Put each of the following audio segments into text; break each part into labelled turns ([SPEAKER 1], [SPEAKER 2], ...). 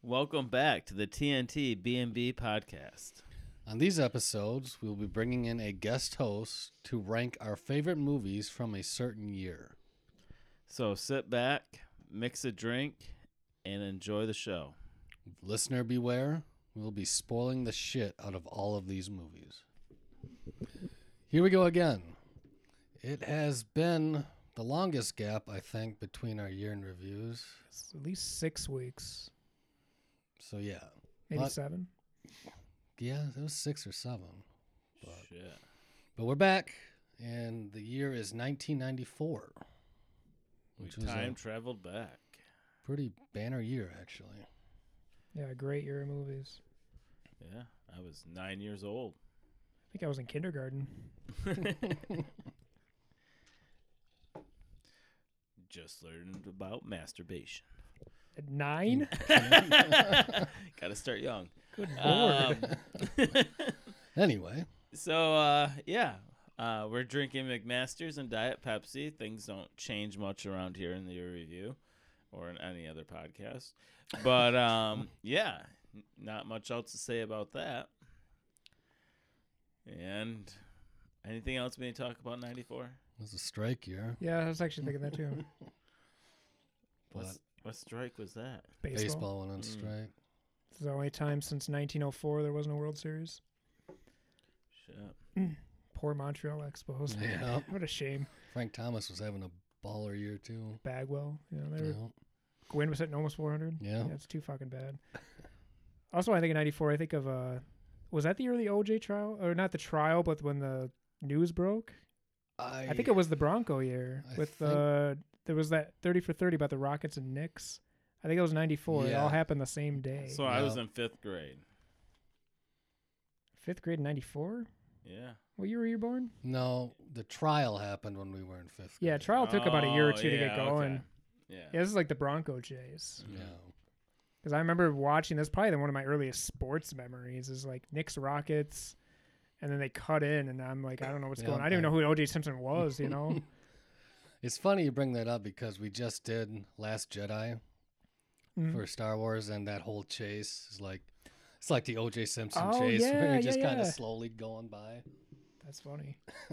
[SPEAKER 1] Welcome back to the TNT B&B podcast.
[SPEAKER 2] On these episodes, we will be bringing in a guest host to rank our favorite movies from a certain year.
[SPEAKER 1] So sit back, mix a drink, and enjoy the show.
[SPEAKER 2] Listener beware, we will be spoiling the shit out of all of these movies. Here we go again. It has been the longest gap, I think, between our year in reviews.
[SPEAKER 3] It's at least six weeks.
[SPEAKER 2] So, yeah.
[SPEAKER 3] Maybe
[SPEAKER 2] Lot-
[SPEAKER 3] seven.
[SPEAKER 2] Yeah, it was six or seven.
[SPEAKER 1] Shit.
[SPEAKER 2] But we're back, and the year is 1994,
[SPEAKER 1] We
[SPEAKER 2] which was
[SPEAKER 1] time
[SPEAKER 2] a
[SPEAKER 1] traveled back.
[SPEAKER 2] pretty banner year, actually.
[SPEAKER 3] Yeah, great year of movies.
[SPEAKER 1] Yeah, I was 9 years old.
[SPEAKER 3] I think I was in kindergarten.
[SPEAKER 1] Just learned about masturbation.
[SPEAKER 3] At
[SPEAKER 2] Mm.
[SPEAKER 3] nine?
[SPEAKER 1] Got to start young.
[SPEAKER 3] Good lord.
[SPEAKER 1] Um,
[SPEAKER 2] Anyway,
[SPEAKER 1] so uh, yeah, uh, we're drinking McMaster's and Diet Pepsi. Things don't change much around here in the year review, or in any other podcast. But um, yeah, n- not much else to say about that. And anything else we need to talk about '94?
[SPEAKER 2] it was a strike year.
[SPEAKER 3] yeah, I was actually thinking that too.
[SPEAKER 2] But
[SPEAKER 1] What what strike was that?
[SPEAKER 3] Baseball.
[SPEAKER 2] baseball went on
[SPEAKER 1] Mm.
[SPEAKER 2] strike.
[SPEAKER 3] It's the only time since 1904 there wasn't a World Series.
[SPEAKER 1] Shit.
[SPEAKER 3] Poor Montreal Expos.
[SPEAKER 2] Yeah.
[SPEAKER 3] what a shame.
[SPEAKER 2] Frank Thomas was having a baller year too.
[SPEAKER 3] Bagwell. You know, they were,
[SPEAKER 2] Yeah.
[SPEAKER 3] Gwynn was hitting almost 400.
[SPEAKER 2] Yeah.
[SPEAKER 3] That's too fucking bad. Also, I think in '94, I think of uh, was that the year of the OJ trial, or not the trial, but when the news broke?
[SPEAKER 2] I,
[SPEAKER 3] I think it was the Bronco year
[SPEAKER 2] I
[SPEAKER 3] with
[SPEAKER 2] think-
[SPEAKER 3] uh, there was that 30 for 30 about the Rockets and Knicks. I think it was 94. It
[SPEAKER 2] Yeah.
[SPEAKER 3] all happened the same day.
[SPEAKER 1] So I was
[SPEAKER 2] Yeah.
[SPEAKER 1] in fifth grade.
[SPEAKER 3] Fifth grade, 94.
[SPEAKER 1] Yeah.
[SPEAKER 3] What year were you born?
[SPEAKER 2] No, the trial happened when we were in fifth.
[SPEAKER 3] Yeah,
[SPEAKER 2] grade.
[SPEAKER 3] trial took about a year or
[SPEAKER 1] Oh,
[SPEAKER 3] two to
[SPEAKER 1] yeah,
[SPEAKER 3] get
[SPEAKER 1] okay.
[SPEAKER 3] going.
[SPEAKER 1] Yeah.
[SPEAKER 3] Yeah, this is like the Bronco Jays.
[SPEAKER 2] Yeah.
[SPEAKER 3] Because I remember watching this, probably one of my earliest sports memories is like Knicks Rockets. And then they cut in, and I'm like, I don't know what's
[SPEAKER 2] Yeah,
[SPEAKER 3] going on. I
[SPEAKER 2] okay.
[SPEAKER 3] didn't even know who OJ Simpson was, you know?
[SPEAKER 2] It's funny you bring that up because we just did Last Jedi
[SPEAKER 3] Mhm.
[SPEAKER 2] for Star Wars, and that whole chase is like. It's like the O.J. Simpson
[SPEAKER 3] Oh,
[SPEAKER 2] chase,
[SPEAKER 3] yeah,
[SPEAKER 2] where
[SPEAKER 3] yeah,
[SPEAKER 2] you're just kind
[SPEAKER 3] yeah.
[SPEAKER 2] of slowly going by.
[SPEAKER 3] That's funny.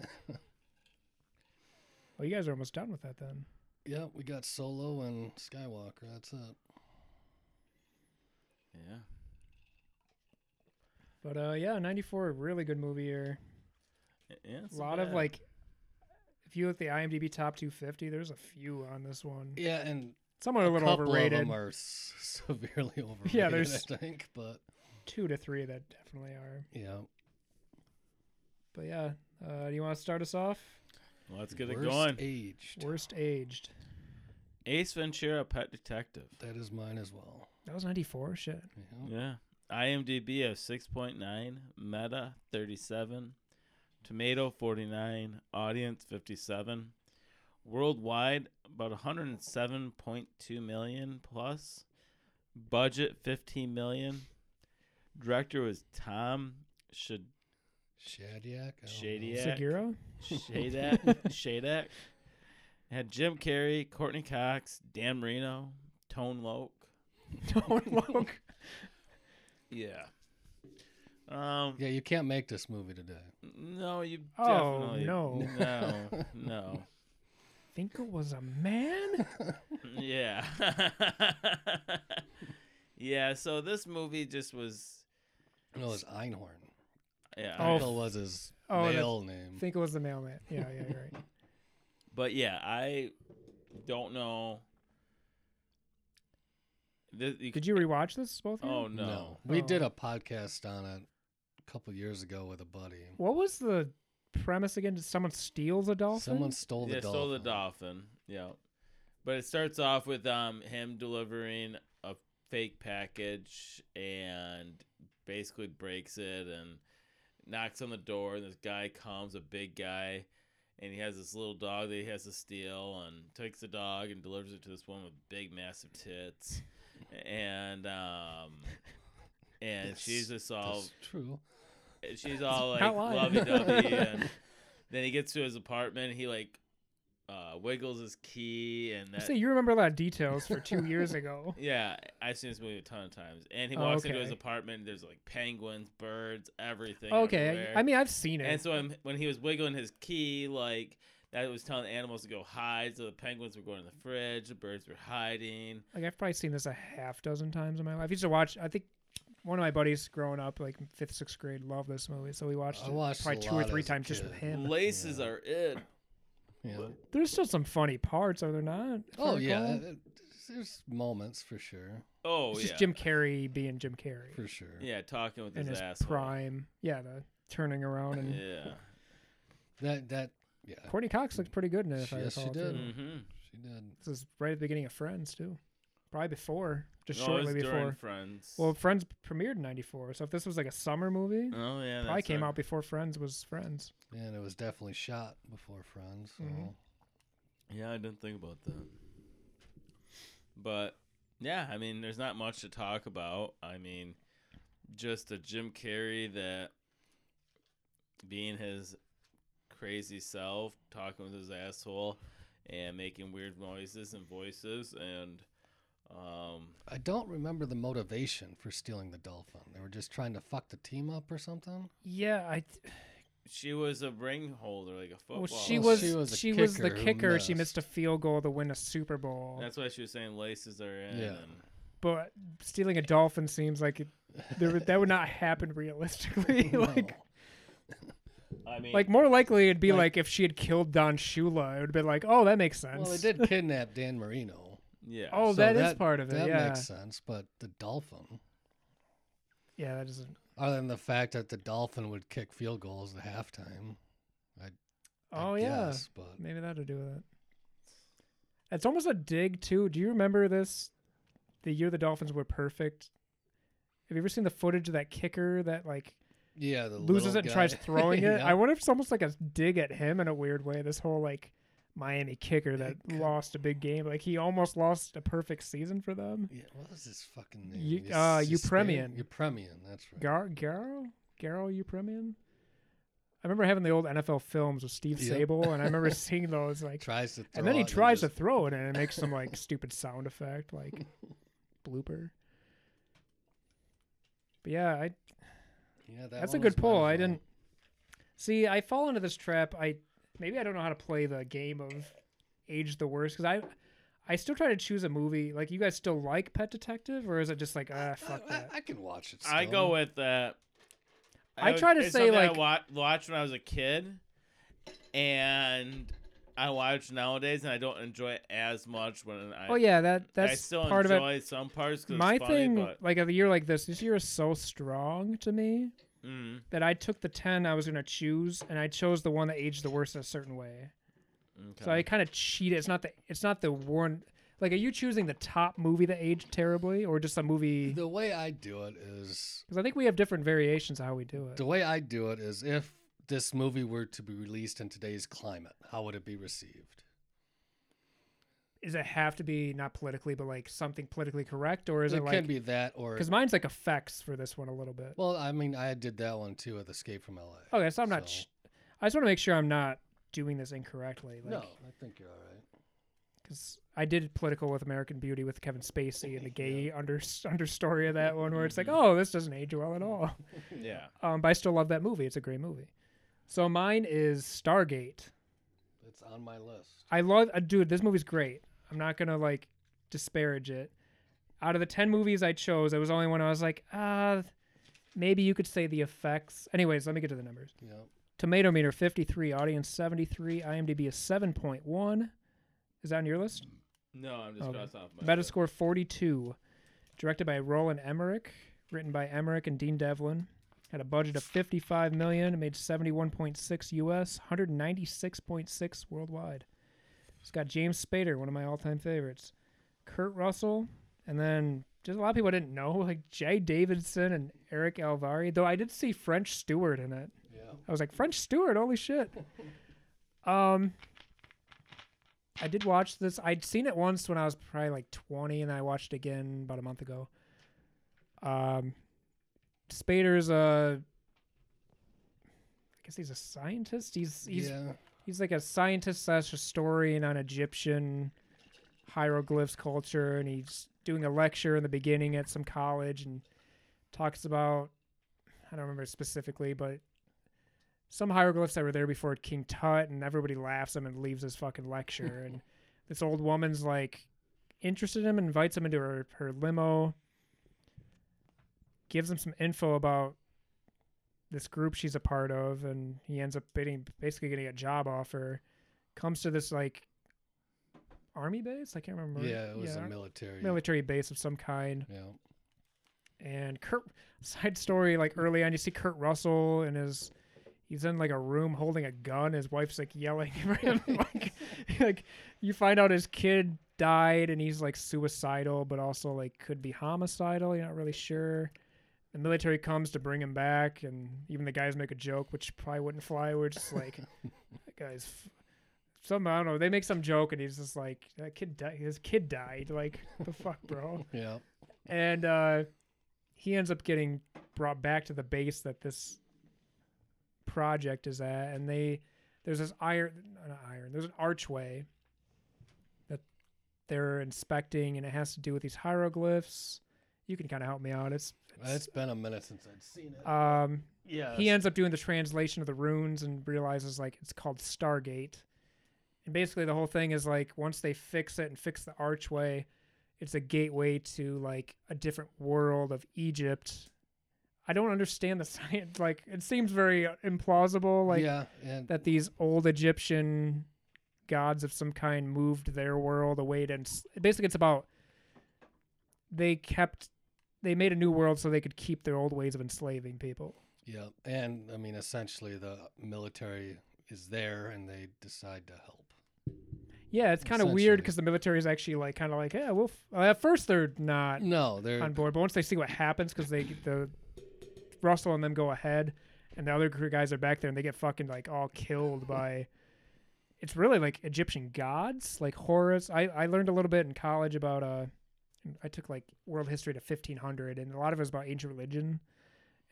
[SPEAKER 3] well, you guys are almost done with that then.
[SPEAKER 2] Yeah, we got Solo and Skywalker. That's it.
[SPEAKER 1] Yeah.
[SPEAKER 3] But uh, yeah, '94, really good movie year.
[SPEAKER 1] Yeah, it's
[SPEAKER 3] a lot of
[SPEAKER 1] bad.
[SPEAKER 3] like, if you look at the IMDb top 250, there's a few on this one.
[SPEAKER 2] Yeah, and
[SPEAKER 3] Some are a little
[SPEAKER 2] couple of
[SPEAKER 3] overrated.
[SPEAKER 2] them are s- severely overrated.
[SPEAKER 3] there's-
[SPEAKER 2] I think, but
[SPEAKER 3] Two to three that definitely are.
[SPEAKER 2] yeah,
[SPEAKER 3] But yeah, uh, do you want to start us off?
[SPEAKER 1] Let's get it
[SPEAKER 2] worst
[SPEAKER 1] going.
[SPEAKER 2] aged.
[SPEAKER 3] Worst aged.
[SPEAKER 1] Ace Ventura, Pet Detective.
[SPEAKER 2] That is mine as well.
[SPEAKER 3] That was '94. Shit.
[SPEAKER 2] Yeah.
[SPEAKER 1] Yeah. IMDb of 6.9, Meta 37, Tomato 49, Audience 57. Worldwide, about 107.2 million plus. Budget 15 million. Director was Tom Shad-
[SPEAKER 2] Shadiak. I don't know.
[SPEAKER 1] Shadiak. Yeah.
[SPEAKER 3] Segura.
[SPEAKER 1] Shadak. Shadak. Had Jim Carrey, Courtney Cox, Dan Marino, Tone Loke.
[SPEAKER 3] Don't look.
[SPEAKER 1] Yeah. Um.
[SPEAKER 2] Yeah, you can't make this movie today.
[SPEAKER 1] No, you
[SPEAKER 3] Oh,
[SPEAKER 1] definitely
[SPEAKER 3] no.
[SPEAKER 1] no, no.
[SPEAKER 3] Finkel was a man.
[SPEAKER 1] yeah, yeah. So this movie just was.
[SPEAKER 2] No, it was Einhorn.
[SPEAKER 1] Yeah.
[SPEAKER 3] Oh,
[SPEAKER 2] Finkel was his
[SPEAKER 3] oh, that's-
[SPEAKER 2] male name.
[SPEAKER 3] Finkel was the mailman. Yeah, yeah, you're right.
[SPEAKER 1] But yeah, I don't know. Th- you
[SPEAKER 3] Did you rewatch this both? of you?
[SPEAKER 1] Oh no.
[SPEAKER 2] we
[SPEAKER 3] Oh.
[SPEAKER 2] did a podcast on it a couple years ago with a buddy.
[SPEAKER 3] What was the premise again? Did someone steals a dolphin?
[SPEAKER 2] Someone stole the
[SPEAKER 1] yeah,
[SPEAKER 2] dolphin.
[SPEAKER 1] stole the dolphin. Yeah. But it starts off with um him delivering a fake package and basically breaks it and knocks on the door and this guy comes, a big guy, and he has this little dog that he has to steal and takes the dog and delivers it to this woman with big massive tits. And um and
[SPEAKER 2] Yes,
[SPEAKER 1] she's just all
[SPEAKER 2] That's true.
[SPEAKER 1] and she's all like
[SPEAKER 3] Not lying.
[SPEAKER 1] lovey dovey and then he gets to his apartment he like uh, Wiggles is key, and
[SPEAKER 3] You
[SPEAKER 1] that,
[SPEAKER 3] say you remember a lot of details for two years ago.
[SPEAKER 1] yeah, I've seen this movie a ton of times. And he
[SPEAKER 3] Oh,
[SPEAKER 1] walks into his
[SPEAKER 3] okay.
[SPEAKER 1] apartment. There's like penguins, birds, everything.
[SPEAKER 3] Okay,
[SPEAKER 1] everywhere.
[SPEAKER 3] I mean I've seen
[SPEAKER 1] And
[SPEAKER 3] it.
[SPEAKER 1] so when- when he was wiggling his key, like that was telling the animals to go hide. So the penguins were going to the fridge, the birds were hiding.
[SPEAKER 3] Like I've probably seen this a half dozen times in my life. I used to watch. I think one of my buddies growing up, like fifth, sixth grade, loved this movie, so we watched
[SPEAKER 2] I
[SPEAKER 3] it
[SPEAKER 2] watched
[SPEAKER 3] probably
[SPEAKER 2] a
[SPEAKER 3] two or
[SPEAKER 2] lot
[SPEAKER 3] three
[SPEAKER 2] as a
[SPEAKER 3] times just with
[SPEAKER 2] kid.
[SPEAKER 3] him.
[SPEAKER 1] Laces
[SPEAKER 2] Yeah.
[SPEAKER 1] are it.
[SPEAKER 2] Yeah.
[SPEAKER 3] There's still some funny parts, are there not? If I
[SPEAKER 2] Oh yeah,
[SPEAKER 3] recall?
[SPEAKER 2] it- it- there's moments for sure,
[SPEAKER 1] Oh
[SPEAKER 3] It's
[SPEAKER 1] yeah,
[SPEAKER 3] just Jim Carrey being Jim Carrey
[SPEAKER 2] for sure.
[SPEAKER 1] yeah, talking with
[SPEAKER 3] in
[SPEAKER 1] his,
[SPEAKER 3] his
[SPEAKER 1] asshole.
[SPEAKER 3] prime. Yeah, the turning around and
[SPEAKER 1] Yeah.
[SPEAKER 2] That that yeah,
[SPEAKER 3] Courtney Cox looked pretty good in it. If I
[SPEAKER 2] Yes, she
[SPEAKER 3] recall,
[SPEAKER 2] did.
[SPEAKER 3] Too.
[SPEAKER 1] Mm-hmm.
[SPEAKER 2] she did.
[SPEAKER 3] This is right at the beginning of Friends too, probably before, just
[SPEAKER 1] no, it was
[SPEAKER 3] shortly before.
[SPEAKER 1] during Friends.
[SPEAKER 3] Well, Friends premiered in '94, so if this was like a summer movie,
[SPEAKER 1] oh yeah,
[SPEAKER 3] probably
[SPEAKER 1] that's
[SPEAKER 3] came
[SPEAKER 1] right.
[SPEAKER 3] out before Friends was Friends.
[SPEAKER 2] And it was definitely shot before Friends. So.
[SPEAKER 3] Mhm.
[SPEAKER 1] Yeah, I didn't think about that. But yeah, I mean, there's not much to talk about. I mean, just a Jim Carrey that being his crazy self, talking with his asshole, and making weird noises and voices, and um,
[SPEAKER 2] I don't remember the motivation for stealing the dolphin. They were just trying to fuck the team up or something.
[SPEAKER 3] Yeah, I. th-
[SPEAKER 1] she was a ring holder, like a football.
[SPEAKER 3] Well, she
[SPEAKER 2] Well,
[SPEAKER 3] was
[SPEAKER 2] she
[SPEAKER 3] she
[SPEAKER 2] was a
[SPEAKER 3] was, the
[SPEAKER 2] kicker who
[SPEAKER 3] kicker. She
[SPEAKER 2] missed.
[SPEAKER 3] missed a field goal to win a Super Bowl.
[SPEAKER 1] That's why she was saying laces are in.
[SPEAKER 2] Yeah.
[SPEAKER 1] and-
[SPEAKER 3] but stealing a dolphin seems like it, there would- that would not happen realistically. like,
[SPEAKER 2] No.
[SPEAKER 1] I mean,
[SPEAKER 3] like more likely it'd be
[SPEAKER 2] Like-
[SPEAKER 3] like, if she had killed Don Shula, it would have been like, oh, that makes sense.
[SPEAKER 2] well, they did kidnap Dan Marino.
[SPEAKER 1] yeah.
[SPEAKER 3] Oh,
[SPEAKER 2] so
[SPEAKER 3] that is part of it.
[SPEAKER 2] That
[SPEAKER 3] yeah,
[SPEAKER 2] makes sense. But the dolphin,
[SPEAKER 3] yeah, that isn't.
[SPEAKER 2] other than the fact that the dolphin would kick field goals at halftime. I
[SPEAKER 3] Oh yeah,
[SPEAKER 2] guess, but
[SPEAKER 3] maybe that'll do with it. It's almost a dig too. Do you remember this? The year the Dolphins were perfect. Have you ever seen the footage of that kicker that like
[SPEAKER 2] yeah, the
[SPEAKER 3] loses
[SPEAKER 2] little
[SPEAKER 3] it and tries
[SPEAKER 2] guy-
[SPEAKER 3] throwing it.
[SPEAKER 2] Yeah.
[SPEAKER 3] I wonder if it's almost like a dig at him in a weird way. This whole like Miami kicker that
[SPEAKER 2] could-
[SPEAKER 3] lost a big game, like he almost lost a perfect season for them.
[SPEAKER 2] Yeah, what was his fucking name?
[SPEAKER 3] Ye-
[SPEAKER 2] Yes-
[SPEAKER 3] uh,
[SPEAKER 2] Yesperian-
[SPEAKER 3] Upremian.
[SPEAKER 2] Upremian, that's right.
[SPEAKER 3] Gar Garrow Garrow Upremian. I remember having the old NFL films with Steve
[SPEAKER 2] Yep.
[SPEAKER 3] Sable, and I remember seeing those like,
[SPEAKER 2] tries to throw
[SPEAKER 3] and then he
[SPEAKER 2] it
[SPEAKER 3] tries
[SPEAKER 2] just-
[SPEAKER 3] to throw it, and it makes some like stupid sound effect, like blooper. But yeah, I
[SPEAKER 2] Yeah, that
[SPEAKER 3] That's a
[SPEAKER 2] one
[SPEAKER 3] good
[SPEAKER 2] was my
[SPEAKER 3] pull. I
[SPEAKER 2] fault.
[SPEAKER 3] didn't see. I fall into this trap. I maybe I don't know how to play the game of age the worst because I I still try to choose a movie. Like you guys still like Pet Detective, or is it just like ah fuck
[SPEAKER 2] I,
[SPEAKER 3] that?
[SPEAKER 2] I, I can watch it.
[SPEAKER 1] I
[SPEAKER 2] still.
[SPEAKER 1] go with that.
[SPEAKER 3] I
[SPEAKER 1] was-
[SPEAKER 3] try to
[SPEAKER 1] it's
[SPEAKER 3] say,
[SPEAKER 1] something I
[SPEAKER 3] like-
[SPEAKER 1] wa- watched when I was a kid, and I watch nowadays, and I don't enjoy it as much when I.
[SPEAKER 3] Oh yeah, that
[SPEAKER 1] I
[SPEAKER 3] that's
[SPEAKER 1] still
[SPEAKER 3] part of it.
[SPEAKER 1] enjoy some parts. 'cause
[SPEAKER 3] My
[SPEAKER 1] it's funny,
[SPEAKER 3] thing,
[SPEAKER 1] but,
[SPEAKER 3] like a year like this, this year is so strong to me
[SPEAKER 1] mm,
[SPEAKER 3] that I took the ten I was gonna choose, and I chose the one that aged the worst in a certain way.
[SPEAKER 1] okay.
[SPEAKER 3] So I kind of cheated. It's not the it's not the one. Like, are you choosing the top movie that aged terribly, or just a movie?
[SPEAKER 2] The way I do it is
[SPEAKER 3] Because I think we have different variations of how we do it.
[SPEAKER 2] the way I do it is if this movie were to be released in today's climate, how would it be received?
[SPEAKER 3] Does it have to be not politically, but like something politically correct, or is it,
[SPEAKER 2] it
[SPEAKER 3] like?
[SPEAKER 2] can be that or
[SPEAKER 3] Because mine's like effects for this one a little bit.
[SPEAKER 2] well, I mean, I did that one too with Escape from L.A.
[SPEAKER 3] okay, so I'm not.
[SPEAKER 2] so-
[SPEAKER 3] ch I just want to make sure I'm not doing this incorrectly. Like,
[SPEAKER 2] no, I think you're all right.
[SPEAKER 3] Because I did political with American Beauty with Kevin Spacey and the gay under understory of that one, where it's like,
[SPEAKER 2] Mm-hmm.
[SPEAKER 3] oh, this doesn't age well at all.
[SPEAKER 1] yeah,
[SPEAKER 3] Um, but I still love that movie. It's a great movie. So mine is Stargate.
[SPEAKER 2] It's on my list.
[SPEAKER 3] I love, uh, dude. This movie's great. I'm not gonna like disparage it. Out of the ten movies I chose, it was the only one I was like, uh, maybe you could say the effects. Anyways, let me get to the numbers.
[SPEAKER 2] Yeah,
[SPEAKER 3] Tomato meter 53, audience 73, IMDb is 7.1. Is that on your list?
[SPEAKER 1] no, I'm just
[SPEAKER 3] Okay.
[SPEAKER 1] crossing off my. list.
[SPEAKER 3] Metascore 42. Directed by Roland Emmerich, written by Emmerich and Dean Devlin. Had a budget of 55 million, made 71.6 US, 196.6 worldwide. It's got James Spader, one of my all-time favorites, Kurt Russell, and then just a lot of people didn't know like Jay Davidson and Eric Alvari. Though I did see French Stewart in it.
[SPEAKER 2] yeah.
[SPEAKER 3] I was like French Stewart, holy shit. Um, I did watch this. I'd seen it once when I was probably like 20, and I watched it again about a month ago. Um, Spader's a, I guess he's a scientist. He's he's
[SPEAKER 2] yeah.
[SPEAKER 3] He's like a scientist slash historian on Egyptian hieroglyphs culture, and he's doing a lecture in the beginning at some college and talks about I don't remember specifically, but some hieroglyphs that were there before King Tut, and everybody laughs him and leaves his fucking lecture. and this old woman's like interested in him, invites him into her, her limo, gives him some info about this group she's a part of, and he ends up getting, basically getting a job offer. Comes to this like army base, I can't remember.
[SPEAKER 2] Yeah, it was a military.
[SPEAKER 3] military base of some kind
[SPEAKER 2] Yeah.
[SPEAKER 3] and Kurt side story like early on you see Kurt Russell and his he's in like a room holding a gun his wife's like yelling for him like, like you find out his kid died and he's like suicidal but also like could be homicidal you're not really sure the military comes to bring him back and even the guys make a joke which probably wouldn't fly we're just like that guy's f- some I don't know they make some joke and he's just like that kid died his kid died like the fuck bro
[SPEAKER 2] Yeah.
[SPEAKER 3] and uh, he ends up getting brought back to the base that this project is at, and they there's this iron not iron there's an archway that they're inspecting, and it has to do with these hieroglyphs. You can kind of help me out. It's,
[SPEAKER 2] It's been a minute since I'd seen it.
[SPEAKER 3] um,
[SPEAKER 2] yeah.
[SPEAKER 3] he ends up doing the translation of the runes and realizes like it's called Stargate. And basically the whole thing is like once they fix it and fix the archway, it's a gateway to like a different world of Egypt. I don't understand the science like it seems very implausible like
[SPEAKER 2] yeah, and
[SPEAKER 3] that these old Egyptian gods of some kind moved their world away to ens- basically it's about they kept they made a new world so they could keep their old ways of enslaving people.
[SPEAKER 2] yeah, and I mean, essentially, the military is there, and they decide to help.
[SPEAKER 3] Yeah, it's kind of weird
[SPEAKER 2] Essentially.
[SPEAKER 3] because the military is actually like kind of like, yeah, well, f-. uh, at first they're not
[SPEAKER 2] No, they're
[SPEAKER 3] on board, but once they see what happens, because they the Russell and them go ahead, and the other crew guys are back there, and they get fucking like all killed by. It's really like Egyptian gods, like Horus. I I learned a little bit in college about uh, I took like world history to fifteen hundred, and a lot of it was about ancient religion,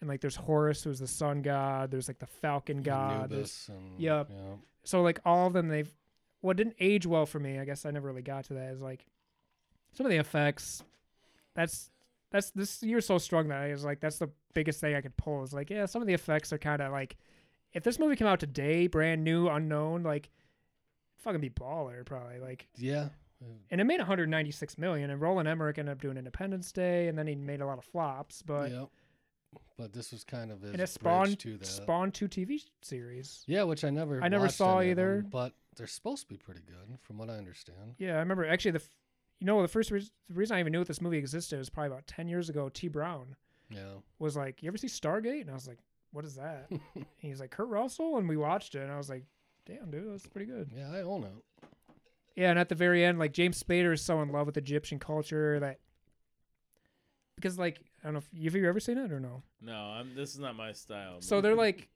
[SPEAKER 3] and like there's Horus, who's the sun god. There's like the falcon god.
[SPEAKER 2] Anubis
[SPEAKER 3] There's
[SPEAKER 2] and
[SPEAKER 3] Yep.
[SPEAKER 2] yeah,
[SPEAKER 3] so like all of them they've what didn't age well for me i guess i never really got to that is like some of the effects that's that's this you're so strong that i was like that's the biggest thing i could pull is like yeah some of the effects are kind of like if this movie came out today brand new unknown like it'd fucking be baller probably like
[SPEAKER 2] yeah.
[SPEAKER 3] and it made 196 million and roland emmerich ended up doing independence day and then he made a lot of flops but
[SPEAKER 2] yep. But this was kind of his
[SPEAKER 3] and it
[SPEAKER 2] bridge
[SPEAKER 3] spawned
[SPEAKER 2] to that.
[SPEAKER 3] spawned two tv series
[SPEAKER 2] yeah, which I never.
[SPEAKER 3] I never
[SPEAKER 2] watched
[SPEAKER 3] saw
[SPEAKER 2] any of them,
[SPEAKER 3] either.
[SPEAKER 2] but they're supposed to be pretty good, from what I understand.
[SPEAKER 3] Yeah, I remember actually the, f- you know, the first reas the reason I even knew this movie existed was probably about ten years ago. T Brown
[SPEAKER 2] Yeah.
[SPEAKER 3] was like, "You ever see Stargate?" And I was like, "What is that?" and he's like, "Kurt Russell," and we watched it, and I was like, "Damn, dude, that's pretty good."
[SPEAKER 2] Yeah, I own it.
[SPEAKER 3] Yeah, and at the very end, like James Spader is so in love with Egyptian culture that because like I don't know if you've you ever seen it or no.
[SPEAKER 1] No, I'm, this is not my style.
[SPEAKER 3] So they're like,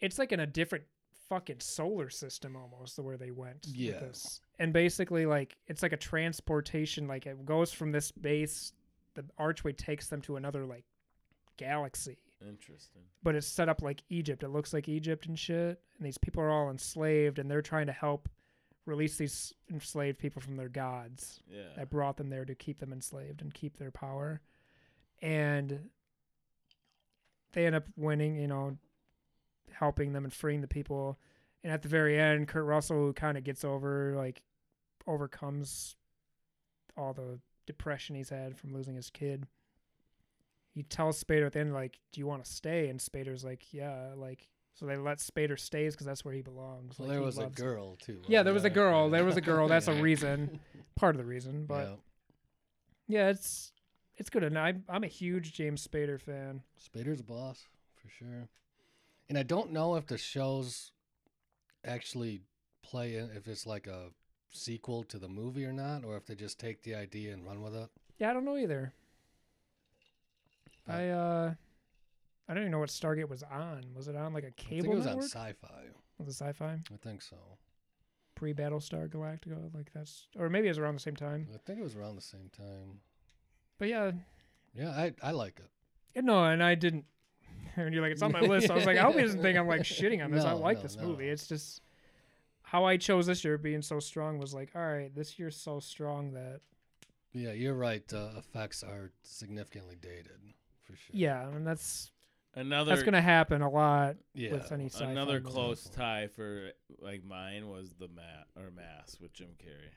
[SPEAKER 3] it's like in a different fucking solar system almost the where they went. with
[SPEAKER 2] Yeah.
[SPEAKER 3] this. And basically, like it's like a transportation. Like it goes from this base, the archway takes them to another like galaxy.
[SPEAKER 1] interesting.
[SPEAKER 3] But it's set up like Egypt. It looks like Egypt and shit. And these people are all enslaved, and they're trying to help release these enslaved people from their gods
[SPEAKER 1] Yeah.
[SPEAKER 3] that brought them there to keep them enslaved and keep their power. And they end up winning, you know, helping them and freeing the people. And at the very end, Kurt Russell kind of gets over, like, overcomes all the depression he's had from losing his kid. He tells Spader at the end, like, "Do you want to stay?" And Spader's like, "Yeah." Like, so they let Spader stays because that's where he belongs.
[SPEAKER 2] So
[SPEAKER 3] Like,
[SPEAKER 2] there
[SPEAKER 3] he
[SPEAKER 2] was a
[SPEAKER 3] loves-
[SPEAKER 2] girl too.
[SPEAKER 3] Yeah,
[SPEAKER 2] wasn't
[SPEAKER 3] there was a girl. There was a girl. That's a
[SPEAKER 2] Yeah.
[SPEAKER 3] reason, part of the reason. But
[SPEAKER 2] Yeah.
[SPEAKER 3] yeah, it's it's good. And I'm I'm a huge James Spader fan.
[SPEAKER 2] Spader's a boss for sure. And I don't know if the shows actually play in, if it's like a sequel to the movie or not, or if they just take the idea and run with it.
[SPEAKER 3] Yeah, I don't know either. I uh, I don't even know what Stargate was on. Was it on like a
[SPEAKER 2] I think
[SPEAKER 3] cable
[SPEAKER 2] it was on
[SPEAKER 3] network?
[SPEAKER 2] sci-fi.
[SPEAKER 3] was it sci-fi
[SPEAKER 2] I think so.
[SPEAKER 3] pre Battlestar Galactica? Like that's or maybe it was around the same time.
[SPEAKER 2] I think it was around the same time.
[SPEAKER 3] But yeah,
[SPEAKER 2] Yeah, I I like it.
[SPEAKER 3] and no, and I didn't. And you're like, it's on my list. I was like, I hope he doesn't think I'm like shitting on this. I
[SPEAKER 2] No,
[SPEAKER 3] like
[SPEAKER 2] no,
[SPEAKER 3] this
[SPEAKER 2] no.
[SPEAKER 3] movie. It's just how I chose this year being so strong was like, all right, this year's so strong that
[SPEAKER 2] Yeah, you're right. Uh, effects are significantly dated for sure.
[SPEAKER 3] yeah, I mean that's
[SPEAKER 1] Another
[SPEAKER 3] that's gonna happen a lot
[SPEAKER 2] yeah.
[SPEAKER 3] with any sci-fi
[SPEAKER 1] another
[SPEAKER 3] movie.
[SPEAKER 1] close tie for like mine was the mat or mass with Jim Carrey.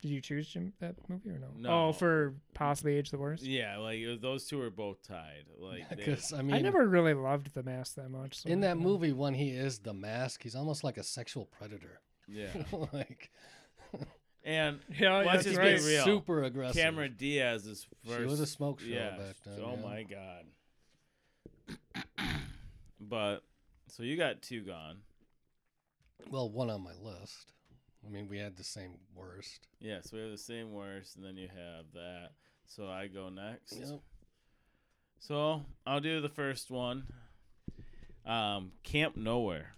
[SPEAKER 3] Did you choose Jim that movie or no?
[SPEAKER 1] No.
[SPEAKER 3] Oh, for possibly Age the Worst.
[SPEAKER 1] Yeah, like it was, those two are both tied. Like they,
[SPEAKER 2] Because I mean,
[SPEAKER 3] I never really loved the mask that much. so
[SPEAKER 2] in that
[SPEAKER 3] yeah.
[SPEAKER 2] movie when he is the mask, he's almost like a sexual predator.
[SPEAKER 1] yeah,
[SPEAKER 2] like
[SPEAKER 1] and
[SPEAKER 3] yeah,
[SPEAKER 1] Let's
[SPEAKER 3] that's
[SPEAKER 1] just
[SPEAKER 3] right.
[SPEAKER 1] be real.
[SPEAKER 2] super aggressive.
[SPEAKER 1] Cameron Diaz is first.
[SPEAKER 2] She was a smoke show
[SPEAKER 1] yeah.
[SPEAKER 2] back then.
[SPEAKER 1] oh
[SPEAKER 2] yeah.
[SPEAKER 1] my god. but so you got two gone.
[SPEAKER 2] Well, one on my list. I mean, we had the same worst.
[SPEAKER 1] Yeah, so we have the same worst, and then you have that. So I go next.
[SPEAKER 2] Yep.
[SPEAKER 1] So I'll do the first one. Um, Camp Nowhere.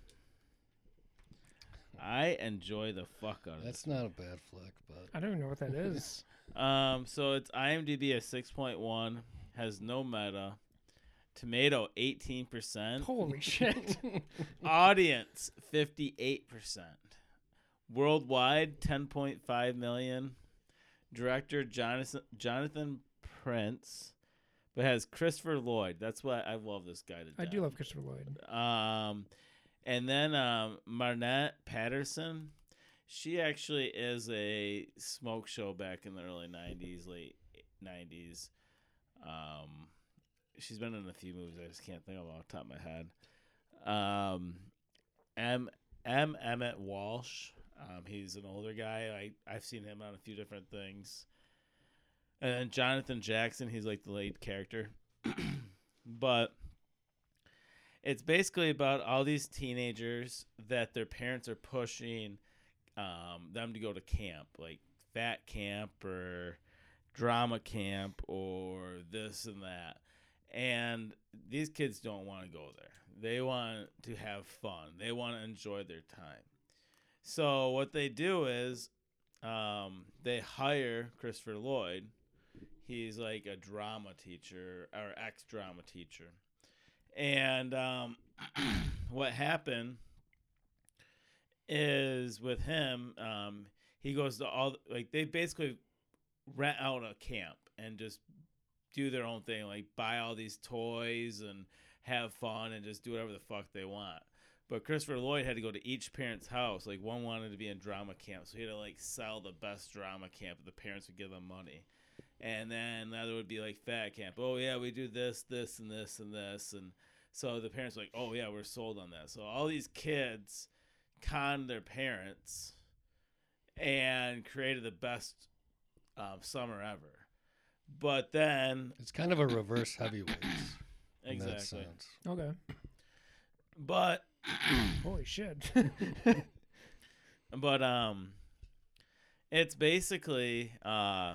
[SPEAKER 1] I enjoy the fuck out of it.
[SPEAKER 2] That's not a bad flick, but
[SPEAKER 3] I don't even know what that is.
[SPEAKER 1] Um, so it's IMDb at six point one, has no meta, tomato eighteen percent,
[SPEAKER 3] Holy shit!
[SPEAKER 1] audience fifty eight percent, worldwide ten point five million, director Jonathan Jonathan Prince, but has Christopher Lloyd. That's why I love this guy to
[SPEAKER 3] I
[SPEAKER 1] death.
[SPEAKER 3] do love Christopher Lloyd.
[SPEAKER 1] Um, and then um, Marnette Patterson, she actually is a smoke show back in the early '90s, late '90s. Um, she's been in a few movies I just can't think of off the top of my head. Um, M. M. Emmett Walsh. Um, he's an older guy. I I've seen him on a few different things. And then Jonathan Jackson, he's like the lead character, but it's basically about all these teenagers that their parents are pushing um, them to go to camp, like fat camp or drama camp or this and that. And these kids don't want to go there. They want to have fun. They want to enjoy their time. So what they do is um, they hire Christopher Lloyd. He's like a drama teacher or ex drama teacher. And um, what happened is with him, um, he goes to all like they basically rent out a camp and just do their own thing, like buy all these toys and have fun and just do whatever the fuck they want. But Christopher Lloyd had to go to each parent's house. Like one wanted to be in drama camp, so he had to like sell the best drama camp. The parents would give them money and then the other would be like fat camp. Oh yeah, we do this, this, and this, and this, and so the parents were like, oh yeah, we're sold on that. So all these kids conned their parents and created the best um, summer ever. But then
[SPEAKER 2] it's kind of a reverse heavyweights in that
[SPEAKER 1] exactly,
[SPEAKER 2] sense.
[SPEAKER 3] Okay.
[SPEAKER 1] but
[SPEAKER 3] Holy shit!
[SPEAKER 1] but um it's basically uh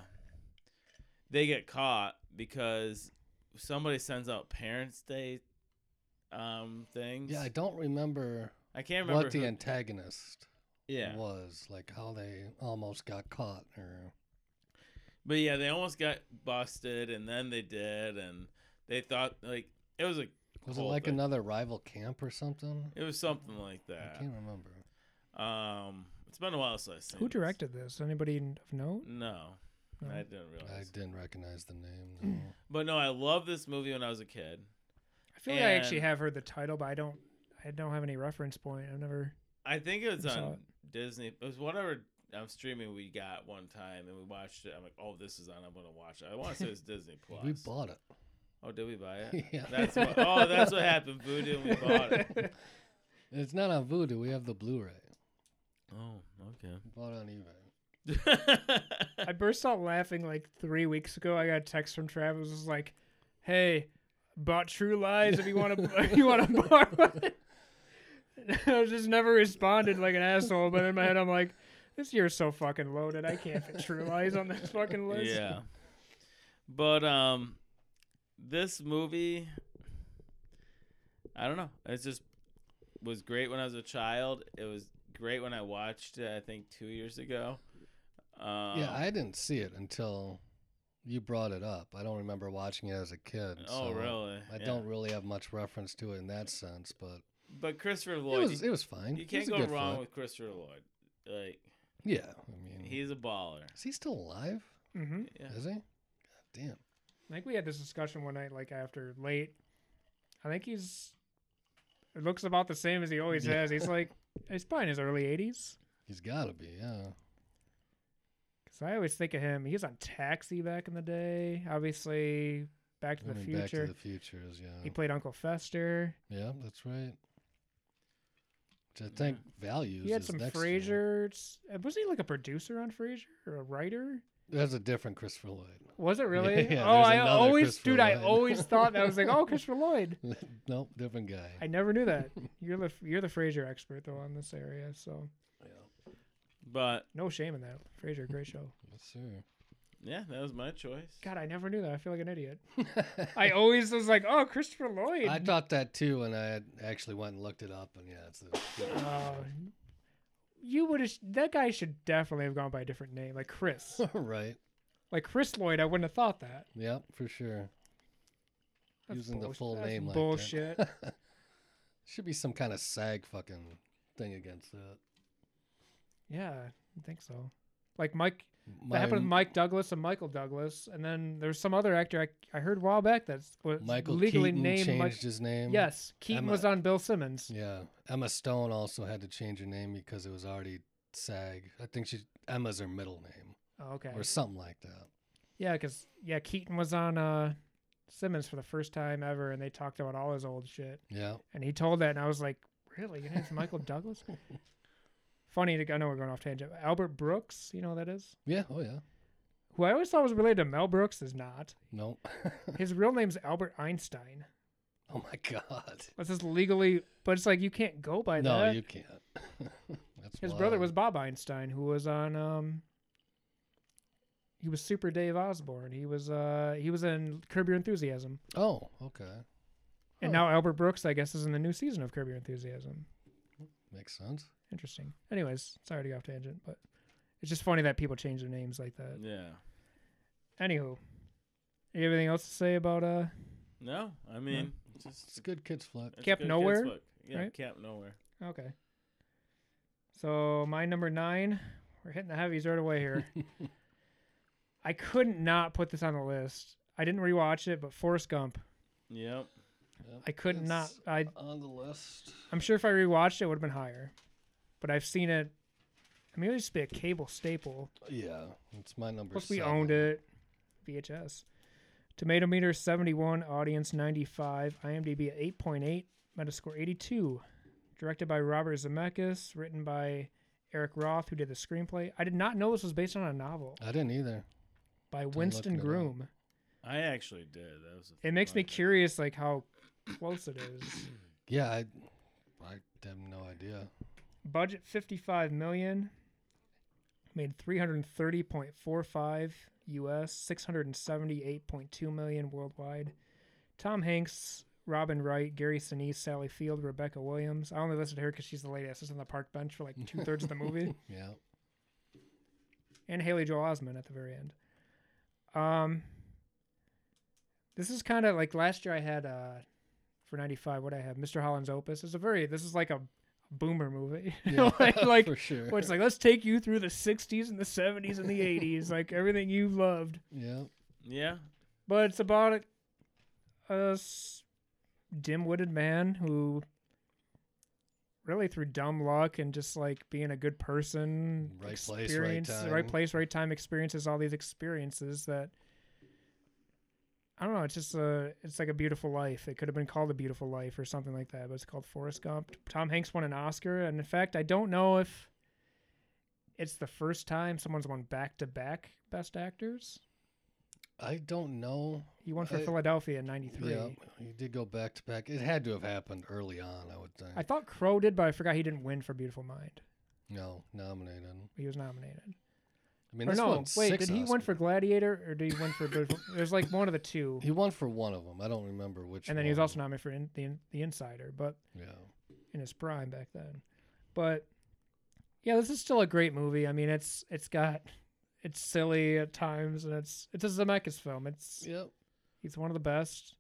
[SPEAKER 1] they get caught because somebody sends out parents day um things
[SPEAKER 2] Yeah, I don't remember,
[SPEAKER 1] I can't remember
[SPEAKER 2] what the
[SPEAKER 1] who-
[SPEAKER 2] antagonist
[SPEAKER 1] yeah
[SPEAKER 2] was, like how they almost got caught or
[SPEAKER 1] but yeah they almost got busted and then they did and they thought like it was a
[SPEAKER 2] was
[SPEAKER 1] whole
[SPEAKER 2] it like
[SPEAKER 1] thing.
[SPEAKER 2] another rival camp or something?
[SPEAKER 1] it was something like that
[SPEAKER 2] I can't remember.
[SPEAKER 1] um it's been a while since I've seen
[SPEAKER 3] Who
[SPEAKER 1] this.
[SPEAKER 3] directed this? Anybody of note?
[SPEAKER 1] no,
[SPEAKER 3] No.
[SPEAKER 1] I didn't realize
[SPEAKER 2] I didn't recognize the name. no.
[SPEAKER 1] but no I love this movie when I was a kid
[SPEAKER 3] I feel like I actually
[SPEAKER 1] And-
[SPEAKER 3] have heard the title, but I don't. I don't have any reference point. I've never.
[SPEAKER 1] I think it was
[SPEAKER 3] I saw
[SPEAKER 1] on Disney. It was whatever um, streaming we got one time, and we watched it. I'm like, oh, this is on. I'm gonna watch it. I want to say it's Disney Plus.
[SPEAKER 2] We bought it.
[SPEAKER 1] oh, did we buy it?
[SPEAKER 2] Yeah.
[SPEAKER 1] That's what, oh, that's what happened. Voodoo, and we bought it.
[SPEAKER 2] It's not on Voodoo. We have the Blu-ray.
[SPEAKER 1] Oh, okay.
[SPEAKER 2] We bought it on eBay.
[SPEAKER 3] I burst out laughing like three weeks ago. I got a text from Travis. Was like, "Hey, bought True Lies. If you want to, you want to borrow it." I just never responded like an asshole. But in my head, I'm like, "This year's so fucking loaded. I can't fit True Lies on this fucking list."
[SPEAKER 1] yeah. But um, this movie, I don't know. It just was great when I was a child. It was great when I watched it. I think two years ago. Um,
[SPEAKER 2] yeah, I didn't see it until you brought it up. I don't remember watching it as a kid.
[SPEAKER 1] Oh,
[SPEAKER 2] so
[SPEAKER 1] really?
[SPEAKER 2] I
[SPEAKER 1] Yeah.
[SPEAKER 2] don't really have much reference to it in that sense, but
[SPEAKER 1] But Christopher
[SPEAKER 2] it
[SPEAKER 1] Lloyd,
[SPEAKER 2] was it was fine.
[SPEAKER 1] you
[SPEAKER 2] It
[SPEAKER 1] can't
[SPEAKER 2] was a
[SPEAKER 1] go
[SPEAKER 2] good
[SPEAKER 1] wrong
[SPEAKER 2] flick.
[SPEAKER 1] with Christopher Lloyd. Like
[SPEAKER 2] Yeah, I mean,
[SPEAKER 1] he's a baller.
[SPEAKER 2] is he still alive?
[SPEAKER 3] Mm-hmm.
[SPEAKER 1] Yeah.
[SPEAKER 2] Is he? God damn.
[SPEAKER 3] I think we had this discussion one night, like after late. I think he's. It looks about the same as he always
[SPEAKER 2] Yeah.
[SPEAKER 3] has. He's like, he's probably in his early 80s.
[SPEAKER 2] He's got to be. Yeah.
[SPEAKER 3] Because I always think of him. He was on Taxi back in the day. Obviously, Back to
[SPEAKER 2] I
[SPEAKER 3] the
[SPEAKER 2] mean,
[SPEAKER 3] Future.
[SPEAKER 2] Back to the Futures. Yeah.
[SPEAKER 3] He played Uncle Fester.
[SPEAKER 2] Yeah, that's right. Which I
[SPEAKER 1] Yeah.
[SPEAKER 2] think values.
[SPEAKER 3] He had
[SPEAKER 2] is
[SPEAKER 3] some
[SPEAKER 2] next to him.
[SPEAKER 3] Frasier. s- uh, Wasn't he like a producer on Frasier or a writer?
[SPEAKER 2] That's a different Christopher Lloyd.
[SPEAKER 3] Was it really?
[SPEAKER 2] yeah,
[SPEAKER 3] oh,
[SPEAKER 2] there's
[SPEAKER 3] I
[SPEAKER 2] another
[SPEAKER 3] always,
[SPEAKER 2] Christopher
[SPEAKER 3] dude, I
[SPEAKER 2] Lloyd.
[SPEAKER 3] always thought that I was like, oh, Christopher Lloyd.
[SPEAKER 2] nope, different guy.
[SPEAKER 3] I never knew that. You're the you're the Frasier expert though on this area, so
[SPEAKER 2] yeah.
[SPEAKER 1] But
[SPEAKER 3] no shame in that. Frasier, great show.
[SPEAKER 2] Yes, sir.
[SPEAKER 1] yeah, that was my choice.
[SPEAKER 3] God, I never knew that. I feel like an idiot. I always was like, oh, Christopher Lloyd.
[SPEAKER 2] I thought that too, and I had actually went and looked it up, and yeah, it's a,
[SPEAKER 3] Oh, you would have. That guy should definitely have gone by a different name, like Chris,
[SPEAKER 2] right.
[SPEAKER 3] like Chris Lloyd. I wouldn't have thought that.
[SPEAKER 2] Yep, for sure.
[SPEAKER 3] That's
[SPEAKER 2] Using the
[SPEAKER 3] bullsh-
[SPEAKER 2] full
[SPEAKER 3] that's
[SPEAKER 2] name like that.
[SPEAKER 3] bullshit.
[SPEAKER 2] Should be some kind of SAG fucking thing against that.
[SPEAKER 3] yeah, I think so. Like Mike,
[SPEAKER 2] My-
[SPEAKER 3] that happened with Mike Douglas and Michael Douglas, and then there was some other actor I, I heard a while back that's was
[SPEAKER 2] Michael
[SPEAKER 3] legally
[SPEAKER 2] Keaton
[SPEAKER 3] named
[SPEAKER 2] changed
[SPEAKER 3] Mike-
[SPEAKER 2] his name.
[SPEAKER 3] Yes, Keaton
[SPEAKER 2] Emma-
[SPEAKER 3] was on Bill Simmons.
[SPEAKER 2] Yeah. Emma Stone also had to change her name because it was already SAG. I think she Emma's her middle name
[SPEAKER 3] Oh, okay.
[SPEAKER 2] or something like that.
[SPEAKER 3] Yeah, because yeah, Keaton was on uh, Simmons for the first time ever, and they talked about all his old shit,
[SPEAKER 2] Yeah.
[SPEAKER 3] and he told that, and I was like, really, your name's Michael Douglas? Funny, to- I know we're going off tangent. but Albert Brooks, you know who that is?
[SPEAKER 2] Yeah. Oh yeah.
[SPEAKER 3] Who I always thought was related to Mel Brooks is not.
[SPEAKER 2] No.
[SPEAKER 3] His real name's Albert Einstein.
[SPEAKER 2] oh my God.
[SPEAKER 3] That's just legally, but it's like you can't go by
[SPEAKER 2] no,
[SPEAKER 3] that.
[SPEAKER 2] you can't. That's
[SPEAKER 3] His brother
[SPEAKER 2] wild.
[SPEAKER 3] was Bob Einstein, who was on um he was Super Dave Osborne. He was uh he was in Curb Your Enthusiasm.
[SPEAKER 2] Oh, okay.
[SPEAKER 3] And
[SPEAKER 2] Huh.
[SPEAKER 3] now Albert Brooks, I guess, is in the new season of Curb Your Enthusiasm.
[SPEAKER 2] Makes sense.
[SPEAKER 3] Interesting. Anyways, sorry to go off tangent, but it's just funny that people change their names like that.
[SPEAKER 1] Yeah.
[SPEAKER 3] Anywho. You have anything else to say about uh
[SPEAKER 1] No, I mean, just
[SPEAKER 2] It's a good kids flick.
[SPEAKER 1] it's a
[SPEAKER 3] Camp
[SPEAKER 1] good kid's
[SPEAKER 3] Nowhere,
[SPEAKER 1] book. Yeah,
[SPEAKER 3] right?
[SPEAKER 1] Camp Nowhere.
[SPEAKER 3] okay. So my number nine, we're hitting the heavies right away here. I couldn't not put this on the list. I didn't rewatch it, but Forrest Gump.
[SPEAKER 1] Yep.
[SPEAKER 3] I could not.
[SPEAKER 2] It's
[SPEAKER 3] I
[SPEAKER 2] on the list.
[SPEAKER 3] I'm sure if I rewatched it, it would have been higher, but I've seen it. I mean, it used to be a cable staple.
[SPEAKER 2] Yeah, it's my number.
[SPEAKER 3] Plus, we owned
[SPEAKER 2] seven.
[SPEAKER 3] it. VHS. Tomato meter 71, audience 95, IMDb at 8.8, Metascore 82. Directed by Robert Zemeckis, written by Eric Roth, who did the screenplay. I did not know this was based on a novel
[SPEAKER 2] I didn't either.
[SPEAKER 3] by
[SPEAKER 2] looking
[SPEAKER 3] Winston
[SPEAKER 2] it up.
[SPEAKER 3] Groom.
[SPEAKER 1] I actually did. That was. a
[SPEAKER 3] It makes me
[SPEAKER 1] fun-
[SPEAKER 3] curious, like how close it is.
[SPEAKER 2] Yeah, I, I have no idea.
[SPEAKER 3] budget 55 million made 330.45 us 678.2 million worldwide tom hanks robin wright gary sinise sally field rebecca williams i only listed her because she's the lady that sits on the park bench for like two-thirds of the movie
[SPEAKER 2] Yeah.
[SPEAKER 3] and haley joel osment at the very end um this is kind of like last year i had uh for 95 what i have mr holland's opus it's a very this is like a boomer movie
[SPEAKER 2] Yeah,
[SPEAKER 3] like, like
[SPEAKER 2] for sure.
[SPEAKER 3] where it's like let's take you through the 60s and the 70s and the 80s like everything you loved
[SPEAKER 2] yeah.
[SPEAKER 1] Yeah.
[SPEAKER 3] but it's about a, a s- dim-witted man who really through dumb luck and just like being a good person
[SPEAKER 2] Right place, right
[SPEAKER 3] experience
[SPEAKER 2] time.
[SPEAKER 3] place right time experiences all these experiences that I don't know. It's just a, it's like a beautiful life. It could have been called a beautiful life or something like that, but it's called Forrest Gump. Tom Hanks won an Oscar, and in fact, I don't know if it's the first time someone's won back to back Best Actors.
[SPEAKER 2] I don't know.
[SPEAKER 3] He won for
[SPEAKER 2] I-
[SPEAKER 3] Philadelphia in '93.
[SPEAKER 2] Uh, Yeah, he did go back to back. It had to have happened early on, I would think.
[SPEAKER 3] I thought Crow did, but I forgot he didn't win for Beautiful Mind.
[SPEAKER 2] no, nominated. I
[SPEAKER 3] He was nominated.
[SPEAKER 2] mean,
[SPEAKER 3] or
[SPEAKER 2] this
[SPEAKER 3] no,
[SPEAKER 2] won
[SPEAKER 3] wait,
[SPEAKER 2] six
[SPEAKER 3] did he win for
[SPEAKER 2] Oscars.
[SPEAKER 3] Gladiator or did he win for Beautiful? There's like one of the two.
[SPEAKER 2] He won for one of them. I don't remember which.
[SPEAKER 3] And then he was
[SPEAKER 2] one.
[SPEAKER 3] also nominated for in, the the Insider, but
[SPEAKER 2] Yeah.
[SPEAKER 3] in his prime back then. But yeah, this is still a great movie. I mean, it's it's got it's silly at times, and it's it's a Zemeckis film. It's
[SPEAKER 2] Yep.
[SPEAKER 3] he's one of the best.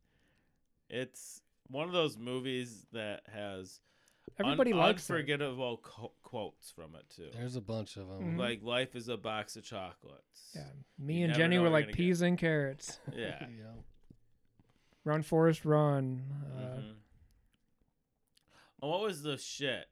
[SPEAKER 1] It's one of those movies that has
[SPEAKER 3] everybody
[SPEAKER 1] Un-
[SPEAKER 3] likes it.
[SPEAKER 1] unforgettable co- quotes from it too.
[SPEAKER 2] There's a bunch of them.
[SPEAKER 3] Mhm.
[SPEAKER 1] Like life is a box of chocolates.
[SPEAKER 3] Yeah, Uh, me
[SPEAKER 1] You
[SPEAKER 3] and
[SPEAKER 1] never
[SPEAKER 3] Jenny
[SPEAKER 1] know what
[SPEAKER 3] were
[SPEAKER 1] you're
[SPEAKER 3] like
[SPEAKER 1] gonna get.
[SPEAKER 3] peas and carrots.
[SPEAKER 1] Yeah.
[SPEAKER 3] Run, Forest, run. Uh,
[SPEAKER 1] Mhm. Oh, what was the shit?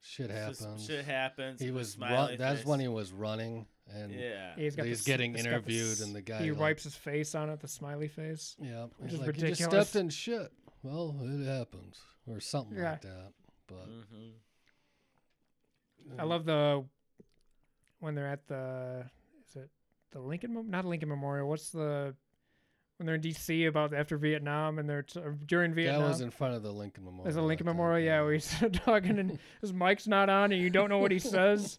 [SPEAKER 2] Shit
[SPEAKER 1] Just
[SPEAKER 2] happens.
[SPEAKER 1] Shit happens.
[SPEAKER 2] He
[SPEAKER 1] the
[SPEAKER 2] was
[SPEAKER 1] smiley
[SPEAKER 2] run- that's
[SPEAKER 1] face.
[SPEAKER 2] when he was running and
[SPEAKER 1] Yeah.
[SPEAKER 3] yeah, he's got
[SPEAKER 2] he's
[SPEAKER 3] this-
[SPEAKER 2] getting
[SPEAKER 3] it's got this-
[SPEAKER 2] interviewed and the guy
[SPEAKER 3] he
[SPEAKER 2] like-
[SPEAKER 3] wipes his face on it, the smiley face.
[SPEAKER 2] Yeah,
[SPEAKER 3] Which
[SPEAKER 2] he's
[SPEAKER 3] is
[SPEAKER 2] like, You
[SPEAKER 3] ridiculous.
[SPEAKER 2] just stepped in shit. Well, it happens, or something
[SPEAKER 3] Yeah.
[SPEAKER 2] like that. But
[SPEAKER 1] hmm
[SPEAKER 3] I
[SPEAKER 2] Mm.
[SPEAKER 3] love the when they're at the is it the Lincoln Mem- not Lincoln Memorial? What's the when they're in D.C. about after Vietnam and they're t- or during
[SPEAKER 2] that
[SPEAKER 3] Vietnam?
[SPEAKER 2] was in front of the Lincoln Memorial.
[SPEAKER 3] There's a Lincoln
[SPEAKER 2] I think,
[SPEAKER 3] Memorial, yeah, where he's talking and his mic's not on and you don't know what he says.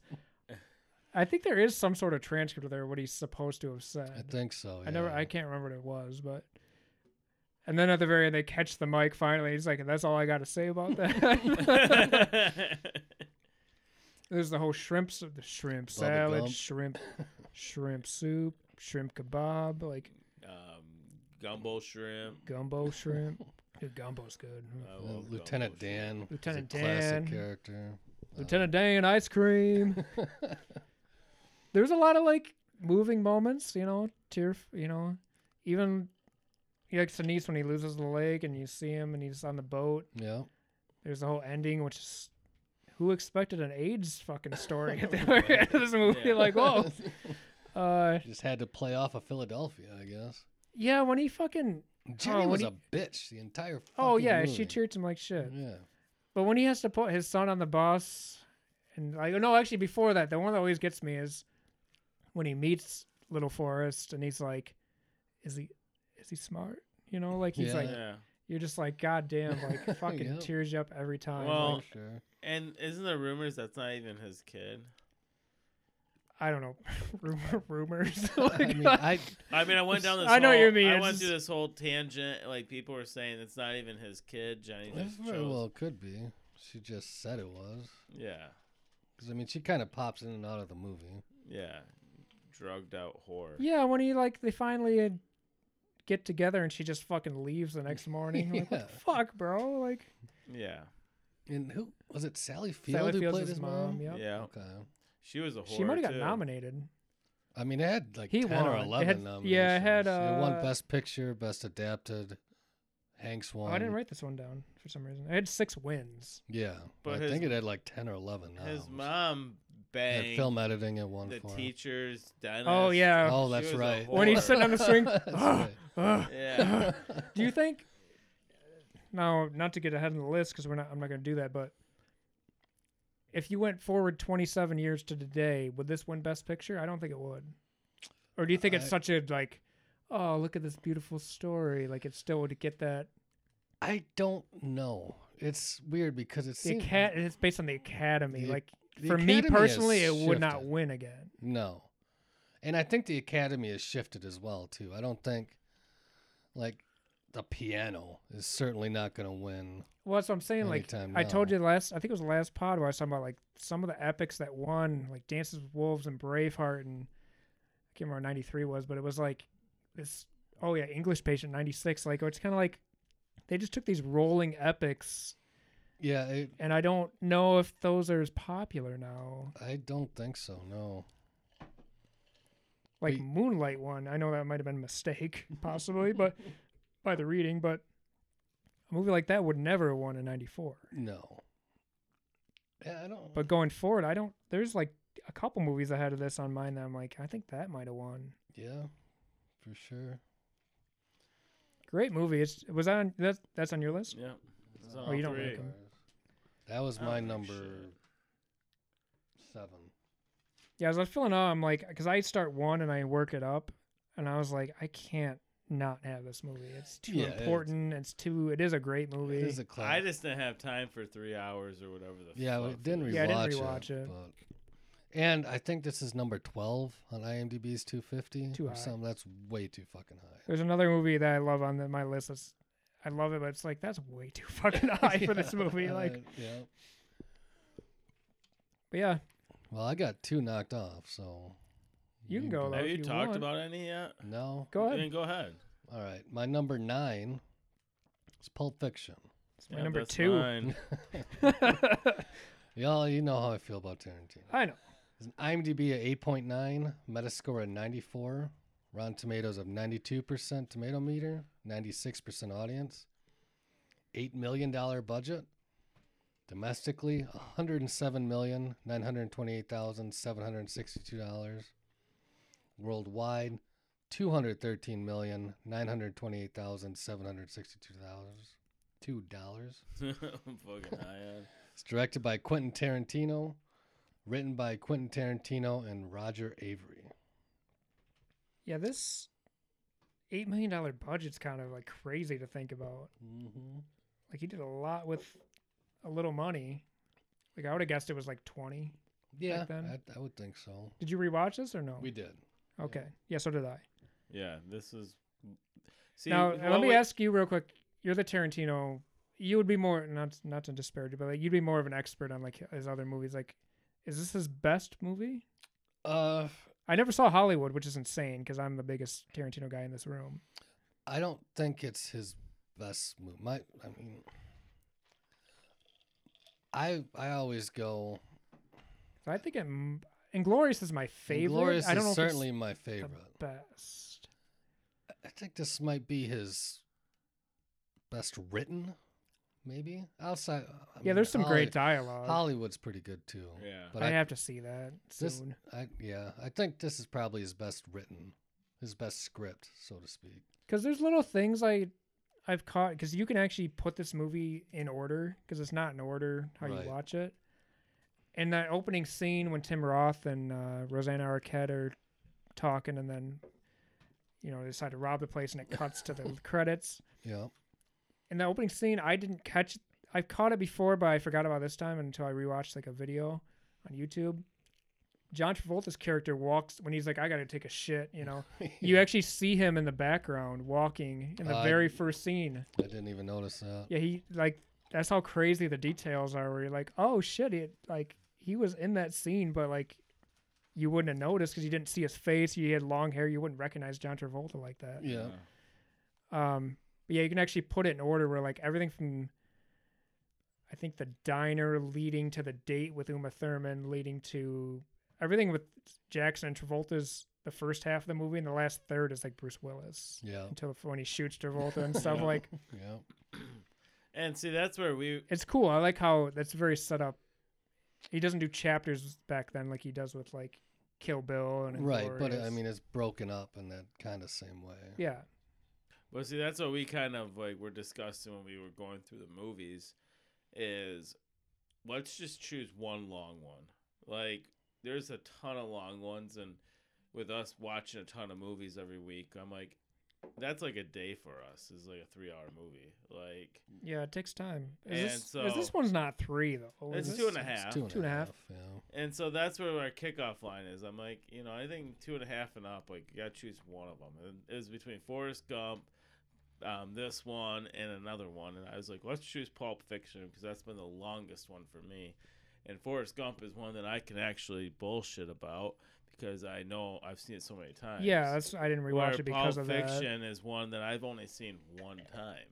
[SPEAKER 3] I think there is some sort of transcript of there what he's supposed to have said.
[SPEAKER 2] I think so.
[SPEAKER 3] I never,
[SPEAKER 2] Oh, yeah.
[SPEAKER 3] I can't remember what it was, but. And then at the very end, they catch the mic finally. He's like, that's all I got to say about that.
[SPEAKER 1] Mm-hmm.
[SPEAKER 3] There's the whole shrimp, s- the shrimp salad,
[SPEAKER 2] Gump.
[SPEAKER 3] shrimp, shrimp soup, shrimp kebab, like
[SPEAKER 1] um, gumbo shrimp.
[SPEAKER 3] gumbo shrimp. Dude, gumbo's good.
[SPEAKER 1] I
[SPEAKER 2] Uh,
[SPEAKER 1] love gumbo
[SPEAKER 2] Lieutenant
[SPEAKER 1] shrimp.
[SPEAKER 2] Dan. is a
[SPEAKER 3] Lieutenant Dan.
[SPEAKER 2] Classic character.
[SPEAKER 3] Lieutenant Dan ice cream. There's a lot of like moving moments, you know, tear, you know, even you like Sinise when he loses the leg and you see him and he's on the boat.
[SPEAKER 2] Yeah.
[SPEAKER 3] There's the whole ending, which is who expected an AIDS fucking story at the very end of this movie?
[SPEAKER 1] Yeah.
[SPEAKER 3] Like, whoa. Uh,
[SPEAKER 2] Just had to play off of Philadelphia, I guess.
[SPEAKER 3] yeah, when he fucking
[SPEAKER 2] Jenny
[SPEAKER 3] Oh, when
[SPEAKER 2] was
[SPEAKER 3] he-
[SPEAKER 2] a bitch the entire.
[SPEAKER 3] oh
[SPEAKER 2] fucking Mm-hmm.
[SPEAKER 3] yeah,
[SPEAKER 2] movie.
[SPEAKER 3] she treats him like shit.
[SPEAKER 2] Yeah.
[SPEAKER 3] But when he has to put his son on the bus, and like no, actually before that, the one that always gets me is when he meets Little Forest, and he's like, "Is he, is he smart?" You know, like he's
[SPEAKER 2] Yeah.
[SPEAKER 3] like,
[SPEAKER 1] Yeah.
[SPEAKER 3] you're just like, "God damn!" Like fucking
[SPEAKER 2] Yep.
[SPEAKER 3] tears you up every time.
[SPEAKER 1] Well-
[SPEAKER 3] like,
[SPEAKER 2] for sure.
[SPEAKER 1] And isn't there rumors that's not even his kid?
[SPEAKER 3] I don't know, rumor, rumors.
[SPEAKER 2] I
[SPEAKER 3] like,
[SPEAKER 2] mean, I
[SPEAKER 1] I mean, I went down this.
[SPEAKER 3] I know what you
[SPEAKER 1] whole-
[SPEAKER 3] mean,
[SPEAKER 1] I
[SPEAKER 3] it's
[SPEAKER 1] went
[SPEAKER 3] just-
[SPEAKER 1] through this whole tangent. Like people were saying it's not even his kid. Johnny
[SPEAKER 2] it
[SPEAKER 1] just
[SPEAKER 2] very
[SPEAKER 1] chose.
[SPEAKER 2] well could be. She just said it was.
[SPEAKER 1] Yeah.
[SPEAKER 2] Because I mean, she kind of pops in and out of the movie.
[SPEAKER 1] Yeah. Drugged out whore.
[SPEAKER 3] yeah, when he like they finally uh, get together, and she just fucking leaves the next morning. Like, what the fuck, bro? Like,
[SPEAKER 1] Yeah.
[SPEAKER 2] And who was it? Sally Field
[SPEAKER 3] Sally
[SPEAKER 2] who
[SPEAKER 3] Fields'
[SPEAKER 2] played
[SPEAKER 3] his
[SPEAKER 2] his
[SPEAKER 3] mom. Yep.
[SPEAKER 1] Yeah.
[SPEAKER 2] Okay.
[SPEAKER 1] She was a whore.
[SPEAKER 3] She might have got
[SPEAKER 1] too.
[SPEAKER 3] nominated.
[SPEAKER 2] I mean, it had like
[SPEAKER 3] He
[SPEAKER 2] ten or
[SPEAKER 3] won. It
[SPEAKER 2] eleven
[SPEAKER 3] had-
[SPEAKER 2] nominations.
[SPEAKER 3] yeah, it had,
[SPEAKER 2] it
[SPEAKER 3] uh,
[SPEAKER 2] won Best Picture, Best Adapted. Hanks
[SPEAKER 3] Oh,
[SPEAKER 2] won.
[SPEAKER 3] I didn't write this one down for some reason. I had six wins.
[SPEAKER 2] Yeah,
[SPEAKER 1] But
[SPEAKER 2] I
[SPEAKER 1] his-
[SPEAKER 2] think it had like ten or eleven.
[SPEAKER 1] His
[SPEAKER 2] noms.
[SPEAKER 1] mom
[SPEAKER 2] It Oh. had
[SPEAKER 1] banged
[SPEAKER 2] film editing at one
[SPEAKER 1] the
[SPEAKER 2] for.
[SPEAKER 1] teacher's dentist.
[SPEAKER 3] Oh yeah.
[SPEAKER 2] Oh,
[SPEAKER 1] She
[SPEAKER 2] that's
[SPEAKER 1] was a
[SPEAKER 2] right.
[SPEAKER 1] When he's
[SPEAKER 3] sitting on the swing,
[SPEAKER 2] That's right.
[SPEAKER 3] Ugh.
[SPEAKER 1] Yeah.
[SPEAKER 3] Oh, do you think? No, not to get ahead in the list because we're not. I'm not going to do that. But if you went forward 27 years to today, would this win Best Picture? I don't think it would. Or do you think it's
[SPEAKER 2] I-
[SPEAKER 3] such a like? Oh, look at this beautiful story. Like it still would get that.
[SPEAKER 2] I don't know. It's weird because it's
[SPEAKER 3] The cat. It's based on the Academy.
[SPEAKER 2] The-
[SPEAKER 3] like
[SPEAKER 2] the
[SPEAKER 3] for me
[SPEAKER 2] Academy has
[SPEAKER 3] personally, it would not
[SPEAKER 2] shifted.
[SPEAKER 3] win again.
[SPEAKER 2] No. And I think the academy has shifted as well too. I don't think like the piano is certainly not going to win.
[SPEAKER 3] Well, that's what I'm saying. Like
[SPEAKER 2] Anytime
[SPEAKER 3] I told
[SPEAKER 2] now.
[SPEAKER 3] you last, I think it was the last pod where I was talking about like some of the epics that won, like Dances with Wolves and Braveheart, and I can't remember what '93 was, but it was like this. Oh yeah, English Patient '96. Like it's kind of like they just took these rolling epics,
[SPEAKER 2] Yeah, it,
[SPEAKER 3] and I don't know if those are as popular now.
[SPEAKER 2] I don't think so. No.
[SPEAKER 3] Like
[SPEAKER 2] But-
[SPEAKER 3] Moonlight one, I know that might have been a mistake, possibly, but by the reading, but a movie like that would never have won in '94.
[SPEAKER 2] No. Yeah, I don't.
[SPEAKER 3] But going forward, I don't. There's like a couple movies ahead of this on mine that I'm like, I think that might have won.
[SPEAKER 2] yeah. For sure.
[SPEAKER 3] Great movie. It's was that on that's that's on your list.
[SPEAKER 1] yeah. It's on
[SPEAKER 3] Oh, you don't
[SPEAKER 1] three.
[SPEAKER 3] like 'em.
[SPEAKER 2] That was
[SPEAKER 1] I
[SPEAKER 2] my
[SPEAKER 1] don't
[SPEAKER 2] number
[SPEAKER 1] think
[SPEAKER 2] 7.
[SPEAKER 3] Yeah, as I was filling out, I'm like, because I start one and I work it up, and I was like, I can't not have this movie. It's too
[SPEAKER 2] Yeah, it's-
[SPEAKER 3] important. It's, too. It is a great movie.
[SPEAKER 2] It is a classic.
[SPEAKER 1] I just didn't have time for three hours or whatever the.
[SPEAKER 2] Yeah, we
[SPEAKER 1] fuck
[SPEAKER 2] didn't rewatch
[SPEAKER 1] it
[SPEAKER 3] Yeah, I didn't
[SPEAKER 2] it.
[SPEAKER 3] rewatch it.
[SPEAKER 2] but- and I think this is number twelve on IMDb's two fifty.
[SPEAKER 3] Too high.
[SPEAKER 2] or something. That's way too fucking high.
[SPEAKER 3] There's another movie that I love on the, my list. That's I love it, but it's like that's way too fucking high for this
[SPEAKER 2] Yeah,
[SPEAKER 3] movie. Like,
[SPEAKER 2] uh, yeah.
[SPEAKER 3] but yeah,
[SPEAKER 2] Well, I got two knocked off, so
[SPEAKER 3] You can go,
[SPEAKER 1] was. Have
[SPEAKER 3] if
[SPEAKER 1] you
[SPEAKER 3] you
[SPEAKER 1] talked
[SPEAKER 3] want.
[SPEAKER 1] about any yet?
[SPEAKER 2] No.
[SPEAKER 3] go ahead.
[SPEAKER 1] Then go ahead.
[SPEAKER 2] All right, my number nine is Pulp Fiction.
[SPEAKER 3] It's my
[SPEAKER 1] Yeah,
[SPEAKER 3] number
[SPEAKER 1] that's
[SPEAKER 3] two.
[SPEAKER 1] mine.
[SPEAKER 2] Y'all, you know how I feel about Tarantino.
[SPEAKER 3] I know.
[SPEAKER 2] It's an IMDb at 8.9, Metascore at 94, Rotten Tomatoes of 92% tomato meter, 96% audience, $8 million budget. Domestically, $107,928,762. Worldwide, $213,928,762. Two dollars.
[SPEAKER 1] I'm fucking high on.
[SPEAKER 2] It's directed by Quentin Tarantino, written by Quentin Tarantino and Roger Avery.
[SPEAKER 3] Yeah, this eight million dollar budget's kind of like crazy to think about.
[SPEAKER 2] Mm-hmm.
[SPEAKER 3] Like he did a lot with a little money. Like I would have guessed it was like twenty.
[SPEAKER 2] Yeah,
[SPEAKER 3] then?
[SPEAKER 2] I, I would think so.
[SPEAKER 3] Did you rewatch this or no?
[SPEAKER 2] We did.
[SPEAKER 3] okay. Yeah, so did I.
[SPEAKER 1] Yeah, this is. See,
[SPEAKER 3] now
[SPEAKER 1] what
[SPEAKER 3] let me
[SPEAKER 1] we-
[SPEAKER 3] ask you real quick. You're the Tarantino. You would be more not not to disparage you, but like you'd be more of an expert on like his other movies. Like, is this his best movie?
[SPEAKER 2] Uh,
[SPEAKER 3] I never saw Hollywood, which is insane because I'm the biggest Tarantino guy in this room.
[SPEAKER 2] I don't think it's his best move. My, I mean, I I always go.
[SPEAKER 3] So I think it, m- Inglorious is my favorite.
[SPEAKER 2] Glorious
[SPEAKER 3] I don't
[SPEAKER 2] is
[SPEAKER 3] know
[SPEAKER 2] certainly my
[SPEAKER 3] if it's
[SPEAKER 2] favorite.
[SPEAKER 3] the best.
[SPEAKER 2] I think this might be his best written, maybe outside. I
[SPEAKER 3] yeah,
[SPEAKER 2] mean,
[SPEAKER 3] there's some great
[SPEAKER 2] Holly-
[SPEAKER 3] dialogue.
[SPEAKER 2] Hollywood's pretty good too.
[SPEAKER 1] Yeah.
[SPEAKER 2] but
[SPEAKER 3] I,
[SPEAKER 2] I,
[SPEAKER 3] have to see that
[SPEAKER 2] This-
[SPEAKER 3] soon.
[SPEAKER 2] I yeah, I think this is probably his best written, his best script, so to speak.
[SPEAKER 3] Because there's little things I I've caught because you can actually put this movie in order because it's not in order how
[SPEAKER 2] Right.
[SPEAKER 3] you watch it. And that opening scene when Tim Roth and uh, Rosanna Arquette are talking, and then you know they decide to rob the place, and it cuts to the credits.
[SPEAKER 2] Yeah.
[SPEAKER 3] in the opening scene i didn't catch i caught it before but i forgot about this time until i rewatched like a video on youtube john travolta's character walks when he's like i gotta take a shit you know you actually see him in the background walking in the
[SPEAKER 2] Uh,
[SPEAKER 3] very first scene
[SPEAKER 2] I didn't even notice that.
[SPEAKER 3] yeah he like that's how crazy the details are where you're like oh shit it like he was in that scene but like you wouldn't have noticed because you didn't see his face he had long hair you wouldn't recognize john travolta like that
[SPEAKER 2] Yeah.
[SPEAKER 3] um, but yeah, you can actually put it in order where like everything from I think the diner leading to the date with Uma Thurman leading to everything with Jackson and Travolta's the first half of the movie and the last third is like Bruce Willis
[SPEAKER 2] Yeah.
[SPEAKER 3] until when he shoots Travolta and stuff
[SPEAKER 1] Yeah.
[SPEAKER 3] like
[SPEAKER 2] Yeah.
[SPEAKER 1] And see, that's where we.
[SPEAKER 3] it's cool. I like how that's very set up. He doesn't do chapters back then like he does with like Kill Bill and
[SPEAKER 2] Right, but uh, I
[SPEAKER 3] Inglourious.
[SPEAKER 2] mean it's broken up in that kind of same way.
[SPEAKER 3] yeah,
[SPEAKER 1] Well, see, that's what we kind of like were discussing when we were going through the movies, is let's just choose one long one. Like, there's a ton of long ones, and with us watching a ton of movies every week, I'm like, that's like a day for us. Is like a three hour movie. Like,
[SPEAKER 3] yeah, it takes time. Is
[SPEAKER 1] And
[SPEAKER 3] this, is
[SPEAKER 1] so-
[SPEAKER 3] this one's not three though. Is
[SPEAKER 1] It's
[SPEAKER 3] this-
[SPEAKER 1] two and a
[SPEAKER 2] It's
[SPEAKER 1] half.
[SPEAKER 3] Two and a half.
[SPEAKER 2] Yeah.
[SPEAKER 1] And so that's where our kickoff line is. I'm like, you know, anything two and a half and up, like you got to choose one of them. And it was between Forrest Gump, um, this one, and another one. And I was like, let's choose Pulp Fiction because that's been the longest one for me. And Forrest Gump is one that I can actually bullshit about because I know I've seen it so many times.
[SPEAKER 3] Yeah, that's I didn't
[SPEAKER 1] Where
[SPEAKER 3] rewatch
[SPEAKER 1] Pulp
[SPEAKER 3] it because of that.
[SPEAKER 1] Fiction is one that I've only seen one time.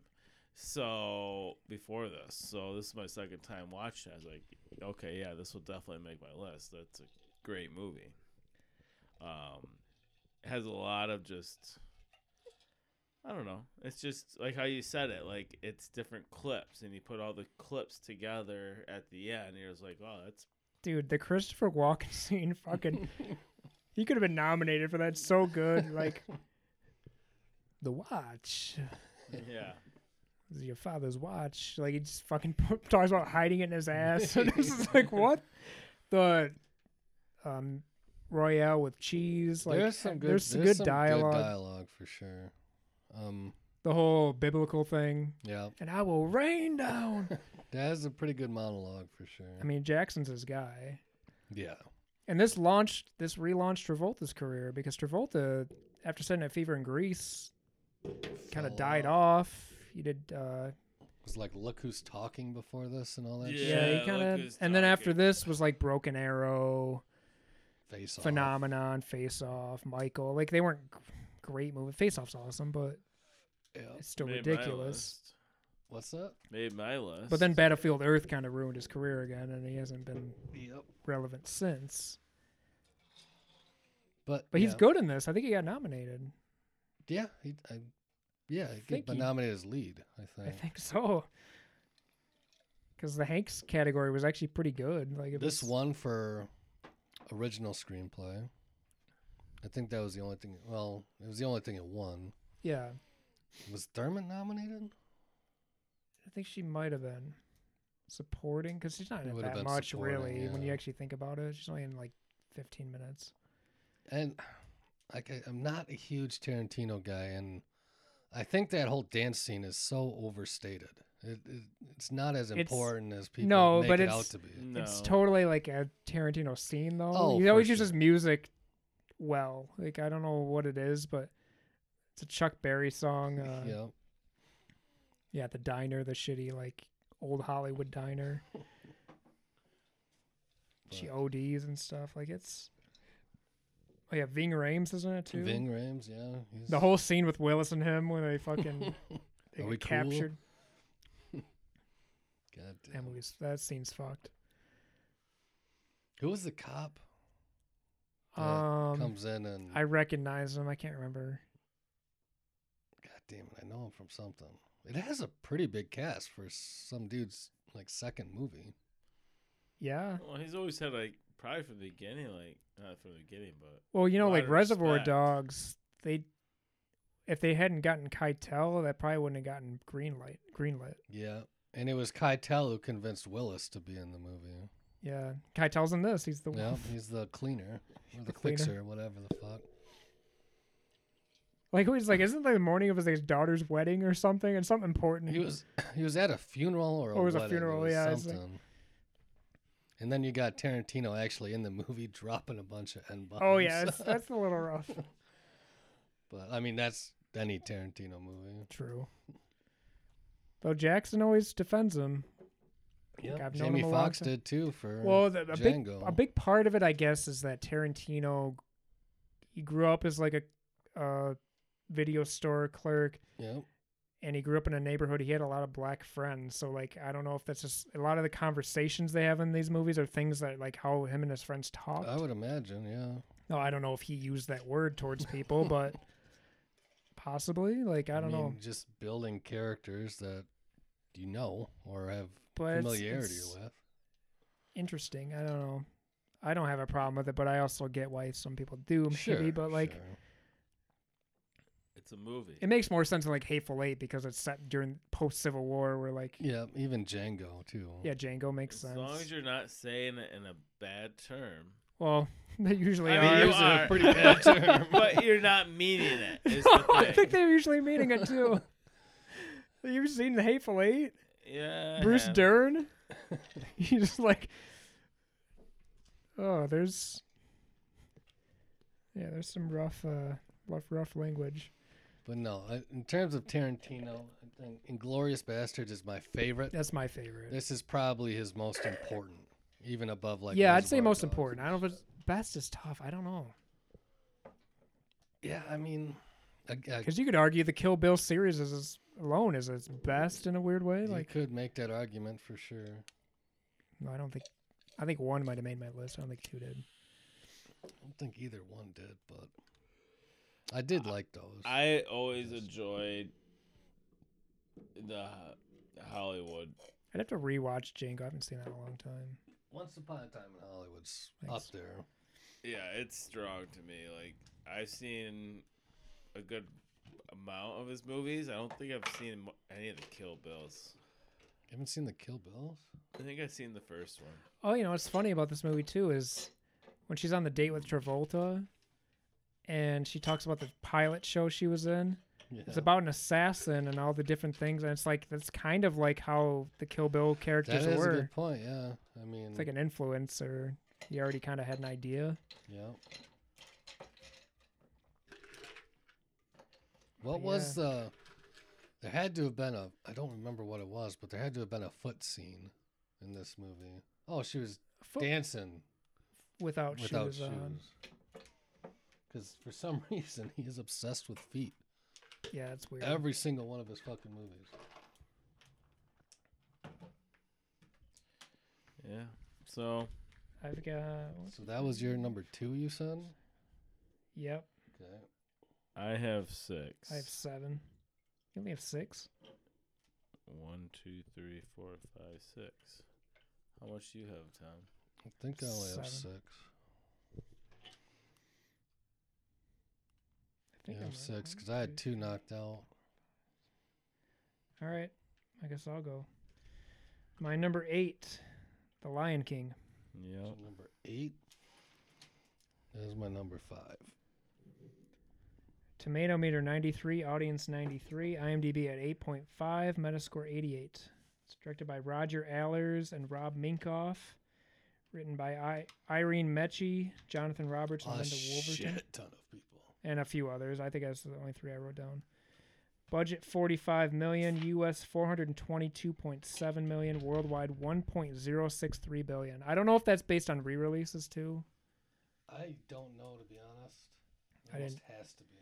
[SPEAKER 1] So before this, so this is my second time watching. it. I was like, okay, yeah, this will definitely make my list. That's a great movie. Um, it has a lot of just, I don't know. It's just like how you said it. Like it's different clips, and you put all the clips together at the end. And you're just like, oh, that's
[SPEAKER 3] Dude, the Christopher Walken scene fucking he could have been nominated for that so good. Like The Watch.
[SPEAKER 1] yeah.
[SPEAKER 3] This is your father's watch. Like he just fucking put, talks about hiding it in his ass. And this is like what? The um Royale with cheese. Like
[SPEAKER 2] there's some good uh,
[SPEAKER 3] there's some good
[SPEAKER 2] some
[SPEAKER 3] dialogue.
[SPEAKER 2] good dialogue for sure. Um
[SPEAKER 3] The whole biblical thing.
[SPEAKER 2] yeah.
[SPEAKER 3] And I will rain down.
[SPEAKER 2] That is a pretty good monologue for sure.
[SPEAKER 3] I mean Jackson's his guy.
[SPEAKER 2] yeah.
[SPEAKER 3] And this launched, this relaunched Travolta's career because Travolta, after Saturday Night Fever in Greece, kind of
[SPEAKER 2] Fell
[SPEAKER 3] died off. He did, uh,
[SPEAKER 2] It was like look who's talking before this and all that
[SPEAKER 1] Yeah,
[SPEAKER 2] shit.
[SPEAKER 3] yeah, he
[SPEAKER 1] Look
[SPEAKER 3] kind of.
[SPEAKER 1] Who's
[SPEAKER 3] And then after
[SPEAKER 1] Talking.
[SPEAKER 3] this was like Broken Arrow,
[SPEAKER 2] Face off.
[SPEAKER 3] Phenomenon, Face Off, Michael. Like they weren't g- great movies. Face Off's awesome, but
[SPEAKER 2] Yeah.
[SPEAKER 3] it's still
[SPEAKER 1] Made my
[SPEAKER 3] ridiculous.
[SPEAKER 1] list.
[SPEAKER 2] What's that?
[SPEAKER 1] Made my list.
[SPEAKER 3] But then Battlefield Earth kind of ruined his career again, and he hasn't been
[SPEAKER 2] Yep.
[SPEAKER 3] relevant since.
[SPEAKER 2] But
[SPEAKER 3] But he's
[SPEAKER 2] yeah.
[SPEAKER 3] good in this. I think he got nominated.
[SPEAKER 2] Yeah, he, I, yeah, he
[SPEAKER 3] think
[SPEAKER 2] get
[SPEAKER 3] he-
[SPEAKER 2] nominated as lead. I
[SPEAKER 3] I
[SPEAKER 2] think.
[SPEAKER 3] think so. Because the Hanks category was actually pretty good. Like it
[SPEAKER 2] this
[SPEAKER 3] was-
[SPEAKER 2] one for original screenplay. I think that was the only thing. Well, it was the only thing it won.
[SPEAKER 3] Yeah,
[SPEAKER 2] Was Thurman nominated?
[SPEAKER 3] I think she might have been supporting because she's not
[SPEAKER 2] It
[SPEAKER 3] in it
[SPEAKER 2] would've
[SPEAKER 3] that
[SPEAKER 2] been
[SPEAKER 3] much,
[SPEAKER 2] supporting,
[SPEAKER 3] really. When you
[SPEAKER 2] yeah.
[SPEAKER 3] actually think about it, she's only in like 15 minutes.
[SPEAKER 2] And like, I, I'm not a huge Tarantino guy, and I think that whole dance scene is so overstated. It, it it's not as
[SPEAKER 3] It's-
[SPEAKER 2] important as people
[SPEAKER 3] no,
[SPEAKER 2] make
[SPEAKER 3] but
[SPEAKER 2] it
[SPEAKER 3] it's- Mm,
[SPEAKER 2] out to be.
[SPEAKER 1] no.
[SPEAKER 3] It's totally like a Tarantino scene, though.
[SPEAKER 2] Oh,
[SPEAKER 3] he
[SPEAKER 2] for
[SPEAKER 3] always
[SPEAKER 2] sure.
[SPEAKER 3] uses music well. Like I don't know what it is, but it's a Chuck Berry song. Uh, yeah.
[SPEAKER 2] yeah,
[SPEAKER 3] the diner, the shitty like old Hollywood diner. she ODs and stuff. Like it's. Oh yeah, Ving Rhames isn't it too?
[SPEAKER 2] Ving Rhames. Yeah, he's-
[SPEAKER 3] The whole scene with Willis and him when they fucking they
[SPEAKER 2] Are we
[SPEAKER 3] get
[SPEAKER 2] cool?
[SPEAKER 3] captured.
[SPEAKER 2] God
[SPEAKER 3] That
[SPEAKER 2] damn.
[SPEAKER 3] movie's that scene's fucked.
[SPEAKER 2] Who was the cop? that
[SPEAKER 3] Um,
[SPEAKER 2] comes in and
[SPEAKER 3] I recognize him. I can't remember.
[SPEAKER 2] God damn it, I know him from something. It has a pretty big cast for some dude's like second movie.
[SPEAKER 3] Yeah.
[SPEAKER 1] Well, he's always had like probably from the beginning, like not from the beginning, but
[SPEAKER 3] Well, you know,
[SPEAKER 1] lot
[SPEAKER 3] like
[SPEAKER 1] of
[SPEAKER 3] Reservoir
[SPEAKER 1] respect.
[SPEAKER 3] Dogs, they if they hadn't gotten Keitel, that probably wouldn't have gotten greenlight. Greenlit.
[SPEAKER 2] Yeah. And it was Keitel who convinced Willis to be in the movie.
[SPEAKER 3] Yeah. Keitel's in this. He's the
[SPEAKER 2] Yeah,
[SPEAKER 3] one.
[SPEAKER 2] he's the cleaner or the,
[SPEAKER 3] The cleaner.
[SPEAKER 2] fixer, whatever the fuck.
[SPEAKER 3] Like he's like, isn't it the morning of his like, his daughter's wedding or something? And something important.
[SPEAKER 2] He was he was at a funeral or a
[SPEAKER 3] Or it was a
[SPEAKER 2] wedding.
[SPEAKER 3] funeral,
[SPEAKER 2] it was
[SPEAKER 3] yeah, it's like-
[SPEAKER 2] something. and then you got Tarantino actually in the movie dropping a bunch of n bombs.
[SPEAKER 3] Oh yeah, that's, that's a little rough.
[SPEAKER 2] but I mean that's any Tarantino movie.
[SPEAKER 3] True. Though Jackson always defends him. Like,
[SPEAKER 2] Yeah,
[SPEAKER 3] I've known
[SPEAKER 2] Jamie
[SPEAKER 3] him a long
[SPEAKER 2] Foxx
[SPEAKER 3] time.
[SPEAKER 2] did too for
[SPEAKER 3] Well, the, a big
[SPEAKER 2] Django.
[SPEAKER 3] a big part of it, I guess, is that Tarantino he grew up as like a uh, video store clerk,
[SPEAKER 2] yeah.
[SPEAKER 3] and he grew up in a neighborhood. He had a lot of black friends, so like I don't know if that's just a lot of the conversations they have in these movies are things that like how him and his friends talked.
[SPEAKER 2] I would imagine, yeah.
[SPEAKER 3] no, I don't know if he used that word towards people, but possibly. Like I don't know.
[SPEAKER 2] Just building characters that you know or have
[SPEAKER 3] But it's-
[SPEAKER 2] familiarity
[SPEAKER 3] it's-
[SPEAKER 2] with.
[SPEAKER 3] interesting. I don't know. I don't have a problem with it, but I also get why some people do maybe. but like,
[SPEAKER 2] sure.
[SPEAKER 1] it's a movie.
[SPEAKER 3] it makes more sense than like Hateful Eight because it's set during post Civil War, where like, yeah,
[SPEAKER 2] yeah, even Django too.
[SPEAKER 3] Django makes
[SPEAKER 1] as
[SPEAKER 3] sense.
[SPEAKER 1] long as you're not saying it in a bad term,
[SPEAKER 3] well, they usually
[SPEAKER 1] I
[SPEAKER 2] I
[SPEAKER 1] mean,
[SPEAKER 2] mean,
[SPEAKER 1] you
[SPEAKER 3] are.
[SPEAKER 2] using a
[SPEAKER 1] are.
[SPEAKER 2] pretty bad term.
[SPEAKER 1] but you're not meaning it. Is the
[SPEAKER 3] No, I
[SPEAKER 1] thing.
[SPEAKER 3] think they're usually meaning it too. You've seen the Hateful Eight,
[SPEAKER 1] yeah, I
[SPEAKER 3] Bruce
[SPEAKER 1] have.
[SPEAKER 3] Dern. you just like, oh, there's, yeah, there's some rough, uh, rough, rough language.
[SPEAKER 2] but no, I, in terms of Tarantino, I think Inglorious Bastards is my favorite.
[SPEAKER 3] That's my favorite.
[SPEAKER 2] This is probably his most important, even above like.
[SPEAKER 3] yeah, I'd say
[SPEAKER 2] Reservoir
[SPEAKER 3] most
[SPEAKER 2] Dogs.
[SPEAKER 3] important. I don't know if it's best is tough. I don't know.
[SPEAKER 2] Yeah, I mean, I, I,
[SPEAKER 3] Because you could argue the Kill Bill series is his, alone is its best in a weird way.
[SPEAKER 2] you
[SPEAKER 3] Like
[SPEAKER 2] could make that argument for sure.
[SPEAKER 3] no, I don't think I think one might have made my list. I don't think two did.
[SPEAKER 2] I don't think either one did, but I did like those.
[SPEAKER 1] I always enjoyed the Hollywood.
[SPEAKER 3] I'd have to rewatch Django. I haven't seen that in a long time.
[SPEAKER 2] Once upon a time in Hollywood's
[SPEAKER 3] Thanks.
[SPEAKER 2] up there.
[SPEAKER 1] Yeah, it's strong to me. Like I've seen a good amount of his movies. I don't think I've seen mo- any of the Kill Bills.
[SPEAKER 2] You haven't seen the Kill Bills?
[SPEAKER 1] I think I've seen the first one.
[SPEAKER 3] Oh, you know what's funny about this movie too is when she's on the date with Travolta, and she talks about the pilot show she was in.
[SPEAKER 2] Yeah.
[SPEAKER 3] It's about an assassin and all the different things, and it's like that's kind of like how the Kill Bill
[SPEAKER 2] that
[SPEAKER 3] characters
[SPEAKER 2] is
[SPEAKER 3] were.
[SPEAKER 2] a good point. Yeah, I mean,
[SPEAKER 3] It's like an influence, or you already kind of had an idea.
[SPEAKER 2] yeah. What was the? There had to have been a. I don't remember what it was, but there had to have been a foot scene in this movie. Oh, she was
[SPEAKER 3] Fo-
[SPEAKER 2] dancing
[SPEAKER 3] without,
[SPEAKER 2] without
[SPEAKER 3] shoes, on.
[SPEAKER 2] shoes. Because for some reason he is obsessed with feet.
[SPEAKER 3] Yeah, it's weird.
[SPEAKER 2] Every single one of his fucking movies.
[SPEAKER 1] So
[SPEAKER 3] I've got.
[SPEAKER 2] So that was your number two, you said?
[SPEAKER 3] Yep,
[SPEAKER 2] Okay.
[SPEAKER 1] I have six.
[SPEAKER 3] I have seven. You only have six.
[SPEAKER 1] One, two, three, four, five, six. How much do you have, Tom?
[SPEAKER 2] I think I only have
[SPEAKER 3] Seven.
[SPEAKER 2] six.
[SPEAKER 3] I
[SPEAKER 2] You
[SPEAKER 3] think I'm
[SPEAKER 2] have
[SPEAKER 3] at
[SPEAKER 2] six
[SPEAKER 3] one,
[SPEAKER 2] because I had two knocked out.
[SPEAKER 3] All right, I guess I'll go. My number eight, The Lion King.
[SPEAKER 1] Yeah.
[SPEAKER 2] So number eight is my number five.
[SPEAKER 3] Tomato meter 93, audience 93, IMDb at 8.5, Metascore 88. It's directed by Roger Allers and Rob Minkoff. Written by I- Irene Mechie, Jonathan Roberts, and
[SPEAKER 2] A
[SPEAKER 3] Linda Wolverton,
[SPEAKER 2] shit ton of people.
[SPEAKER 3] and a few others. I think that's the only three I wrote down. Budget 45 million, US 422.7 million, worldwide 1.063 billion. I don't know if that's based on re-releases too.
[SPEAKER 2] I don't know to be honest. It
[SPEAKER 3] I
[SPEAKER 2] almost has to be.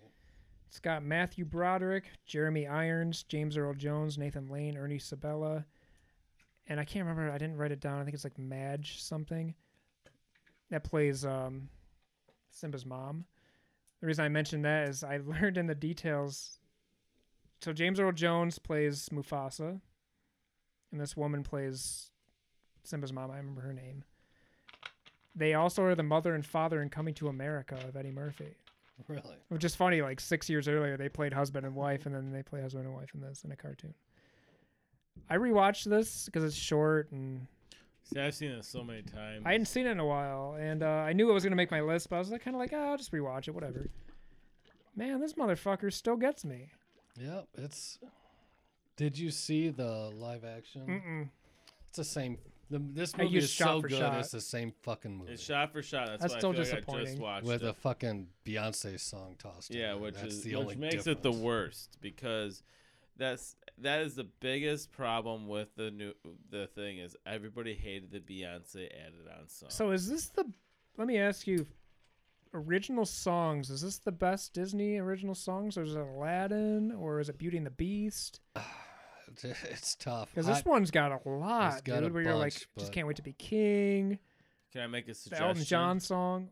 [SPEAKER 3] It's got Matthew Broderick, Jeremy Irons, James Earl Jones, Nathan Lane, Ernie Sabella, and I can't remember. I didn't write it down. I think it's like Madge something that plays um, Simba's mom. The reason I mentioned that is I learned in the details. So James Earl Jones plays Mufasa, and this woman plays Simba's mom. I remember her name. They also are the mother and father in Coming to America of Eddie Murphy.
[SPEAKER 2] Really?
[SPEAKER 3] Which is funny, like six years earlier, they played husband and wife, and then they play husband and wife in this in a cartoon. I rewatched this because it's short, and
[SPEAKER 1] See, I've seen this so many times.
[SPEAKER 3] I hadn't seen it in a while, and uh, I knew it was gonna make my list, but I was like, kind of like, ah, I'll just rewatch it, whatever. Man, this motherfucker still gets me.
[SPEAKER 2] Yep. It's. Did you see the live action?
[SPEAKER 3] Mm-mm.
[SPEAKER 2] It's the same. The, this
[SPEAKER 3] Mm. I
[SPEAKER 2] movie
[SPEAKER 3] used
[SPEAKER 2] is
[SPEAKER 3] shot
[SPEAKER 2] so
[SPEAKER 3] for
[SPEAKER 2] good.
[SPEAKER 3] shot.
[SPEAKER 2] It's the same fucking movie
[SPEAKER 1] It's shot for shot. That's,
[SPEAKER 3] That's
[SPEAKER 1] why
[SPEAKER 3] still
[SPEAKER 1] I feel Like I just
[SPEAKER 3] disappointing.
[SPEAKER 1] watched
[SPEAKER 2] with
[SPEAKER 1] it.
[SPEAKER 2] a fucking Beyonce song tossed. in
[SPEAKER 1] yeah,
[SPEAKER 2] it.
[SPEAKER 1] which
[SPEAKER 2] That's
[SPEAKER 1] is
[SPEAKER 2] the only
[SPEAKER 1] which makes it the
[SPEAKER 2] difference.
[SPEAKER 1] worst because that's that is the biggest problem with the new the thing is everybody hated the Beyonce added on song.
[SPEAKER 3] So is this the? Let me ask you, original songs. Is this the best Disney original songs, or is it Aladdin, or is it Beauty and the Beast?
[SPEAKER 2] It's tough.
[SPEAKER 3] Because this
[SPEAKER 2] I-
[SPEAKER 3] one's got a lot,
[SPEAKER 2] got
[SPEAKER 3] dude.
[SPEAKER 2] a
[SPEAKER 3] where you're like,
[SPEAKER 2] bunch, but-
[SPEAKER 3] just can't wait to be king.
[SPEAKER 1] Can I make a
[SPEAKER 3] the
[SPEAKER 1] suggestion?
[SPEAKER 3] Elton John song.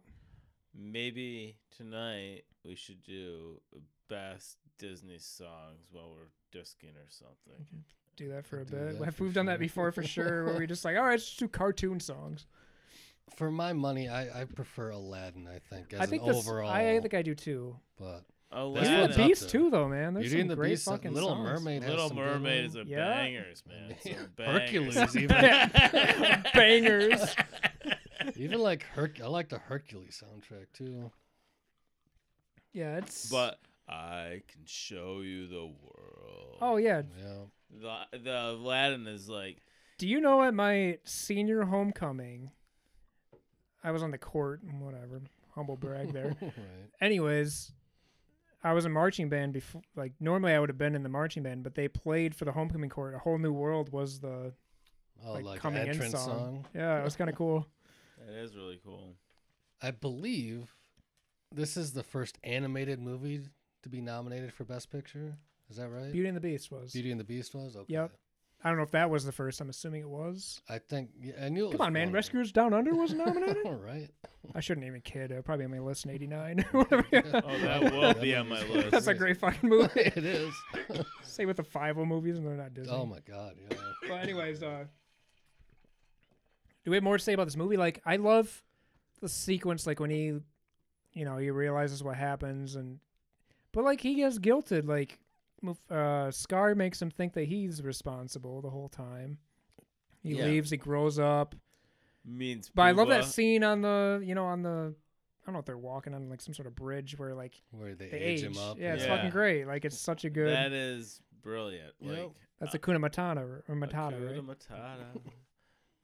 [SPEAKER 1] Maybe tonight we should do best Disney songs while we're disking or something.
[SPEAKER 3] Do that for a
[SPEAKER 2] Could do
[SPEAKER 3] bit.
[SPEAKER 2] that
[SPEAKER 3] Have
[SPEAKER 2] for
[SPEAKER 3] we've done
[SPEAKER 2] sure.
[SPEAKER 3] that before for sure? Where we just like, all right, let's just do cartoon songs.
[SPEAKER 2] for my money, I, I prefer Aladdin. I think as
[SPEAKER 3] I think
[SPEAKER 2] an
[SPEAKER 3] this.
[SPEAKER 2] overall.
[SPEAKER 3] I think I do too.
[SPEAKER 2] but
[SPEAKER 3] Beauty and the
[SPEAKER 1] Aladdin,
[SPEAKER 2] That's
[SPEAKER 3] Beast
[SPEAKER 2] up
[SPEAKER 3] too, though, man. There's
[SPEAKER 2] Beauty
[SPEAKER 3] some
[SPEAKER 2] and the
[SPEAKER 3] great
[SPEAKER 2] Beast, uh,
[SPEAKER 3] fucking
[SPEAKER 2] Little
[SPEAKER 3] songs.
[SPEAKER 2] Mermaid, has
[SPEAKER 1] Little
[SPEAKER 2] some good
[SPEAKER 1] Mermaid is
[SPEAKER 2] ones.
[SPEAKER 1] a
[SPEAKER 3] Yeah.
[SPEAKER 1] bangers, man. Some bangers.
[SPEAKER 2] Hercules, even
[SPEAKER 3] Yeah. bangers.
[SPEAKER 2] even like Herc. I like the Hercules soundtrack too.
[SPEAKER 3] Yeah, it's.
[SPEAKER 1] But I can show you the world.
[SPEAKER 3] oh yeah.
[SPEAKER 2] Yeah,
[SPEAKER 1] the, the Aladdin is like
[SPEAKER 3] Do you know at my senior homecoming, I was on the court and whatever. Humble brag there.
[SPEAKER 2] right.
[SPEAKER 3] anyways, I was in marching band before. Like normally, I would have been in the marching band, but they played for the homecoming court. A whole new world was the
[SPEAKER 2] Oh,
[SPEAKER 3] Like
[SPEAKER 2] like,
[SPEAKER 3] coming in
[SPEAKER 2] entrance
[SPEAKER 3] song.
[SPEAKER 2] song.
[SPEAKER 3] yeah. It was kind of cool.
[SPEAKER 1] that is really cool.
[SPEAKER 2] I believe this is the first animated movie to be nominated for Best Picture. Is that right? Beauty,
[SPEAKER 3] Beauty and the Beast was.
[SPEAKER 2] and the Beast was. Okay.
[SPEAKER 3] Yep. I don't know if that was the first. I'm assuming it was.
[SPEAKER 2] I think yeah, I knew. It
[SPEAKER 3] Come
[SPEAKER 2] was
[SPEAKER 3] on, man!
[SPEAKER 2] one.
[SPEAKER 3] Rescuers Down Under was nominated.
[SPEAKER 2] All right.
[SPEAKER 3] I shouldn't even kid. It probably on my list in '89 or whatever.
[SPEAKER 1] Oh, that will be
[SPEAKER 2] movie's
[SPEAKER 1] on my
[SPEAKER 2] great.
[SPEAKER 1] list.
[SPEAKER 3] That's a great fucking movie.
[SPEAKER 2] it is.
[SPEAKER 3] Same with the five O movies, and they're not Disney.
[SPEAKER 2] oh my God. Yeah.
[SPEAKER 3] But anyways, uh, do we have more to say about this movie? Like, I love the sequence, like when he, you know, he realizes what happens, and but like he gets guilted. Like, Muf- uh, Scar makes him think that he's responsible the whole time. He
[SPEAKER 1] Yeah.
[SPEAKER 3] leaves. He grows up.
[SPEAKER 1] Means
[SPEAKER 3] But I love that
[SPEAKER 1] Pumbaa.
[SPEAKER 3] scene on the, you know, on the. I don't know if they're walking on like some sort of bridge where like
[SPEAKER 2] Where they,
[SPEAKER 3] they
[SPEAKER 2] age,
[SPEAKER 3] age.
[SPEAKER 2] him up.
[SPEAKER 3] yeah, it's
[SPEAKER 1] Yeah.
[SPEAKER 3] fucking great. Like it's such a good.
[SPEAKER 1] That is brilliant.
[SPEAKER 2] Yep.
[SPEAKER 1] Like
[SPEAKER 3] that's a Kuna Matata or or Matata,
[SPEAKER 1] Hakuna
[SPEAKER 3] right?
[SPEAKER 1] Matata.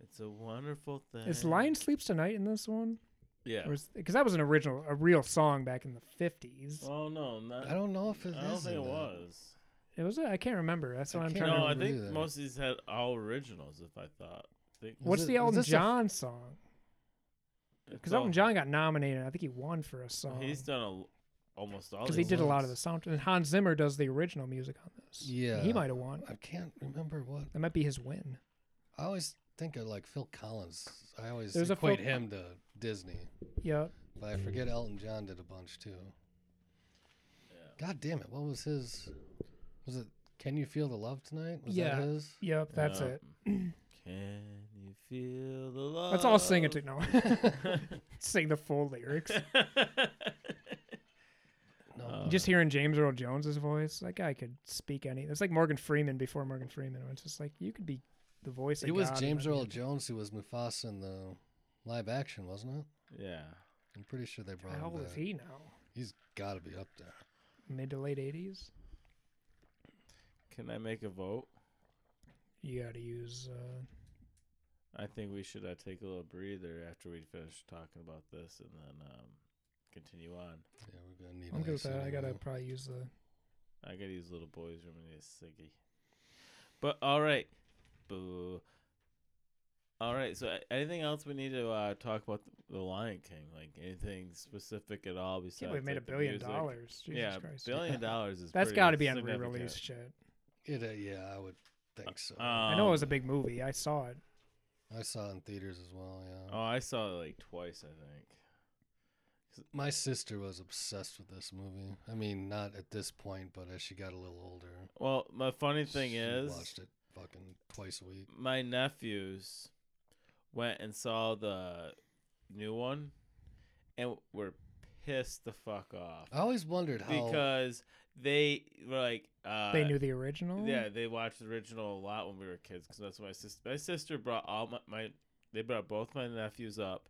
[SPEAKER 1] It's a wonderful thing.
[SPEAKER 3] Is Lion Sleeps Tonight in this one?
[SPEAKER 1] Yeah.
[SPEAKER 3] Because that was an original, a real song back in the fifties.
[SPEAKER 1] Oh no, not,
[SPEAKER 2] I don't know if it
[SPEAKER 1] I don't
[SPEAKER 2] is
[SPEAKER 1] think
[SPEAKER 2] in
[SPEAKER 1] it
[SPEAKER 2] that.
[SPEAKER 1] was.
[SPEAKER 3] It was. I can't remember. That's what
[SPEAKER 2] I
[SPEAKER 3] I'm
[SPEAKER 2] can't
[SPEAKER 3] trying to
[SPEAKER 1] No, I
[SPEAKER 3] remember.
[SPEAKER 2] remember
[SPEAKER 1] think
[SPEAKER 2] either.
[SPEAKER 1] most of these had all originals. If I thought, I think
[SPEAKER 2] Was
[SPEAKER 3] What's
[SPEAKER 2] it-
[SPEAKER 3] the
[SPEAKER 2] was
[SPEAKER 3] Elton
[SPEAKER 2] this a-
[SPEAKER 3] John song?
[SPEAKER 1] it's
[SPEAKER 3] Because
[SPEAKER 1] all-
[SPEAKER 3] Elton John got nominated. I think he won for a song.
[SPEAKER 1] Oh. He's done a, almost all. Because
[SPEAKER 3] Because he
[SPEAKER 2] he
[SPEAKER 3] did a lot
[SPEAKER 2] won.
[SPEAKER 3] of the sound. And Hans Zimmer does the original music on this.
[SPEAKER 2] Yeah.
[SPEAKER 3] He might have won.
[SPEAKER 2] I can't remember what.
[SPEAKER 3] That might be his win.
[SPEAKER 2] I always think of like Phil Collins. I always
[SPEAKER 3] There's a Phil-
[SPEAKER 2] equate him to Disney,
[SPEAKER 3] Yep.
[SPEAKER 2] but I forget Elton John did a bunch too.
[SPEAKER 1] Yeah.
[SPEAKER 2] God damn it! What was his? Was it Can You Feel the Love Tonight? Was
[SPEAKER 3] Yeah.
[SPEAKER 2] that his?
[SPEAKER 3] Yep. That's
[SPEAKER 1] Yeah.
[SPEAKER 3] it.
[SPEAKER 1] Can you feel the love?
[SPEAKER 3] Let's all sing it
[SPEAKER 1] Uh,
[SPEAKER 3] to no. sing the full lyrics.
[SPEAKER 2] No.
[SPEAKER 1] Uh,
[SPEAKER 3] Just hearing James Earl Jones's voice, that guy could speak any. It's like Morgan Freeman before Morgan Freeman. It's just like you could be the voice. Of
[SPEAKER 2] it was
[SPEAKER 3] God
[SPEAKER 2] James
[SPEAKER 3] and-
[SPEAKER 2] Earl Jones who was Mufasa in the live action, wasn't it?
[SPEAKER 1] yeah.
[SPEAKER 2] I'm pretty sure they brought
[SPEAKER 3] How
[SPEAKER 2] him
[SPEAKER 3] old
[SPEAKER 2] back.
[SPEAKER 3] is he now?
[SPEAKER 2] He's got to be up there.
[SPEAKER 3] Mid to late eighties.
[SPEAKER 1] Can I make a vote?
[SPEAKER 3] You got to use. Uh,
[SPEAKER 1] I think we should uh, take a little breather after we finish talking about this and then um, continue on.
[SPEAKER 2] Yeah, we're gonna need.
[SPEAKER 3] I'm good with
[SPEAKER 2] ice
[SPEAKER 3] that. I gotta
[SPEAKER 2] anyway.
[SPEAKER 3] probably use the.
[SPEAKER 1] I gotta use little boys room and it's siggy. But all right, boo. All right. So a- anything else we need to uh, talk about th- the Lion King? Like anything specific at all
[SPEAKER 3] Can't
[SPEAKER 1] besides?
[SPEAKER 3] believe we made a
[SPEAKER 1] like, the
[SPEAKER 3] billion
[SPEAKER 1] music?
[SPEAKER 3] dollars. Jesus
[SPEAKER 1] yeah,
[SPEAKER 3] Christ.
[SPEAKER 1] billion dollars is.
[SPEAKER 3] That's
[SPEAKER 1] pretty
[SPEAKER 3] got to be on
[SPEAKER 1] significant.
[SPEAKER 3] re-release shit.
[SPEAKER 2] It, uh, yeah, I would think so.
[SPEAKER 1] Um,
[SPEAKER 3] I know it was a big movie. I saw it.
[SPEAKER 2] I saw it in theaters as well. Yeah,
[SPEAKER 1] Oh, I saw it like twice. I think.
[SPEAKER 2] my sister was obsessed with this movie. I mean, not at this point, but as she got a little older,
[SPEAKER 1] Well, my funny thing
[SPEAKER 2] she
[SPEAKER 1] is,
[SPEAKER 2] watched it fucking twice a week.
[SPEAKER 1] my nephews went and saw the new one and were pissed the fuck off
[SPEAKER 2] I always wondered how.
[SPEAKER 1] because they were like uh,
[SPEAKER 3] Oh. They knew the original.
[SPEAKER 1] yeah they watched the original a lot when we were kids because that's what my sister my sister brought all my, my they brought both my nephews up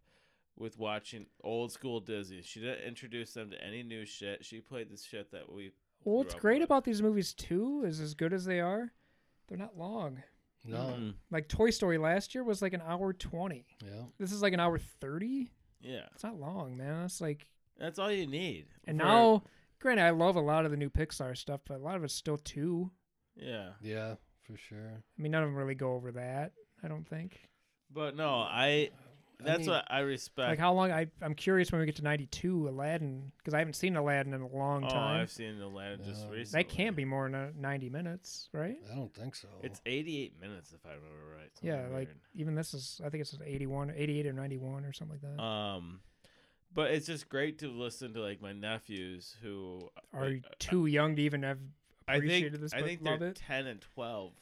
[SPEAKER 1] with watching old school Disney she didn't introduce them to any new shit she played this shit that we
[SPEAKER 3] Well, what's
[SPEAKER 1] grew up
[SPEAKER 3] great
[SPEAKER 1] with.
[SPEAKER 3] about these movies too is as good as they are, they're not long.
[SPEAKER 2] no,
[SPEAKER 1] Mm,
[SPEAKER 3] Like Toy Story last year was like an hour twenty.
[SPEAKER 2] yeah,
[SPEAKER 3] This is like an hour thirty.
[SPEAKER 1] yeah
[SPEAKER 3] It's not long, man. It's like
[SPEAKER 1] that's all you need
[SPEAKER 3] and
[SPEAKER 1] for-
[SPEAKER 3] now, granted, I love a lot of the new Pixar stuff, but a lot of it's still two.
[SPEAKER 1] yeah
[SPEAKER 2] yeah, for sure.
[SPEAKER 3] I mean, none of them really go over that. I don't think.
[SPEAKER 1] But no, I.
[SPEAKER 2] I
[SPEAKER 1] That's
[SPEAKER 2] mean-
[SPEAKER 1] what I respect.
[SPEAKER 3] Like how long? I I'm curious when we get to ninety two Aladdin because I haven't seen Aladdin in a long
[SPEAKER 1] oh,
[SPEAKER 3] time.
[SPEAKER 1] I've seen Atlanta just
[SPEAKER 2] No. That
[SPEAKER 1] recently.
[SPEAKER 3] That can't be more than uh, ninety minutes, right?
[SPEAKER 2] I don't think so.
[SPEAKER 1] It's 88 minutes if I remember right. Something
[SPEAKER 3] Yeah, like
[SPEAKER 1] weird.
[SPEAKER 3] even this is I think it's 81, 88 or ninety one or something like that.
[SPEAKER 1] Um, but it's just great to listen to like my nephews who
[SPEAKER 3] Are you
[SPEAKER 1] I-
[SPEAKER 3] too young to even have
[SPEAKER 1] I think
[SPEAKER 3] appreciated this?
[SPEAKER 1] I
[SPEAKER 3] but
[SPEAKER 1] think
[SPEAKER 3] love
[SPEAKER 1] they're
[SPEAKER 3] it.
[SPEAKER 1] 10 and 12.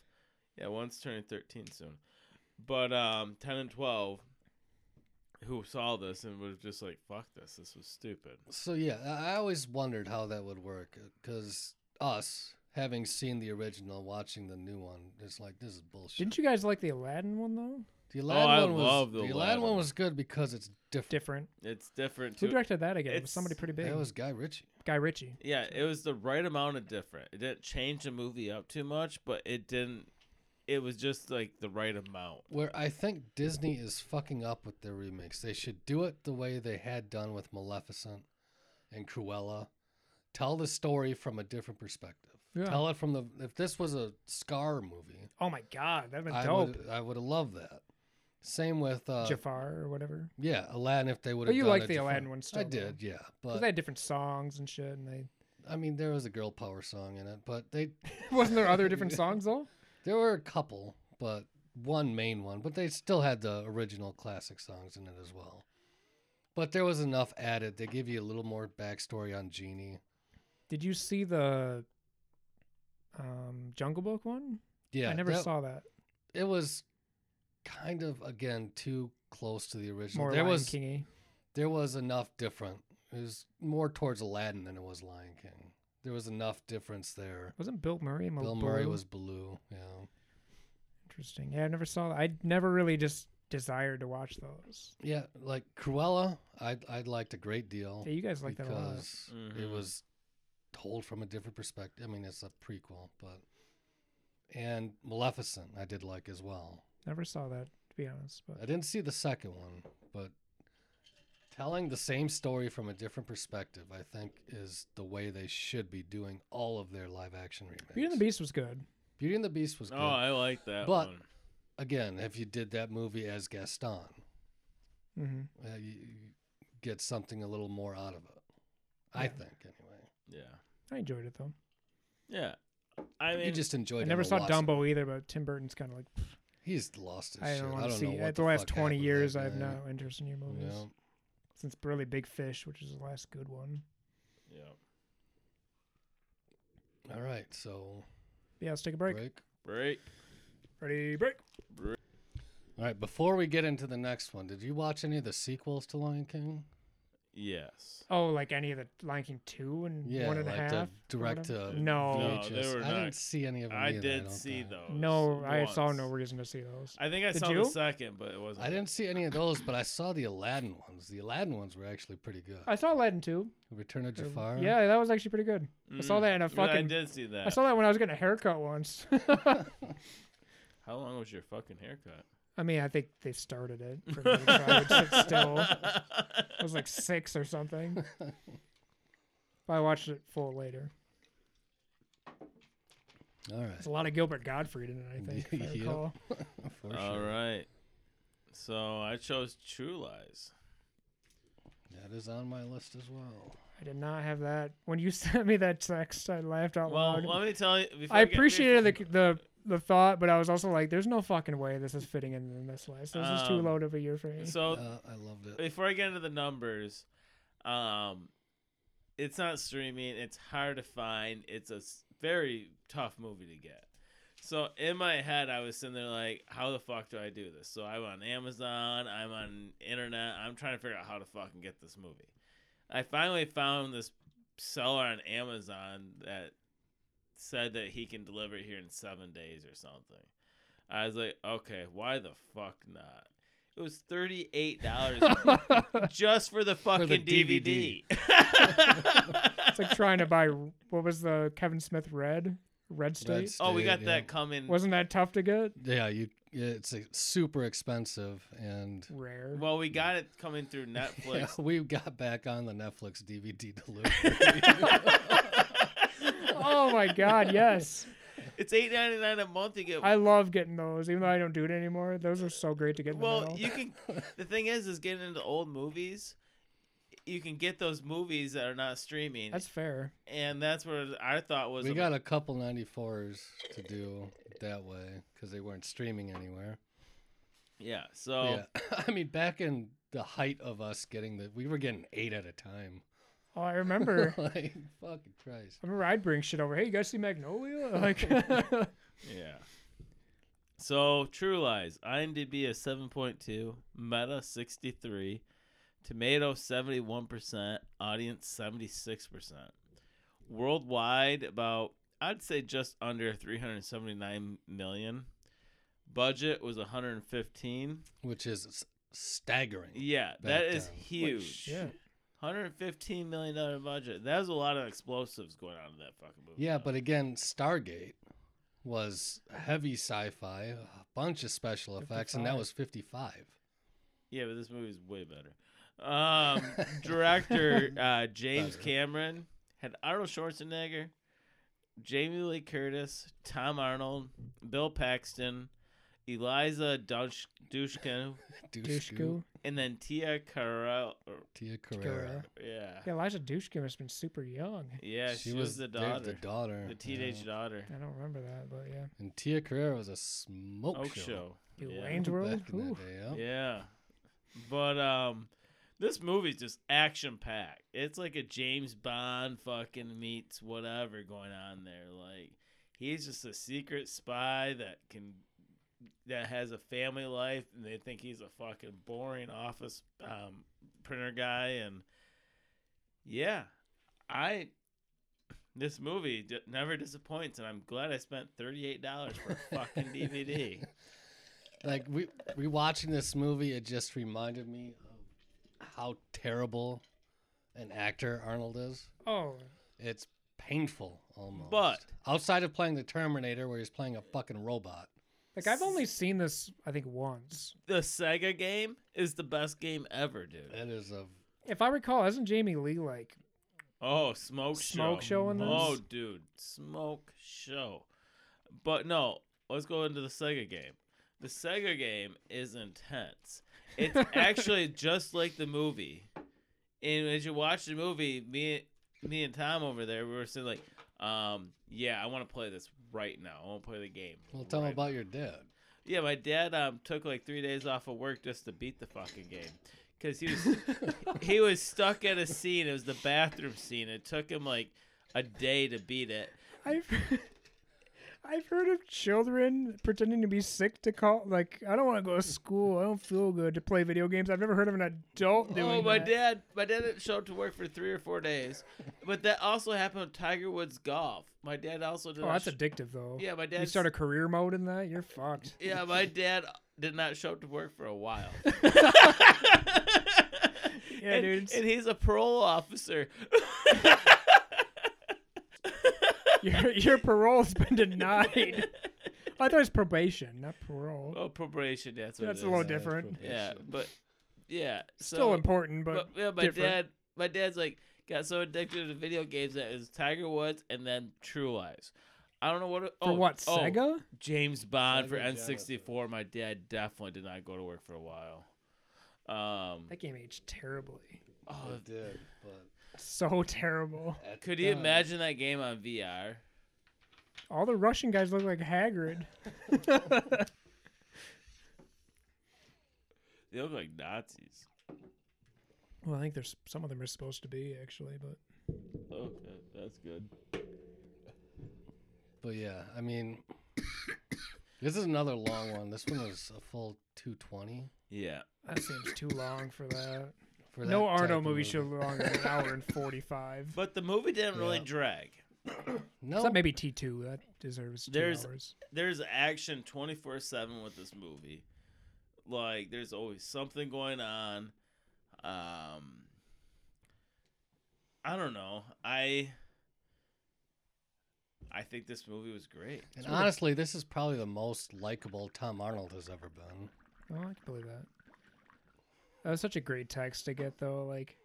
[SPEAKER 1] Yeah, one's turning 13 soon. But um, 10 and 12 who saw this and was just like, "Fuck this! This was stupid."
[SPEAKER 2] So yeah, I I always wondered how that would work because us having seen the original, watching the new one, it's like this is bullshit.
[SPEAKER 3] Didn't you guys like the Aladdin one though?
[SPEAKER 2] The
[SPEAKER 1] Oh,
[SPEAKER 2] Aladdin
[SPEAKER 1] I
[SPEAKER 2] one was
[SPEAKER 1] love the
[SPEAKER 2] the Aladdin,
[SPEAKER 1] Aladdin.
[SPEAKER 2] one was good because it's different.
[SPEAKER 3] Different.
[SPEAKER 1] It's different.
[SPEAKER 3] Who
[SPEAKER 1] to-
[SPEAKER 3] directed that again? It
[SPEAKER 1] it's-
[SPEAKER 3] was somebody pretty big.
[SPEAKER 2] That was Guy Ritchie.
[SPEAKER 3] Guy Ritchie.
[SPEAKER 1] Yeah, it was the right amount of different. It didn't change the movie up too much, but it didn't. It was just like the right amount.
[SPEAKER 2] Where I think Disney is fucking up with their remakes. They should do it the way they had done with Maleficent and Cruella. Tell the story from a different perspective.
[SPEAKER 3] Yeah.
[SPEAKER 2] Tell it from the if this was a Scar movie,
[SPEAKER 3] Oh my God, that'd been
[SPEAKER 2] I
[SPEAKER 3] dope.
[SPEAKER 2] would I would have loved that. Same with uh,
[SPEAKER 3] Jafar or whatever.
[SPEAKER 2] yeah Aladdin if they would have.
[SPEAKER 3] But Oh, you
[SPEAKER 2] done
[SPEAKER 3] liked
[SPEAKER 2] a
[SPEAKER 3] the
[SPEAKER 2] different-
[SPEAKER 3] Aladdin one still,
[SPEAKER 2] I
[SPEAKER 3] though.
[SPEAKER 2] did, yeah.
[SPEAKER 3] 'Cause
[SPEAKER 2] But
[SPEAKER 3] they had different songs and shit, and they
[SPEAKER 2] I mean, there was a girl power song in it, but they
[SPEAKER 3] wasn't there other different songs though.
[SPEAKER 2] There were a couple, but one main one, but they still had the original classic songs in it as well. But there was enough added. They give you a little more backstory on Genie.
[SPEAKER 3] Did you see the um, Jungle Book one?
[SPEAKER 2] Yeah,
[SPEAKER 3] I never
[SPEAKER 2] that-
[SPEAKER 3] saw that.
[SPEAKER 2] It was kind of again too close to the original.
[SPEAKER 3] More
[SPEAKER 2] there
[SPEAKER 3] Lion
[SPEAKER 2] was
[SPEAKER 3] Kingy.
[SPEAKER 2] there was enough different. It was more towards Aladdin than it was Lion King. There was enough difference there.
[SPEAKER 3] Wasn't Bill Murray? in
[SPEAKER 2] Bill Murray
[SPEAKER 3] Baloo?
[SPEAKER 2] was Baloo. Yeah,
[SPEAKER 3] interesting. Yeah, I never saw. that. I never really just desired to watch those.
[SPEAKER 2] yeah. Like Cruella, I I liked a great deal.
[SPEAKER 3] Yeah, you guys like that a lot.
[SPEAKER 2] because it
[SPEAKER 1] Mhm.
[SPEAKER 2] was told from a different perspective. I mean, it's a prequel, but and Maleficent I did like as well.
[SPEAKER 3] Never saw that to be honest. But
[SPEAKER 2] I didn't see the second one, but telling the same story from a different perspective, I think, is the way they should be doing all of their live action remakes.
[SPEAKER 3] Beauty and the Beast was good.
[SPEAKER 2] Beauty and the Beast was good.
[SPEAKER 1] Oh, I like that
[SPEAKER 2] But-
[SPEAKER 1] one.
[SPEAKER 2] Again, if you did that movie as Gaston,
[SPEAKER 3] Mm-hmm.
[SPEAKER 2] uh, you, you get something a little more out of it. I
[SPEAKER 3] Yeah.
[SPEAKER 2] think anyway.
[SPEAKER 1] Yeah,
[SPEAKER 3] I enjoyed it though.
[SPEAKER 1] yeah. I mean,
[SPEAKER 2] you just enjoyed.
[SPEAKER 3] I never saw
[SPEAKER 2] Maleficent.
[SPEAKER 3] Dumbo either, but Tim Burton's kind of like, "Pff,
[SPEAKER 2] He's lost his
[SPEAKER 3] I
[SPEAKER 2] shit.
[SPEAKER 3] don't
[SPEAKER 2] I
[SPEAKER 3] want
[SPEAKER 2] don't
[SPEAKER 3] to
[SPEAKER 2] know
[SPEAKER 3] see.
[SPEAKER 2] what
[SPEAKER 3] The, last
[SPEAKER 2] fuck
[SPEAKER 3] twenty
[SPEAKER 2] happened to
[SPEAKER 3] years,
[SPEAKER 2] that
[SPEAKER 3] I
[SPEAKER 2] guy.
[SPEAKER 3] have no interest in your movies
[SPEAKER 2] Yeah.
[SPEAKER 3] since really Big Fish, which is the last good one.
[SPEAKER 1] Yeah.
[SPEAKER 2] All right, so
[SPEAKER 3] Yeah, let's take a
[SPEAKER 2] break.
[SPEAKER 3] break.
[SPEAKER 1] Break.
[SPEAKER 3] Ready, break.
[SPEAKER 1] Break.
[SPEAKER 2] All right, before we get into the next one, did you watch any of the sequels to Lion King?
[SPEAKER 1] Yes.
[SPEAKER 3] Oh, like any of the Lion King two and
[SPEAKER 2] Yeah,
[SPEAKER 3] one and a
[SPEAKER 2] like
[SPEAKER 3] half.
[SPEAKER 2] the
[SPEAKER 3] or
[SPEAKER 2] direct
[SPEAKER 3] whatever?
[SPEAKER 2] to
[SPEAKER 3] no,
[SPEAKER 1] No,
[SPEAKER 2] VHS.
[SPEAKER 1] they were
[SPEAKER 2] I
[SPEAKER 1] not-
[SPEAKER 2] didn't see any of them.
[SPEAKER 1] I
[SPEAKER 2] either,
[SPEAKER 1] did
[SPEAKER 2] don't
[SPEAKER 1] see
[SPEAKER 2] think.
[SPEAKER 1] those.
[SPEAKER 3] no, I saw
[SPEAKER 1] once.
[SPEAKER 3] no reason to see those.
[SPEAKER 1] I think I
[SPEAKER 3] Did
[SPEAKER 1] saw
[SPEAKER 3] you?
[SPEAKER 1] the second, but it wasn't.
[SPEAKER 2] I didn't see any of those, but I saw the Aladdin ones. The Aladdin ones were actually pretty good.
[SPEAKER 3] I saw Aladdin two.
[SPEAKER 2] Return of
[SPEAKER 3] or-
[SPEAKER 2] Jafar.
[SPEAKER 3] Yeah, that was actually pretty good. I saw
[SPEAKER 1] Mm.
[SPEAKER 3] that in a
[SPEAKER 1] Yeah, I
[SPEAKER 3] fucking-
[SPEAKER 1] did see that.
[SPEAKER 3] I saw that when I was getting a haircut once.
[SPEAKER 1] How long was your fucking haircut?
[SPEAKER 3] I mean, I think they started it. For me, so I would sit still. I was like six or something. But I watched it full later.
[SPEAKER 2] All
[SPEAKER 3] There's
[SPEAKER 2] right.
[SPEAKER 3] a lot of Gilbert Godfrey in it, I think. If I
[SPEAKER 2] Yep.
[SPEAKER 3] recall.
[SPEAKER 2] For
[SPEAKER 1] All
[SPEAKER 2] sure.
[SPEAKER 1] right. So I chose True Lies.
[SPEAKER 2] That is on my list as well.
[SPEAKER 3] I did not have that. When you sent me that text, I laughed out
[SPEAKER 1] Well,
[SPEAKER 3] loud.
[SPEAKER 1] let me tell you. before
[SPEAKER 3] I
[SPEAKER 1] we get-
[SPEAKER 3] appreciated the, the the thought, but I was also like, "There's no fucking way this is fitting in, in this list. This is too
[SPEAKER 1] Um,
[SPEAKER 3] low of a year for me."
[SPEAKER 1] So
[SPEAKER 2] Uh, I loved it.
[SPEAKER 1] before I get into the numbers, um, it's not streaming. It's hard to find. It's a s- very tough movie to get. So in my head, I was sitting there like, how the fuck do I do this? So I'm on Amazon. I'm on internet. I'm trying to figure out how to fucking get this movie. I finally found this seller on Amazon that said that he can deliver it here in seven days or something. I was like, okay, why the fuck not? It was thirty eight dollars just for the fucking
[SPEAKER 2] the
[SPEAKER 1] DVD.
[SPEAKER 2] DVD.
[SPEAKER 3] it's like trying to buy what was the Kevin Smith Red Red State?
[SPEAKER 2] Red
[SPEAKER 1] oh, we got
[SPEAKER 2] State, yeah.
[SPEAKER 1] that coming.
[SPEAKER 3] Wasn't that tough to get?
[SPEAKER 2] Yeah, you. It's uh, super expensive, and
[SPEAKER 3] Rare.
[SPEAKER 1] well, we got it coming through
[SPEAKER 2] yeah,
[SPEAKER 1] Netflix.
[SPEAKER 2] we got back on the Netflix DVD delivery.
[SPEAKER 3] oh my god, yes.
[SPEAKER 1] It's eight ninety nine a month. You get
[SPEAKER 3] I love getting those, even though I don't do it anymore. Those are so great to get in the
[SPEAKER 1] well.
[SPEAKER 3] mail.
[SPEAKER 1] You can. The thing is, is getting into old movies. You can get those movies that are not streaming,
[SPEAKER 3] That's fair.
[SPEAKER 1] and that's what I thought was.
[SPEAKER 2] we
[SPEAKER 1] a-
[SPEAKER 2] got a couple 94s to do that way because they weren't streaming anywhere.
[SPEAKER 1] yeah. So
[SPEAKER 2] Yeah, I mean, back in the height of us getting the, we were getting eight at a time.
[SPEAKER 3] Oh, I remember.
[SPEAKER 2] like fucking Christ.
[SPEAKER 3] I remember I'd bring shit over. Hey, you guys see Magnolia? Like,
[SPEAKER 1] Yeah. So True Lies, IMDb is seven point two, Meta sixty three, Tomato seventy one percent, Audience seventy six percent, worldwide about I'd say just under three hundred seventy nine million. Budget was one hundred and fifteen.
[SPEAKER 2] Which is s- staggering.
[SPEAKER 1] Yeah, that
[SPEAKER 2] That,
[SPEAKER 1] is
[SPEAKER 2] um,
[SPEAKER 1] huge.
[SPEAKER 3] yeah.
[SPEAKER 1] One hundred fifteen million dollar budget. That was a lot of explosives going on in that fucking movie.
[SPEAKER 2] Yeah,
[SPEAKER 1] though.
[SPEAKER 2] but again, Stargate was heavy sci-fi, a bunch of special effects, and that
[SPEAKER 3] 55.
[SPEAKER 2] was 55.
[SPEAKER 1] Yeah, but this movie's way better. Um, director uh, James
[SPEAKER 2] Better.
[SPEAKER 1] Cameron had Arnold Schwarzenegger, Jamie Lee Curtis, Tom Arnold, Bill Paxton, Eliza Dush- Dushku,
[SPEAKER 3] Dushku.
[SPEAKER 1] and then Tia Carrell. or-
[SPEAKER 2] Tia Carrera.
[SPEAKER 1] Yeah,
[SPEAKER 3] Yeah, Elijah Dushku must have been super young.
[SPEAKER 1] yeah, she, was, the
[SPEAKER 2] they-
[SPEAKER 1] daughter, the,
[SPEAKER 2] The daughter.
[SPEAKER 1] teenage
[SPEAKER 2] yeah.
[SPEAKER 1] daughter.
[SPEAKER 3] I don't remember that, but yeah.
[SPEAKER 2] And Tia Carrera was a smoke
[SPEAKER 1] Oak
[SPEAKER 2] show.
[SPEAKER 1] show.
[SPEAKER 3] Dude,
[SPEAKER 1] Yeah.
[SPEAKER 3] Wayne's World.
[SPEAKER 2] Back in that
[SPEAKER 3] Ooh.
[SPEAKER 2] day, yeah.
[SPEAKER 1] Yeah. But um this movie's just action packed. It's like a James Bond fucking meets whatever going on there. Like he's just a secret spy that can that has a family life and they think he's a fucking boring office um printer guy and yeah. I this movie d- never disappoints and I'm glad I spent $38 for a fucking DVD.
[SPEAKER 2] like we rewatching this movie, it just reminded me of how terrible an actor Arnold is.
[SPEAKER 3] Oh,
[SPEAKER 2] It's painful almost.
[SPEAKER 1] But-
[SPEAKER 2] outside of playing the Terminator, where he's playing a fucking robot,
[SPEAKER 3] like I've only seen this, I think, once.
[SPEAKER 1] the Sega game is the best game ever, dude.
[SPEAKER 2] that is a
[SPEAKER 3] If I recall, isn't Jamie Lee like
[SPEAKER 1] Oh, smoke show.
[SPEAKER 3] smoke show in this?
[SPEAKER 1] Oh, dude, smoke show. But no, let's go into the Sega game. The Sega game is intense. It's actually just like the movie. And as you watch the movie, me, me and Tom over there, we were saying like, um, yeah, I want to play this right now. I want to play the game.
[SPEAKER 2] Well, tell
[SPEAKER 1] right
[SPEAKER 2] me about your dad.
[SPEAKER 1] Yeah, my dad um, took like three days off of work just to beat the fucking game because he was he was stuck at a scene. It was the bathroom scene. It took him like a day to beat it.
[SPEAKER 3] I've I've heard of children pretending to be sick to call like I don't want to go to school. I don't feel good to play video games. I've never heard of an adult doing
[SPEAKER 1] oh, my
[SPEAKER 3] that.
[SPEAKER 1] dad, my dad didn't show up to work for three or four days, but that also happened with Tiger Woods golf. My dad also did.
[SPEAKER 3] Oh,
[SPEAKER 1] not
[SPEAKER 3] that's addictive though.
[SPEAKER 1] yeah, my dad.
[SPEAKER 3] You start a career mode in that, you're fucked.
[SPEAKER 1] yeah, my dad did not show up to work for a while.
[SPEAKER 3] Yeah,
[SPEAKER 1] and,
[SPEAKER 3] dude.
[SPEAKER 1] and he's a parole officer.
[SPEAKER 3] Your your parole's been denied. I thought it was probation, not parole.
[SPEAKER 1] oh, probation. That's what
[SPEAKER 3] That's
[SPEAKER 1] it
[SPEAKER 3] a
[SPEAKER 1] is.
[SPEAKER 2] Yeah,
[SPEAKER 3] little
[SPEAKER 2] that's
[SPEAKER 3] different.
[SPEAKER 2] probation.
[SPEAKER 1] Yeah, but yeah, so,
[SPEAKER 3] Still important, but,
[SPEAKER 1] But yeah, my
[SPEAKER 3] different.
[SPEAKER 1] dad, my dad's like got so addicted to video games that it was Tiger Woods and then True Lies. I don't know what.
[SPEAKER 3] for
[SPEAKER 1] oh,
[SPEAKER 3] what,
[SPEAKER 1] oh,
[SPEAKER 3] Sega?
[SPEAKER 1] James Bond for
[SPEAKER 2] Sega
[SPEAKER 1] N sixty four. My dad definitely did not go to work for a while. Um,
[SPEAKER 3] That game aged terribly.
[SPEAKER 1] oh,
[SPEAKER 2] I did, but
[SPEAKER 3] So terrible.
[SPEAKER 2] at
[SPEAKER 1] could
[SPEAKER 2] the
[SPEAKER 1] you
[SPEAKER 2] time-
[SPEAKER 1] imagine that game on VR?
[SPEAKER 3] All the Russian guys look like Hagrid.
[SPEAKER 1] They look like Nazis.
[SPEAKER 3] Well, I think there's some of them are supposed to be actually, but
[SPEAKER 1] Okay, Oh, that's good.
[SPEAKER 2] But yeah, I mean, this is another long one. This one was a full 220.
[SPEAKER 1] Yeah,
[SPEAKER 3] that seems too long for that.
[SPEAKER 2] For
[SPEAKER 3] no
[SPEAKER 2] that type
[SPEAKER 3] Arno
[SPEAKER 2] of
[SPEAKER 3] movie should longer than an hour and forty-five.
[SPEAKER 1] but the movie didn't really
[SPEAKER 2] Yeah.
[SPEAKER 1] drag.
[SPEAKER 2] No,
[SPEAKER 3] Except maybe T two that deserves two
[SPEAKER 1] There's-
[SPEAKER 3] hours.
[SPEAKER 1] there's action 24 7 with this movie like there's always something going on um i don't know i i think this movie was great
[SPEAKER 2] and honestly, this is probably the most likable Tom Arnold has ever been.
[SPEAKER 3] Oh, I can believe that. That was such a great text to get though. Like,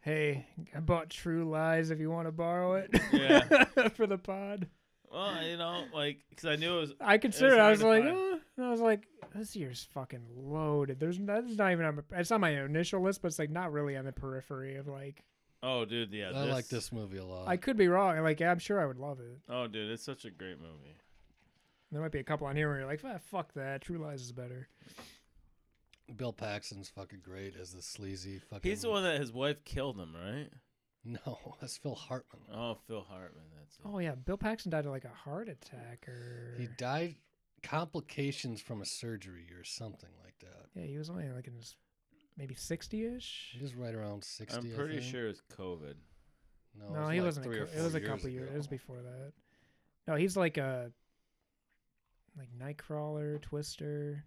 [SPEAKER 3] hey, I bought True Lies. If you want to borrow it,
[SPEAKER 1] Yeah.
[SPEAKER 3] for the pod.
[SPEAKER 1] well you know like because i knew it was
[SPEAKER 3] I considered. it. I
[SPEAKER 1] hard
[SPEAKER 3] was
[SPEAKER 1] to
[SPEAKER 3] like,
[SPEAKER 1] find.
[SPEAKER 3] oh, and I was like, this year's fucking loaded. There's that's not even on. my- It's on my initial list, but it's like not really on the periphery of like.
[SPEAKER 1] oh dude yeah
[SPEAKER 2] I like this movie a lot.
[SPEAKER 3] I could be wrong. Like, I'm sure I would love it.
[SPEAKER 1] oh dude it's such a great movie
[SPEAKER 3] There might be a couple on here where you're like, ah, fuck that. True Lies is better.
[SPEAKER 2] Bill Paxton's fucking great as the sleazy fucking.
[SPEAKER 1] he's the one that his wife killed him right
[SPEAKER 2] No, that's Phil Hartman.
[SPEAKER 1] oh phil hartman that's it.
[SPEAKER 3] Oh yeah, Bill Paxton died of like a heart attack or
[SPEAKER 2] He died complications from a surgery or something like that.
[SPEAKER 3] yeah, he was only like in his maybe sixty ish.
[SPEAKER 2] He was right around 60.
[SPEAKER 1] i'm
[SPEAKER 2] I
[SPEAKER 1] pretty
[SPEAKER 2] think.
[SPEAKER 1] sure it was covid
[SPEAKER 2] No, Oh, it
[SPEAKER 3] No,
[SPEAKER 2] was
[SPEAKER 3] he
[SPEAKER 2] like
[SPEAKER 3] wasn't. A
[SPEAKER 2] three or
[SPEAKER 3] cou- it
[SPEAKER 2] four
[SPEAKER 3] was a
[SPEAKER 2] years
[SPEAKER 3] couple years. It was
[SPEAKER 2] ago.
[SPEAKER 3] before that. No, he's like a like Nightcrawler, Twister,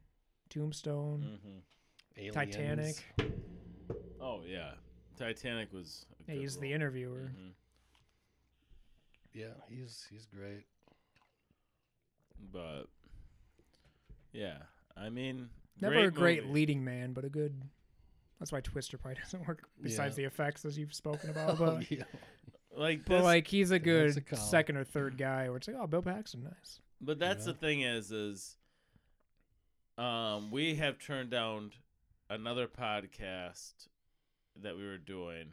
[SPEAKER 3] Tombstone.
[SPEAKER 2] Mm,
[SPEAKER 1] hmm
[SPEAKER 2] Aliens.
[SPEAKER 3] Titanic.
[SPEAKER 1] oh yeah titanic was a
[SPEAKER 3] Yeah,
[SPEAKER 1] good
[SPEAKER 3] he's the
[SPEAKER 1] role.
[SPEAKER 3] interviewer.
[SPEAKER 1] Mhm.
[SPEAKER 2] Yeah, he's he's great.
[SPEAKER 1] But yeah, I mean,
[SPEAKER 2] Mm.
[SPEAKER 3] Never a great
[SPEAKER 1] movie.
[SPEAKER 3] leading man, but a good. That's why Twister probably doesn't work. Besides the effects, as you've spoken about, but,
[SPEAKER 2] Oh, yeah.
[SPEAKER 1] Like,
[SPEAKER 3] but
[SPEAKER 1] this,
[SPEAKER 3] like he's a
[SPEAKER 2] That's a
[SPEAKER 3] good
[SPEAKER 2] call.
[SPEAKER 3] second or third guy. Where it's like, oh, Bill Paxton, nice.
[SPEAKER 1] but that's
[SPEAKER 2] Yeah.
[SPEAKER 1] the thing is, is um, we have turned down another podcast that we were doing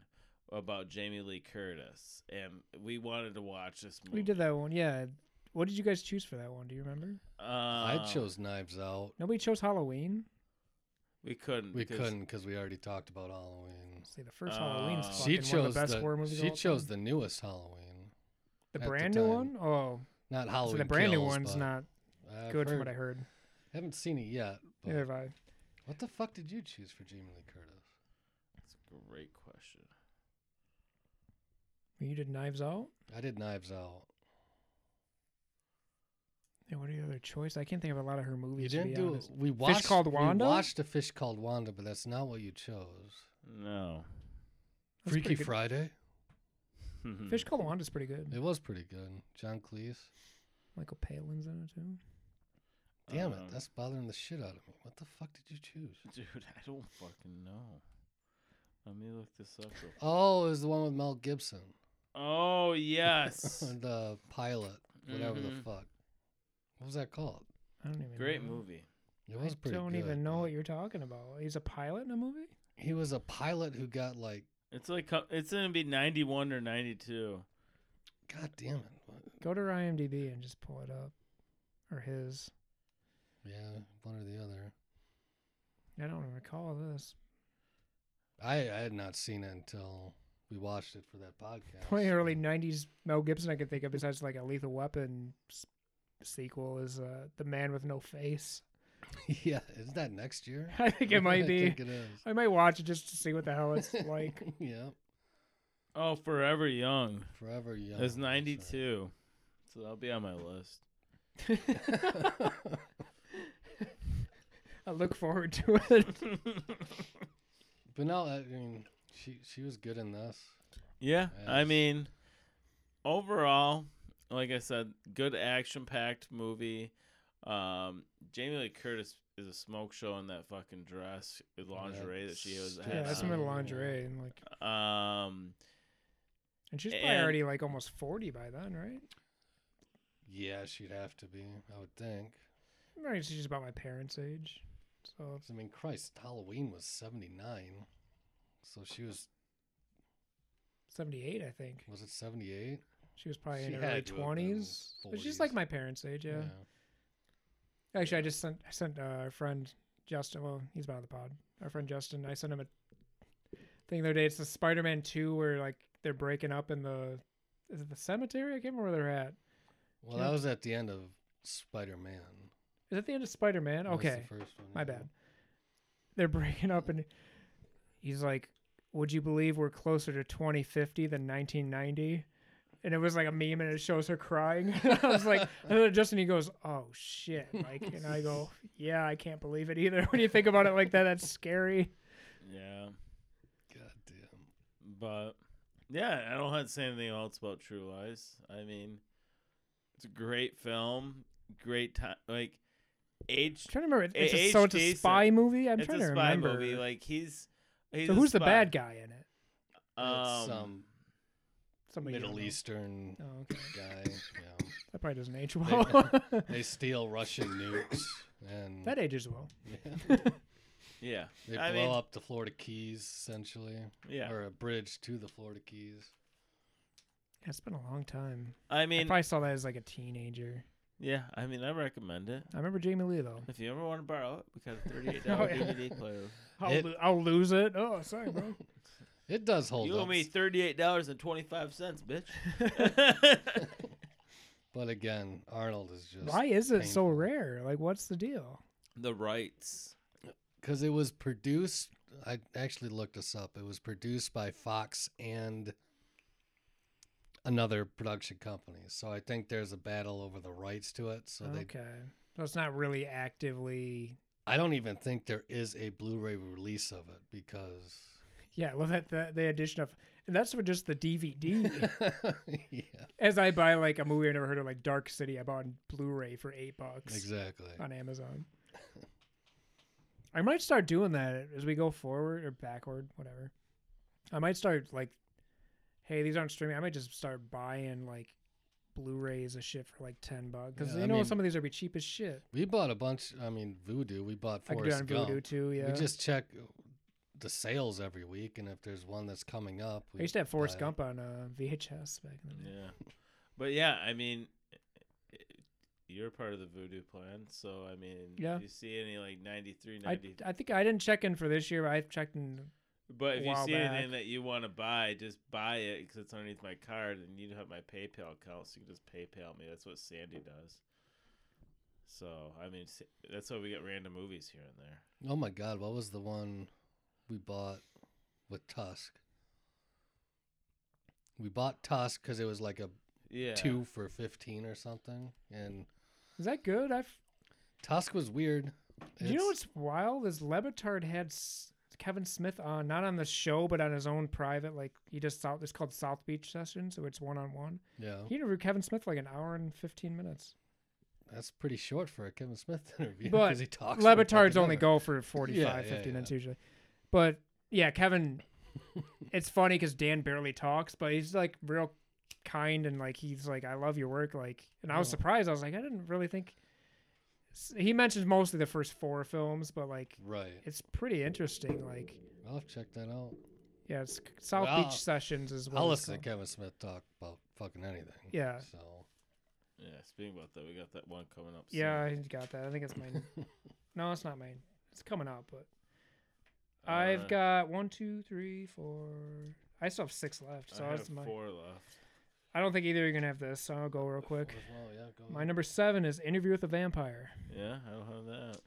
[SPEAKER 1] about Jamie Lee Curtis, and we wanted to watch this movie.
[SPEAKER 3] We did that one, yeah. What did you guys choose for that one? Do you remember?
[SPEAKER 1] Um,
[SPEAKER 2] I chose Knives Out.
[SPEAKER 3] Nobody chose Halloween.
[SPEAKER 1] We couldn't.
[SPEAKER 2] We
[SPEAKER 1] because-
[SPEAKER 2] couldn't because we already talked about Halloween.
[SPEAKER 3] See, the first
[SPEAKER 1] Uh,
[SPEAKER 3] Halloween's
[SPEAKER 1] She
[SPEAKER 3] fucking
[SPEAKER 2] She
[SPEAKER 3] one
[SPEAKER 2] chose
[SPEAKER 3] of the best horror movies. of
[SPEAKER 2] she
[SPEAKER 3] all
[SPEAKER 2] chose
[SPEAKER 3] time.
[SPEAKER 2] the newest Halloween,
[SPEAKER 3] the
[SPEAKER 2] at the
[SPEAKER 3] brand new one. Oh,
[SPEAKER 2] not Halloween.
[SPEAKER 3] so the brand new
[SPEAKER 2] Kills,
[SPEAKER 3] one's
[SPEAKER 2] but
[SPEAKER 3] not
[SPEAKER 2] I've
[SPEAKER 3] good from
[SPEAKER 2] heard-
[SPEAKER 3] what I heard.
[SPEAKER 2] Haven't seen it yet. But
[SPEAKER 3] Neither have I.
[SPEAKER 2] What the fuck did you choose for Jamie Lee Curtis?
[SPEAKER 1] That's a great question.
[SPEAKER 3] You did Knives Out.
[SPEAKER 2] I did Knives Out.
[SPEAKER 3] And what are your other choice? I can't think of a lot of her movies.
[SPEAKER 2] You
[SPEAKER 3] to
[SPEAKER 2] didn't
[SPEAKER 3] be
[SPEAKER 2] do.
[SPEAKER 3] honest.
[SPEAKER 2] We watched
[SPEAKER 3] Called
[SPEAKER 2] we
[SPEAKER 3] Wanda?
[SPEAKER 2] watched a fish called Wanda, but that's not what you chose.
[SPEAKER 1] No.
[SPEAKER 3] That's
[SPEAKER 2] Freaky
[SPEAKER 3] pretty good.
[SPEAKER 2] Friday.
[SPEAKER 3] Fish Called Wanda's pretty good.
[SPEAKER 2] It was pretty good. John Cleese.
[SPEAKER 3] Michael Palin's in it too.
[SPEAKER 1] Um,
[SPEAKER 2] Damn it, that's bothering the shit out of me. What the fuck did you choose?
[SPEAKER 1] dude. I don't fucking know. Let me look this up. real
[SPEAKER 2] Oh, it was the one with Mel Gibson.
[SPEAKER 1] Oh yes,
[SPEAKER 2] the pilot, whatever the
[SPEAKER 1] Mhm.
[SPEAKER 2] fuck. What was that called?
[SPEAKER 3] I don't even.
[SPEAKER 1] great
[SPEAKER 3] know.
[SPEAKER 1] movie.
[SPEAKER 2] It was
[SPEAKER 3] I
[SPEAKER 2] pretty.
[SPEAKER 3] don't
[SPEAKER 2] good,
[SPEAKER 3] even know
[SPEAKER 2] but
[SPEAKER 3] what you're talking about. He's a pilot in a movie.
[SPEAKER 2] He was a pilot who got like,
[SPEAKER 1] It's like co- it's gonna be ninety one or ninety two.
[SPEAKER 2] god damn it. What?
[SPEAKER 3] Go to IMDb and just pull it up, or his.
[SPEAKER 2] Yeah, one or the other.
[SPEAKER 3] I don't recall this.
[SPEAKER 2] I, I had not seen it until we watched it for that podcast.
[SPEAKER 3] Only early '90s Mel Gibson I can think of besides like a Lethal Weapon s- sequel is uh, the Man with No Face.
[SPEAKER 2] yeah, isn't that next year?
[SPEAKER 3] I think it might be.
[SPEAKER 2] think it is.
[SPEAKER 3] I might watch it just to see what the hell it's like.
[SPEAKER 2] yeah,
[SPEAKER 1] Oh, Forever Young.
[SPEAKER 2] Forever Young.
[SPEAKER 1] It's
[SPEAKER 2] that's right.
[SPEAKER 1] 92. So that'll be on my list.
[SPEAKER 3] I look forward to it.
[SPEAKER 2] But no, I mean, she she was good in this.
[SPEAKER 1] Yeah, I
[SPEAKER 2] Yes.
[SPEAKER 1] mean, overall, like I said, good action-packed movie. Um, Jamie Lee Curtis is a smoke show in that fucking dress, with lingerie that she was.
[SPEAKER 2] stupid
[SPEAKER 3] Yeah,
[SPEAKER 1] had
[SPEAKER 3] that's some
[SPEAKER 2] Yeah.
[SPEAKER 3] of the
[SPEAKER 1] on.
[SPEAKER 3] lingerie and like,
[SPEAKER 1] Um,
[SPEAKER 3] and she's probably
[SPEAKER 1] And-
[SPEAKER 3] already like almost forty by then, right?
[SPEAKER 2] Yeah, she'd have to be, I would think.
[SPEAKER 3] I mean, she's just about my parents' age, so
[SPEAKER 2] 'Cause, I mean, Christ, Halloween was seventy nine, so she was
[SPEAKER 3] seventy-eight, I think.
[SPEAKER 2] was it seventy eight?
[SPEAKER 3] She was probably in
[SPEAKER 2] She
[SPEAKER 3] her early
[SPEAKER 2] had to have been
[SPEAKER 3] twenties. But she's
[SPEAKER 2] 40s.
[SPEAKER 3] like my parents' age, yeah. Actually, I just sent I sent uh, our friend Justin. Well, he's been on the pod. Our friend Justin. I sent him a thing the other day. It's the Spider-Man Two where like they're breaking up in the is it the cemetery? I can't remember where they're at.
[SPEAKER 2] Well,
[SPEAKER 3] Yeah.
[SPEAKER 2] that was at the end of Spider Man.
[SPEAKER 3] Is that the end of Spider-Man? Okay, my bad. They're breaking up, and he's like, "Would you believe we're closer to 2050 than 1990?" And it was like a meme, and it shows her crying. I was like, I looked at Justin, he goes, "Oh shit!" Like, and I go, "Yeah, I can't believe it either." When you think about it like that, that's scary.
[SPEAKER 1] yeah,
[SPEAKER 2] God damn.
[SPEAKER 1] but yeah, I don't have to say anything else about True Lies. I mean, it's a great film, great time, like age.
[SPEAKER 3] I'm trying to remember. It's a,
[SPEAKER 1] It
[SPEAKER 3] so
[SPEAKER 1] aged
[SPEAKER 3] it's a
[SPEAKER 1] decent.
[SPEAKER 3] spy movie. I'm
[SPEAKER 1] it's
[SPEAKER 3] trying
[SPEAKER 1] a
[SPEAKER 3] to
[SPEAKER 1] spy
[SPEAKER 3] remember.
[SPEAKER 1] movie. Like he's. he's
[SPEAKER 3] so
[SPEAKER 1] a
[SPEAKER 3] who's the
[SPEAKER 1] spy.
[SPEAKER 3] bad guy in it?
[SPEAKER 1] Um,
[SPEAKER 2] it's some
[SPEAKER 3] Somebody you
[SPEAKER 2] Middle
[SPEAKER 3] don't know.
[SPEAKER 2] Eastern
[SPEAKER 3] Oh, okay.
[SPEAKER 2] guy. Yeah.
[SPEAKER 3] That probably doesn't age well.
[SPEAKER 2] They steal Russian nukes and
[SPEAKER 3] that ages well.
[SPEAKER 2] yeah,
[SPEAKER 1] yeah,
[SPEAKER 2] they blow
[SPEAKER 1] I mean-
[SPEAKER 2] up the Florida Keys essentially,
[SPEAKER 1] yeah.
[SPEAKER 2] or a bridge to the Florida Keys.
[SPEAKER 3] Yeah, it's been a long time.
[SPEAKER 1] I
[SPEAKER 3] I
[SPEAKER 1] mean,
[SPEAKER 3] probably saw that as like a teenager.
[SPEAKER 1] yeah, I mean, I recommend it.
[SPEAKER 3] I remember Jamie Lee though.
[SPEAKER 1] If you ever want to borrow it, we got a thirty-eight
[SPEAKER 3] Oh,
[SPEAKER 1] dollar
[SPEAKER 3] yeah.
[SPEAKER 1] DVD player.
[SPEAKER 3] I'll,
[SPEAKER 2] It-
[SPEAKER 3] lo- I'll lose it. Oh, sorry, bro.
[SPEAKER 2] It does hold
[SPEAKER 1] You owe
[SPEAKER 2] up,
[SPEAKER 1] me thirty-eight dollars and twenty-five cents, bitch.
[SPEAKER 2] but again, Arnold is just
[SPEAKER 3] Why is it so
[SPEAKER 2] painful.
[SPEAKER 3] rare? Like, what's the deal?
[SPEAKER 1] the rights.
[SPEAKER 2] because it was produced. I actually looked this up. It was produced by Fox and another production company. So I think there's a battle over the rights to it. So they,
[SPEAKER 3] okay, so it's not really actively.
[SPEAKER 2] I don't even think there is a Blu-ray release of it because
[SPEAKER 3] Yeah, I love that the, the addition of, and that's for just the DVD.
[SPEAKER 2] yeah,
[SPEAKER 3] As I buy like a movie I never heard of, like Dark City, I bought on Blu-ray for eight bucks
[SPEAKER 2] exactly.
[SPEAKER 3] on Amazon. I might start doing that as we go forward or backward, whatever. I might start like, hey, these aren't streaming. I might just start buying like Blu-rays of shit for like ten bucks because
[SPEAKER 2] Yeah,
[SPEAKER 3] you
[SPEAKER 2] I
[SPEAKER 3] know
[SPEAKER 2] mean-
[SPEAKER 3] some of these are be cheap as shit.
[SPEAKER 2] We bought a bunch. I mean, Voodoo. We bought
[SPEAKER 3] I could do it
[SPEAKER 2] Forrest
[SPEAKER 3] on Voodoo
[SPEAKER 2] Gump.
[SPEAKER 3] too. Yeah,
[SPEAKER 2] We just check the sales every week, and if there's one that's coming up, we
[SPEAKER 3] I used to have
[SPEAKER 2] buy
[SPEAKER 3] Forrest
[SPEAKER 2] it.
[SPEAKER 3] Gump on uh, VHS back in the day.
[SPEAKER 1] Yeah, but yeah, I mean, it- you're part of the Voodoo plan, so I mean,
[SPEAKER 3] Yeah.
[SPEAKER 1] if you see any like 93,
[SPEAKER 3] I,
[SPEAKER 1] 90,
[SPEAKER 3] I think I didn't check in for this year, but I checked in.
[SPEAKER 1] but if you
[SPEAKER 3] while
[SPEAKER 1] see
[SPEAKER 3] back.
[SPEAKER 1] anything that you want to buy, just buy it because it's underneath my card, and you have my PayPal account, so you can just PayPal me. That's what Sandy does. So I mean, s- that's why we get random movies here and there.
[SPEAKER 2] Oh my God! What was the one we bought with Tusk? We bought Tusk because it was like a
[SPEAKER 1] Yeah,
[SPEAKER 2] two for fifteen or something, and
[SPEAKER 3] Is that good? I've.
[SPEAKER 2] Tusk was weird.
[SPEAKER 3] Do you know
[SPEAKER 2] It's-
[SPEAKER 3] what's wild is Levitard had S- Kevin Smith on, not on the show, but on his own private. Like he just South. It's called South Beach Session, so it's one on one.
[SPEAKER 2] Yeah,
[SPEAKER 3] He interviewed Kevin Smith like an hour and fifteen minutes.
[SPEAKER 2] that's pretty short for a Kevin Smith interview
[SPEAKER 3] But
[SPEAKER 2] because he talks. for
[SPEAKER 3] Levitards
[SPEAKER 2] fucking
[SPEAKER 3] only
[SPEAKER 2] ever.
[SPEAKER 3] go for 45,
[SPEAKER 2] Yeah, yeah,
[SPEAKER 3] 50
[SPEAKER 2] yeah.
[SPEAKER 3] minutes usually. But yeah, Kevin, it's funny because Dan barely talks, but he's like real kind and like he's like, I love your work. Like, and I was
[SPEAKER 2] Oh.
[SPEAKER 3] surprised. I was like, I didn't really think. s- He mentions mostly the first four films, but like,
[SPEAKER 2] Right.
[SPEAKER 3] it's pretty interesting. Like,
[SPEAKER 2] I'll have to check that out.
[SPEAKER 3] yeah, it's South
[SPEAKER 2] Well,
[SPEAKER 3] Beach Sessions as well.
[SPEAKER 2] I'll listen to Kevin Smith talk about fucking anything.
[SPEAKER 3] Yeah.
[SPEAKER 2] So
[SPEAKER 1] yeah. Speaking about that, we got that one coming up. soon.
[SPEAKER 3] Yeah, I got that. I think it's my No, it's not Maine. It's coming out, but
[SPEAKER 1] Uh,
[SPEAKER 3] I've got one, two, three, four. I still have six left, so
[SPEAKER 1] I have
[SPEAKER 3] that's my.
[SPEAKER 1] four left.
[SPEAKER 3] I don't think either you're gonna have this, so I'll go real quick.
[SPEAKER 2] Well, yeah, go
[SPEAKER 3] My
[SPEAKER 2] on.
[SPEAKER 3] number seven is Interview with a Vampire.
[SPEAKER 1] Yeah, I don't have that.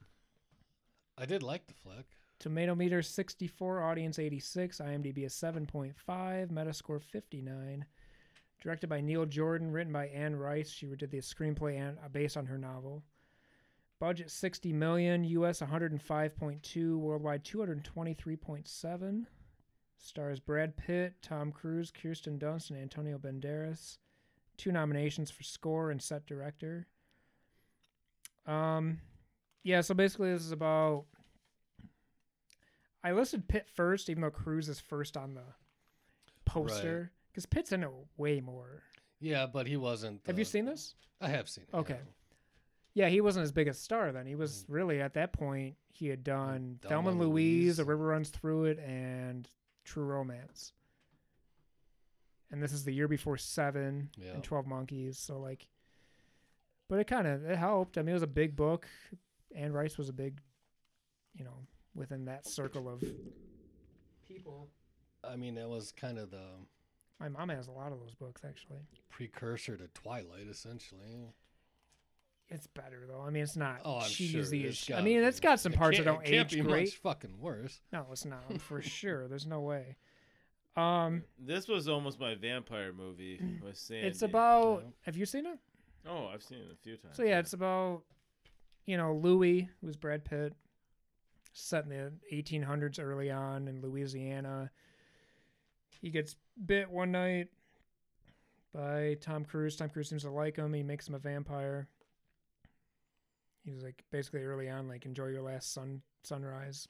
[SPEAKER 2] I did like the flick.
[SPEAKER 3] Tomato meter 64, audience 86, IMDb is 7.5, Metascore 59. Directed by Neil Jordan, written by Anne Rice. She did the screenplay and, uh, based on her novel. Budget 60 million, US 105.2, worldwide 223.7. Stars Brad Pitt, Tom Cruise, Kirsten Dunst, and Antonio Banderas. Two nominations for score and set director. Um, yeah, so basically this is about I listed Pitt first, even though Cruz is first on the poster because Pitt's in it way more.
[SPEAKER 2] Yeah, but he wasn't.
[SPEAKER 3] Have
[SPEAKER 2] the-
[SPEAKER 3] you seen this?
[SPEAKER 2] I have seen. It,
[SPEAKER 3] Okay.
[SPEAKER 2] yeah.
[SPEAKER 3] Yeah, he wasn't as big a star then. He was really at that point. He had done
[SPEAKER 2] Mm. Thelma
[SPEAKER 3] Thelma and
[SPEAKER 2] and
[SPEAKER 3] Louise,
[SPEAKER 2] Louise.
[SPEAKER 3] A River Runs Through It, and True Romance. And this is the year before Seven
[SPEAKER 2] Yeah.
[SPEAKER 3] and Twelve Monkeys. So like, but it kind of it helped. I mean, it was a big book. Anne Rice was a big, you know, within that circle of people.
[SPEAKER 2] I mean, that was kind of the
[SPEAKER 3] My mom has a lot of those books actually.
[SPEAKER 2] precursor to Twilight, essentially.
[SPEAKER 3] It's better though. I mean, it's not
[SPEAKER 2] Oh, I'm sure.
[SPEAKER 3] cheesy.
[SPEAKER 2] it's
[SPEAKER 3] as- I
[SPEAKER 2] gotta
[SPEAKER 3] mean,
[SPEAKER 2] be.
[SPEAKER 3] it's got some
[SPEAKER 2] It
[SPEAKER 3] parts that
[SPEAKER 2] can't-
[SPEAKER 3] don't
[SPEAKER 2] it can't
[SPEAKER 3] age
[SPEAKER 2] be
[SPEAKER 3] great.
[SPEAKER 2] Much fucking worse.
[SPEAKER 3] No, it's not for sure. There's no way. Um,
[SPEAKER 1] This was almost my vampire movie with Sandy.
[SPEAKER 3] it's about.
[SPEAKER 2] Yeah.
[SPEAKER 3] Have you seen it?
[SPEAKER 1] Oh, I've seen it a few times.
[SPEAKER 3] So yeah, it's about you know Louis, who's Brad Pitt, set in the 1800s early on in Louisiana. He gets bit one night by Tom Cruise. Tom Cruise seems to like him. He makes him a vampire. He's like basically early on, like enjoy your last sun sunrise.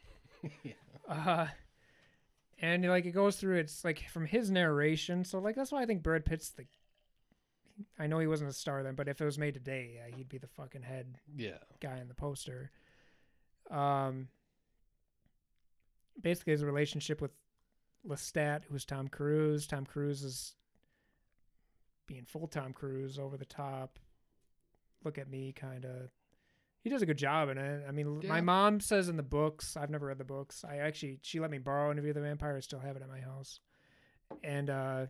[SPEAKER 2] Yeah.
[SPEAKER 3] Uh, and like it goes through. It's like from his narration. So like that's why I think Brad Pitt's the. I know he wasn't a star then, but if it was made today, yeah, he'd be the fucking head
[SPEAKER 2] Yeah.
[SPEAKER 3] guy in the poster. Um, basically, his relationship with Lestat, who's Tom Cruise. Tom Cruise is being full Tom Cruise, over the top, look at me kind of. He does a good job in it. I mean, l-
[SPEAKER 2] Yeah.
[SPEAKER 3] my mom says in the books, I've never read the books. I actually, she let me borrow Interview with the Vampire. I still have it at my house. And uh,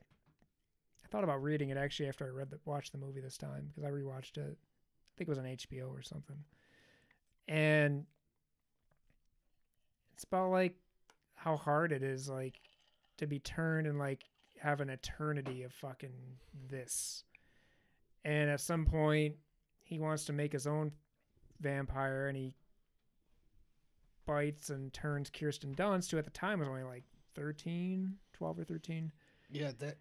[SPEAKER 3] I thought about reading it actually after I read the, watched the movie this time because I rewatched it. I think it was on HBO or something. And it's about like how hard it is like to be turned and like have an eternity of fucking this. And at some point he wants to make his own vampire and he bites and turns Kirsten Dunst who at the time was only like 13, 12 or 13.
[SPEAKER 2] Yeah. That.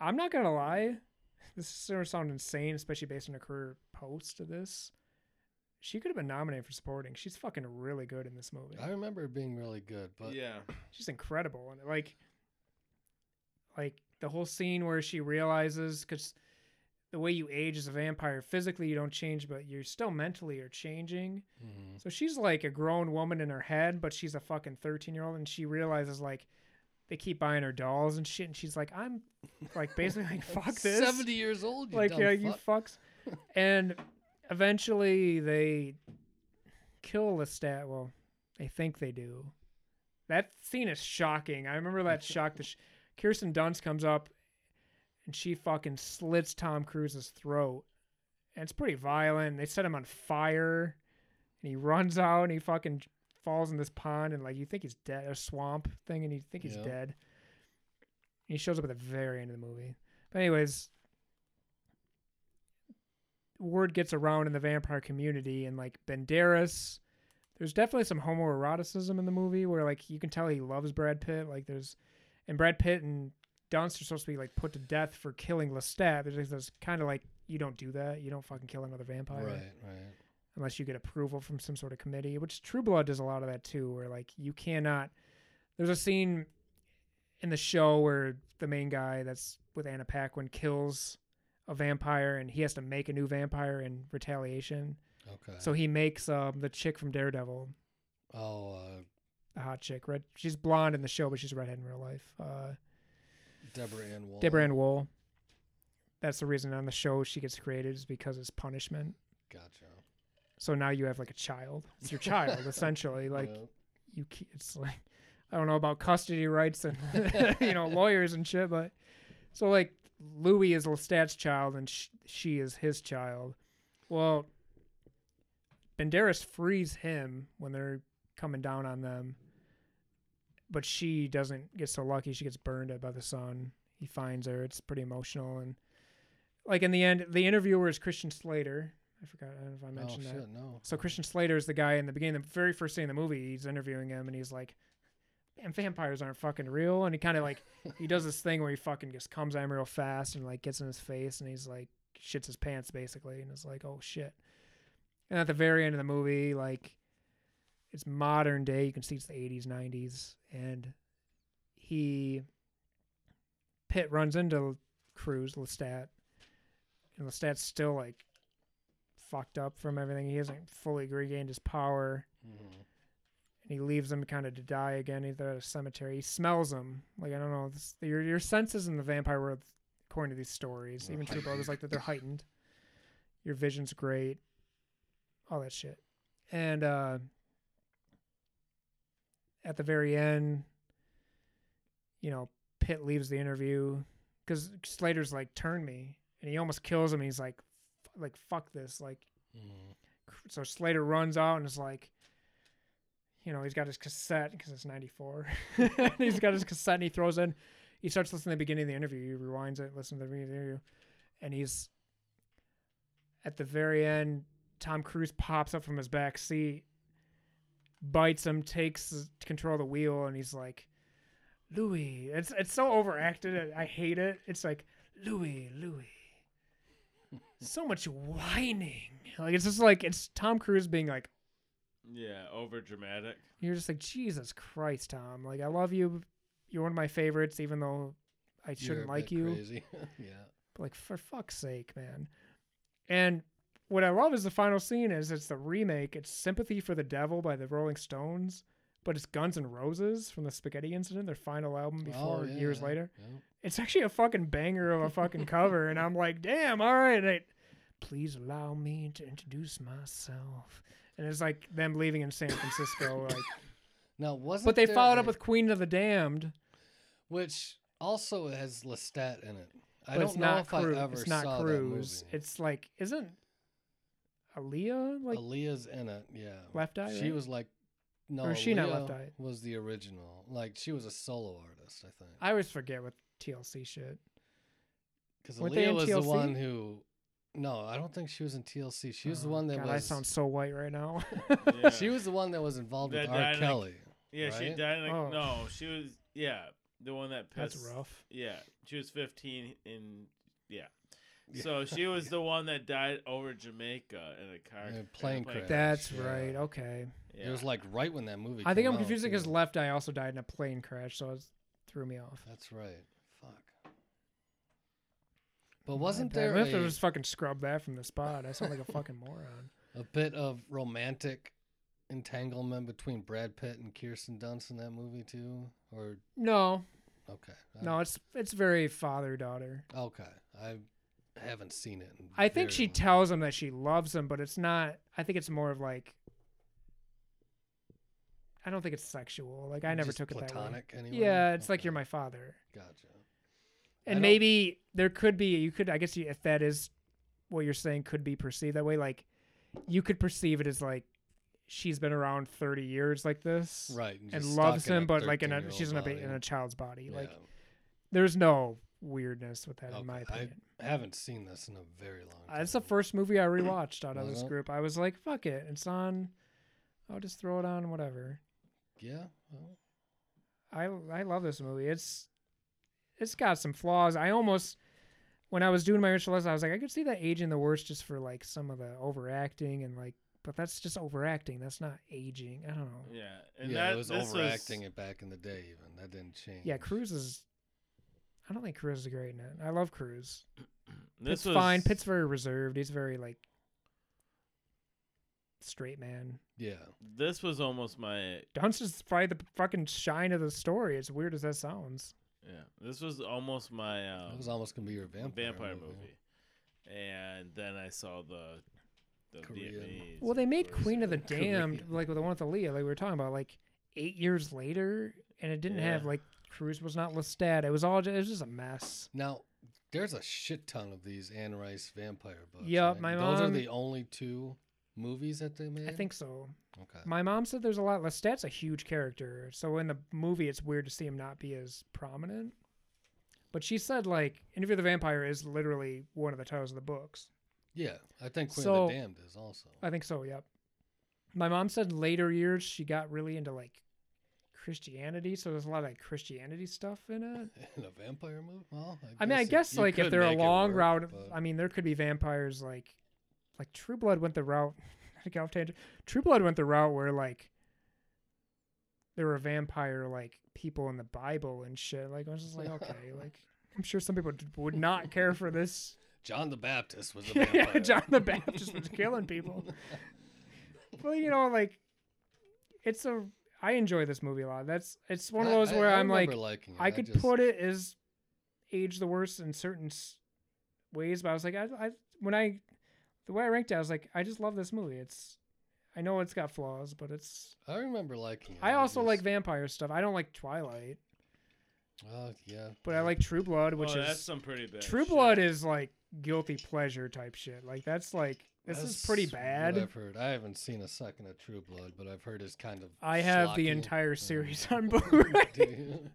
[SPEAKER 3] I'm not gonna lie. This is gonna sound insane, especially based on her career post to this. She could have been nominated for supporting. She's fucking really good in this movie.
[SPEAKER 2] I remember it being really good, but
[SPEAKER 1] yeah.
[SPEAKER 3] She's incredible, and like, like the whole scene where she realizes because the way you age as a vampire, physically you don't change, but you're still mentally are changing.
[SPEAKER 2] Mhm.
[SPEAKER 3] So she's like a grown woman in her head, but she's a fucking 13 year old. And she realizes like they keep buying her dolls and shit. And she's like, I'm like basically like, fuck this.
[SPEAKER 2] Seventy years old. You
[SPEAKER 3] like,
[SPEAKER 2] dumb
[SPEAKER 3] yeah, you
[SPEAKER 2] fuck.
[SPEAKER 3] fucks. and eventually they kill Lestat. Well, they think they do. That scene is shocking. I remember that shock. The sh- Kirsten Dunst comes up and she fucking slits Tom Cruise's throat. And it's pretty violent. They set him on fire and he runs out and he fucking falls in this pond and like you think he's dead, a swamp thing, and you think he's
[SPEAKER 2] Yeah.
[SPEAKER 3] dead. And he shows up at the very end of the movie. But anyways, word gets around in the vampire community and like Banderas. There's definitely some homoeroticism in the movie where like you can tell he loves Brad Pitt. Like there's, and Brad Pitt and Dunst are supposed to be like put to death for killing Lestat. There's like this kind of like you don't do that. You don't fucking kill another vampire
[SPEAKER 2] Right. Right.
[SPEAKER 3] unless you get approval from some sort of committee, which True Blood does a lot of that too, where like you cannot. There's a scene in the show where the main guy that's with Anna Paquin kills a vampire and he has to make a new vampire in retaliation.
[SPEAKER 2] Okay.
[SPEAKER 3] So he makes um, the chick from Daredevil,
[SPEAKER 2] oh, uh,
[SPEAKER 3] the hot chick. Red, she's blonde in the show, but she's redhead in real life. Uh,
[SPEAKER 2] Deborah Ann Woll.
[SPEAKER 3] Deborah Ann Wool. That's the reason on the show she gets created is because it's punishment.
[SPEAKER 2] Gotcha.
[SPEAKER 3] So now you have like a child. It's your child essentially. Like
[SPEAKER 2] Yeah.
[SPEAKER 3] you, ca- it's like I don't know about custody rights and you know lawyers and shit, but so like Louis is Lestat's child and sh- she is his child. Well, Banderas frees him when they're coming down on them, but she doesn't get so lucky. She gets burned by the sun. He finds her. It's pretty emotional and like in the end, the interviewer is Christian Slater. I forgot I don't know if I
[SPEAKER 2] Oh
[SPEAKER 3] mentioned that.
[SPEAKER 2] shit, no.
[SPEAKER 3] So Christian Slater is the guy in the beginning, the very first scene of the movie. He's interviewing him, and he's like, "Man, vampires aren't fucking real." And he kind of like he does this thing where he fucking just comes at him real fast and like gets in his face, and he's like shits his pants basically, and it's like, "Oh shit." And at the very end of the movie, like it's modern day. You can see it's the '80s, '90s, and he Pitt runs into Cruz Lestat, and Lestat's still like fucked up from everything. He hasn't fully regained his power,
[SPEAKER 2] Mhm.
[SPEAKER 3] and he leaves him kind of to die again, either at a cemetery. He smells him. Like I don't know, this, your your senses in the vampire world, according to these stories,
[SPEAKER 2] They're
[SPEAKER 3] even True Blood was like that. They're heightened. Your vision's great, all that shit, and uh, at the very end, you know, Pitt leaves the interview because Slater's like, "Turn me," and he almost kills him. He's like, f- "Like fuck this," like
[SPEAKER 2] Mhm.
[SPEAKER 3] so Slater runs out and is like, you know, he's got his cassette because it's '94. he's got his cassette and he throws in. He starts listening to the beginning of the interview. He rewinds it, listens to the beginning of the interview, and he's at the very end. Tom Cruise pops up from his back seat, bites him, takes his- control of the wheel, and he's like, "Louis." It's it's so overacted. I I hate it. It's like Louis, Louis so much whining. Like it's just like it's Tom Cruise being like,
[SPEAKER 1] Yeah, over dramatic.
[SPEAKER 3] you're just like Jesus Christ, Tom. Like I love you. You're one of my favorites, even though I
[SPEAKER 2] You're
[SPEAKER 3] shouldn't
[SPEAKER 2] a
[SPEAKER 3] like
[SPEAKER 2] bit
[SPEAKER 3] you.
[SPEAKER 2] Crazy. yeah.
[SPEAKER 3] But, like for fuck's sake, man. And what I love is the final scene is it's the remake. It's "Sympathy for the Devil" by the Rolling Stones, but it's Guns N' Roses from the Spaghetti Incident, their final album before
[SPEAKER 2] Oh,
[SPEAKER 3] years
[SPEAKER 2] yeah,
[SPEAKER 3] later.
[SPEAKER 2] yeah.
[SPEAKER 3] it's actually a fucking banger of a fucking cover and i'm like damn all right and I, please allow me to introduce myself and it's like them leaving in san francisco like
[SPEAKER 2] Now wasn't
[SPEAKER 3] but they
[SPEAKER 2] there
[SPEAKER 3] followed up
[SPEAKER 2] a-
[SPEAKER 3] with queen of the damned
[SPEAKER 2] which also has Lestat in it. I
[SPEAKER 3] but
[SPEAKER 2] don't
[SPEAKER 3] it's
[SPEAKER 2] know
[SPEAKER 3] not
[SPEAKER 2] if
[SPEAKER 3] Cru-
[SPEAKER 2] I ever
[SPEAKER 3] it's not
[SPEAKER 2] saw
[SPEAKER 3] cruise
[SPEAKER 2] that movie.
[SPEAKER 3] it's like isn't Aaliyah like
[SPEAKER 2] Aaliyah's in it. Yeah.
[SPEAKER 3] left eye
[SPEAKER 2] she
[SPEAKER 3] right?
[SPEAKER 2] was like no.
[SPEAKER 3] Or is she not
[SPEAKER 2] Aaliyah
[SPEAKER 3] Left Eye?
[SPEAKER 2] Was the original like she was a solo artist? I think.
[SPEAKER 3] i always forget with tlc shit
[SPEAKER 2] Because
[SPEAKER 3] Weren't they
[SPEAKER 2] Aaliyah
[SPEAKER 3] in
[SPEAKER 2] was the
[SPEAKER 3] TLC?
[SPEAKER 2] one who. No, I don't think she was in TLC. She was the
[SPEAKER 3] Oh,
[SPEAKER 2] one that
[SPEAKER 3] God,
[SPEAKER 2] was.
[SPEAKER 3] i sound so white right now
[SPEAKER 1] Yeah.
[SPEAKER 2] She was the one that was involved
[SPEAKER 1] That
[SPEAKER 2] with R.
[SPEAKER 1] died in a-
[SPEAKER 2] Kelly.
[SPEAKER 1] Yeah, she
[SPEAKER 2] right?
[SPEAKER 1] died. In a,
[SPEAKER 3] Oh.
[SPEAKER 1] No, she was. Yeah, the one that pissed.
[SPEAKER 3] that's rough
[SPEAKER 1] Yeah, she was 15 in. Yeah.
[SPEAKER 2] Yeah.
[SPEAKER 1] So she was the one that died over Jamaica in a car
[SPEAKER 2] In a
[SPEAKER 1] in a
[SPEAKER 2] plane crash.
[SPEAKER 3] that's
[SPEAKER 2] yeah. uh,
[SPEAKER 3] right okay
[SPEAKER 1] Yeah.
[SPEAKER 2] It was like right when that movie.
[SPEAKER 3] I think
[SPEAKER 2] came
[SPEAKER 3] I'm
[SPEAKER 2] out,
[SPEAKER 3] confusing because
[SPEAKER 2] too.
[SPEAKER 3] Left Eye also died in a plane crash, so it threw me off.
[SPEAKER 2] That's right. Fuck. But wasn't
[SPEAKER 3] I
[SPEAKER 2] there
[SPEAKER 3] have
[SPEAKER 2] a,
[SPEAKER 3] to just fucking scrub that from the spot. I sound like a fucking moron.
[SPEAKER 2] a bit of romantic entanglement between Brad Pitt and Kirsten Dunst in that movie too? Or
[SPEAKER 3] No,
[SPEAKER 2] okay, I
[SPEAKER 3] no, it's it's very father daughter.
[SPEAKER 2] don't- okay. I haven't seen it. in
[SPEAKER 3] I think
[SPEAKER 2] very
[SPEAKER 3] she
[SPEAKER 2] long.
[SPEAKER 3] tells him that she loves him, but it's not. I think it's more of like. I don't think it's sexual. Like I never
[SPEAKER 2] Just
[SPEAKER 3] took it that way.
[SPEAKER 2] platonic anyway.
[SPEAKER 3] Yeah, it's like
[SPEAKER 2] Okay,
[SPEAKER 3] you're my father,
[SPEAKER 2] Gotcha. I
[SPEAKER 3] and
[SPEAKER 2] don't-
[SPEAKER 3] maybe there could be you could. I guess you, if that is what you're saying, could be perceived that way. Like you could perceive it as like she's been around 30 years like this,
[SPEAKER 2] Right, and,
[SPEAKER 3] and
[SPEAKER 2] just
[SPEAKER 3] loves
[SPEAKER 2] stuck in
[SPEAKER 3] him,
[SPEAKER 2] a
[SPEAKER 3] but like in a
[SPEAKER 2] 13-year-old
[SPEAKER 3] she's in a ba-
[SPEAKER 2] body.
[SPEAKER 3] in a child's body. Like
[SPEAKER 2] Yeah.
[SPEAKER 3] there's no weirdness with that in my
[SPEAKER 2] Okay, I-
[SPEAKER 3] opinion.
[SPEAKER 2] I haven't seen this in a very long
[SPEAKER 3] Uh,
[SPEAKER 2] time.
[SPEAKER 3] it's the first movie I rewatched out of
[SPEAKER 2] Was
[SPEAKER 3] this
[SPEAKER 2] it?
[SPEAKER 3] group. I was like, fuck it, it's on. I'll just throw it on, whatever.
[SPEAKER 2] Yeah. well,
[SPEAKER 3] I I love this movie. It's it's got some flaws. I almost when I was doing my initial list, I was like, I could see that aging the worst just for like some of the overacting and like, but that's just overacting. That's not aging. I don't know.
[SPEAKER 1] Yeah, and
[SPEAKER 2] yeah,
[SPEAKER 1] that
[SPEAKER 2] it was
[SPEAKER 1] this
[SPEAKER 2] overacting
[SPEAKER 1] Was,
[SPEAKER 2] it back in the day. Even that didn't change.
[SPEAKER 3] Yeah, Cruz is. I don't think Cruz is great in it. I love Cruz.
[SPEAKER 1] this
[SPEAKER 3] Pitt's
[SPEAKER 1] was
[SPEAKER 3] fine. Pitt's very reserved. He's very like straight man.
[SPEAKER 2] Yeah.
[SPEAKER 1] This was almost my
[SPEAKER 3] Dunst is probably the fucking shine of the story. As weird as that sounds,
[SPEAKER 1] yeah. This was almost my um,
[SPEAKER 2] That was almost gonna be your vampire,
[SPEAKER 1] vampire movie. And then I saw the the
[SPEAKER 2] Korean.
[SPEAKER 1] Vietnamese.
[SPEAKER 3] Well, they made
[SPEAKER 1] versus-
[SPEAKER 3] Queen of the
[SPEAKER 2] Korea.
[SPEAKER 3] Damned, like with the one with Aaliyah, like we were talking about, like eight years later, and it didn't have
[SPEAKER 1] Yeah.
[SPEAKER 3] like Cruz was not Lestat. It was all ju- it was just a mess.
[SPEAKER 2] Now, there's a shit ton of these Anne Rice vampire books.
[SPEAKER 3] Yeah,
[SPEAKER 2] right?
[SPEAKER 3] my
[SPEAKER 2] Those are
[SPEAKER 3] mom-
[SPEAKER 2] the only two movies that they made.
[SPEAKER 3] I think so.
[SPEAKER 2] Okay.
[SPEAKER 3] My mom said there's a lot. Lestat's a huge character, so in the movie, it's weird to see him not be as prominent. But she said like Interview with the Vampire is literally one of the titles of the books.
[SPEAKER 2] yeah, I think Queen
[SPEAKER 3] So-
[SPEAKER 2] of the Damned is also.
[SPEAKER 3] I think so. Yep. My mom said later years she got really into like Christianity, so there's a lot of like, Christianity stuff in it.
[SPEAKER 2] In a vampire movie? Well, I,
[SPEAKER 3] I mean, I
[SPEAKER 2] it-
[SPEAKER 3] guess
[SPEAKER 2] you
[SPEAKER 3] like if
[SPEAKER 2] could
[SPEAKER 3] they're a
[SPEAKER 2] make it
[SPEAKER 3] long
[SPEAKER 2] work,
[SPEAKER 3] route,
[SPEAKER 2] but-
[SPEAKER 3] I mean, there could be vampires like, like True Blood went the route. I got off tangent. True Blood went the route where like there were vampire like people in the Bible and shit. Like I was just like, okay, like I'm sure some people d- would not care for this.
[SPEAKER 2] John the Baptist was a
[SPEAKER 3] Yeah,
[SPEAKER 2] vampire.
[SPEAKER 3] yeah, John the Baptist was killing people. Well, you know, like it's a. I enjoy this movie a lot. That's it's one of
[SPEAKER 2] I-
[SPEAKER 3] those
[SPEAKER 2] I-
[SPEAKER 3] where
[SPEAKER 2] I
[SPEAKER 3] I'm like,
[SPEAKER 2] remember liking it.
[SPEAKER 3] I could
[SPEAKER 2] just-
[SPEAKER 3] put it as age the worst in certain s- ways, but I was like, I, I when I the way I ranked it, I was like, I just love this movie. It's I know it's got flaws, but it's.
[SPEAKER 2] I remember liking it.
[SPEAKER 3] I also like
[SPEAKER 2] just-
[SPEAKER 3] vampire stuff. I don't like Twilight,
[SPEAKER 2] Oh yeah.
[SPEAKER 3] but I like True Blood,
[SPEAKER 1] Oh,
[SPEAKER 3] which
[SPEAKER 1] that's
[SPEAKER 3] is
[SPEAKER 1] some pretty bad.
[SPEAKER 3] True
[SPEAKER 1] shit.
[SPEAKER 3] Blood is like guilty pleasure type shit. Like that's like this is
[SPEAKER 2] That's
[SPEAKER 3] pretty
[SPEAKER 2] what
[SPEAKER 3] bad.
[SPEAKER 2] I've heard. I haven't seen a second of True Blood, but I've heard it's kind of.
[SPEAKER 3] I have the
[SPEAKER 2] schlocky.
[SPEAKER 3] entire
[SPEAKER 2] Um,
[SPEAKER 3] series on Blu-ray.
[SPEAKER 2] do you-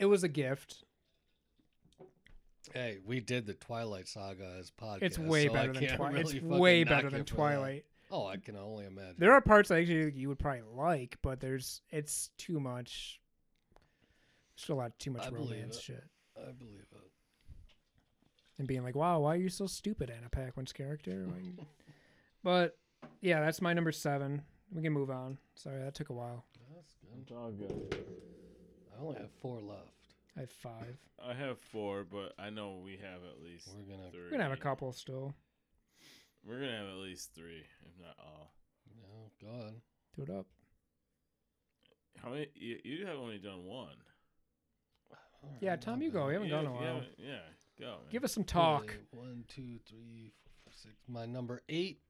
[SPEAKER 3] it was a gift.
[SPEAKER 2] Hey, we did the Twilight Saga as podcast.
[SPEAKER 3] It's way
[SPEAKER 2] so I
[SPEAKER 3] better than
[SPEAKER 2] can't
[SPEAKER 3] Twilight.
[SPEAKER 2] really
[SPEAKER 3] it's
[SPEAKER 2] fucking
[SPEAKER 3] way
[SPEAKER 2] knock
[SPEAKER 3] better than
[SPEAKER 2] it for that.
[SPEAKER 3] Twilight.
[SPEAKER 2] Oh, I can only imagine.
[SPEAKER 3] There are parts I actually you would probably like, but there's it's too much. Still a lot too much
[SPEAKER 2] I believe
[SPEAKER 3] romance
[SPEAKER 2] it.
[SPEAKER 3] shit
[SPEAKER 2] I believe it.
[SPEAKER 3] and being like, "Wow, why are you so stupid, Anna Paquin's character?" Why you-" but yeah, that's my number seven. We can move on. Sorry, that took a while.
[SPEAKER 2] That's good.
[SPEAKER 1] It's all good.
[SPEAKER 2] I only have four left.
[SPEAKER 3] I have five.
[SPEAKER 1] I have four, but I know we have at least.
[SPEAKER 2] We're gonna.
[SPEAKER 1] three.
[SPEAKER 3] We're gonna have a couple still.
[SPEAKER 1] We're gonna have at least three, if not all.
[SPEAKER 2] No, go on.
[SPEAKER 3] Do it up.
[SPEAKER 1] How many? You, you have only done one.
[SPEAKER 2] All
[SPEAKER 3] Yeah,
[SPEAKER 2] right,
[SPEAKER 3] Tom,
[SPEAKER 2] my
[SPEAKER 3] you go.
[SPEAKER 2] bad.
[SPEAKER 3] We haven't
[SPEAKER 1] You-
[SPEAKER 3] gone in a
[SPEAKER 1] you
[SPEAKER 3] while.
[SPEAKER 1] haven't- Yeah, go. Man.
[SPEAKER 3] Give us some talk.
[SPEAKER 2] Okay, One, two, three, four, five, six. My number eight,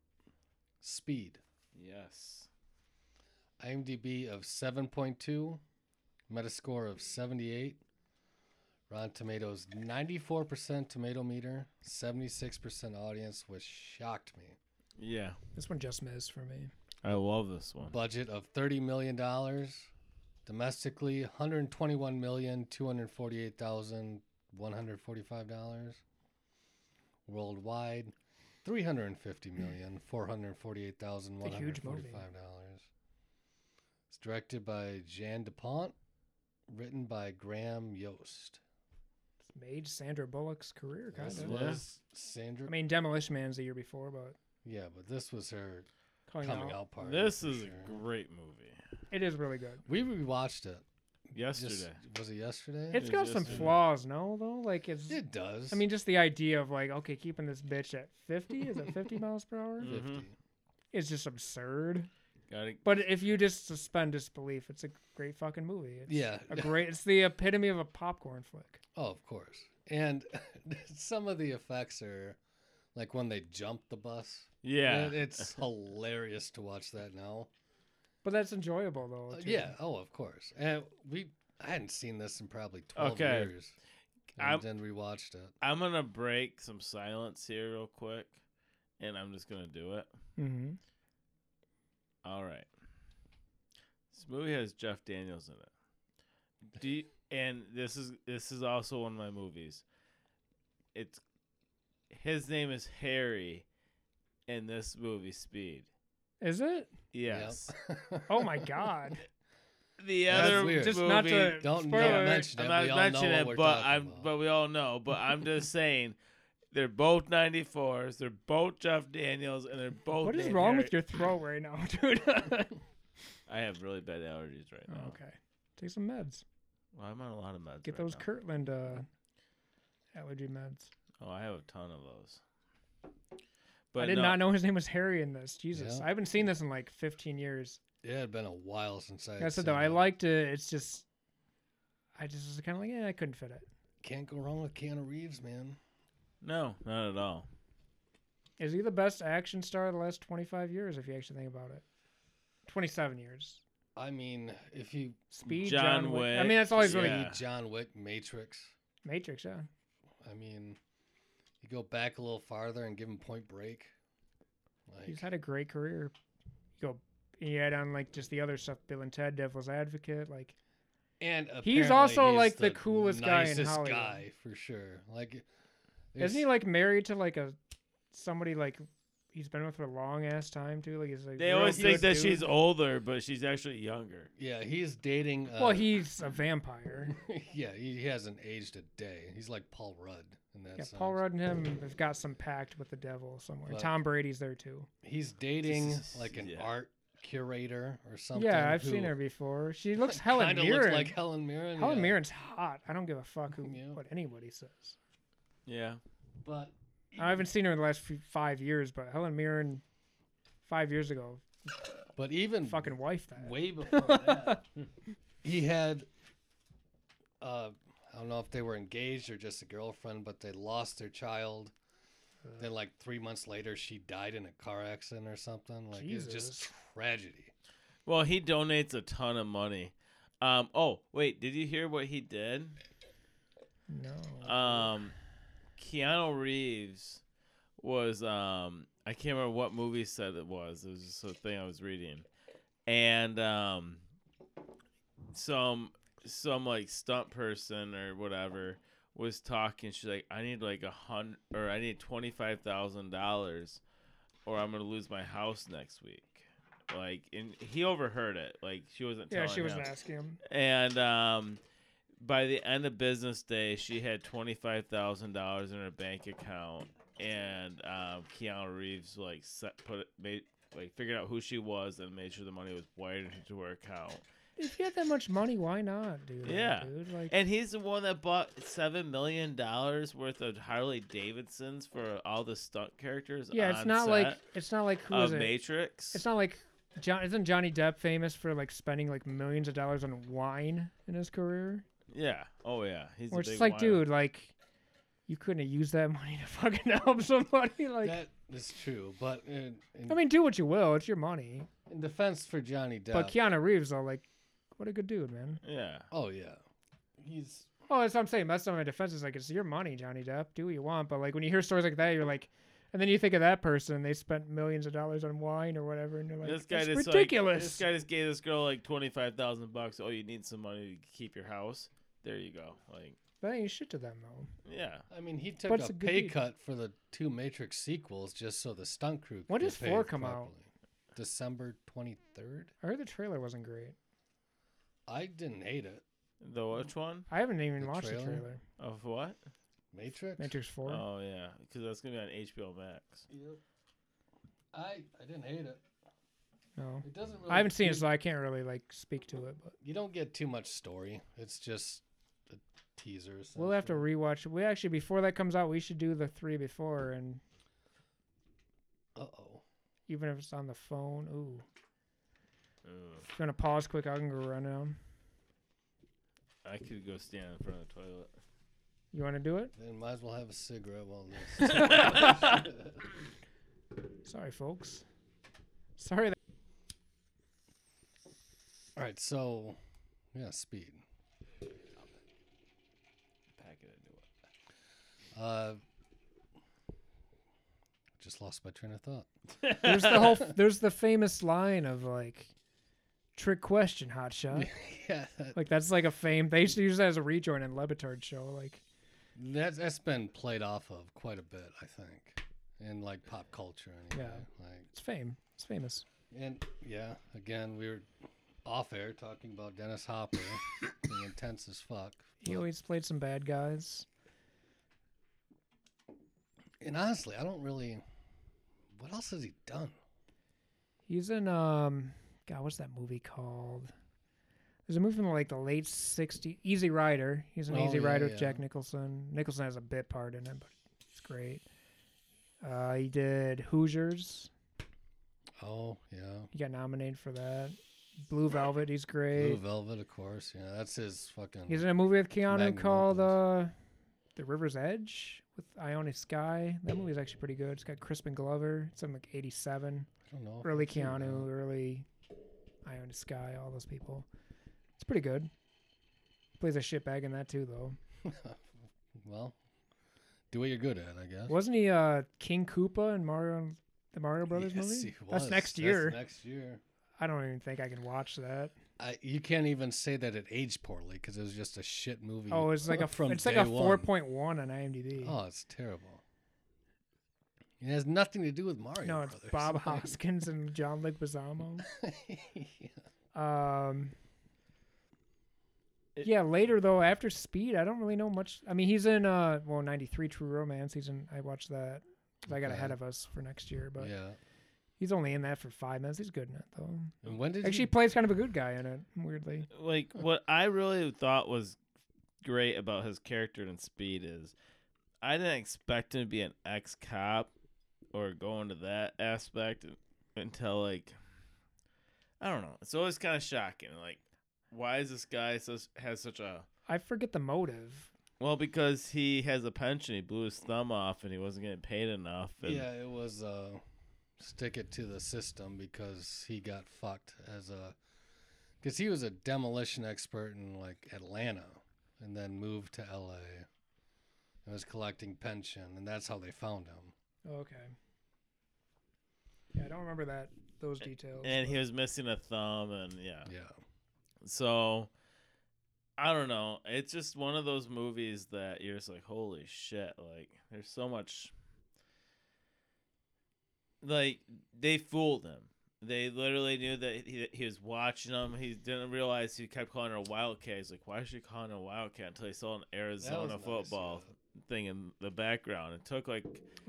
[SPEAKER 2] Speed.
[SPEAKER 1] Yes.
[SPEAKER 2] IMDb of 7.2, Metascore of 78, Rotten Tomatoes 94% tomato meter, 76% audience, which shocked me.
[SPEAKER 1] Yeah,
[SPEAKER 3] This one just missed for me.
[SPEAKER 1] I love this one.
[SPEAKER 2] Budget of $30 million, domestically $121,248,145, worldwide
[SPEAKER 3] It's a huge
[SPEAKER 2] $350,448,145.
[SPEAKER 3] movie.
[SPEAKER 2] It's directed by Jan DuPont, written by Graham Yost.
[SPEAKER 3] It's made Sandra Bullock's career kind
[SPEAKER 2] This
[SPEAKER 3] of.
[SPEAKER 1] Yeah.
[SPEAKER 2] was Sandra.
[SPEAKER 3] I mean, Demolition Man's the year before, but
[SPEAKER 2] yeah, but this was her
[SPEAKER 3] coming,
[SPEAKER 2] coming
[SPEAKER 3] out.
[SPEAKER 2] out party.
[SPEAKER 1] This
[SPEAKER 2] for
[SPEAKER 1] is
[SPEAKER 2] sure.
[SPEAKER 1] a great movie.
[SPEAKER 3] it is really good.
[SPEAKER 2] We rewatched it.
[SPEAKER 1] Yesterday.
[SPEAKER 2] Just, was it yesterday?
[SPEAKER 3] It's
[SPEAKER 1] It's
[SPEAKER 3] got some
[SPEAKER 1] just-
[SPEAKER 3] flaws, no? Though, like it's.
[SPEAKER 2] It does.
[SPEAKER 3] I mean, just the idea of like, okay, keeping this bitch at fifty is it fifty miles per hour?
[SPEAKER 1] Mm.
[SPEAKER 2] 50.
[SPEAKER 3] It's just absurd.
[SPEAKER 1] Got it.
[SPEAKER 3] But if you just suspend disbelief, it's a great fucking movie. It's
[SPEAKER 2] Yeah.
[SPEAKER 3] a great. It's the epitome of a popcorn flick.
[SPEAKER 2] Oh, of course. And some of the effects are like when they jump the bus.
[SPEAKER 1] Yeah.
[SPEAKER 2] It- it's hilarious to watch that now.
[SPEAKER 3] But that's enjoyable though.
[SPEAKER 2] Uh,
[SPEAKER 3] too.
[SPEAKER 2] yeah. Oh, of course. And we, I hadn't seen this in probably 12
[SPEAKER 1] Okay.
[SPEAKER 2] years. And
[SPEAKER 1] I'm-
[SPEAKER 2] then we watched it.
[SPEAKER 1] I'm gonna break some silence here real quick, and I'm just gonna do it.
[SPEAKER 3] Mhm.
[SPEAKER 1] All right. This movie has Jeff Daniels in it. Do you- and this is this is also one of my movies. It's his name is Harry in this movie Speed.
[SPEAKER 3] Is it?
[SPEAKER 1] Yes.
[SPEAKER 2] Yep.
[SPEAKER 3] Oh my god.
[SPEAKER 1] The
[SPEAKER 2] That's
[SPEAKER 1] other
[SPEAKER 2] weird.
[SPEAKER 1] movie,
[SPEAKER 3] just not to
[SPEAKER 2] Don't
[SPEAKER 3] spoiler
[SPEAKER 2] not
[SPEAKER 3] alert,
[SPEAKER 2] mention it.
[SPEAKER 1] I'm not
[SPEAKER 2] we all
[SPEAKER 1] mentioning
[SPEAKER 2] know what
[SPEAKER 1] it,
[SPEAKER 2] we're
[SPEAKER 1] but
[SPEAKER 2] talking
[SPEAKER 1] I'm
[SPEAKER 2] about.
[SPEAKER 1] but we all know. But I'm just saying, they're both 94s. They're both Jeff Daniels, and they're both.
[SPEAKER 3] What is
[SPEAKER 1] named
[SPEAKER 3] wrong
[SPEAKER 1] Harry.
[SPEAKER 3] with your throat right now, dude?
[SPEAKER 1] I have really bad allergies right now.
[SPEAKER 3] okay. Take some meds.
[SPEAKER 1] Well, I'm on a lot of meds.
[SPEAKER 3] Get
[SPEAKER 1] right
[SPEAKER 3] those
[SPEAKER 1] now.
[SPEAKER 3] Kirtland uh, allergy meds.
[SPEAKER 1] Oh, I have a ton of those.
[SPEAKER 3] I did
[SPEAKER 1] no,
[SPEAKER 3] not know his name was Harry in this. Jesus,
[SPEAKER 2] Yeah.
[SPEAKER 3] I haven't seen this in like 15 years.
[SPEAKER 2] it had been a while since I. had
[SPEAKER 3] That's it
[SPEAKER 2] seen
[SPEAKER 3] though. I
[SPEAKER 2] it.
[SPEAKER 3] liked it. It's just, I just was kind of like, yeah, I couldn't fit it.
[SPEAKER 2] Can't go wrong with Keanu Reeves, man.
[SPEAKER 1] No, not at all.
[SPEAKER 3] Is he the best action star of the last 25 years, if you actually think about it? 27 years.
[SPEAKER 2] I mean, if you
[SPEAKER 3] Speed,
[SPEAKER 1] John
[SPEAKER 3] John, Wick. I
[SPEAKER 1] Wick,
[SPEAKER 3] mean, that's always really
[SPEAKER 1] Yeah.
[SPEAKER 2] read John Wick, Matrix,
[SPEAKER 3] Matrix, yeah.
[SPEAKER 2] I mean, you go back a little farther and give him Point Break.
[SPEAKER 3] He's
[SPEAKER 2] Like,
[SPEAKER 3] had a great career. You go, you add on like just the other stuff, Bill and Ted, Devil's Advocate, like
[SPEAKER 2] and
[SPEAKER 3] He's
[SPEAKER 2] apparently
[SPEAKER 3] also,
[SPEAKER 2] he's
[SPEAKER 3] like, the coolest guy in
[SPEAKER 2] nicest
[SPEAKER 3] Hollywood.
[SPEAKER 2] guy for sure. Like,
[SPEAKER 3] isn't he
[SPEAKER 2] there's-
[SPEAKER 3] like married to like a somebody like he's been with for a long ass time too? Like he's like
[SPEAKER 1] They
[SPEAKER 3] real
[SPEAKER 1] always think
[SPEAKER 3] good
[SPEAKER 1] that
[SPEAKER 3] dude.
[SPEAKER 1] she's older, but she's actually younger.
[SPEAKER 2] Yeah, he's dating. Uh,
[SPEAKER 3] well, he's a vampire.
[SPEAKER 2] yeah, he, he hasn't aged a day. He's like Paul Rudd, and that's
[SPEAKER 3] yeah, Paul Rudd and him have got some pact with the devil somewhere.
[SPEAKER 2] But-
[SPEAKER 3] Tom Brady's there too.
[SPEAKER 2] He's dating like an
[SPEAKER 1] Yeah.
[SPEAKER 2] art curator or something.
[SPEAKER 3] yeah, I've
[SPEAKER 2] who
[SPEAKER 3] seen her before. She looks Helen
[SPEAKER 2] kinda looks
[SPEAKER 3] Mirren.
[SPEAKER 2] like Helen Mirren.
[SPEAKER 3] Helen
[SPEAKER 2] yeah.
[SPEAKER 3] Mirren's hot. I don't give a fuck who
[SPEAKER 2] Yeah.
[SPEAKER 3] what anybody says.
[SPEAKER 1] Yeah.
[SPEAKER 2] but
[SPEAKER 3] I haven't seen her in the last few, five years, but Helen Mirren, five years ago,
[SPEAKER 2] but even
[SPEAKER 3] fucking wife that.
[SPEAKER 2] way before that, he had. Uh, I don't know if they were engaged or just a girlfriend, but they lost their child.
[SPEAKER 3] Uh.
[SPEAKER 2] then, like three months later, she died in a car accident or something. Like it's
[SPEAKER 3] Jesus.
[SPEAKER 2] just tragedy.
[SPEAKER 1] Well, he donates a ton of money. Um. Oh, wait. Did you hear what he did?
[SPEAKER 3] No.
[SPEAKER 1] Um, Keanu Reeves was um I can't remember what movie said it was. It was just a thing I was reading, and um, some some like stunt person or whatever was talking. She's like, I need like a hundred or I need twenty five thousand dollars, or I'm gonna lose my house next week. Like, and he overheard it. Like, she wasn't.
[SPEAKER 3] yeah,
[SPEAKER 1] telling
[SPEAKER 3] she was
[SPEAKER 1] him.
[SPEAKER 3] not asking him.
[SPEAKER 1] And um, by the end of business day, she had twenty five thousand dollars in her bank account, and um, Keanu Reeves like set, put it, made like figured out who she was and made sure the money was wired into her account.
[SPEAKER 3] If you had that much money, why not, dude?
[SPEAKER 1] Yeah.
[SPEAKER 3] dude. Like,
[SPEAKER 1] And he's the one that bought seven million dollars worth of Harley Davidsons for all the stunt characters.
[SPEAKER 3] yeah, it's
[SPEAKER 1] on
[SPEAKER 3] not
[SPEAKER 1] set
[SPEAKER 3] like it's not like who
[SPEAKER 1] of
[SPEAKER 3] is it?
[SPEAKER 1] Matrix.
[SPEAKER 3] It's not like John. Isn't Johnny Depp famous for like spending like millions of dollars on wine in his career?
[SPEAKER 1] yeah. Oh yeah. He's
[SPEAKER 3] Or
[SPEAKER 1] a
[SPEAKER 3] it's
[SPEAKER 1] big
[SPEAKER 3] just like,
[SPEAKER 1] wine-
[SPEAKER 3] dude, like. You couldn't have used that money to fucking help somebody. Like,
[SPEAKER 2] that is true, but in, in,
[SPEAKER 3] I mean, do what you will; it's your money.
[SPEAKER 2] in defense for Johnny Depp,
[SPEAKER 3] But Keanu Reeves, though, like, what a good dude, man.
[SPEAKER 1] Yeah.
[SPEAKER 2] oh yeah, he's
[SPEAKER 3] Well, that's what I'm saying. That's not my defense. Is like it's your money, Johnny Depp. Do what you want. But like when you hear stories like that, you're like, and then you think of that person. and They spent millions of dollars on wine or whatever, and you're like,
[SPEAKER 1] this guy
[SPEAKER 3] "That's
[SPEAKER 1] just Like, this
[SPEAKER 3] ridiculous.
[SPEAKER 1] guy just gave this girl like twenty five thousand bucks. Oh, you need some money to keep your house. There you go. Like,
[SPEAKER 3] that ain't shit to them though.
[SPEAKER 1] yeah,
[SPEAKER 2] I mean, he took
[SPEAKER 3] But it's
[SPEAKER 2] a
[SPEAKER 3] a good
[SPEAKER 2] pay
[SPEAKER 3] deed.
[SPEAKER 2] cut for the two Matrix sequels just so the stunt crew.
[SPEAKER 3] When
[SPEAKER 2] could
[SPEAKER 3] does
[SPEAKER 2] get
[SPEAKER 3] four
[SPEAKER 2] paid
[SPEAKER 3] come out?
[SPEAKER 2] properly. December twenty third.
[SPEAKER 3] I heard the trailer wasn't great.
[SPEAKER 2] I didn't hate it.
[SPEAKER 1] the
[SPEAKER 3] Mm-hmm.
[SPEAKER 1] which one
[SPEAKER 3] I haven't even
[SPEAKER 2] The
[SPEAKER 3] watched the
[SPEAKER 2] trailer?
[SPEAKER 3] trailer.
[SPEAKER 1] of what?
[SPEAKER 2] Matrix.
[SPEAKER 3] Matrix Four.
[SPEAKER 1] Oh yeah, because that's gonna be on HBO Max.
[SPEAKER 2] Yep. I I didn't hate it.
[SPEAKER 3] no,
[SPEAKER 2] It doesn't. Really
[SPEAKER 3] I haven't seen
[SPEAKER 2] you,
[SPEAKER 3] it, so I can't really like speak to it. But
[SPEAKER 2] You don't get too much story. It's just a teaser.
[SPEAKER 3] we'll have to
[SPEAKER 2] essentially.
[SPEAKER 3] rewatch. We actually before that comes out, we should do the three before, and
[SPEAKER 2] Uh oh.
[SPEAKER 3] even if it's on the phone, ooh,
[SPEAKER 1] Ugh,
[SPEAKER 3] if you want to pause quick, I can go run down.
[SPEAKER 1] I could go stand in front of the toilet.
[SPEAKER 3] You want to do it?
[SPEAKER 2] Then might as well have a cigarette while this.
[SPEAKER 3] Sorry, folks. Sorry. That-
[SPEAKER 2] All right. So, yeah, speed.
[SPEAKER 1] Pack it into it.
[SPEAKER 2] Uh, just lost my train of thought.
[SPEAKER 3] there's the whole. There's the famous line of like, trick question, hot shot.
[SPEAKER 2] yeah, that-
[SPEAKER 3] Like that's like a fame. They used to use that as a rejoin in Lebetard show. Like
[SPEAKER 2] that's that's been played off of quite a bit, I think, in like pop culture. Anyway. Yeah. Like,
[SPEAKER 3] it's fame. It's famous.
[SPEAKER 2] and yeah, again, we were off air talking about Dennis Hopper being intense as fuck.
[SPEAKER 3] He always played some bad guys.
[SPEAKER 2] And honestly, I don't really. What else has he done?
[SPEAKER 3] He's in um. God, what's that movie called? There's a movie from like the late '60s. Easy Rider. He's an
[SPEAKER 2] Oh,
[SPEAKER 3] Easy
[SPEAKER 2] yeah,
[SPEAKER 3] Rider with
[SPEAKER 2] yeah.
[SPEAKER 3] Jack Nicholson. Nicholson has a bit part in it, but it's great. Uh, he did Hoosiers.
[SPEAKER 2] Oh yeah,
[SPEAKER 3] He got nominated for that. Blue Velvet, he's great.
[SPEAKER 2] Blue Velvet, of course. Yeah, that's his fucking.
[SPEAKER 3] He's in a movie with Keanu
[SPEAKER 2] Magnum
[SPEAKER 3] called
[SPEAKER 2] opus.
[SPEAKER 3] uh, The River's Edge with Ione Sky. That movie's actually pretty good. It's got Crispin Glover. It's from like '87.
[SPEAKER 2] I don't know. if
[SPEAKER 3] Early
[SPEAKER 2] I've seen that.
[SPEAKER 3] Keanu, early Ione Sky, all those people. It's pretty good. Plays a shitbag in that too, though.
[SPEAKER 2] Well, do what you're good at, I guess.
[SPEAKER 3] Wasn't he uh, King Koopa in Mario, the Mario Brothers
[SPEAKER 2] Yes,
[SPEAKER 3] movie?
[SPEAKER 2] he
[SPEAKER 3] That's
[SPEAKER 2] was.
[SPEAKER 3] next year.
[SPEAKER 2] next year.
[SPEAKER 3] I don't even think I can watch that.
[SPEAKER 2] I, you can't even say that it aged poorly because it was just a shit movie.
[SPEAKER 3] Oh, it's like a
[SPEAKER 2] from
[SPEAKER 3] it's like
[SPEAKER 2] day
[SPEAKER 3] a
[SPEAKER 2] one.
[SPEAKER 3] four point one on IMDb.
[SPEAKER 2] Oh, it's terrible. It has nothing to do with Mario.
[SPEAKER 3] no, it's
[SPEAKER 2] Brothers.
[SPEAKER 3] Bob
[SPEAKER 2] Like,
[SPEAKER 3] Hoskins and John Leguizamo.
[SPEAKER 2] yeah.
[SPEAKER 3] Um,
[SPEAKER 1] It-
[SPEAKER 3] yeah, later though, after Speed, I don't really know much. I mean, he's in uh, well, '93 True Romance. He's in. I watched that. 'cause I got
[SPEAKER 2] Okay.
[SPEAKER 3] ahead of us for next year, but
[SPEAKER 2] yeah.
[SPEAKER 3] he's only in that for five minutes. He's good in it though.
[SPEAKER 2] And when did
[SPEAKER 3] Actually, he
[SPEAKER 2] you,
[SPEAKER 3] plays kind of a good guy in it. Weirdly,
[SPEAKER 1] like what I really thought was great about his character in Speed is I didn't expect him to be an ex cop or go into that aspect until like I don't know. It's always kind of shocking. Like, why is this guy so has such a
[SPEAKER 3] I forget the motive.
[SPEAKER 1] well? Because he has a pension. He blew his thumb off, and he wasn't getting paid enough. And
[SPEAKER 2] Yeah, it was uh, stick it to the system because he got fucked as a because he was a demolition expert in like Atlanta and then moved to L.A. and was collecting pension and that's how they found him.
[SPEAKER 3] Oh, okay. Yeah, I don't remember that those details.
[SPEAKER 1] and
[SPEAKER 3] but-
[SPEAKER 1] he was missing a thumb, and yeah.
[SPEAKER 2] Yeah.
[SPEAKER 1] So I don't know. It's just one of those movies that you're just like, holy shit! Like, there's so much. Like they fooled him. They literally knew that he, he was watching them. He didn't realize he kept calling her a Wildcat. He's like, why is she calling her a Wildcat? Until he saw an
[SPEAKER 2] That was
[SPEAKER 1] Arizona
[SPEAKER 2] nice, uh,
[SPEAKER 1] football
[SPEAKER 2] yeah.
[SPEAKER 1] thing in the background. It took like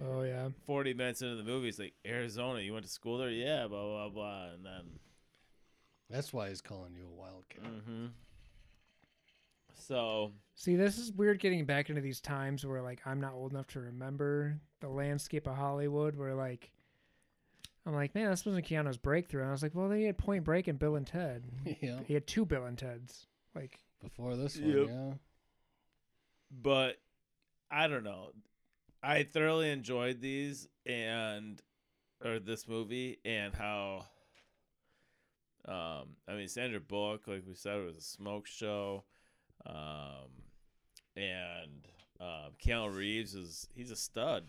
[SPEAKER 3] oh yeah.
[SPEAKER 1] 40 minutes into the movie. He's like, Arizona, you went to school there? Yeah, blah, blah, blah. And then
[SPEAKER 2] That's why he's calling you a wildcat.
[SPEAKER 1] Mm-hmm. So
[SPEAKER 3] See, this is weird getting back into these times where like I'm not old enough to remember the landscape of Hollywood where like I'm like, man, this wasn't Keanu's breakthrough. And I was like, well, they had Point Break and Bill and Ted.
[SPEAKER 1] Mm.
[SPEAKER 2] yeah.
[SPEAKER 3] He had two Bill and Teds. Like,
[SPEAKER 2] Before this one,
[SPEAKER 1] Yep.
[SPEAKER 2] yeah.
[SPEAKER 1] but I don't know. I thoroughly enjoyed these and or this movie and how um I mean Sandra Bullock, like we said, was a smoke show. Um and uh Keanu Reeves is he's a stud.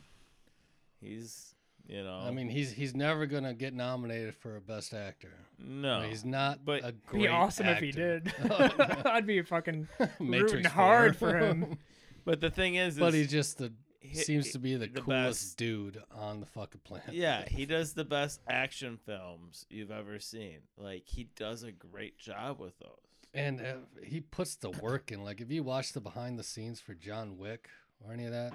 [SPEAKER 1] He's you know
[SPEAKER 2] I mean, he's he's never gonna get nominated for a best actor.
[SPEAKER 1] no
[SPEAKER 2] he's not.
[SPEAKER 1] but
[SPEAKER 2] a
[SPEAKER 1] it'd
[SPEAKER 3] it'd
[SPEAKER 2] great
[SPEAKER 3] be awesome if he
[SPEAKER 2] actor.
[SPEAKER 3] did.
[SPEAKER 2] Oh,
[SPEAKER 3] I'd be fucking
[SPEAKER 2] Matrix
[SPEAKER 3] rooting
[SPEAKER 2] four.
[SPEAKER 3] hard for him.
[SPEAKER 1] but the thing is,
[SPEAKER 2] but
[SPEAKER 1] is
[SPEAKER 2] he's just the
[SPEAKER 1] he-
[SPEAKER 2] seems to be the,
[SPEAKER 1] the
[SPEAKER 2] coolest
[SPEAKER 1] best.
[SPEAKER 2] dude on the fucking planet.
[SPEAKER 1] Yeah, he does the best action films you've ever seen. Like he does a great job with those.
[SPEAKER 2] and uh, he puts the work in. Like if you watch the behind the scenes for John Wick or any of that,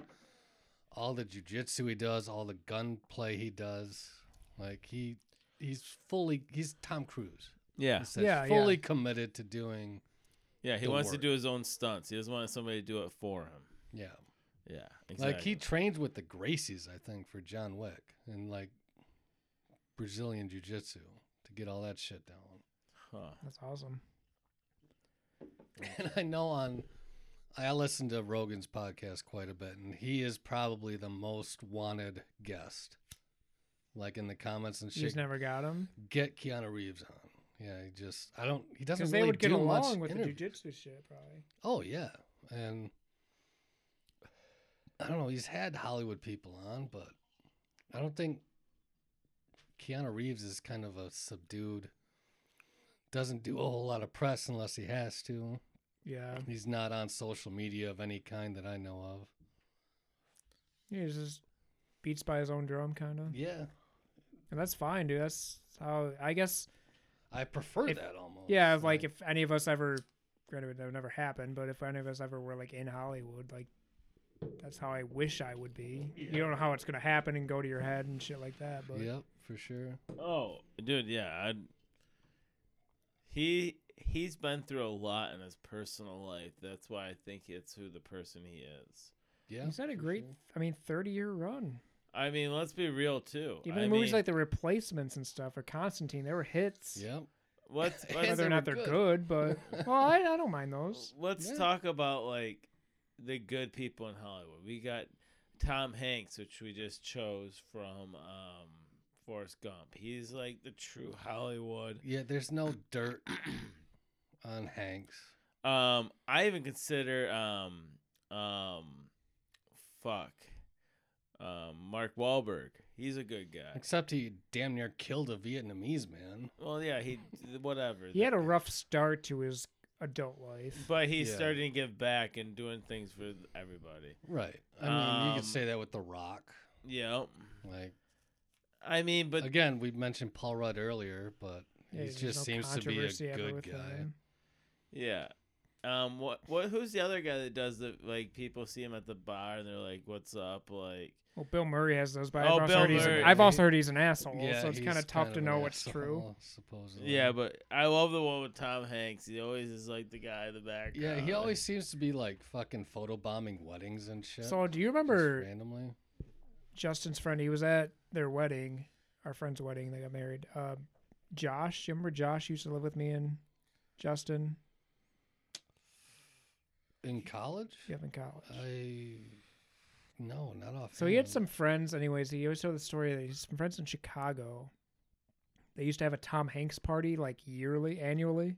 [SPEAKER 2] all the jujitsu he does, all the gunplay he does, like he he's fully he's Tom Cruise.
[SPEAKER 1] Yeah,
[SPEAKER 2] He says
[SPEAKER 3] Yeah, yeah.
[SPEAKER 2] fully committed to doing.
[SPEAKER 1] yeah. He
[SPEAKER 2] the
[SPEAKER 1] wants
[SPEAKER 2] work.
[SPEAKER 1] to do his own stunts. He doesn't want somebody to do it for him.
[SPEAKER 2] Yeah,
[SPEAKER 1] Yeah, exactly.
[SPEAKER 2] like he trains with the Gracies, I think, for John Wick and like Brazilian jujitsu to get all that shit down.
[SPEAKER 1] Huh.
[SPEAKER 3] That's awesome.
[SPEAKER 2] And I know on I listen to Rogan's podcast quite a bit, and he is probably the most wanted guest. Like in the comments and
[SPEAKER 3] You
[SPEAKER 2] shit,
[SPEAKER 3] just never got him.
[SPEAKER 2] get Keanu Reeves on. Yeah, he just I don't he doesn't
[SPEAKER 3] Because
[SPEAKER 2] really
[SPEAKER 3] they would get
[SPEAKER 2] do much
[SPEAKER 3] along with
[SPEAKER 2] interview.
[SPEAKER 3] the jujitsu shit, probably.
[SPEAKER 2] Oh yeah, and I don't know. He's had Hollywood people on, but I don't think Keanu Reeves is kind of a subdued. Doesn't do a whole lot of press unless he has to.
[SPEAKER 3] Yeah.
[SPEAKER 2] He's not on social media of any kind that I know
[SPEAKER 3] He just beats by his own drum, kind of.
[SPEAKER 2] of. Yeah,
[SPEAKER 3] And that's fine, dude. That's how, I guess.
[SPEAKER 2] I prefer
[SPEAKER 3] If-
[SPEAKER 2] that almost.
[SPEAKER 3] Yeah, if, like if any of us ever, granted that would never happen, but if any of us ever were like in Hollywood, like that's how I wish I would be. You don't know how it's gonna happen and go to your head and shit like that. But
[SPEAKER 2] Yep, for sure.
[SPEAKER 1] Oh, dude, yeah. I, he he's been through a lot in his personal life. That's why I think it's who the person he is.
[SPEAKER 2] Yeah,
[SPEAKER 3] he's had a
[SPEAKER 2] for
[SPEAKER 3] great,
[SPEAKER 2] sure.
[SPEAKER 3] I mean, thirty year run.
[SPEAKER 1] I mean, let's be real too.
[SPEAKER 3] Even
[SPEAKER 1] I
[SPEAKER 3] the movies
[SPEAKER 1] mean,
[SPEAKER 3] like The Replacements and stuff or Constantine, they were hits.
[SPEAKER 2] Yep.
[SPEAKER 1] let's
[SPEAKER 2] And
[SPEAKER 1] let's,
[SPEAKER 3] Whether
[SPEAKER 2] they
[SPEAKER 3] or not
[SPEAKER 2] were
[SPEAKER 3] they're good, but well, I, I don't mind those.
[SPEAKER 1] let's
[SPEAKER 2] Yeah.
[SPEAKER 1] talk about like the good people in Hollywood. We got Tom Hanks, which we just chose from um, Forrest Gump. He's like the true Hollywood.
[SPEAKER 2] Yeah, there's no dirt on Hanks.
[SPEAKER 1] Um, I even consider um, um, fuck, um, Mark Wahlberg. He's a good guy.
[SPEAKER 2] Except he damn near killed a Vietnamese man.
[SPEAKER 1] Well, yeah, he whatever.
[SPEAKER 3] He had a rough start to his adult life.
[SPEAKER 1] but he's
[SPEAKER 2] Yeah.
[SPEAKER 1] starting to give back and doing things for everybody.
[SPEAKER 2] Right. I mean, you
[SPEAKER 1] Um,
[SPEAKER 2] could say that with The Rock.
[SPEAKER 1] Yeah,
[SPEAKER 2] Like
[SPEAKER 1] I mean, but
[SPEAKER 2] again, we mentioned Paul Rudd earlier, but
[SPEAKER 3] Yeah,
[SPEAKER 2] he
[SPEAKER 3] there's
[SPEAKER 2] just
[SPEAKER 3] no
[SPEAKER 2] seems to be a
[SPEAKER 3] controversy ever
[SPEAKER 2] good
[SPEAKER 3] with
[SPEAKER 2] guy.
[SPEAKER 3] him.
[SPEAKER 1] yeah. Um, what what? Who's the other guy that does the like? People see him at the bar and they're like, "What's up?" Like,
[SPEAKER 3] Well, Bill Murray has those, but
[SPEAKER 1] Oh,
[SPEAKER 3] I've, also
[SPEAKER 1] Bill
[SPEAKER 3] heard he's
[SPEAKER 1] Murray.
[SPEAKER 3] an, I've also heard he's an asshole,
[SPEAKER 2] Yeah,
[SPEAKER 3] so it's
[SPEAKER 2] he's
[SPEAKER 3] kind of tough to
[SPEAKER 2] an
[SPEAKER 3] know what's true.
[SPEAKER 2] asshole, Oh, Supposedly.
[SPEAKER 1] yeah, but I love the one with Tom Hanks. He always is like the guy in the back.
[SPEAKER 2] yeah, he always seems to be like fucking photobombing weddings and shit.
[SPEAKER 3] So, do you
[SPEAKER 2] just
[SPEAKER 3] remember
[SPEAKER 2] randomly.
[SPEAKER 3] Justin's friend? He was at their wedding, our friend's wedding. They got married. Uh, Josh, you remember Josh used to live with me and Justin?
[SPEAKER 2] in college.
[SPEAKER 3] You in college.
[SPEAKER 2] I no, not off.
[SPEAKER 3] So he had some friends, anyways. He always told the story that he had some friends in Chicago. They used to have a Tom Hanks party like yearly, annually,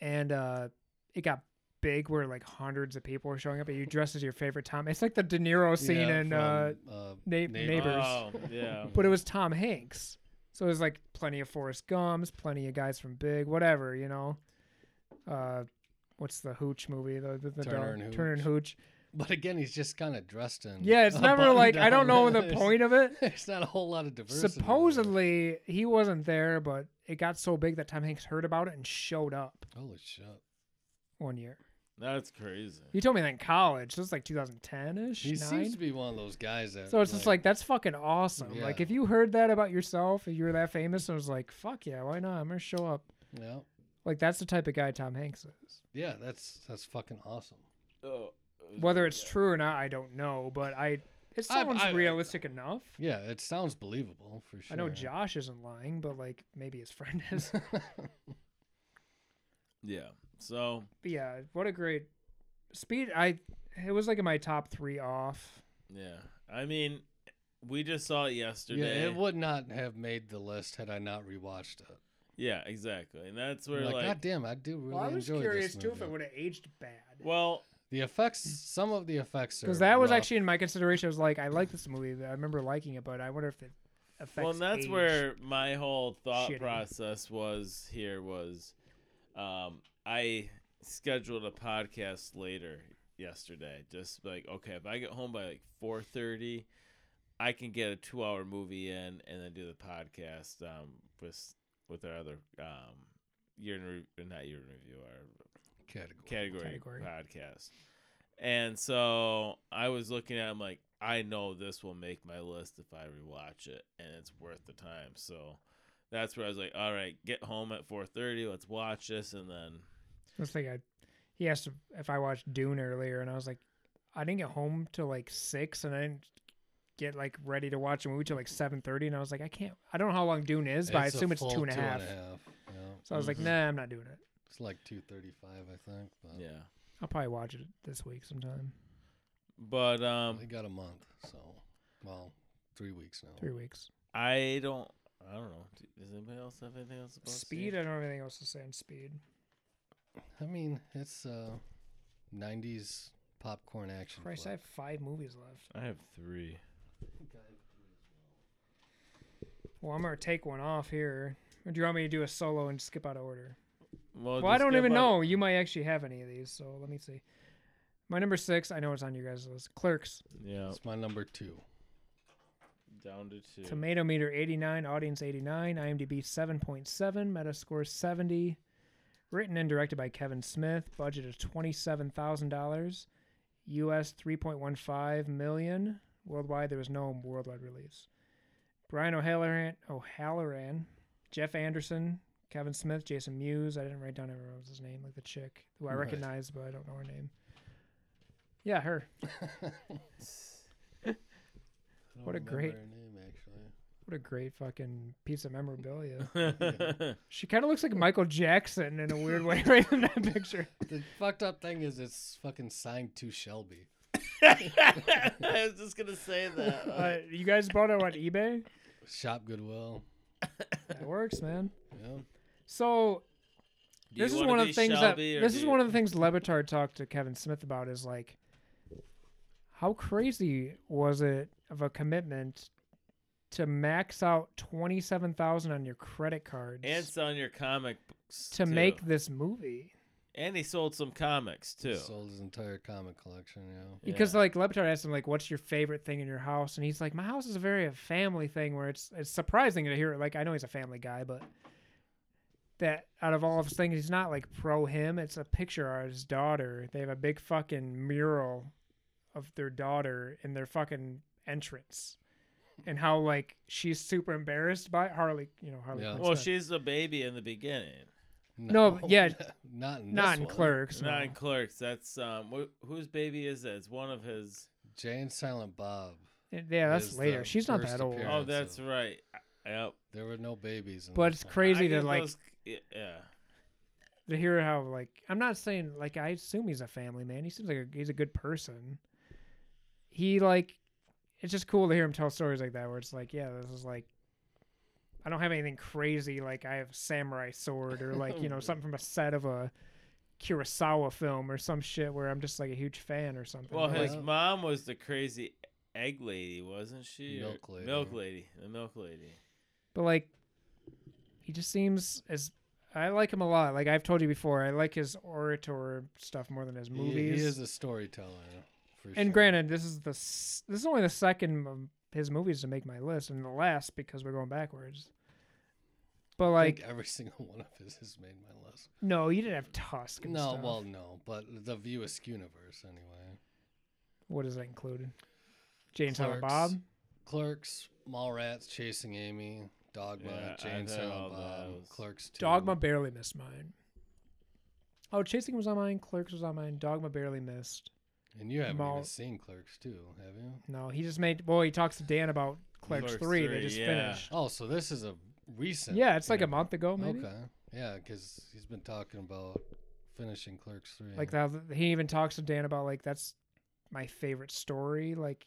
[SPEAKER 3] and uh, it got big where like hundreds of people were showing up. And you dress as your favorite Tom. It's like the De Niro scene in uh, Na- Neighbors.
[SPEAKER 1] Oh, yeah.
[SPEAKER 3] but it was Tom Hanks. So it was like plenty of Forrest Gums, plenty of guys from Big, whatever, you know. Uh, what's the Hooch movie? The, the, the
[SPEAKER 2] Turner
[SPEAKER 3] dog-
[SPEAKER 2] and
[SPEAKER 3] Turner and Hooch.
[SPEAKER 2] But again, he's just kind of dressed in.
[SPEAKER 3] Yeah, it's
[SPEAKER 2] a
[SPEAKER 3] never
[SPEAKER 2] button
[SPEAKER 3] like I
[SPEAKER 2] down.
[SPEAKER 3] don't know the
[SPEAKER 2] There's-
[SPEAKER 3] point of it.
[SPEAKER 2] There's not a whole lot of diversity. there.
[SPEAKER 3] Supposedly he wasn't there, but it got so big that Tom Hanks heard about it and showed up
[SPEAKER 2] Holy shit!
[SPEAKER 3] one year.
[SPEAKER 1] That's crazy.
[SPEAKER 3] He told me that in college. So it's like 2010 ish.
[SPEAKER 2] He seems to be one of those guys that.
[SPEAKER 3] So it's just like that's fucking awesome.
[SPEAKER 2] Yeah.
[SPEAKER 3] Like if you heard that about yourself, if you were that famous, and was like, fuck yeah, why not? I'm gonna show up.
[SPEAKER 2] yeah,
[SPEAKER 3] Like that's the type of guy Tom Hanks is.
[SPEAKER 2] yeah. That's that's fucking awesome.
[SPEAKER 1] Oh,
[SPEAKER 3] Whether it's true or not, I don't know, but I it
[SPEAKER 2] I-
[SPEAKER 3] sounds
[SPEAKER 2] I-
[SPEAKER 3] realistic enough.
[SPEAKER 2] Yeah, it sounds believable for sure.
[SPEAKER 3] I know Josh isn't lying, but like maybe his friend is.
[SPEAKER 1] yeah. So
[SPEAKER 3] but yeah, what a great speed. I it was like in my top three off.
[SPEAKER 1] yeah, I mean, we just saw it
[SPEAKER 2] Yeah,
[SPEAKER 1] yesterday. Yeah,
[SPEAKER 2] it would not have made the list had I not rewatched it.
[SPEAKER 1] exactly. And that's
[SPEAKER 2] I'm
[SPEAKER 1] where
[SPEAKER 2] like,
[SPEAKER 1] like,
[SPEAKER 2] God damn, I do really
[SPEAKER 3] well, I was
[SPEAKER 2] enjoy
[SPEAKER 3] curious
[SPEAKER 2] this
[SPEAKER 3] too if it
[SPEAKER 2] movie."
[SPEAKER 3] would have aged bad.
[SPEAKER 1] well,
[SPEAKER 2] The effects, some of the effects, are
[SPEAKER 3] Because that was
[SPEAKER 2] rough.
[SPEAKER 3] actually in my consideration. I was like, I like this movie. I remember liking it, but I wonder if the effects.
[SPEAKER 1] well, and that's
[SPEAKER 3] aged.
[SPEAKER 1] where my whole thought
[SPEAKER 3] shitty.
[SPEAKER 1] process was. Here was, um, I scheduled a podcast later yesterday. Just like, okay, if I get home by like four thirty, I can get a two-hour movie in and then do the podcast um, with with our other um, year in re- not year in review, our
[SPEAKER 2] category.
[SPEAKER 1] category,
[SPEAKER 3] Category.
[SPEAKER 1] podcast. And so I was looking at it, I'm like, I know this will make my list if I rewatch it and it's worth the time. So that's where I was like, all right, get home at 4:30, let's watch this and then
[SPEAKER 3] I was thinking, I- he asked if I watched Dune earlier, and I was like, I didn't get home till like six, and I didn't get like ready to watch a movie till like seven thirty, and I was like, I can't. I don't know how long Dune is, but I
[SPEAKER 2] a
[SPEAKER 3] assume it's
[SPEAKER 2] full
[SPEAKER 3] two and a half.
[SPEAKER 2] yeah.
[SPEAKER 3] So I was like,
[SPEAKER 1] Mhm.
[SPEAKER 3] Nah, I'm not doing it.
[SPEAKER 2] It's like two thirty-five, I think. But
[SPEAKER 1] yeah.
[SPEAKER 3] I'll probably watch it this week sometime.
[SPEAKER 1] But um
[SPEAKER 2] we got a month, so well, three weeks now.
[SPEAKER 3] Three weeks.
[SPEAKER 1] I don't I don't know. Do- Does anybody else have anything else about
[SPEAKER 3] Speed. I don't have anything else to say on speed.
[SPEAKER 2] I mean, it's uh, '90s popcorn action.
[SPEAKER 3] Christ, I
[SPEAKER 2] flick.
[SPEAKER 3] have five movies left.
[SPEAKER 1] I have 3.
[SPEAKER 3] Well, I'm gonna take one off here. Or do you want me to do a solo and skip out of order? Well, I
[SPEAKER 1] just
[SPEAKER 3] don't
[SPEAKER 1] go
[SPEAKER 3] even
[SPEAKER 1] by-
[SPEAKER 3] know. You might actually have any of these, so let me see. My number six, I know it's on your guys' list. Clerks.
[SPEAKER 1] Yeah,
[SPEAKER 2] It's my number two.
[SPEAKER 1] down to 2.
[SPEAKER 3] Tomato meter 89, audience 89, IMDb 7.7, Metascore 70. Written and directed by Kevin Smith, budget of $27,000, US 3.15 million. Worldwide, there was no worldwide release. Brian O'Halloran, O'Halloran, Jeff Anderson, Kevin Smith, Jason Mewes. I didn't write down everyone's name, like the chick who I
[SPEAKER 2] Right.
[SPEAKER 3] recognize, but I don't know her name. Yeah, her.
[SPEAKER 2] I
[SPEAKER 3] What
[SPEAKER 2] don't
[SPEAKER 3] a great-
[SPEAKER 2] remember her name, actually.
[SPEAKER 3] What a great fucking piece of memorabilia.
[SPEAKER 1] yeah.
[SPEAKER 3] She kind of looks like Michael Jackson in a weird way, right in that picture.
[SPEAKER 2] The fucked up thing is, it's fucking signed to Shelby.
[SPEAKER 1] I was just gonna say that.
[SPEAKER 3] Uh, you guys bought it on eBay?
[SPEAKER 2] Shop Goodwill.
[SPEAKER 3] That works, man.
[SPEAKER 2] Yeah.
[SPEAKER 3] So
[SPEAKER 1] Do you
[SPEAKER 3] this is
[SPEAKER 1] wanna
[SPEAKER 3] one of
[SPEAKER 1] be
[SPEAKER 3] the things
[SPEAKER 1] Shelby,
[SPEAKER 3] that
[SPEAKER 1] or
[SPEAKER 3] this
[SPEAKER 1] do
[SPEAKER 3] is
[SPEAKER 1] you-
[SPEAKER 3] one of the things Levitard talked to Kevin Smith about is like how crazy was it of a commitment to max out twenty seven thousand on your credit cards
[SPEAKER 1] and selling your comic books
[SPEAKER 3] to
[SPEAKER 1] too.
[SPEAKER 3] make this movie
[SPEAKER 1] and he sold some comics too.
[SPEAKER 2] Sold his entire comic collection. Yeah.
[SPEAKER 3] because
[SPEAKER 1] Yeah.
[SPEAKER 3] like Levitard asked him like what's your favorite thing in your house and he's like my house is a very a family thing where it's it's surprising to hear like I know he's a family guy but that out of all of his things he's not like pro him it's a picture of his daughter they have a big fucking mural of their daughter in their fucking entrance and how like she's super embarrassed by Harley you know Harley
[SPEAKER 2] Yeah.
[SPEAKER 3] Quinn's
[SPEAKER 1] well,
[SPEAKER 3] not-
[SPEAKER 1] she's a baby in the beginning.
[SPEAKER 3] No, yeah,
[SPEAKER 2] Not in
[SPEAKER 3] not
[SPEAKER 2] this
[SPEAKER 3] in
[SPEAKER 2] one.
[SPEAKER 3] clerks
[SPEAKER 1] Not
[SPEAKER 3] no.
[SPEAKER 1] in Clerks. That's um, wh- whose baby is that? It's one of his.
[SPEAKER 2] Jay and Silent Bob.
[SPEAKER 3] yeah that's
[SPEAKER 2] is
[SPEAKER 3] later
[SPEAKER 2] the
[SPEAKER 3] she's not
[SPEAKER 2] first
[SPEAKER 3] that old
[SPEAKER 2] appearance.
[SPEAKER 1] Oh,
[SPEAKER 2] Parents
[SPEAKER 1] that's
[SPEAKER 2] of-
[SPEAKER 1] right. Yep.
[SPEAKER 2] There were no babies. In
[SPEAKER 3] but
[SPEAKER 2] this
[SPEAKER 3] it's
[SPEAKER 2] one.
[SPEAKER 3] crazy
[SPEAKER 1] I
[SPEAKER 3] to
[SPEAKER 1] get
[SPEAKER 3] like
[SPEAKER 1] those- yeah.
[SPEAKER 3] to hear how like I'm not saying like I assume he's a family man. He seems like a, he's a good person. He like it's just cool to hear him tell stories like that where it's like, yeah, this is like I don't have anything crazy like I have a samurai sword or like, you know, something from a set of a Kurosawa film or some shit where I'm just like a huge fan or something.
[SPEAKER 1] Well,
[SPEAKER 3] But,
[SPEAKER 1] his
[SPEAKER 3] like,
[SPEAKER 1] mom was the crazy egg lady, wasn't she? Or-
[SPEAKER 2] Milk lady.
[SPEAKER 1] Milk lady. The milk lady.
[SPEAKER 3] but like he just seems as I like him a lot. Like I've told you before, I like his orator stuff more than his
[SPEAKER 2] He-
[SPEAKER 3] movies.
[SPEAKER 2] He, is a storyteller. For
[SPEAKER 3] and
[SPEAKER 2] sure.
[SPEAKER 3] granted, this is the s- this is only the second of his movies to make my list, and the last because we're going backwards. But
[SPEAKER 2] I think
[SPEAKER 3] like,
[SPEAKER 2] every single one of his has made my list.
[SPEAKER 3] no, you didn't have Tusk. And
[SPEAKER 2] No,
[SPEAKER 3] stuff.
[SPEAKER 2] well, no, but the View Askew universe anyway.
[SPEAKER 3] what does that include? Jane Silent Bob.
[SPEAKER 2] Clerks. Clerks, Mallrats, Chasing Amy, Dogma,
[SPEAKER 1] Yeah, I
[SPEAKER 2] Jane
[SPEAKER 1] did all
[SPEAKER 2] Silent Bob,
[SPEAKER 1] those.
[SPEAKER 2] Clerks 2.
[SPEAKER 3] Dogma barely missed mine. Oh, Chasing was on mine. Clerks was on mine. Dogma barely missed.
[SPEAKER 2] And you haven't
[SPEAKER 3] Mall-
[SPEAKER 2] even seen Clerks 2, have you?
[SPEAKER 3] No, he just made. Well, he talks to Dan about Clerks,
[SPEAKER 1] Clerks
[SPEAKER 3] three. They
[SPEAKER 1] three,
[SPEAKER 3] just
[SPEAKER 1] yeah.
[SPEAKER 3] finished.
[SPEAKER 2] Oh, so this is a recent.
[SPEAKER 3] Yeah, it's like a
[SPEAKER 2] universe.
[SPEAKER 3] month ago, maybe.
[SPEAKER 2] Okay. Yeah, because he's been talking about finishing Clerks 3.
[SPEAKER 3] like that he even talks to dan about like that's my favorite story like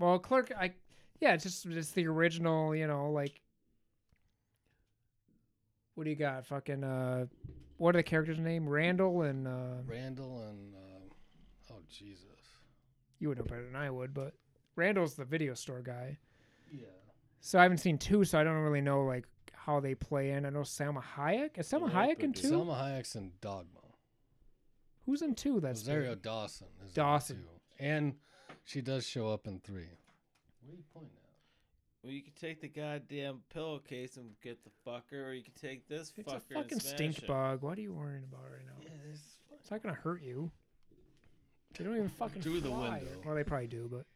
[SPEAKER 3] well clerk i yeah it's just it's the original you know like what do you got fucking uh what are the characters name randall and uh
[SPEAKER 2] Randall and. Um, oh, Jesus.
[SPEAKER 3] you would know better than i would but randall's the video store guy
[SPEAKER 2] Yeah.
[SPEAKER 3] so i haven't seen two so i don't really know like how they play in i know salma hayek is salma
[SPEAKER 1] Yeah,
[SPEAKER 3] hayek
[SPEAKER 1] but
[SPEAKER 3] in
[SPEAKER 1] it's
[SPEAKER 3] two
[SPEAKER 2] Selma Hayek's in Dogma.
[SPEAKER 3] who's in two that's
[SPEAKER 2] Rosario
[SPEAKER 3] big?
[SPEAKER 2] Dawson is in
[SPEAKER 3] Dawson.
[SPEAKER 2] two. And she does show up in 3. What are you pointing at?
[SPEAKER 1] Well, you can take the goddamn pillowcase and get the fucker, or you can take this
[SPEAKER 3] it's
[SPEAKER 1] fucker.
[SPEAKER 3] a fucking
[SPEAKER 1] and smash
[SPEAKER 3] stink
[SPEAKER 1] it.
[SPEAKER 3] bug what are you worrying about right now
[SPEAKER 2] Yeah, this-
[SPEAKER 3] It's not gonna hurt you. They don't even fucking
[SPEAKER 1] Through the
[SPEAKER 3] fly.
[SPEAKER 1] window.
[SPEAKER 3] Well, they probably do, but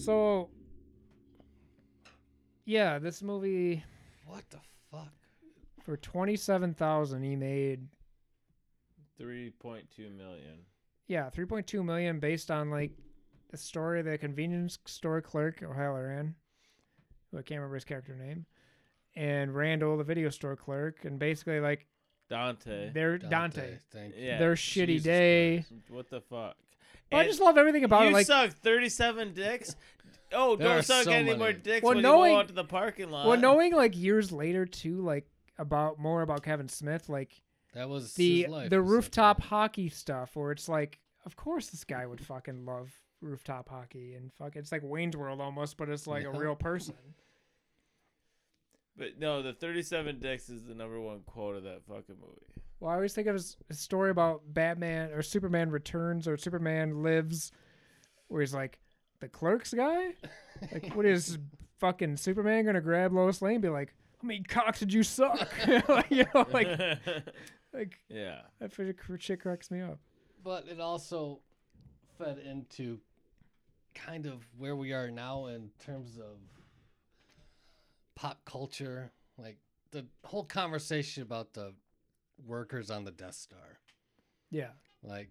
[SPEAKER 3] so yeah, this movie
[SPEAKER 2] What the fuck?
[SPEAKER 3] for twenty seven thousand he made
[SPEAKER 1] Three point two million.
[SPEAKER 3] yeah three point two million based on like the story of the convenience store clerk O'Halloran, who I can't remember his character name, and Randall the video store clerk, and basically like
[SPEAKER 1] Dante.
[SPEAKER 3] their Dante,
[SPEAKER 2] Thank
[SPEAKER 1] Yeah.
[SPEAKER 3] their shitty
[SPEAKER 2] Jesus
[SPEAKER 3] day.
[SPEAKER 1] What the fuck?
[SPEAKER 3] But I
[SPEAKER 1] And
[SPEAKER 3] just love everything about
[SPEAKER 1] you
[SPEAKER 3] it. Like
[SPEAKER 1] suck thirty-seven dicks. Oh,
[SPEAKER 2] There are
[SPEAKER 1] don't suck
[SPEAKER 2] so
[SPEAKER 1] any
[SPEAKER 2] many.
[SPEAKER 1] more dicks
[SPEAKER 3] Well,
[SPEAKER 1] when you
[SPEAKER 3] knowing-
[SPEAKER 1] go out to the parking lot.
[SPEAKER 3] Well, knowing like years later too, like about more about Kevin Smith, like
[SPEAKER 2] That was
[SPEAKER 3] the
[SPEAKER 2] his life,
[SPEAKER 3] the
[SPEAKER 2] essentially.
[SPEAKER 3] rooftop hockey stuff, where it's like, of course this guy would fucking love rooftop hockey and fuck, it's like Wayne's World almost, but it's like a
[SPEAKER 2] Yeah.
[SPEAKER 3] real person.
[SPEAKER 1] But no, the 37 dicks is the number one quote of that fucking movie.
[SPEAKER 3] Well, I always think of his, his story about Batman or Superman Returns or Superman Lives, where he's like the clerks guy. Like, what is fucking Superman gonna grab Lois Lane? And be like, how many cocks did you suck? you know, like like
[SPEAKER 1] yeah.
[SPEAKER 3] that fucking shit cracks me up.
[SPEAKER 2] But it also fed into kind of where we are now in terms of pop culture. Like the whole conversation about the workers on the Death Star.
[SPEAKER 3] Yeah.
[SPEAKER 2] Like,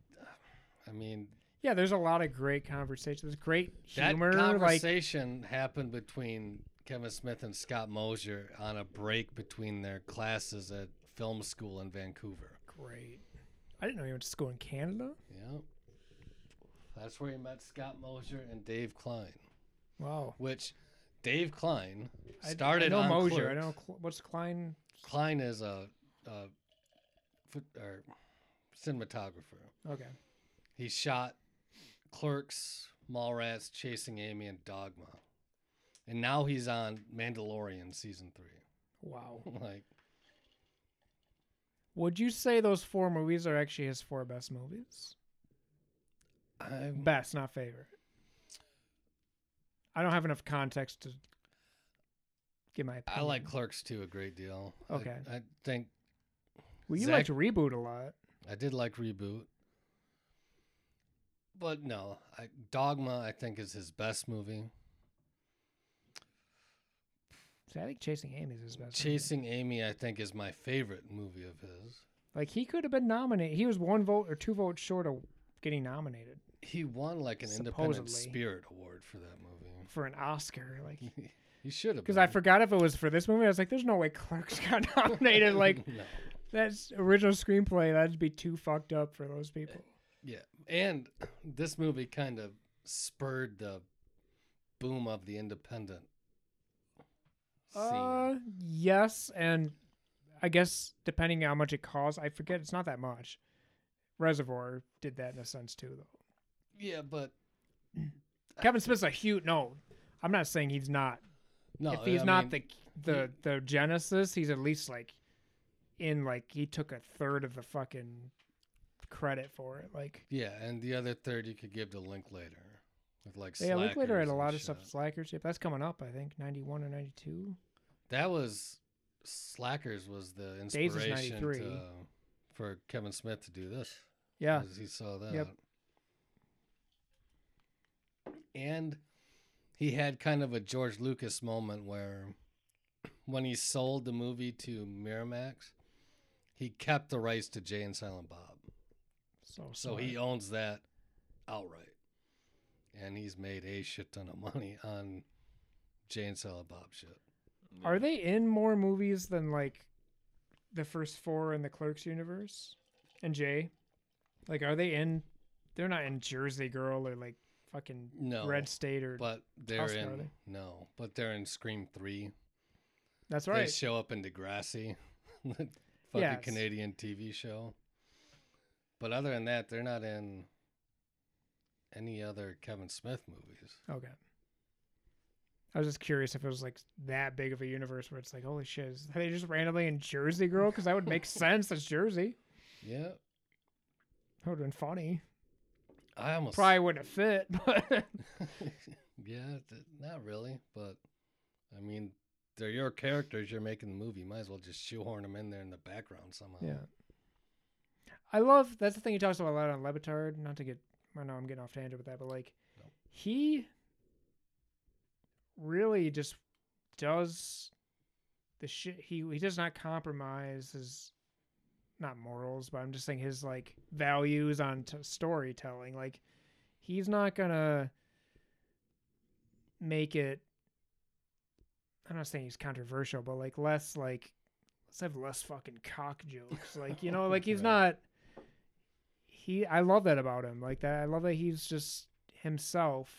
[SPEAKER 2] I mean,
[SPEAKER 3] Yeah, there's a lot of great conversations. There's great humor.
[SPEAKER 2] that
[SPEAKER 3] like
[SPEAKER 2] conversation happened between Kevin Smith and Scott Mosier on a break between their classes at film school in Vancouver.
[SPEAKER 3] great. I didn't know you went to school in Canada.
[SPEAKER 2] Yeah. That's where he met Scott Mosier and Dave Klein,
[SPEAKER 3] Wow.
[SPEAKER 2] which Dave Klein
[SPEAKER 3] I-
[SPEAKER 2] started
[SPEAKER 3] I,
[SPEAKER 2] on
[SPEAKER 3] know Mosier. I
[SPEAKER 2] Clerks.
[SPEAKER 3] know Cl- what's Klein.
[SPEAKER 2] Klein is a, a foot, or cinematographer.
[SPEAKER 3] Okay.
[SPEAKER 2] He shot Clerks, Mallrats, Chasing Amy, and Dogma, and now he's on Mandalorian season three.
[SPEAKER 3] Wow.
[SPEAKER 2] like,
[SPEAKER 3] Would you say those four movies are actually his four best movies?
[SPEAKER 2] I'm,
[SPEAKER 3] Best, not favorite. I don't have enough context to give my
[SPEAKER 2] I
[SPEAKER 3] opinion.
[SPEAKER 2] like Clerks too a great deal. I-
[SPEAKER 3] Okay.
[SPEAKER 2] I, think
[SPEAKER 3] Well, you
[SPEAKER 2] Zach-
[SPEAKER 3] liked Reboot a lot.
[SPEAKER 2] I did like reboot, but no, I, Dogma I think is his best movie.
[SPEAKER 3] See, I think Chasing Amy's his best. movie.
[SPEAKER 2] Chasing Amy I think is my favorite movie of his.
[SPEAKER 3] Like, he could have been nominated. He was one vote or two votes short of getting nominated
[SPEAKER 2] He won like an independent
[SPEAKER 3] Supposedly.
[SPEAKER 2] spirit award for that movie.
[SPEAKER 3] for an Oscar. Like,
[SPEAKER 2] He should have
[SPEAKER 3] because I
[SPEAKER 2] been.
[SPEAKER 3] forgot if it was for this movie. I was like, there's no way Clerks got nominated. Like,
[SPEAKER 2] no.
[SPEAKER 3] that's original screenplay. That'd be too fucked up for those people.
[SPEAKER 2] Yeah, and this movie kind of spurred the boom of the independent scene.
[SPEAKER 3] Uh, yes, and I guess depending on how much it costs, I forget it's not that much. Reservoir did that in a sense too, though.
[SPEAKER 2] yeah, but
[SPEAKER 3] Kevin Smith's a huge no. I'm not saying he's not.
[SPEAKER 2] no,
[SPEAKER 3] if he's
[SPEAKER 2] I
[SPEAKER 3] not
[SPEAKER 2] mean,
[SPEAKER 3] the the the genesis, he's at least like in like he took a third of the fucking credit for it. Like
[SPEAKER 2] yeah, and the other third you could give to Linklater with like
[SPEAKER 3] yeah, look later
[SPEAKER 2] Slackers
[SPEAKER 3] at a
[SPEAKER 2] and
[SPEAKER 3] lot of stuff.
[SPEAKER 2] shit.
[SPEAKER 3] Slackers, yep, that's coming up. I think 91 or 92.
[SPEAKER 2] That was Slackers was the
[SPEAKER 3] Days is
[SPEAKER 2] inspiration
[SPEAKER 3] 93.
[SPEAKER 2] to, for Kevin Smith to do this.
[SPEAKER 3] Yeah,
[SPEAKER 2] as he saw that.
[SPEAKER 3] Yep.
[SPEAKER 2] And he had kind of a George Lucas moment where when he sold the movie to Miramax, he kept the rights to Jay and Silent Bob.
[SPEAKER 3] so
[SPEAKER 2] So he owns that outright. And he's made a shit ton of money on Jay and Silent Bob shit.
[SPEAKER 3] Are they in more movies than like the first four in the Clerks universe? And Jay? Like are they in they're not in Jersey Girl or like fucking
[SPEAKER 2] No.
[SPEAKER 3] Red State or
[SPEAKER 2] but they're
[SPEAKER 3] Tusk, are
[SPEAKER 2] in
[SPEAKER 3] they?
[SPEAKER 2] no, but they're in Scream Three.
[SPEAKER 3] That's
[SPEAKER 2] They
[SPEAKER 3] right.
[SPEAKER 2] show up in Degrassi, the fucking
[SPEAKER 3] Yes.
[SPEAKER 2] Canadian TV show. But other than that, they're not in any other Kevin Smith movies.
[SPEAKER 3] okay. I was just curious if it was like that big of a universe where it's like, holy shit, is- are they just randomly in Jersey Girl? Because that would make sense. That's Jersey.
[SPEAKER 2] Yeah,
[SPEAKER 3] That would have been funny.
[SPEAKER 2] I almost
[SPEAKER 3] Probably wouldn't have fit, but
[SPEAKER 2] yeah, th- not really, but I mean, they're your characters. You're making the movie. Might as well just shoehorn them in there in the background somehow.
[SPEAKER 3] Yeah. I love that's the thing he talks about a lot on Levitard. Not to get I know I'm getting off tangent with that, but like
[SPEAKER 2] No.
[SPEAKER 3] he really just does the shit he he does not compromise his not morals, but I'm just saying his like values on t- storytelling. Like he's not gonna make it I'm not saying he's controversial, but like less like let's have less fucking cock jokes. Like you know, like he's
[SPEAKER 2] Right.
[SPEAKER 3] not. He, I love that about him. Like that, I love that he's just himself.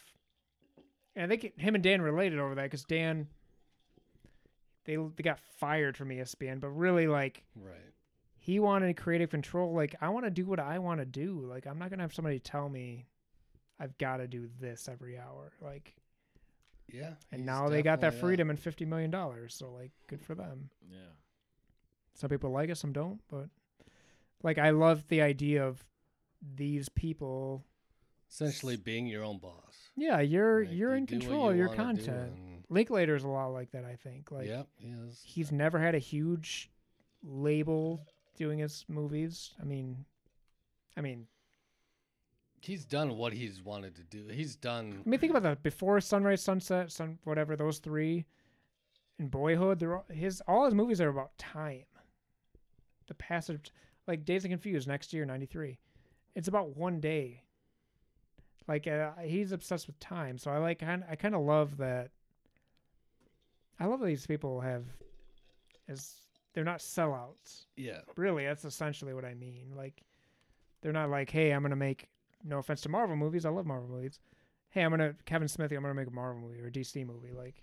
[SPEAKER 3] And I think it- him and Dan related over that because Dan, they they got fired from E ESPN, but really like
[SPEAKER 2] right.
[SPEAKER 3] he wanted creative control. Like I want to do what I want to do. Like I'm not gonna have somebody tell me I've got to do this every hour. Like
[SPEAKER 2] Yeah,
[SPEAKER 3] and
[SPEAKER 2] he's
[SPEAKER 3] now they got that
[SPEAKER 2] definitely uh,
[SPEAKER 3] freedom and fifty million dollars. So like good for them.
[SPEAKER 1] Yeah.
[SPEAKER 3] Some people like it, some don't. But like, I love the idea of these people.
[SPEAKER 2] Essentially, being your own boss.
[SPEAKER 3] Yeah, you're
[SPEAKER 2] Like,
[SPEAKER 3] you're
[SPEAKER 2] you
[SPEAKER 3] in
[SPEAKER 2] do what
[SPEAKER 3] control of
[SPEAKER 2] you
[SPEAKER 3] your
[SPEAKER 2] wanna do
[SPEAKER 3] content.
[SPEAKER 2] and-
[SPEAKER 3] Linklater's a lot like that. I think. Like,
[SPEAKER 2] yep, he is.
[SPEAKER 3] he's never had a huge label doing his movies. I mean, I mean,
[SPEAKER 2] he's done what he's wanted to do. He's done
[SPEAKER 3] I mean, think about that. Before Sunrise, Sunset, Sun, whatever those three, and Boyhood, they're all, his all his movies are about time. The passage, like Days and Confused, next year '93, it's about one day. Like uh, he's obsessed with time, so I like kind I kind of love that. I love that these people have, as they're not sellouts
[SPEAKER 2] yeah.
[SPEAKER 3] really that's essentially what i mean like they're not like hey i'm gonna make no offense to Marvel movies, I love Marvel movies. Hey, I'm gonna Kevin Smithy, I'm gonna make a Marvel movie or a DC movie. Like,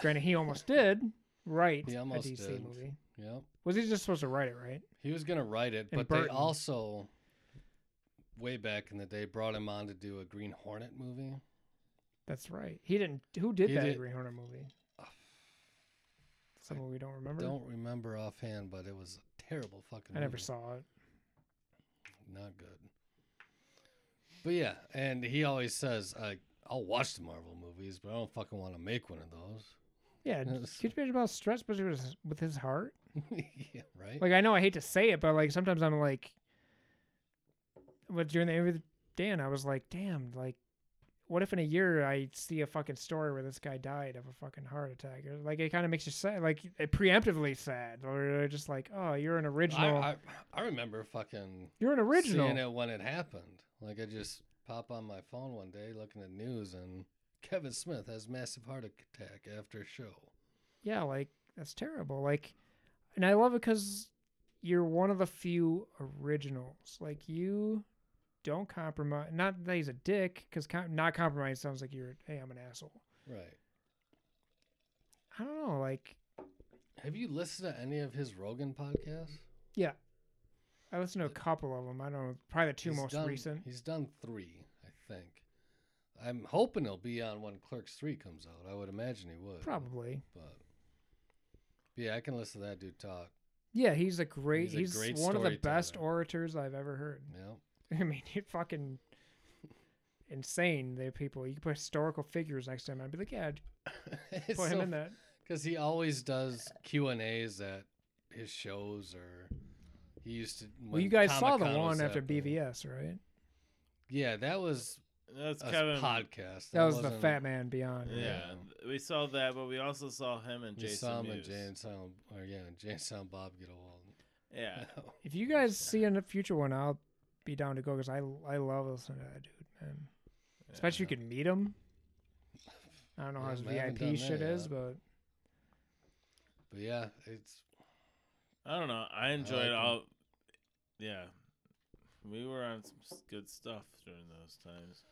[SPEAKER 3] granted, he almost did write
[SPEAKER 2] He almost
[SPEAKER 3] a DC
[SPEAKER 2] did.
[SPEAKER 3] movie.
[SPEAKER 2] Yep.
[SPEAKER 3] Was he just supposed to write it, right?
[SPEAKER 2] He was gonna write it,
[SPEAKER 3] And
[SPEAKER 2] but they
[SPEAKER 3] Burton.
[SPEAKER 2] also, way back in the day, brought him on to do a Green Hornet movie.
[SPEAKER 3] That's right. He didn't. Who did
[SPEAKER 2] He
[SPEAKER 3] that
[SPEAKER 2] did-
[SPEAKER 3] Green Hornet movie?
[SPEAKER 2] Ah,
[SPEAKER 3] Someone we don't remember.
[SPEAKER 2] Don't remember offhand, but it was a terrible fucking.
[SPEAKER 3] I never
[SPEAKER 2] movie.
[SPEAKER 3] saw it.
[SPEAKER 2] Not good. But yeah, and he always says, like, "I'll watch the Marvel movies, but I don't fucking want to make one of those."
[SPEAKER 3] Yeah,
[SPEAKER 2] Yeah,
[SPEAKER 3] d-
[SPEAKER 2] it's-
[SPEAKER 3] could you imagine about stress with his, with his heart?
[SPEAKER 2] yeah, right.
[SPEAKER 3] Like I know I hate to say it, but like sometimes I'm like, but during the interview with Dan, I was like, damn, like, what if in a year I see a fucking story where this guy died of a fucking heart attack? Or, like it kind of makes you sad, like it preemptively sad, or just like, oh, you're an
[SPEAKER 2] I,
[SPEAKER 3] original,
[SPEAKER 2] I I remember fucking
[SPEAKER 3] you're an original.
[SPEAKER 2] seeing it when it happened. Like I just pop on my phone one day looking at news and Kevin Smith has massive heart attack after show.
[SPEAKER 3] yeah, like that's terrible. Like, and I love it because you're one of the few originals. Like you don't compromise. Not that he's a dick, because com- not compromise sounds like you're. Hey, I'm an asshole.
[SPEAKER 2] Right.
[SPEAKER 3] I don't know. Like
[SPEAKER 2] Have you listened to any of his Rogan podcasts?
[SPEAKER 3] I listened to a couple of them. I don't know. Probably the two
[SPEAKER 2] He's
[SPEAKER 3] most
[SPEAKER 2] done-
[SPEAKER 3] recent.
[SPEAKER 2] He's done three, I think. I'm hoping he'll be on when Clerks Three comes out. I would imagine he would.
[SPEAKER 3] Probably.
[SPEAKER 2] But but yeah, I can listen to that dude talk.
[SPEAKER 3] Yeah, he's a great.
[SPEAKER 2] He's a
[SPEAKER 3] He's,
[SPEAKER 2] great
[SPEAKER 3] one of the best
[SPEAKER 2] storyteller.
[SPEAKER 3] orators I've ever heard.
[SPEAKER 2] Yeah.
[SPEAKER 3] I mean, he fucking insane. The people you could put historical figures next to him. I'd be like, yeah,
[SPEAKER 2] It's
[SPEAKER 3] put him
[SPEAKER 2] so
[SPEAKER 3] in that.
[SPEAKER 2] because he always does Q and A's at his shows, or he used to.
[SPEAKER 3] Well,
[SPEAKER 2] when
[SPEAKER 3] you guys saw the
[SPEAKER 2] Comic-Con was
[SPEAKER 3] one after
[SPEAKER 2] happening.
[SPEAKER 3] BVS, right?
[SPEAKER 2] Yeah, that was
[SPEAKER 1] That's
[SPEAKER 2] a
[SPEAKER 1] Kevin.
[SPEAKER 2] podcast.
[SPEAKER 3] That was the
[SPEAKER 2] wasn't-
[SPEAKER 3] Fat Man Beyond.
[SPEAKER 1] Yeah, we saw that, but we also saw him and
[SPEAKER 2] we
[SPEAKER 1] Jason.
[SPEAKER 2] saw him and
[SPEAKER 1] Mewes.
[SPEAKER 2] Jane Silent, or yeah, Jane Silent Bob get along.
[SPEAKER 1] Yeah,
[SPEAKER 3] If you guys see in the future one, I'll be down to go because I I love listening to that dude, man. Especially if you could meet him. I don't know
[SPEAKER 2] Yeah,
[SPEAKER 3] how his
[SPEAKER 2] we haven't done
[SPEAKER 3] VIP
[SPEAKER 2] that
[SPEAKER 3] shit is,
[SPEAKER 2] yet.
[SPEAKER 3] but
[SPEAKER 2] but yeah, it's
[SPEAKER 1] I don't know. I enjoyed
[SPEAKER 2] like him.
[SPEAKER 1] all. Yeah, we were on some s- good stuff during those times.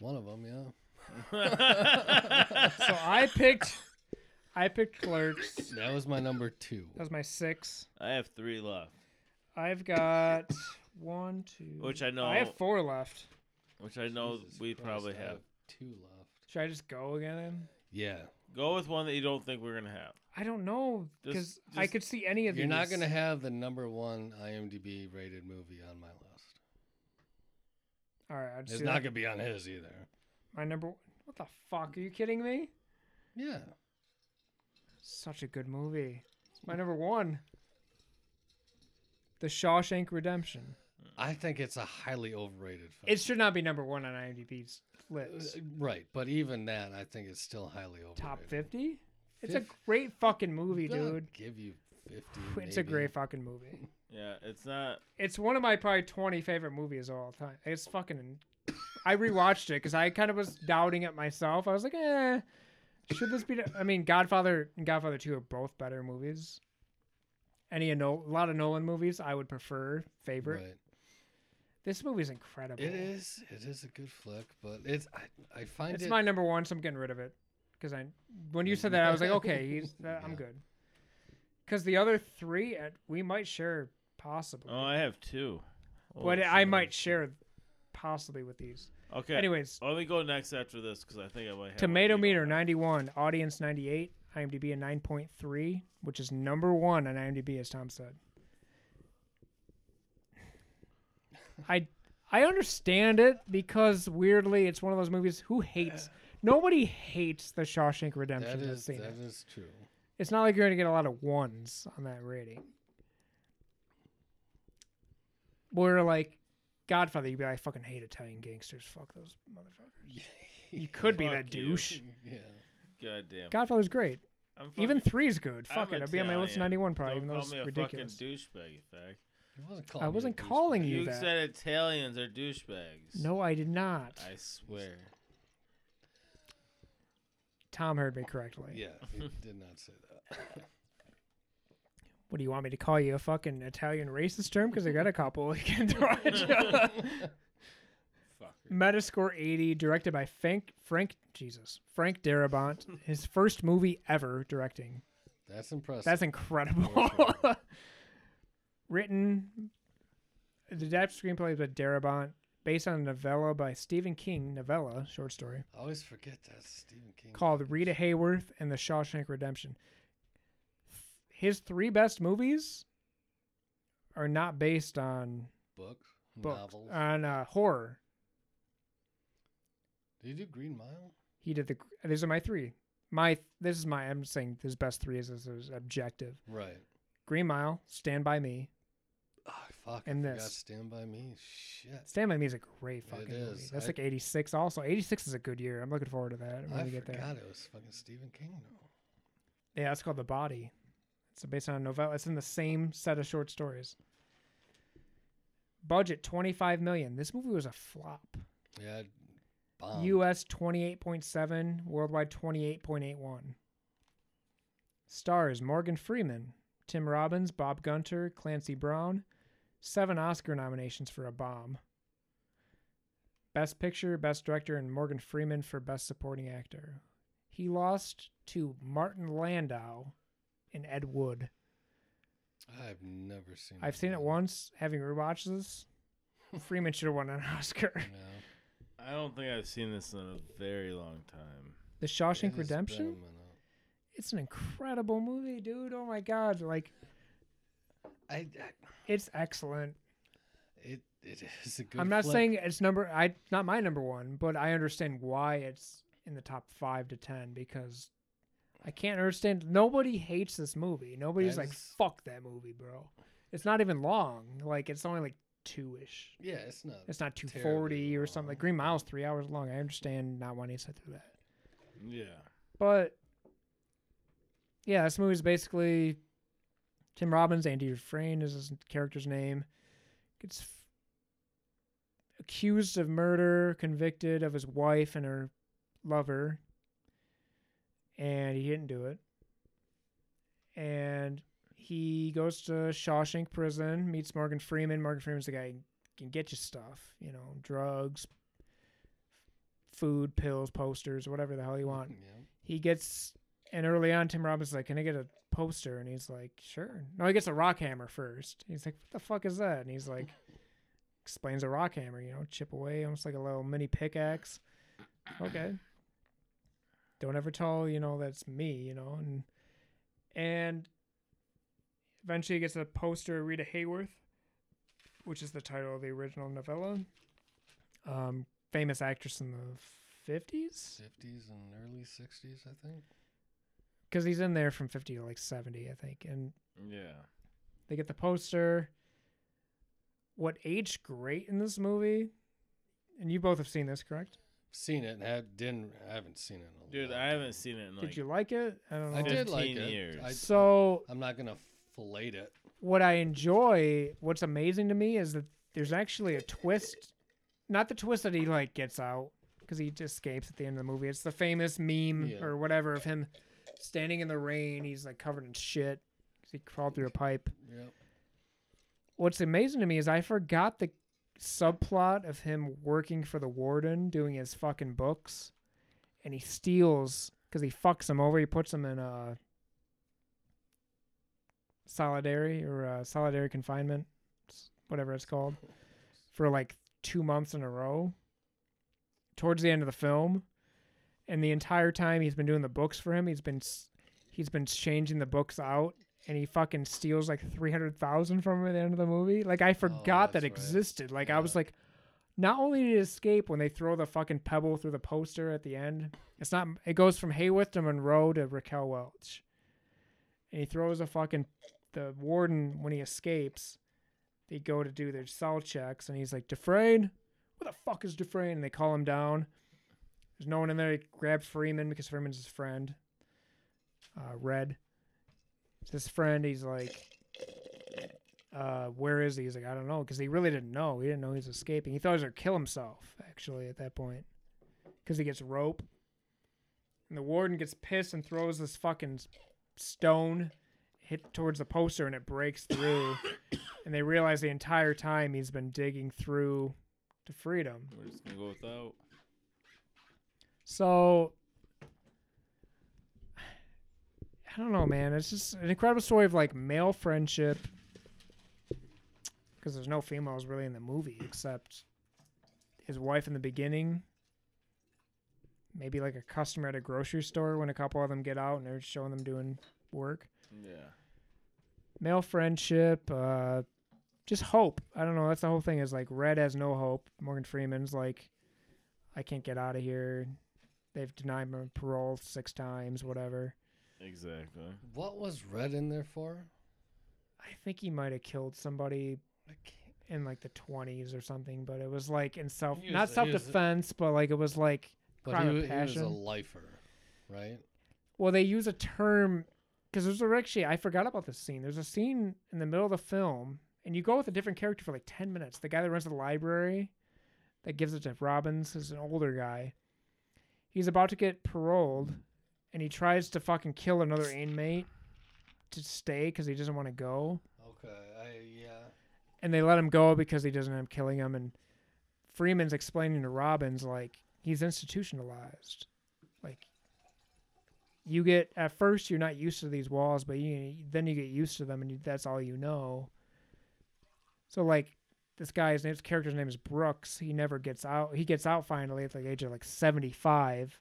[SPEAKER 2] one of them. Yeah,
[SPEAKER 3] so I picked I picked Clerks. That
[SPEAKER 2] that was my number two.
[SPEAKER 3] was my six.
[SPEAKER 1] I have three left,
[SPEAKER 3] I've got one, two.
[SPEAKER 1] Which I know-
[SPEAKER 3] I have four left.
[SPEAKER 1] which I know
[SPEAKER 2] Jesus
[SPEAKER 1] we
[SPEAKER 2] Christ,
[SPEAKER 1] probably
[SPEAKER 2] I
[SPEAKER 1] have.
[SPEAKER 2] two left.
[SPEAKER 3] Should I just go again? then?
[SPEAKER 2] Yeah,
[SPEAKER 1] Go with one that you don't think we're gonna have.
[SPEAKER 3] I don't know
[SPEAKER 1] Just-
[SPEAKER 3] because I
[SPEAKER 1] just-
[SPEAKER 3] could see any of
[SPEAKER 2] you're
[SPEAKER 3] these.
[SPEAKER 2] not gonna have the number one IMDb rated movie on my list.
[SPEAKER 3] All right, I'll just
[SPEAKER 2] It's
[SPEAKER 3] do
[SPEAKER 2] not
[SPEAKER 3] that.
[SPEAKER 2] gonna be on his either.
[SPEAKER 3] my number. What the fuck? Are you kidding me?
[SPEAKER 2] Yeah.
[SPEAKER 3] Such a good movie. It's my number one. The Shawshank Redemption.
[SPEAKER 2] I think it's a highly overrated film.
[SPEAKER 3] It should not be number one on IMDb's list.
[SPEAKER 2] Uh, right, but even that, I think it's still highly overrated.
[SPEAKER 3] Top 50? It's a
[SPEAKER 2] Fif-
[SPEAKER 3] great fucking movie,
[SPEAKER 2] I'll
[SPEAKER 3] dude.
[SPEAKER 2] Give you fifty.
[SPEAKER 3] It's a
[SPEAKER 2] maybe.
[SPEAKER 3] great fucking movie.
[SPEAKER 1] Yeah, it's not.
[SPEAKER 3] It's one of my probably 20 favorite movies of all time. It's fucking. I rewatched it because I kind of was doubting it myself. I was like, eh, should this be. the- I mean, Godfather and Godfather 2 are both better movies. Any of Nolan, a lot of Nolan movies I would prefer, favorite.
[SPEAKER 2] Right.
[SPEAKER 3] This movie's incredible.
[SPEAKER 2] It is. It is a good flick, but it's. I, I find
[SPEAKER 3] It's
[SPEAKER 2] it.
[SPEAKER 3] my number one, so I'm getting rid of it. Because I, when you said that, I was like, okay, he's, that, I'm
[SPEAKER 2] Yeah.
[SPEAKER 3] good. Because the other three, uh, we might share possibly,
[SPEAKER 1] Oh, I have two.
[SPEAKER 3] but
[SPEAKER 1] Holy
[SPEAKER 3] I
[SPEAKER 1] shit.
[SPEAKER 3] might share possibly with these.
[SPEAKER 1] Okay.
[SPEAKER 3] Anyways,
[SPEAKER 1] let me go next after this because I think I might. Have
[SPEAKER 3] Tomato
[SPEAKER 1] one you
[SPEAKER 3] meter
[SPEAKER 1] don't have.
[SPEAKER 3] 91, audience 98, IMDb a 9.3, which is number one on IMDb, as Tom said. I I understand it because weirdly, it's one of those movies who hates. Nobody hates the Shawshank
[SPEAKER 2] That
[SPEAKER 3] Redemption.
[SPEAKER 2] is.
[SPEAKER 3] that's seen
[SPEAKER 2] That
[SPEAKER 3] it.
[SPEAKER 2] is true.
[SPEAKER 3] It's not like you're gonna get a lot of ones on that rating. Where like Godfather, you'd be like, I fucking hate Italian gangsters. Fuck those motherfuckers. You could be that
[SPEAKER 1] Fuck you.
[SPEAKER 3] douche.
[SPEAKER 2] yeah.
[SPEAKER 1] God damn.
[SPEAKER 3] Godfather's great.
[SPEAKER 1] I'm fucking-
[SPEAKER 3] Even three's good.
[SPEAKER 1] I'm
[SPEAKER 3] Fuck it. I'll be on my list
[SPEAKER 1] Italian.
[SPEAKER 3] 91 probably,
[SPEAKER 1] Don't
[SPEAKER 3] even though
[SPEAKER 1] call
[SPEAKER 3] it's
[SPEAKER 1] me a
[SPEAKER 3] ridiculous.
[SPEAKER 1] fucking douchebag, in fact.
[SPEAKER 2] He wasn't calling.
[SPEAKER 3] wasn't
[SPEAKER 2] you a douchebag.
[SPEAKER 3] calling you.
[SPEAKER 1] You
[SPEAKER 3] that.
[SPEAKER 1] said Italians are douchebags.
[SPEAKER 3] No, I did not.
[SPEAKER 1] I swear.
[SPEAKER 3] Tom heard me correctly.
[SPEAKER 2] Yeah, he did not say that.
[SPEAKER 3] What do you want me to call you a fucking Italian racist term? Because I got a couple we can throw at you. Metascore 80, directed by Frank Frank Jesus Frank Darabont. his first movie ever directing.
[SPEAKER 2] That's impressive.
[SPEAKER 3] That's incredible. Written, the adapt screenplay is by Darabont, based on a novella by Stephen King novella short story
[SPEAKER 2] I always forget that's Stephen King.
[SPEAKER 3] called Rita Hayworth and the Shawshank Redemption. His three best movies are not based on
[SPEAKER 2] books,
[SPEAKER 3] books,
[SPEAKER 2] novels.
[SPEAKER 3] on uh, horror.
[SPEAKER 2] Did you do Green Mile?
[SPEAKER 3] He did the. These are my three. My this is my. I'm saying his best three is his, his objective.
[SPEAKER 2] Right.
[SPEAKER 3] Green Mile, Stand by Me.
[SPEAKER 2] Oh, fuck.
[SPEAKER 3] And
[SPEAKER 2] I forgot
[SPEAKER 3] this.
[SPEAKER 2] Stand by Me. Shit.
[SPEAKER 3] Stand by Me is a great fucking movie.
[SPEAKER 2] is.
[SPEAKER 3] That's
[SPEAKER 2] I-
[SPEAKER 3] like '86. Also, '86 is a good year. I'm looking forward to that when
[SPEAKER 2] I
[SPEAKER 3] we get there.
[SPEAKER 2] forgot it was fucking Stephen King. No.
[SPEAKER 3] Yeah, it's called The Body. It's based on a novella. It's in the same set of short stories. Budget 25 million. This movie was a flop.
[SPEAKER 2] Yeah. it bombed.
[SPEAKER 3] US 28.7, worldwide 28.81. Stars Morgan Freeman, Tim Robbins, Bob Gunter, Clancy Brown. Seven Oscar nominations for A Bomb. Best Picture, Best Director, and Morgan Freeman for Best Supporting Actor. He lost to Martin Landau and Ed Wood.
[SPEAKER 2] I've never seen.
[SPEAKER 3] I've
[SPEAKER 2] that
[SPEAKER 3] seen it
[SPEAKER 2] movie.
[SPEAKER 3] once, having rewatched this. Freeman should have won an Oscar.
[SPEAKER 2] No.
[SPEAKER 1] I don't think I've seen this in a very long time.
[SPEAKER 3] The
[SPEAKER 2] It has
[SPEAKER 3] Shawshank
[SPEAKER 2] been a
[SPEAKER 3] Redemption?
[SPEAKER 2] minute.
[SPEAKER 3] it's an incredible movie, dude. Oh my god, like
[SPEAKER 2] I, I-
[SPEAKER 3] it's excellent.
[SPEAKER 2] it it is a good.
[SPEAKER 3] I'm not
[SPEAKER 2] flick.
[SPEAKER 3] saying it's number I not my number one, but I understand why it's in the top five to ten because I can't understand. Nobody hates this movie. Nobody's
[SPEAKER 2] That
[SPEAKER 3] like
[SPEAKER 2] is-
[SPEAKER 3] fuck that movie, bro. It's not even long. Like it's only like two ish.
[SPEAKER 2] Yeah, it's not.
[SPEAKER 3] It's not two
[SPEAKER 2] Terribly
[SPEAKER 3] forty or something.
[SPEAKER 2] long.
[SPEAKER 3] Like Green Mile's three hours long. I understand not wanting to sit through that.
[SPEAKER 1] Yeah.
[SPEAKER 3] But yeah, this movie is basically Tim Robbins, Andy Dufresne is his character's name, gets f- accused of murder, convicted of his wife and her lover, and he didn't do it. And he goes to Shawshank Prison, meets Morgan Freeman. Morgan Freeman's the guy who can get you stuff, you know, drugs, food, pills, posters, whatever the hell you want
[SPEAKER 2] Yeah.
[SPEAKER 3] he gets and early on Tim Robbins is like, Can I get a poster? And he's like, Sure. No, he gets a rock hammer first. He's like, What the fuck is that? And he's like explains a rock hammer, you know, chip away, almost like a little mini pickaxe. Okay. Don't ever tell, you know, that's me, you know, and and eventually he gets a poster of Rita Hayworth, which is the title of the original novella. Um, famous actress in the fifties
[SPEAKER 2] Fifties and early sixties, I think.
[SPEAKER 3] because he's in there from 50 to like 70 i think and
[SPEAKER 1] Yeah.
[SPEAKER 3] they get the poster what aged great in this movie and you both have seen this correct
[SPEAKER 2] Seen it and had didn't. I haven't seen it. In a
[SPEAKER 1] Dude,
[SPEAKER 2] long
[SPEAKER 1] I haven't
[SPEAKER 2] time.
[SPEAKER 1] seen it in like
[SPEAKER 3] did you like it i don't know
[SPEAKER 2] I did like
[SPEAKER 1] 15
[SPEAKER 2] it.
[SPEAKER 1] years.
[SPEAKER 2] I,
[SPEAKER 3] so
[SPEAKER 2] I'm not gonna fillet it.
[SPEAKER 3] what i enjoy what's amazing to me is that there's actually a twist not the twist that he like gets out because he just escapes at the end of the movie it's the famous meme
[SPEAKER 2] Yeah.
[SPEAKER 3] or whatever of him standing in the rain he's like covered in shit 'cause he crawled through a pipe
[SPEAKER 2] Yep.
[SPEAKER 3] what's amazing to me is I forgot the subplot of him working for the warden doing his fucking books and he steals because he fucks him over he puts him in a solidary or uh solidary confinement s- whatever it's called for like two months in a row towards the end of the film and the entire time he's been doing the books for him he's been s- he's been changing the books out and he fucking steals like 300,000 from him at the end of the movie. Like I forgot that
[SPEAKER 2] Oh, that's right.
[SPEAKER 3] existed. Like I was
[SPEAKER 2] Yeah.
[SPEAKER 3] like not only did he escape when they throw the fucking pebble through the poster at the end. It's not it goes from Hayworth to Monroe to Raquel Welch. And he throws a fucking the warden when he escapes. They go to do their cell checks and he's like Dufresne, what the fuck is Dufresne? And they call him down. There's no one in there. He grabbed Freeman because Freeman's his friend. Uh, Red. It's his friend. He's like, uh, where is he? He's like, I don't know. Because he really didn't know. He didn't know he was escaping. He thought he was going to kill himself, actually, at that point. Because he gets rope. And the warden gets pissed and throws this fucking s- stone hit towards the poster and it breaks through. and they realize the entire time he's been digging through to freedom.
[SPEAKER 1] We're just gonna go without.
[SPEAKER 3] So I don't know, man. It's just an incredible story of like male friendship because there's no females really in the movie except his wife in the beginning. Maybe like a customer at a grocery store when a couple of them get out and they're showing them doing work.
[SPEAKER 1] Yeah.
[SPEAKER 3] Male friendship, uh, just hope. I don't know. That's the whole thing is like Red has no hope. Morgan Freeman's like, I can't get out of here. They've denied my parole six times, whatever.
[SPEAKER 1] Exactly.
[SPEAKER 2] What was red in there for?
[SPEAKER 3] I think he might have killed somebody
[SPEAKER 2] I can't.
[SPEAKER 3] in like the 20s or something, but it was like in self,
[SPEAKER 2] He was
[SPEAKER 3] not
[SPEAKER 2] a- he
[SPEAKER 3] self
[SPEAKER 2] was a-
[SPEAKER 3] defense, but like it was like,
[SPEAKER 2] But
[SPEAKER 3] Crime
[SPEAKER 2] he,
[SPEAKER 3] of
[SPEAKER 2] wa- he was a
[SPEAKER 3] passion.
[SPEAKER 2] lifer, right?
[SPEAKER 3] well, they use a term because there's a, actually, I forgot about this scene. There's a scene in the middle of the film, and you go with a different character for like 10 minutes. The guy that runs the library that gives it to Robbins is an older guy. He's about to get paroled, and he tries to fucking kill another inmate to stay because he doesn't want to go.
[SPEAKER 2] Okay, I, yeah.
[SPEAKER 3] and they let him go because he doesn't end up killing him. And Freeman's explaining to Robbins like he's institutionalized. Like you get at first you're not used to these walls, but you then you get used to them, and you, that's all you know. So like this guy's his character's name is Brooks. He never gets out. He gets out finally at the age of like seventy five.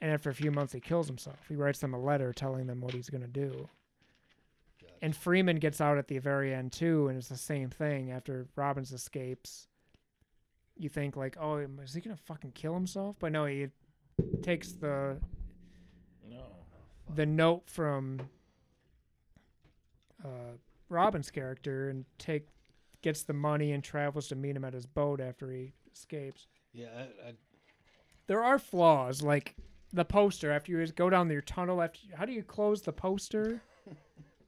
[SPEAKER 3] And after a few months, he kills himself. He writes them a letter telling them what he's going to do. And Freeman gets out at the very end too, and it's the same thing. After Robbins escapes, you think like, "Oh, am- is he gonna fucking kill himself?" But no, he takes the
[SPEAKER 1] No.
[SPEAKER 3] the note from uh, Robbins' character and take gets the money and travels to meet him at his boat after he escapes.
[SPEAKER 2] Yeah, I, I,
[SPEAKER 3] There are flaws, like the poster. After you go down your tunnel, after how do you close the poster?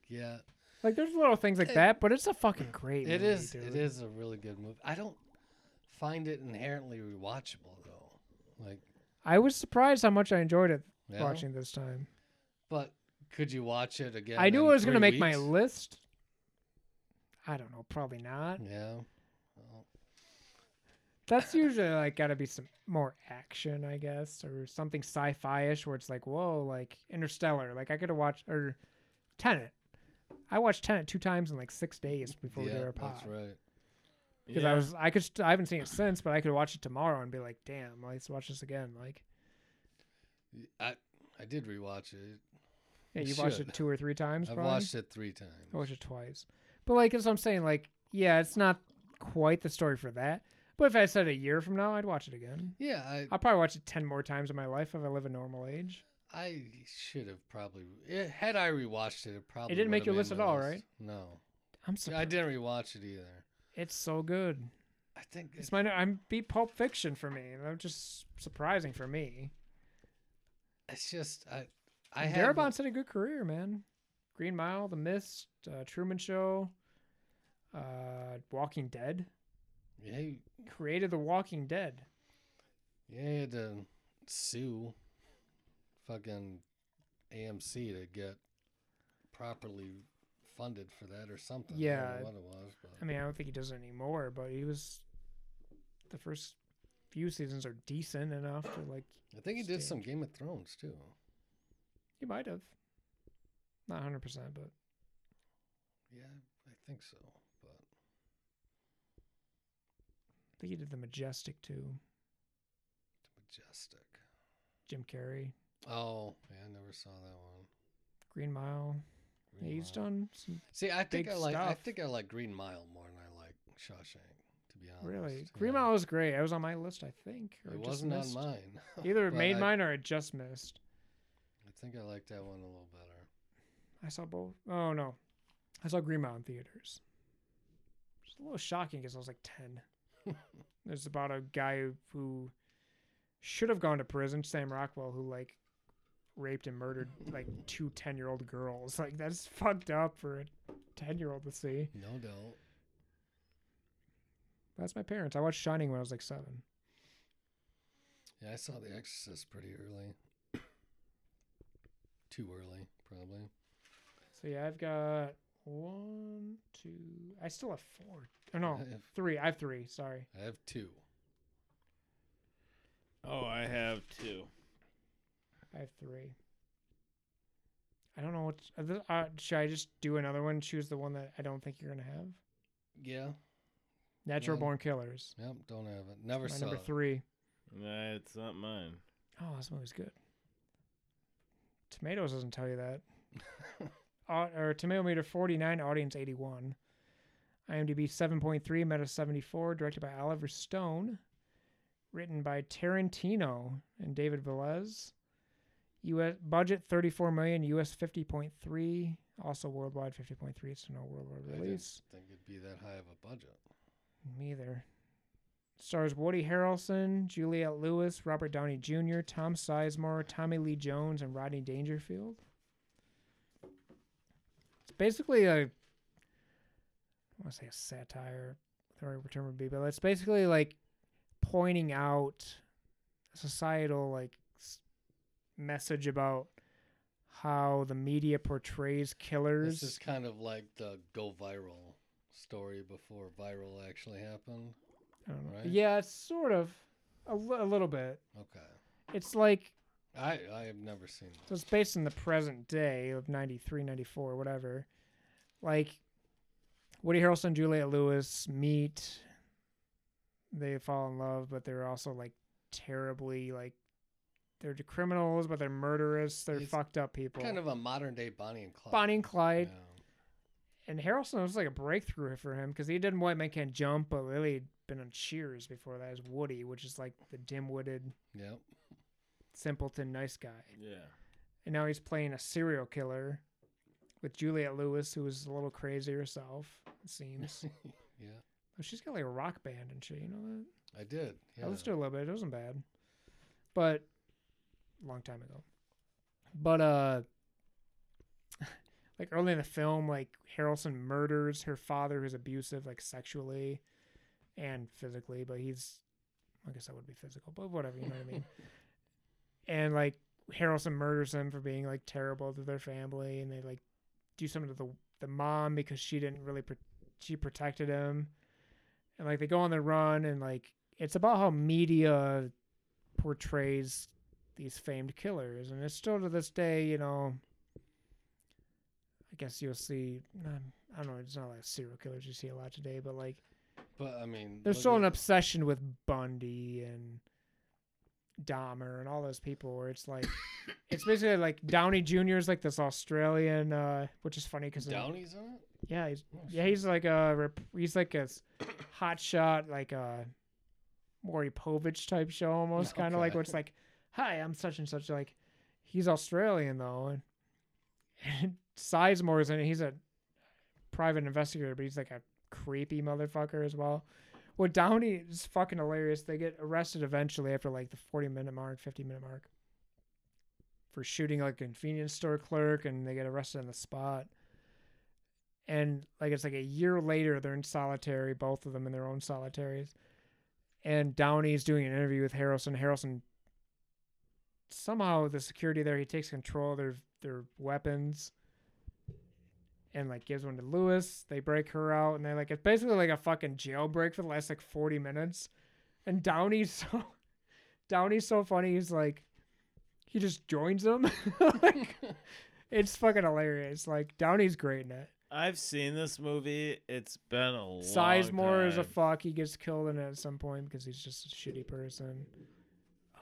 [SPEAKER 2] yeah.
[SPEAKER 3] Like there's little things like
[SPEAKER 2] It-
[SPEAKER 3] that, but it's a fucking great.
[SPEAKER 2] It
[SPEAKER 3] movie,
[SPEAKER 2] is.
[SPEAKER 3] dude.
[SPEAKER 2] It is a really good movie. I don't find it inherently rewatchable though. Like,
[SPEAKER 3] I was surprised how much I enjoyed it
[SPEAKER 2] yeah.
[SPEAKER 3] watching this time.
[SPEAKER 2] But could you watch it again?
[SPEAKER 3] I knew
[SPEAKER 2] in
[SPEAKER 3] I was going to
[SPEAKER 2] three
[SPEAKER 3] make my
[SPEAKER 2] weeks?
[SPEAKER 3] list. I don't know, probably not.
[SPEAKER 2] Yeah.
[SPEAKER 3] That's usually like got to be some more action, I guess, or something sci-fi-ish where it's like, whoa, like Interstellar. Like I could have watched or Tenet. I watched Tenet two times in like six days before we
[SPEAKER 2] yeah,
[SPEAKER 3] did our pod
[SPEAKER 2] that's right.
[SPEAKER 3] because
[SPEAKER 1] Yeah.
[SPEAKER 3] I was I could st- I haven't seen it since, but I could watch it tomorrow and be like, damn, let's watch this again. Like
[SPEAKER 2] Y- I I did rewatch it.
[SPEAKER 3] yeah,
[SPEAKER 2] We
[SPEAKER 3] you watched
[SPEAKER 2] should.
[SPEAKER 3] it two or three times.
[SPEAKER 2] I've
[SPEAKER 3] probably?
[SPEAKER 2] watched it three times.
[SPEAKER 3] I watched it twice. But like as I'm saying, like, yeah, it's not quite the story for that. But if I said a year from now, I'd watch it again.
[SPEAKER 2] Yeah, I
[SPEAKER 3] I'll probably watch it ten more times in my life if I live a normal age.
[SPEAKER 2] I should have probably it, had I rewatched it. It probably
[SPEAKER 3] didn't
[SPEAKER 2] would
[SPEAKER 3] make
[SPEAKER 2] have
[SPEAKER 3] your
[SPEAKER 2] made
[SPEAKER 3] list
[SPEAKER 2] my
[SPEAKER 3] at all,
[SPEAKER 2] list.
[SPEAKER 3] right?
[SPEAKER 2] No,
[SPEAKER 3] I'm
[SPEAKER 2] Yeah, I
[SPEAKER 3] surprised.
[SPEAKER 2] didn't rewatch it either.
[SPEAKER 3] It's so good.
[SPEAKER 2] I think
[SPEAKER 3] It's my I'm beat Pulp Fiction for me. and I'm just surprising for me.
[SPEAKER 2] it's just I I
[SPEAKER 3] I
[SPEAKER 2] have
[SPEAKER 3] Darabont's had a good career, man. Green Mile, The Mist, uh, Truman Show, uh, Walking Dead.
[SPEAKER 2] yeah you-
[SPEAKER 3] Created The Walking Dead.
[SPEAKER 2] yeah you had to sue fucking AMC to get properly funded for that or something. I don't
[SPEAKER 3] Yeah.
[SPEAKER 2] know what it was, but
[SPEAKER 3] I mean, I don't think he does it anymore, but he was the first few seasons are decent enough to like
[SPEAKER 2] I think he did some
[SPEAKER 3] stage.
[SPEAKER 2] Game of Thrones too.
[SPEAKER 3] he might have. Not hundred percent, but
[SPEAKER 2] Yeah, I think so. But
[SPEAKER 3] I think he did the Majestic too.
[SPEAKER 2] Majestic.
[SPEAKER 3] Jim Carrey,
[SPEAKER 2] Oh, yeah, I never saw that one.
[SPEAKER 3] Green Mile. Yeah,
[SPEAKER 2] Green
[SPEAKER 3] he's
[SPEAKER 2] Mile.
[SPEAKER 3] done some
[SPEAKER 2] See, I think
[SPEAKER 3] big
[SPEAKER 2] I like I
[SPEAKER 3] stuff.
[SPEAKER 2] think I like Green Mile more than I like Shawshank, to be honest.
[SPEAKER 3] really. Green
[SPEAKER 2] Yeah.
[SPEAKER 3] Mile was great. It was on my list, I think. or
[SPEAKER 2] It
[SPEAKER 3] just
[SPEAKER 2] wasn't on
[SPEAKER 3] missed.
[SPEAKER 2] mine.
[SPEAKER 3] Either it
[SPEAKER 2] but
[SPEAKER 3] made
[SPEAKER 2] I-
[SPEAKER 3] mine or it just missed.
[SPEAKER 2] I think I like that one a little better.
[SPEAKER 3] I saw both. Oh no, I saw Green Mile in theaters. It's a little shocking because I was like ten. There's about a guy who should have gone to prison, Sam Rockwell, who like raped and murdered like two 10 year old girls. Like that's fucked up for a ten year old to see.
[SPEAKER 2] No doubt.
[SPEAKER 3] That's my parents. I watched Shining when I was like seven.
[SPEAKER 2] Yeah, I saw The Exorcist pretty early. Too early, probably.
[SPEAKER 3] So yeah, I've got one, two. I still have four Oh no,
[SPEAKER 2] I have-
[SPEAKER 3] three. I have three. Sorry.
[SPEAKER 2] I have two.
[SPEAKER 1] Oh, I have two.
[SPEAKER 3] I have three. I don't know what. Uh, th- uh, should I just do another one? Choose the one that I don't think you're gonna have.
[SPEAKER 2] Yeah.
[SPEAKER 3] Natural
[SPEAKER 2] Yeah.
[SPEAKER 3] Born Killers.
[SPEAKER 2] Yep. Don't have it. Never
[SPEAKER 3] My
[SPEAKER 2] saw
[SPEAKER 3] number
[SPEAKER 2] it.
[SPEAKER 3] three.
[SPEAKER 1] Nah, it's not mine.
[SPEAKER 3] Oh, this movie's good. Tomatoes doesn't tell you that. Au- or Tomato Meter 49, Audience 81. IMDb 7.3, Meta 74, directed by Oliver Stone. Written by Tarantino and David Velez. US budget 34 million, US 50.3, also worldwide 50.3. It's no worldwide
[SPEAKER 2] I didn't
[SPEAKER 3] release.
[SPEAKER 2] think it'd be that high of a budget.
[SPEAKER 3] Me either. Stars Woody Harrelson, Juliette Lewis, Robert Downey Jr., Tom Sizemore, Tommy Lee Jones, and Rodney Dangerfield. It's basically a, I want to say a satire, the right term would be, but it's basically like pointing out a societal like s- message about how the media portrays killers.
[SPEAKER 2] This is kind of like the go viral story before viral actually happened.
[SPEAKER 3] I don't know.
[SPEAKER 2] right?
[SPEAKER 3] Yeah, it's sort of a li- a little bit.
[SPEAKER 2] Okay.
[SPEAKER 3] It's like
[SPEAKER 2] I I have never seen that.
[SPEAKER 3] So it's based in the present day of 93, 94, whatever. Like Woody Harrelson, Juliette Lewis meet. They fall in love, but they're also like terribly like they're criminals, but they're murderous. They're
[SPEAKER 2] It's
[SPEAKER 3] fucked up people.
[SPEAKER 2] Kind of a modern day Bonnie and Clyde.
[SPEAKER 3] Bonnie and Clyde.
[SPEAKER 2] Yeah.
[SPEAKER 3] And Harrelson was like a breakthrough for him because he did White Man Can't Jump, but really had been on Cheers before that as Woody, which is like the dim-witted,
[SPEAKER 2] Yep.
[SPEAKER 3] simpleton, nice guy.
[SPEAKER 1] Yeah.
[SPEAKER 3] and now he's playing a serial killer with Juliette Lewis, who is a little crazy herself, it seems.
[SPEAKER 2] Yeah.
[SPEAKER 3] But she's got like a rock band and shit, you know that?
[SPEAKER 2] I did. Yeah.
[SPEAKER 3] I listened to it a little bit, it wasn't bad. But long time ago. But uh like early in the film, like Harrelson murders her father who's abusive, like sexually and physically, but he's I guess that would be physical, but whatever, you know what I mean. And like Harrelson murders them for being like terrible to their family and they like do something to the the mom because she didn't really pro- she protected him. And like they go on the run and like it's about how media portrays these famed killers and it's still to this day you know i guess you'll see um, i don't know it's not like serial killers you see a lot today but like
[SPEAKER 2] But I mean,
[SPEAKER 3] there's
[SPEAKER 2] look
[SPEAKER 3] still
[SPEAKER 2] at-
[SPEAKER 3] an obsession with bundy and dahmer and all those people where it's like it's basically like downey jr is like this australian uh which is funny because
[SPEAKER 2] Downey's in it.
[SPEAKER 3] yeah he's
[SPEAKER 2] Oh,
[SPEAKER 3] yeah,
[SPEAKER 2] shit.
[SPEAKER 3] he's like a rep- he's like a s- hot shot, like uh, a Maury Povich type show almost, kind of like where it's like, "Hi, I'm such and such." Like, he's Australian though, and, and Sizemore's in it. He's a private investigator, but he's like a creepy motherfucker as well. Well, Downey is fucking hilarious. They get arrested eventually after like the 40 minute mark, 50 minute mark for shooting like a convenience store clerk and they get arrested on the spot. And like it's like a year later they're in solitary, both of them in their own solitaries. And Downey's doing an interview with Harrelson. Harrelson somehow the security there, he takes control of their their weapons and like gives one to Lewis. They break her out and they like it's basically like a fucking jailbreak for the last like forty minutes. And Downey's so Downey's so funny, he's like he just joins them. like, it's fucking hilarious. Like Downey's great in it.
[SPEAKER 1] I've seen this movie. It's been a long
[SPEAKER 3] Sizemore is a
[SPEAKER 1] time.
[SPEAKER 3] fuck. He gets killed in it at some point because he's just a shitty person.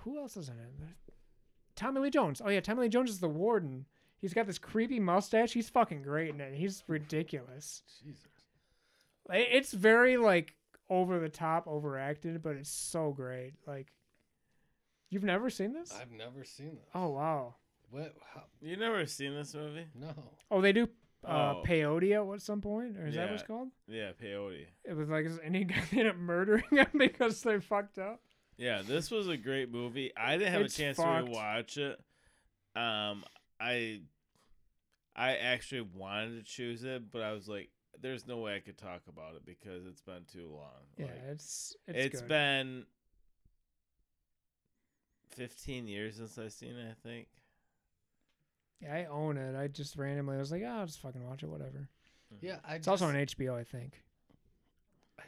[SPEAKER 3] Who else is in it? There- Tommy Lee Jones. Oh yeah, Tommy Lee Jones is the warden. He's got this creepy mustache. He's fucking great in it. He's ridiculous.
[SPEAKER 2] Jesus.
[SPEAKER 3] Like, It's very like over the top, overacted, but it's so great. Like, you've never seen this?
[SPEAKER 2] I've never seen this.
[SPEAKER 3] Oh wow.
[SPEAKER 2] What? How?
[SPEAKER 1] You never seen this movie?
[SPEAKER 2] No.
[SPEAKER 3] Oh, they do uh,
[SPEAKER 1] Oh.
[SPEAKER 3] peyote at some point, or is that what it's
[SPEAKER 1] Yeah.
[SPEAKER 3] called?
[SPEAKER 1] Yeah, peyote.
[SPEAKER 3] It was like, and he ended up murdering him because they fucked up.
[SPEAKER 1] Yeah, this was a great movie. I didn't have
[SPEAKER 3] It's
[SPEAKER 1] a chance
[SPEAKER 3] fucked.
[SPEAKER 1] to rewatch it. Um, I, I actually wanted to choose it, but I was like, "There's no way I could talk about it because it's been too long."
[SPEAKER 3] Yeah,
[SPEAKER 1] like,
[SPEAKER 3] it's it's,
[SPEAKER 1] it's
[SPEAKER 3] good.
[SPEAKER 1] been fifteen years since I've seen it. I think.
[SPEAKER 3] Yeah, I own it. I just randomly was like, oh, I'll just fucking watch it, whatever.
[SPEAKER 2] Yeah, I
[SPEAKER 3] It's also
[SPEAKER 2] just-
[SPEAKER 3] on HBO, I think.
[SPEAKER 2] I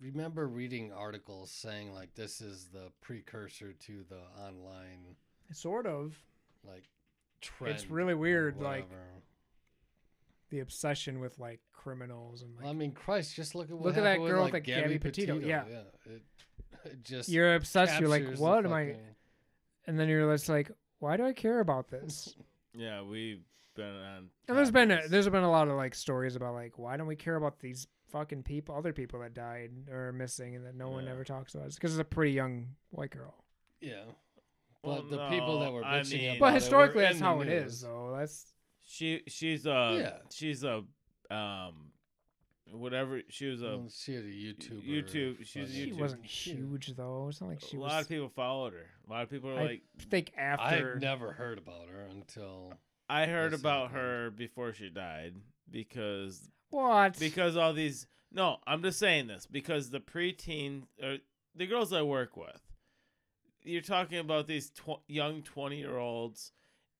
[SPEAKER 2] remember reading articles saying like this is the precursor to the online
[SPEAKER 3] Sort of.
[SPEAKER 2] like trend.
[SPEAKER 3] really
[SPEAKER 2] or
[SPEAKER 3] weird, like,
[SPEAKER 2] whatever.
[SPEAKER 3] The obsession with like criminals and
[SPEAKER 2] I
[SPEAKER 3] like
[SPEAKER 2] mean, Christ, just look at what
[SPEAKER 3] Look at that
[SPEAKER 2] happened with,
[SPEAKER 3] girl
[SPEAKER 2] like,
[SPEAKER 3] with
[SPEAKER 2] Gabby,
[SPEAKER 3] Gabby Petito, yeah.
[SPEAKER 2] yeah. It, it just
[SPEAKER 3] you're obsessed. You're like,
[SPEAKER 2] captures the
[SPEAKER 3] what am I?
[SPEAKER 2] fucking-
[SPEAKER 3] And then you're just like, why do I care about this?
[SPEAKER 1] Yeah, we've been on.
[SPEAKER 3] And there's been a,
[SPEAKER 1] topics.
[SPEAKER 3] there's been a lot of like stories about like why don't we care about these fucking people, other people that died or are missing, and that no one
[SPEAKER 1] Yeah.
[SPEAKER 3] ever talks about. Because it's a pretty young white girl.
[SPEAKER 2] Yeah, but
[SPEAKER 1] Well,
[SPEAKER 2] the people that
[SPEAKER 1] no,
[SPEAKER 2] were
[SPEAKER 1] I
[SPEAKER 2] bitching
[SPEAKER 1] mean-
[SPEAKER 2] about
[SPEAKER 3] But
[SPEAKER 2] it were
[SPEAKER 3] historically, that's
[SPEAKER 2] in the
[SPEAKER 3] how it
[SPEAKER 2] news.
[SPEAKER 3] is, though. That's
[SPEAKER 1] She she's a
[SPEAKER 2] Yeah.
[SPEAKER 1] she's a um whatever she was a
[SPEAKER 2] Well, she had a YouTube.
[SPEAKER 1] YouTube- she's a
[SPEAKER 3] she
[SPEAKER 1] YouTube.
[SPEAKER 3] wasn't huge though. It's not like she
[SPEAKER 1] a
[SPEAKER 3] was.
[SPEAKER 1] lot of people followed her. A lot of people are
[SPEAKER 3] I-
[SPEAKER 1] like
[SPEAKER 3] think
[SPEAKER 2] I
[SPEAKER 3] after
[SPEAKER 2] never heard about her until
[SPEAKER 1] I heard
[SPEAKER 2] That's
[SPEAKER 1] about
[SPEAKER 2] not good.
[SPEAKER 1] her before she died because
[SPEAKER 3] what?
[SPEAKER 1] because all these no, I'm just saying this because the preteen or the girls I work with, you're talking about these tw- young 20 year olds,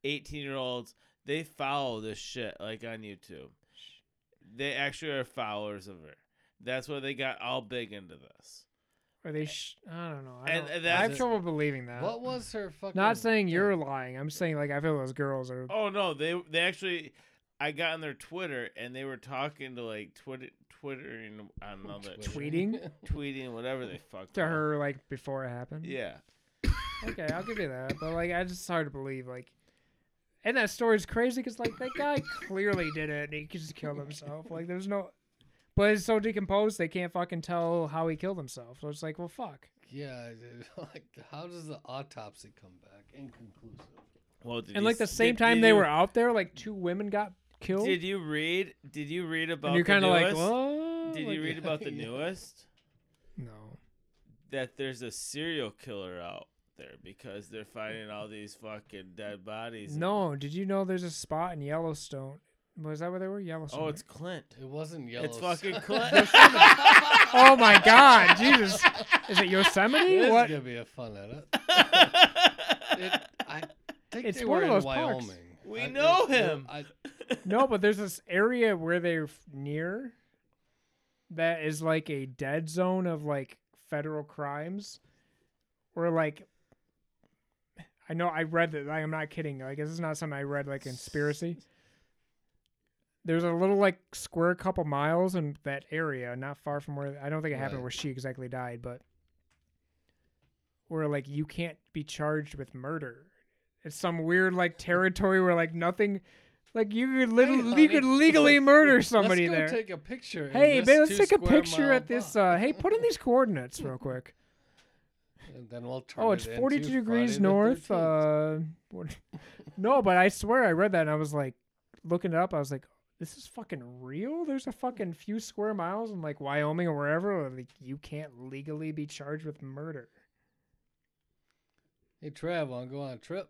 [SPEAKER 1] 18 year olds. They follow this shit like on YouTube. They actually are followers of her. That's why they got all big into this.
[SPEAKER 3] Are they? Sh- I don't know. I,
[SPEAKER 1] And-
[SPEAKER 3] don't,
[SPEAKER 1] and
[SPEAKER 3] I
[SPEAKER 1] that's-
[SPEAKER 3] have trouble believing that.
[SPEAKER 2] what was her fucking.
[SPEAKER 3] Not saying you're
[SPEAKER 2] thing?
[SPEAKER 3] lying. I'm saying like I feel those girls are.
[SPEAKER 1] Oh no, they they actually. I got on their Twitter and they were talking to like Twitter, twittering on another
[SPEAKER 2] Twitter.
[SPEAKER 1] tweeting whatever they fucked
[SPEAKER 3] to
[SPEAKER 1] up.
[SPEAKER 3] her like before it happened.
[SPEAKER 1] Yeah,
[SPEAKER 3] Okay, I'll give you that. But like, I just hard to believe like, and that story's crazy because like that guy clearly did it and he just killed himself. Like there's no, but it's so decomposed they can't fucking tell how he killed himself. So it's like, well, fuck.
[SPEAKER 2] yeah, dude, like how does the autopsy come back inconclusive?
[SPEAKER 1] Well, did
[SPEAKER 3] and
[SPEAKER 1] you
[SPEAKER 3] like the
[SPEAKER 1] s-
[SPEAKER 3] same
[SPEAKER 1] did-
[SPEAKER 3] time
[SPEAKER 1] did
[SPEAKER 3] they
[SPEAKER 1] you-
[SPEAKER 3] were out there, like two women got killed.
[SPEAKER 1] Did you read? Did you read about?
[SPEAKER 3] and you're
[SPEAKER 1] kind of
[SPEAKER 3] like, whoa.
[SPEAKER 1] Did
[SPEAKER 3] like-
[SPEAKER 1] you read about the
[SPEAKER 2] yeah.
[SPEAKER 1] newest?
[SPEAKER 3] No.
[SPEAKER 1] That there's a serial killer out there because they're finding all these fucking dead bodies. and-
[SPEAKER 3] No. Did you know there's a spot in Yellowstone? Was that where they were? Yellowstone.
[SPEAKER 1] Oh,
[SPEAKER 3] right?
[SPEAKER 1] it's Clint.
[SPEAKER 2] It wasn't yellow.
[SPEAKER 1] It's fucking
[SPEAKER 2] Sun.
[SPEAKER 1] Clint.
[SPEAKER 3] Oh my God, Jesus! Is it Yosemite?
[SPEAKER 2] This
[SPEAKER 3] what?
[SPEAKER 2] is gonna be a fun edit. It, I think
[SPEAKER 3] It's
[SPEAKER 2] they
[SPEAKER 3] one
[SPEAKER 2] were
[SPEAKER 3] of those
[SPEAKER 2] in
[SPEAKER 3] parks.
[SPEAKER 2] Wyoming.
[SPEAKER 1] We
[SPEAKER 2] I-
[SPEAKER 1] know
[SPEAKER 2] it- it-
[SPEAKER 1] him.
[SPEAKER 2] I,
[SPEAKER 3] No, but there's this area where they're f- near that is like a dead zone of like federal crimes, where like. I know I read that. Like, I'm not kidding. Like this is not something I read like conspiracy. There's a little like square couple miles in that area, not far from where I don't think it happened
[SPEAKER 2] Right.
[SPEAKER 3] where she exactly died, but where like you can't be charged with murder. It's some weird like territory where like nothing, like you could literally
[SPEAKER 2] honey,
[SPEAKER 3] you could legally murder somebody
[SPEAKER 2] let's go
[SPEAKER 3] there.
[SPEAKER 2] Take a picture. in
[SPEAKER 3] hey,
[SPEAKER 2] this
[SPEAKER 3] babe, let's
[SPEAKER 2] two
[SPEAKER 3] take a
[SPEAKER 2] square
[SPEAKER 3] picture
[SPEAKER 2] mile
[SPEAKER 3] at this. Uh,
[SPEAKER 2] block.
[SPEAKER 3] hey, put in these coordinates real quick.
[SPEAKER 2] And then we'll turn
[SPEAKER 3] Oh, it's
[SPEAKER 2] it into
[SPEAKER 3] 42 degrees
[SPEAKER 2] Friday the
[SPEAKER 3] north.
[SPEAKER 2] 13th.
[SPEAKER 3] Uh, what- no, but I swear I read that and I was like, looking it up, I was like, this is fucking real. There's a fucking few square miles in like Wyoming or wherever where like you can't legally be charged with murder.
[SPEAKER 2] hey, Trav, want to go on a trip?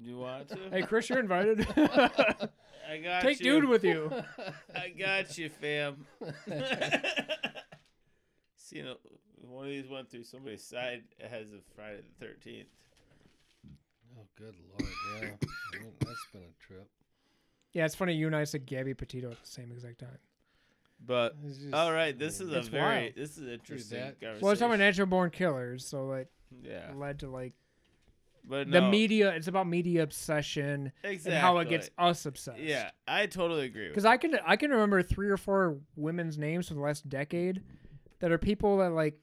[SPEAKER 1] you want to?
[SPEAKER 3] Hey, Chris, you're invited.
[SPEAKER 1] I got
[SPEAKER 3] Take
[SPEAKER 1] you.
[SPEAKER 3] dude with you.
[SPEAKER 1] I got you, fam. See, you know, one of these went through somebody's side as of Friday the thirteenth.
[SPEAKER 2] oh, good lord, yeah, Well, that's been a trip.
[SPEAKER 3] Yeah, it's funny. You and I said Gabby Petito at the same exact time.
[SPEAKER 1] But
[SPEAKER 2] It's just-
[SPEAKER 1] All right,
[SPEAKER 2] I
[SPEAKER 1] this
[SPEAKER 2] mean,
[SPEAKER 1] is a
[SPEAKER 3] It's
[SPEAKER 1] very
[SPEAKER 3] wild.
[SPEAKER 1] this is an interesting
[SPEAKER 2] that-
[SPEAKER 1] conversation.
[SPEAKER 3] Well, it's talking about natural born killers, so it
[SPEAKER 1] yeah,
[SPEAKER 3] led to like
[SPEAKER 1] but
[SPEAKER 3] the
[SPEAKER 1] no,
[SPEAKER 3] media. It's about media obsession
[SPEAKER 1] exactly.
[SPEAKER 3] and how it gets us obsessed.
[SPEAKER 1] Yeah, I totally agree.
[SPEAKER 3] because
[SPEAKER 1] With
[SPEAKER 3] I can I can remember three or four women's names from the last decade that are people that like.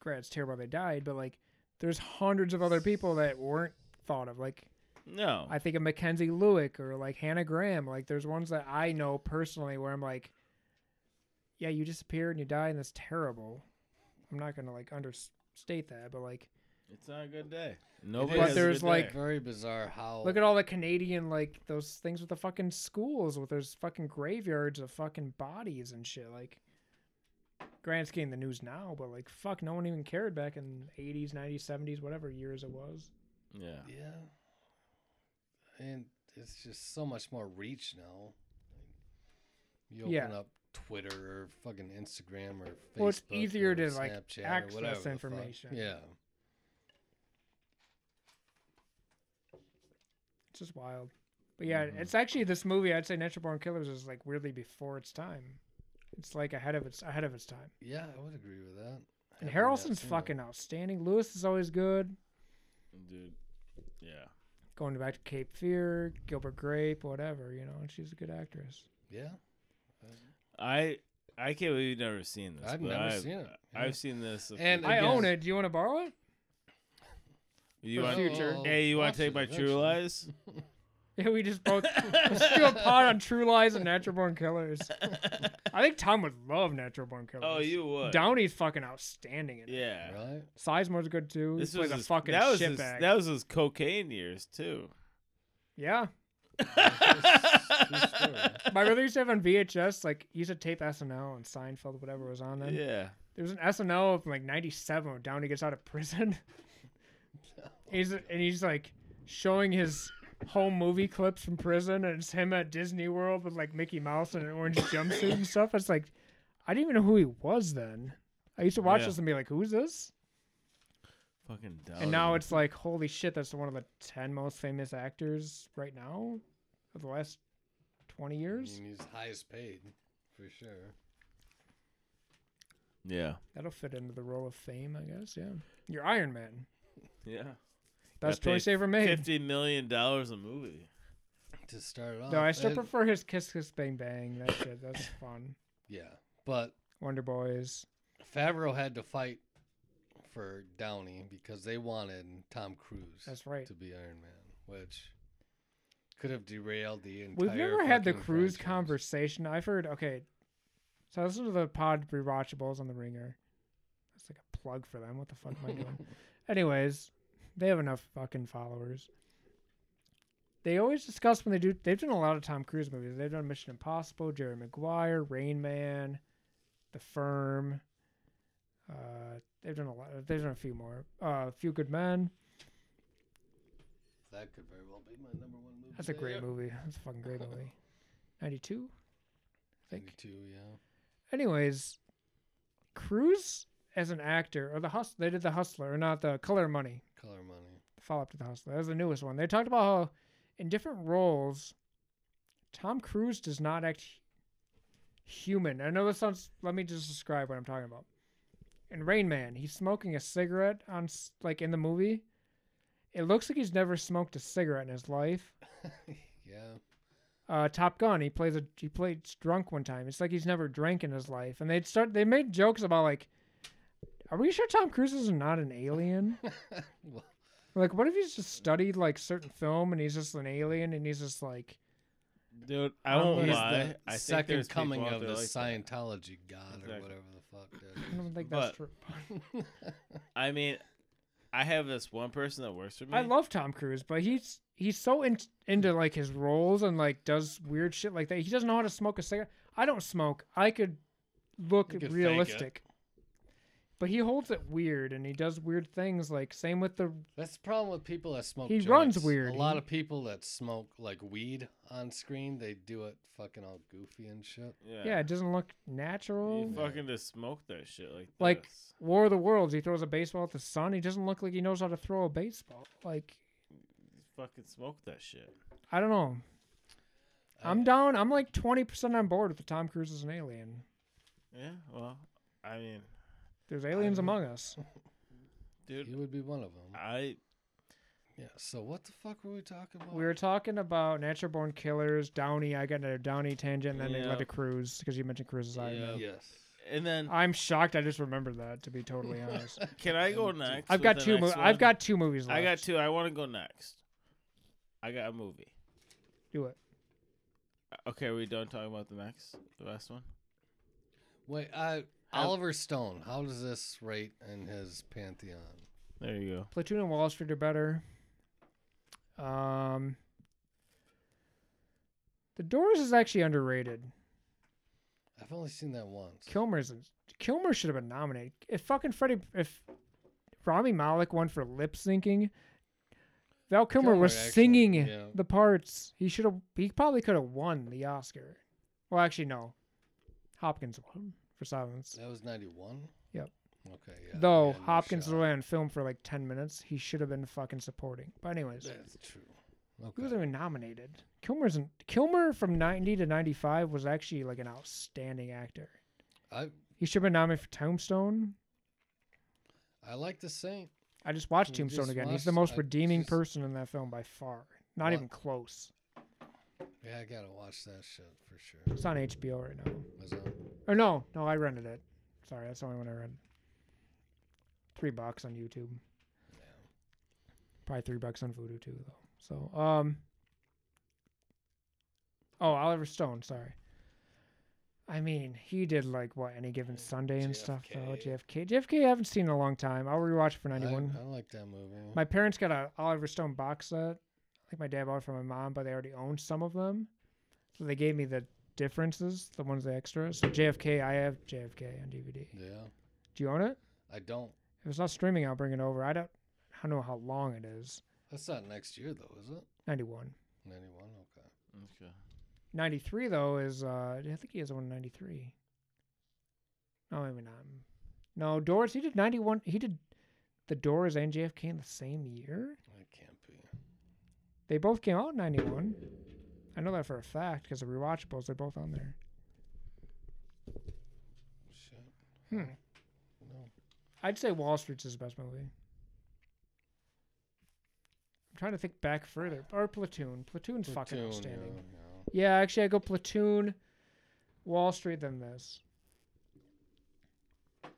[SPEAKER 3] Granted, it's terrible they died, but like, there's hundreds of other people that weren't thought of. Like,
[SPEAKER 1] no,
[SPEAKER 3] I think of Mackenzie Lewick or like Hannah Graham. Like there's ones that I know personally where I'm like, yeah, you disappear and you die and that's terrible. I'm not gonna like understate that, but like,
[SPEAKER 1] it's not a good day. Nobody. But
[SPEAKER 2] is. But
[SPEAKER 1] there's
[SPEAKER 3] there's,
[SPEAKER 1] like
[SPEAKER 3] like-
[SPEAKER 2] very bizarre how
[SPEAKER 3] look at all the Canadian like those things with the fucking schools with those fucking graveyards of fucking bodies and shit. Like, Grant's getting the news now, but like, fuck, no one even cared back in the 80s, 90s, 70s, whatever years it was.
[SPEAKER 1] yeah,
[SPEAKER 2] yeah, and it's just so much more reach now. You open
[SPEAKER 3] Yeah.
[SPEAKER 2] up Twitter or fucking Instagram or Facebook.
[SPEAKER 3] Well, it's easier
[SPEAKER 2] or
[SPEAKER 3] to, like,
[SPEAKER 2] Snapchat or
[SPEAKER 3] access
[SPEAKER 2] whatever the fuck.
[SPEAKER 3] information.
[SPEAKER 2] Yeah,
[SPEAKER 3] It's just wild. But yeah,
[SPEAKER 1] Mhm.
[SPEAKER 3] it's actually this movie. I'd say Natural Born Killers is like weirdly before its time. It's like ahead of its ahead of its time.
[SPEAKER 2] Yeah, I would agree with that.
[SPEAKER 3] And
[SPEAKER 2] Have not
[SPEAKER 3] Harrelson's
[SPEAKER 2] seen it.
[SPEAKER 3] fucking outstanding. Lewis is always good.
[SPEAKER 1] dude. Yeah,
[SPEAKER 3] Going back to Cape Fear, Gilbert Grape, whatever you know. And she's a good actress.
[SPEAKER 2] Yeah,
[SPEAKER 1] I I can't believe you've never seen this.
[SPEAKER 2] I've
[SPEAKER 1] but
[SPEAKER 2] never seen it. Yeah.
[SPEAKER 1] I've seen this. a few
[SPEAKER 2] And
[SPEAKER 3] I
[SPEAKER 1] times.
[SPEAKER 3] own
[SPEAKER 2] guess-
[SPEAKER 3] it. Do you want to borrow it?
[SPEAKER 1] You
[SPEAKER 3] for
[SPEAKER 1] want,
[SPEAKER 3] future.
[SPEAKER 1] Hey, you want
[SPEAKER 2] watch
[SPEAKER 1] to take
[SPEAKER 2] it
[SPEAKER 1] my True
[SPEAKER 2] eventually.
[SPEAKER 1] Lies?
[SPEAKER 3] Yeah, we just both let's do a pod on True Lies and Natural Born Killers. I think Tom would love Natural Born Killers.
[SPEAKER 1] Oh, you would.
[SPEAKER 3] Downey's fucking outstanding in it.
[SPEAKER 1] Yeah.
[SPEAKER 2] Right?
[SPEAKER 3] Sizemore's good too.
[SPEAKER 1] This
[SPEAKER 3] he
[SPEAKER 1] was
[SPEAKER 3] plays a
[SPEAKER 1] his-
[SPEAKER 3] fucking
[SPEAKER 1] that was his,
[SPEAKER 3] shitbag.
[SPEAKER 1] that was his cocaine years too.
[SPEAKER 3] Yeah.
[SPEAKER 2] story.
[SPEAKER 3] My brother used to have on VHS, like, he used to tape SNL and Seinfeld, whatever was on then.
[SPEAKER 1] yeah.
[SPEAKER 3] There was an SNL from like 97 when Downey gets out of prison. he's And he's like showing his home movie clips from prison, and it's him at Disney World with like Mickey Mouse and an orange jumpsuit and stuff. It's like, I didn't even know who he was then. I used to watch
[SPEAKER 1] Yeah.
[SPEAKER 3] this and be like, who's this?
[SPEAKER 1] Fucking dumb.
[SPEAKER 3] and now it's like, holy shit, that's one of the 10 most famous actors right now of the last 20
[SPEAKER 2] I
[SPEAKER 3] years.
[SPEAKER 2] mean, he's highest paid for sure.
[SPEAKER 1] yeah,
[SPEAKER 3] That'll fit into the role of fame, I guess. Yeah. You're Iron Man.
[SPEAKER 1] yeah.
[SPEAKER 3] Best
[SPEAKER 1] Gotta pay
[SPEAKER 3] choice ever made.
[SPEAKER 1] Fifty million dollars a movie.
[SPEAKER 2] To start it off,
[SPEAKER 3] No, I still
[SPEAKER 2] and-
[SPEAKER 3] prefer his Kiss Kiss Bang Bang. That's it. That's fun.
[SPEAKER 2] Yeah, but
[SPEAKER 3] Wonder Boys.
[SPEAKER 2] Favreau had to fight for Downey because they wanted Tom Cruise
[SPEAKER 3] That's right.
[SPEAKER 2] to be Iron Man, which could have derailed the entire.
[SPEAKER 3] We've never had the
[SPEAKER 2] fucking
[SPEAKER 3] Cruise
[SPEAKER 2] franchise.
[SPEAKER 3] conversation. I've heard. Okay, so I listened to the pod rewatchables on the Ringer. That's like a plug for them. What the fuck am I doing? Anyways, they have enough fucking followers. They always discuss when they do. They've done a lot of Tom Cruise movies. They've done Mission Impossible, Jerry Maguire, Rain Man, The Firm. Uh, they've done a lot. They've done a few more. Uh, a few Good Men.
[SPEAKER 2] That could very well be my number one movie.
[SPEAKER 3] That's a
[SPEAKER 2] of the
[SPEAKER 3] great
[SPEAKER 2] year.
[SPEAKER 3] movie. That's a fucking great movie. 92? I think.
[SPEAKER 2] 92, yeah.
[SPEAKER 3] Anyways, Cruz as an actor, or the Hustler, they did The Hustler, or not The Color of Money,
[SPEAKER 2] Color Money.
[SPEAKER 3] the follow up to The Hustler. That was the newest one. They talked about how in different roles, Tom Cruise does not act hu- human. I know this sounds, let me just describe what I'm talking about. In Rain Man, he's smoking a cigarette on, s- like in the movie. It looks like he's never smoked a cigarette in his life.
[SPEAKER 2] yeah.
[SPEAKER 3] uh, Top Gun. He plays a he played drunk one time. It's like he's never drank in his life. And they would start they made jokes about like, are we sure Tom Cruise is not an alien?
[SPEAKER 2] well,
[SPEAKER 3] like, what if he's just studied like certain film and he's just an alien and he's just like,
[SPEAKER 1] Dude, I
[SPEAKER 3] I'm
[SPEAKER 1] won't
[SPEAKER 3] gonna-
[SPEAKER 2] he's
[SPEAKER 1] lie.
[SPEAKER 2] the
[SPEAKER 1] I think
[SPEAKER 2] second
[SPEAKER 1] there's people
[SPEAKER 2] coming
[SPEAKER 1] out
[SPEAKER 2] of
[SPEAKER 1] there
[SPEAKER 2] the
[SPEAKER 1] like that.
[SPEAKER 2] Scientology god
[SPEAKER 1] Exactly.
[SPEAKER 2] or whatever the fuck
[SPEAKER 3] I
[SPEAKER 2] that
[SPEAKER 3] don't think
[SPEAKER 1] But-
[SPEAKER 3] that's true.
[SPEAKER 2] is.
[SPEAKER 1] I mean, I have this one person that works for me.
[SPEAKER 3] I love Tom Cruise, but he's he's so in, into like his roles and like does weird shit like that. He doesn't know how to smoke a cigarette. I don't smoke. I could look
[SPEAKER 2] You could fake it.
[SPEAKER 3] realistic. But he holds it weird and he does weird things like same with the
[SPEAKER 2] That's the problem with people that smoke.
[SPEAKER 3] He runs
[SPEAKER 2] joints.
[SPEAKER 3] weird.
[SPEAKER 2] A lot
[SPEAKER 3] He-
[SPEAKER 2] of people that smoke like weed on screen, they do it fucking all goofy and shit.
[SPEAKER 1] Yeah.
[SPEAKER 3] Yeah, it doesn't look natural.
[SPEAKER 1] You fucking just smoke that shit like
[SPEAKER 3] Like-
[SPEAKER 1] this.
[SPEAKER 3] War of the Worlds, he throws a baseball at the sun. He doesn't look like he knows how to throw a baseball. Like,
[SPEAKER 1] You fucking smoke that shit.
[SPEAKER 3] I don't know. I'm
[SPEAKER 2] I-
[SPEAKER 3] down. I'm like 20% on board with the Tom Cruise as an alien.
[SPEAKER 1] Yeah. Well, I mean,
[SPEAKER 3] There's aliens
[SPEAKER 2] I'm-
[SPEAKER 3] among us.
[SPEAKER 1] dude,
[SPEAKER 2] You would be one of them.
[SPEAKER 1] I
[SPEAKER 2] Yeah. So what the fuck were we talking about?
[SPEAKER 3] We were talking about natural born killers, Downey. I got a Downey tangent, and then they
[SPEAKER 1] Yeah.
[SPEAKER 3] led to Cruise because you mentioned Cruise as Iron Man.
[SPEAKER 1] Yeah.
[SPEAKER 2] Yes.
[SPEAKER 1] and then
[SPEAKER 3] I'm shocked. I just remembered that. To be totally honest,
[SPEAKER 1] can I go
[SPEAKER 2] And-
[SPEAKER 1] next?
[SPEAKER 3] I've
[SPEAKER 1] with
[SPEAKER 3] got
[SPEAKER 1] the
[SPEAKER 3] two. Mo-
[SPEAKER 1] next
[SPEAKER 3] I've
[SPEAKER 1] one?
[SPEAKER 3] got two movies left.
[SPEAKER 1] I got two. I want to go next. I got a movie. Uh,
[SPEAKER 3] do it.
[SPEAKER 1] Okay, are we done talking about the next, the last one?
[SPEAKER 2] Wait, I,
[SPEAKER 1] How-
[SPEAKER 2] Oliver Stone. How does this rate in his pantheon?
[SPEAKER 1] There you go.
[SPEAKER 3] Platoon and Wall Street are better. Um, The Doors is actually underrated.
[SPEAKER 2] I've only seen that once.
[SPEAKER 3] Kilmer's Kilmer should have been nominated. If fucking Freddie, if Rami Malek won for lip syncing, Val Kilmer,
[SPEAKER 2] Kilmer
[SPEAKER 3] was
[SPEAKER 2] actually-
[SPEAKER 3] singing
[SPEAKER 2] yeah.
[SPEAKER 3] the parts. He should have. He probably could have won the Oscar. Well, actually, no. Hopkins won for Silence.
[SPEAKER 2] That was ninety one.
[SPEAKER 3] Yep.
[SPEAKER 2] Okay. Yeah.
[SPEAKER 3] Though
[SPEAKER 2] yeah, no
[SPEAKER 3] Hopkins was
[SPEAKER 2] shot.
[SPEAKER 3] only on film for like ten minutes, he should have been fucking supporting. But anyways,
[SPEAKER 2] That's true. Okay.
[SPEAKER 3] He wasn't even nominated. Kilmer's an, Kilmer from ninety to ninety five was actually like an outstanding actor.
[SPEAKER 2] I
[SPEAKER 3] He should have been nominated for Tombstone.
[SPEAKER 2] I like the Saint.
[SPEAKER 3] I just watched
[SPEAKER 2] We
[SPEAKER 3] Tombstone
[SPEAKER 2] just
[SPEAKER 3] again. He's
[SPEAKER 2] watched-
[SPEAKER 3] the most
[SPEAKER 2] I
[SPEAKER 3] redeeming
[SPEAKER 2] just-
[SPEAKER 3] person in that film by far. Not
[SPEAKER 2] What?
[SPEAKER 3] even close.
[SPEAKER 2] Yeah, I gotta watch that shit for sure.
[SPEAKER 3] It's on HBO right now.
[SPEAKER 2] Is it-
[SPEAKER 3] Or no, no, I rented it. Sorry, that's the only one I rented. Three bucks on YouTube. Probably three bucks on Voodoo too, though. So, um, oh, Oliver Stone. Sorry. I mean, he did like what any given Sunday and stuff though. JFK. JFK, I haven't seen in a long time. I'll rewatch it for
[SPEAKER 2] I,
[SPEAKER 3] ninety one.
[SPEAKER 2] I like that movie.
[SPEAKER 3] My parents got a Oliver Stone box set. I think my dad bought it for my mom, but they already owned some of them. So they gave me the differences, the ones the extras. So JFK, I have JFK on DVD.
[SPEAKER 2] yeah,
[SPEAKER 3] Do you own it?
[SPEAKER 2] I don't.
[SPEAKER 3] If it's not streaming, I'll bring it over. I don't, I don't know how long it is.
[SPEAKER 2] That's not next year though, is it?
[SPEAKER 3] 91.
[SPEAKER 2] Ninety one. Okay.
[SPEAKER 1] Okay.
[SPEAKER 3] 93, though, is, uh, I think he has one in 93. No, maybe not. No, Doors, he did 91. He did The Doors and JFK in the same year?
[SPEAKER 2] It can't be.
[SPEAKER 3] They both came out in 91. I know that for a fact because the rewatchables, they're both on there.
[SPEAKER 2] Shit.
[SPEAKER 3] Hmm.
[SPEAKER 2] No.
[SPEAKER 3] I'd say Wall Street's his best movie. I'm trying to think back further. Or Platoon. Platoon's fucking
[SPEAKER 2] Platoon,
[SPEAKER 3] outstanding.
[SPEAKER 2] yeah, yeah.
[SPEAKER 3] Yeah, actually, I go Platoon, Wall Street, then this.
[SPEAKER 2] Okay,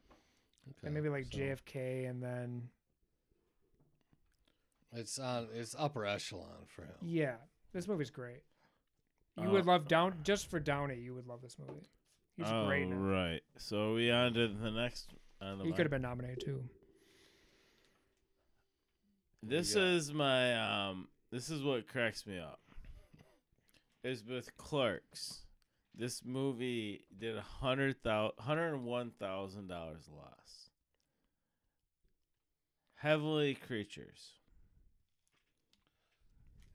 [SPEAKER 3] and maybe like
[SPEAKER 2] so
[SPEAKER 3] JFK, and then.
[SPEAKER 2] It's on. It's upper echelon for him.
[SPEAKER 3] Yeah, this movie's great. You would
[SPEAKER 1] Uh,
[SPEAKER 3] love Down. Just for Downey, you would love this movie. He's
[SPEAKER 2] Oh,
[SPEAKER 1] All
[SPEAKER 3] great. in it.
[SPEAKER 1] right. So are we on to the next. On the
[SPEAKER 3] He
[SPEAKER 1] line?
[SPEAKER 3] could have been nominated too.
[SPEAKER 1] This
[SPEAKER 2] Yeah.
[SPEAKER 1] is my um this is what cracks me up. Is with clerks. This movie did a hundred thousand hundred and one thousand dollars loss. Heavily creatures.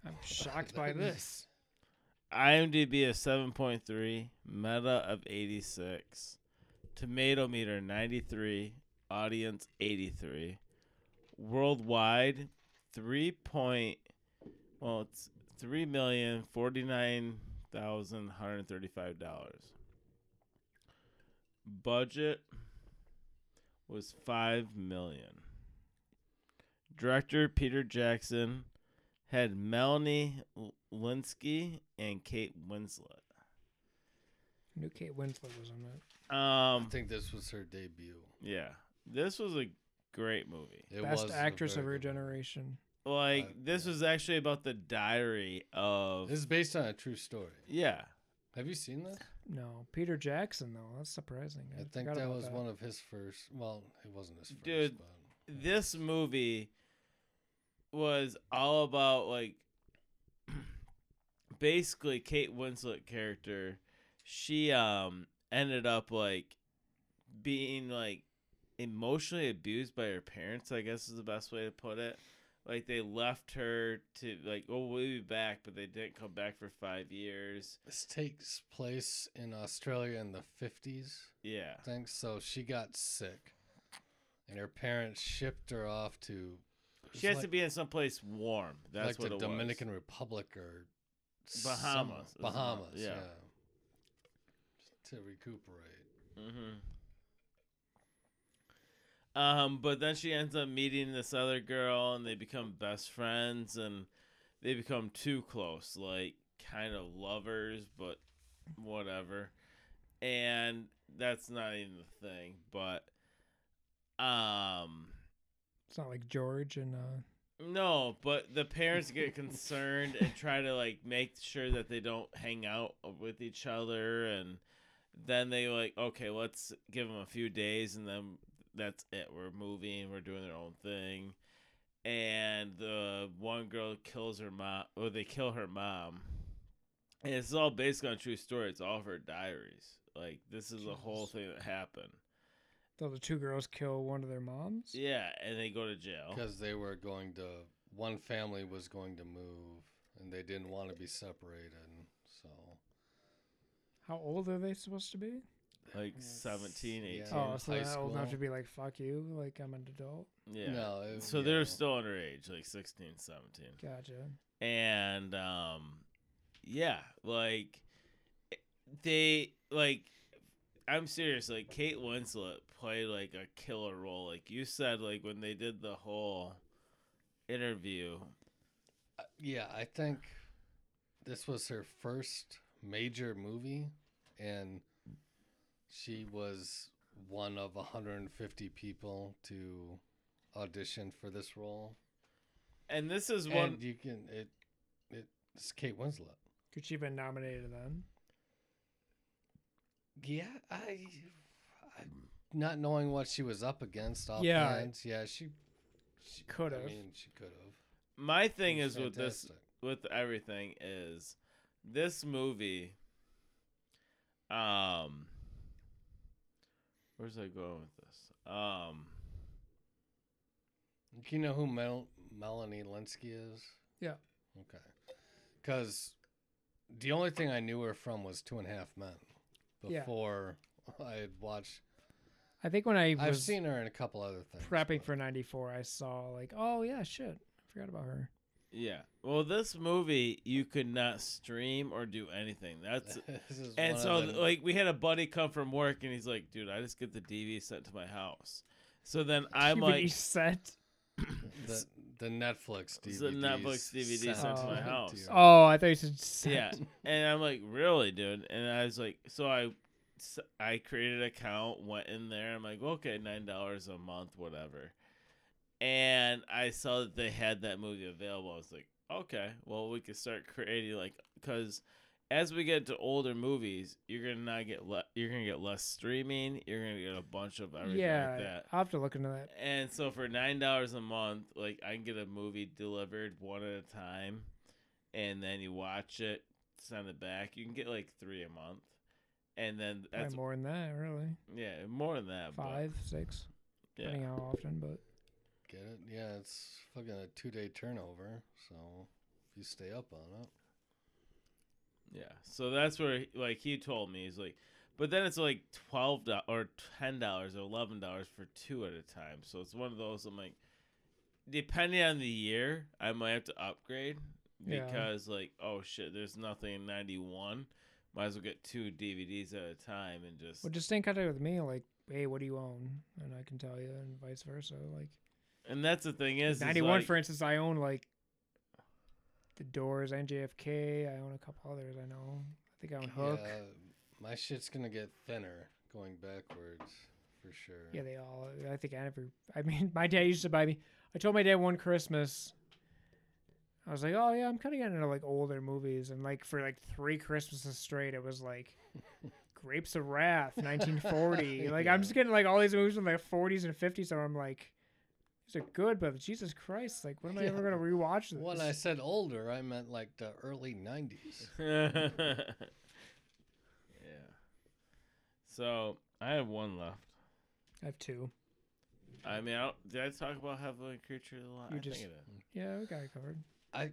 [SPEAKER 3] I'm shocked by
[SPEAKER 2] That
[SPEAKER 3] this.
[SPEAKER 1] IMDb of seven point three, meta of eighty six, tomato meter ninety three, audience eighty three, worldwide three point well it's three million forty nine thousand hundred thirty five dollars. Budget was five million. Director Peter Jackson had Melanie L- Linsky and Kate Winslet.
[SPEAKER 3] New Kate Winslet was on that.
[SPEAKER 2] I
[SPEAKER 1] Um,
[SPEAKER 2] think this was her debut.
[SPEAKER 1] yeah, this was a great movie.
[SPEAKER 2] It
[SPEAKER 3] Best
[SPEAKER 2] was a
[SPEAKER 3] actress of
[SPEAKER 2] very
[SPEAKER 3] her
[SPEAKER 2] good movie.
[SPEAKER 3] generation.
[SPEAKER 1] Like
[SPEAKER 2] Uh,
[SPEAKER 1] this was actually about the diary of
[SPEAKER 2] This is based on a true story.
[SPEAKER 1] yeah.
[SPEAKER 2] Have you seen this?
[SPEAKER 3] No, Peter Jackson though. That's surprising.
[SPEAKER 2] I think that was one of his first. Well, it wasn't his first.
[SPEAKER 1] Dude,
[SPEAKER 2] but
[SPEAKER 1] This movie was all about like basically Kate Winslet character. She um ended up like being like emotionally abused by her parents, I guess is the best way to put it. Like they left her to like, oh, we'll be back, but they didn't come back for five years.
[SPEAKER 2] this takes place in Australia in the fifties.
[SPEAKER 1] Yeah,
[SPEAKER 2] I think so. She got sick, and her parents shipped her off to. it was
[SPEAKER 1] she has to
[SPEAKER 2] like-
[SPEAKER 1] be in someplace warm. That's
[SPEAKER 2] like
[SPEAKER 1] what
[SPEAKER 2] the
[SPEAKER 1] it
[SPEAKER 2] Dominican
[SPEAKER 1] was.
[SPEAKER 2] Republic or some-
[SPEAKER 1] Bahamas is the-
[SPEAKER 2] Bahamas, yeah.
[SPEAKER 1] yeah.
[SPEAKER 2] To recuperate.
[SPEAKER 1] Mm-hmm. Um, but then she ends up meeting this other girl, and they become best friends, and they become too close, like kind of lovers, but whatever. And that's not even the thing, but um,
[SPEAKER 3] It's not like George and uh,
[SPEAKER 1] no, but the parents get concerned and try to like make sure that they don't hang out with each other, and then they like, okay, let's give them a few days, and then that's it. We're moving. We're doing their own thing, and the one girl kills her mom, or they kill her mom, and it's all based on a true story. It's all of her diaries. Like this is the whole
[SPEAKER 2] Jesus.
[SPEAKER 1] thing that happened.
[SPEAKER 3] the other two girls kill one of their moms.
[SPEAKER 1] Yeah, and they go to jail.
[SPEAKER 2] Because they were going to, one family was going to move, and they didn't want to be separated. So
[SPEAKER 3] How old are they supposed to be?
[SPEAKER 1] Like
[SPEAKER 2] Yes.
[SPEAKER 1] 17, 18.
[SPEAKER 2] Yeah.
[SPEAKER 3] Oh,
[SPEAKER 2] in
[SPEAKER 3] so
[SPEAKER 2] high
[SPEAKER 3] they're not old enough to
[SPEAKER 2] school.
[SPEAKER 3] be like fuck you, like I'm an adult.
[SPEAKER 1] Yeah.
[SPEAKER 2] no, it-
[SPEAKER 1] So
[SPEAKER 2] yeah.
[SPEAKER 1] they're still underage, like 16, 17.
[SPEAKER 3] Gotcha.
[SPEAKER 1] and um, yeah, like they like I'm serious. Like Kate Winslet played like a killer role. Like you said, like when they did the whole interview.
[SPEAKER 2] Uh, yeah, I think this was her first major movie, and she was one of 150 people to audition for this role.
[SPEAKER 1] And this is one.
[SPEAKER 2] and you can it it- it's Kate Winslet.
[SPEAKER 3] Could she have been nominated then?
[SPEAKER 2] Yeah, I, I not knowing what she was up against
[SPEAKER 3] Yeah.
[SPEAKER 2] offhand. Yeah, she, she
[SPEAKER 3] Could
[SPEAKER 2] I
[SPEAKER 3] have.
[SPEAKER 2] mean, she could have.
[SPEAKER 1] my thing is with this, with everything is, this movie. Um. Where's I going with this? Um.
[SPEAKER 2] You know who Mel- Melanie Linsky is?
[SPEAKER 3] Yeah.
[SPEAKER 2] Okay. Because the only thing I knew her from was Two and a Half Men
[SPEAKER 3] Yeah.
[SPEAKER 2] before I had watched.
[SPEAKER 3] I think when I was
[SPEAKER 2] I've seen her in a couple other things.
[SPEAKER 3] prepping
[SPEAKER 2] but-
[SPEAKER 3] for 94, I saw like, oh yeah, shit. I forgot about her.
[SPEAKER 1] Yeah. Well, this movie you could not stream or do anything. That's
[SPEAKER 2] this is
[SPEAKER 1] And
[SPEAKER 2] one
[SPEAKER 1] so,
[SPEAKER 2] of the-
[SPEAKER 1] like, we had a buddy come from work, and he's like, "Dude, I just get the DV sent to my house." So then I'm
[SPEAKER 3] DVD
[SPEAKER 1] like,
[SPEAKER 3] set.
[SPEAKER 2] the, the Netflix
[SPEAKER 1] It's
[SPEAKER 2] DVDs.
[SPEAKER 1] the Netflix DVD sent
[SPEAKER 3] to my
[SPEAKER 2] you.
[SPEAKER 1] house.
[SPEAKER 3] Oh, I thought you said set.
[SPEAKER 1] "Yeah," and I'm like, "Really, dude?" And I was like, "So I, s- I created an account, went in there. I'm like, okay, nine dollars a month, whatever." And I saw that they had that movie available. I was like, "Okay, well, we could start creating like, because." As we get to older movies, you're gonna not get le- you're gonna get less streaming. You're gonna get a bunch of everything
[SPEAKER 3] yeah.
[SPEAKER 1] like that.
[SPEAKER 3] I'll have to look into that.
[SPEAKER 1] And so for nine dollars a month, like I can get a movie delivered one at a time, and then you watch it, send it back. You can get like three a month, and then
[SPEAKER 3] Probably
[SPEAKER 1] that's
[SPEAKER 3] more than that, really.
[SPEAKER 1] yeah more than that. but-
[SPEAKER 3] Five, six,
[SPEAKER 1] yeah.
[SPEAKER 3] depending how often. But
[SPEAKER 2] Get it? Yeah, it's fucking a two day turnover. So if you stay up on it,
[SPEAKER 1] Yeah. So that's where like he told me he's like, but then it's like twelve dollars or ten dollars or eleven dollars for two at a time. So it's one of those. I'm like, depending on the year, I might have to upgrade
[SPEAKER 3] Yeah.
[SPEAKER 1] because like oh shit, there's nothing in '91. Might as well get two DVDs at a time and just
[SPEAKER 3] well, just stay in contact with me. Like, hey, what do you own? And I can tell you, and vice versa. Like
[SPEAKER 1] and that's the thing is is,
[SPEAKER 3] ninety one,
[SPEAKER 1] like,
[SPEAKER 3] for instance, I own like the Doors, NJFK. I own a couple others. I know. I think I own Hook.
[SPEAKER 2] yeah, my shit's gonna get thinner going backwards for sure.
[SPEAKER 3] Yeah, they all. I think I never. I mean, my dad used to buy me. I told my dad one Christmas. I was like, oh yeah, I'm kind of getting into like older movies, and like for like three Christmases straight, it was like Grapes of Wrath, 1940. Like
[SPEAKER 2] Yeah.
[SPEAKER 3] I'm just getting like all these movies from the 40s and 50s, and I'm like, these are good, but Jesus Christ, like when am I ever
[SPEAKER 2] Yeah.
[SPEAKER 3] gonna rewatch this?
[SPEAKER 2] When I said older, I meant like the early '90s.
[SPEAKER 1] yeah. So I have one left.
[SPEAKER 3] I have two.
[SPEAKER 1] I mean, I don't, did I talk about Heavenly Creature a lot?
[SPEAKER 3] You
[SPEAKER 1] I
[SPEAKER 3] just-
[SPEAKER 1] think I did.
[SPEAKER 3] Yeah, we got it covered.
[SPEAKER 2] I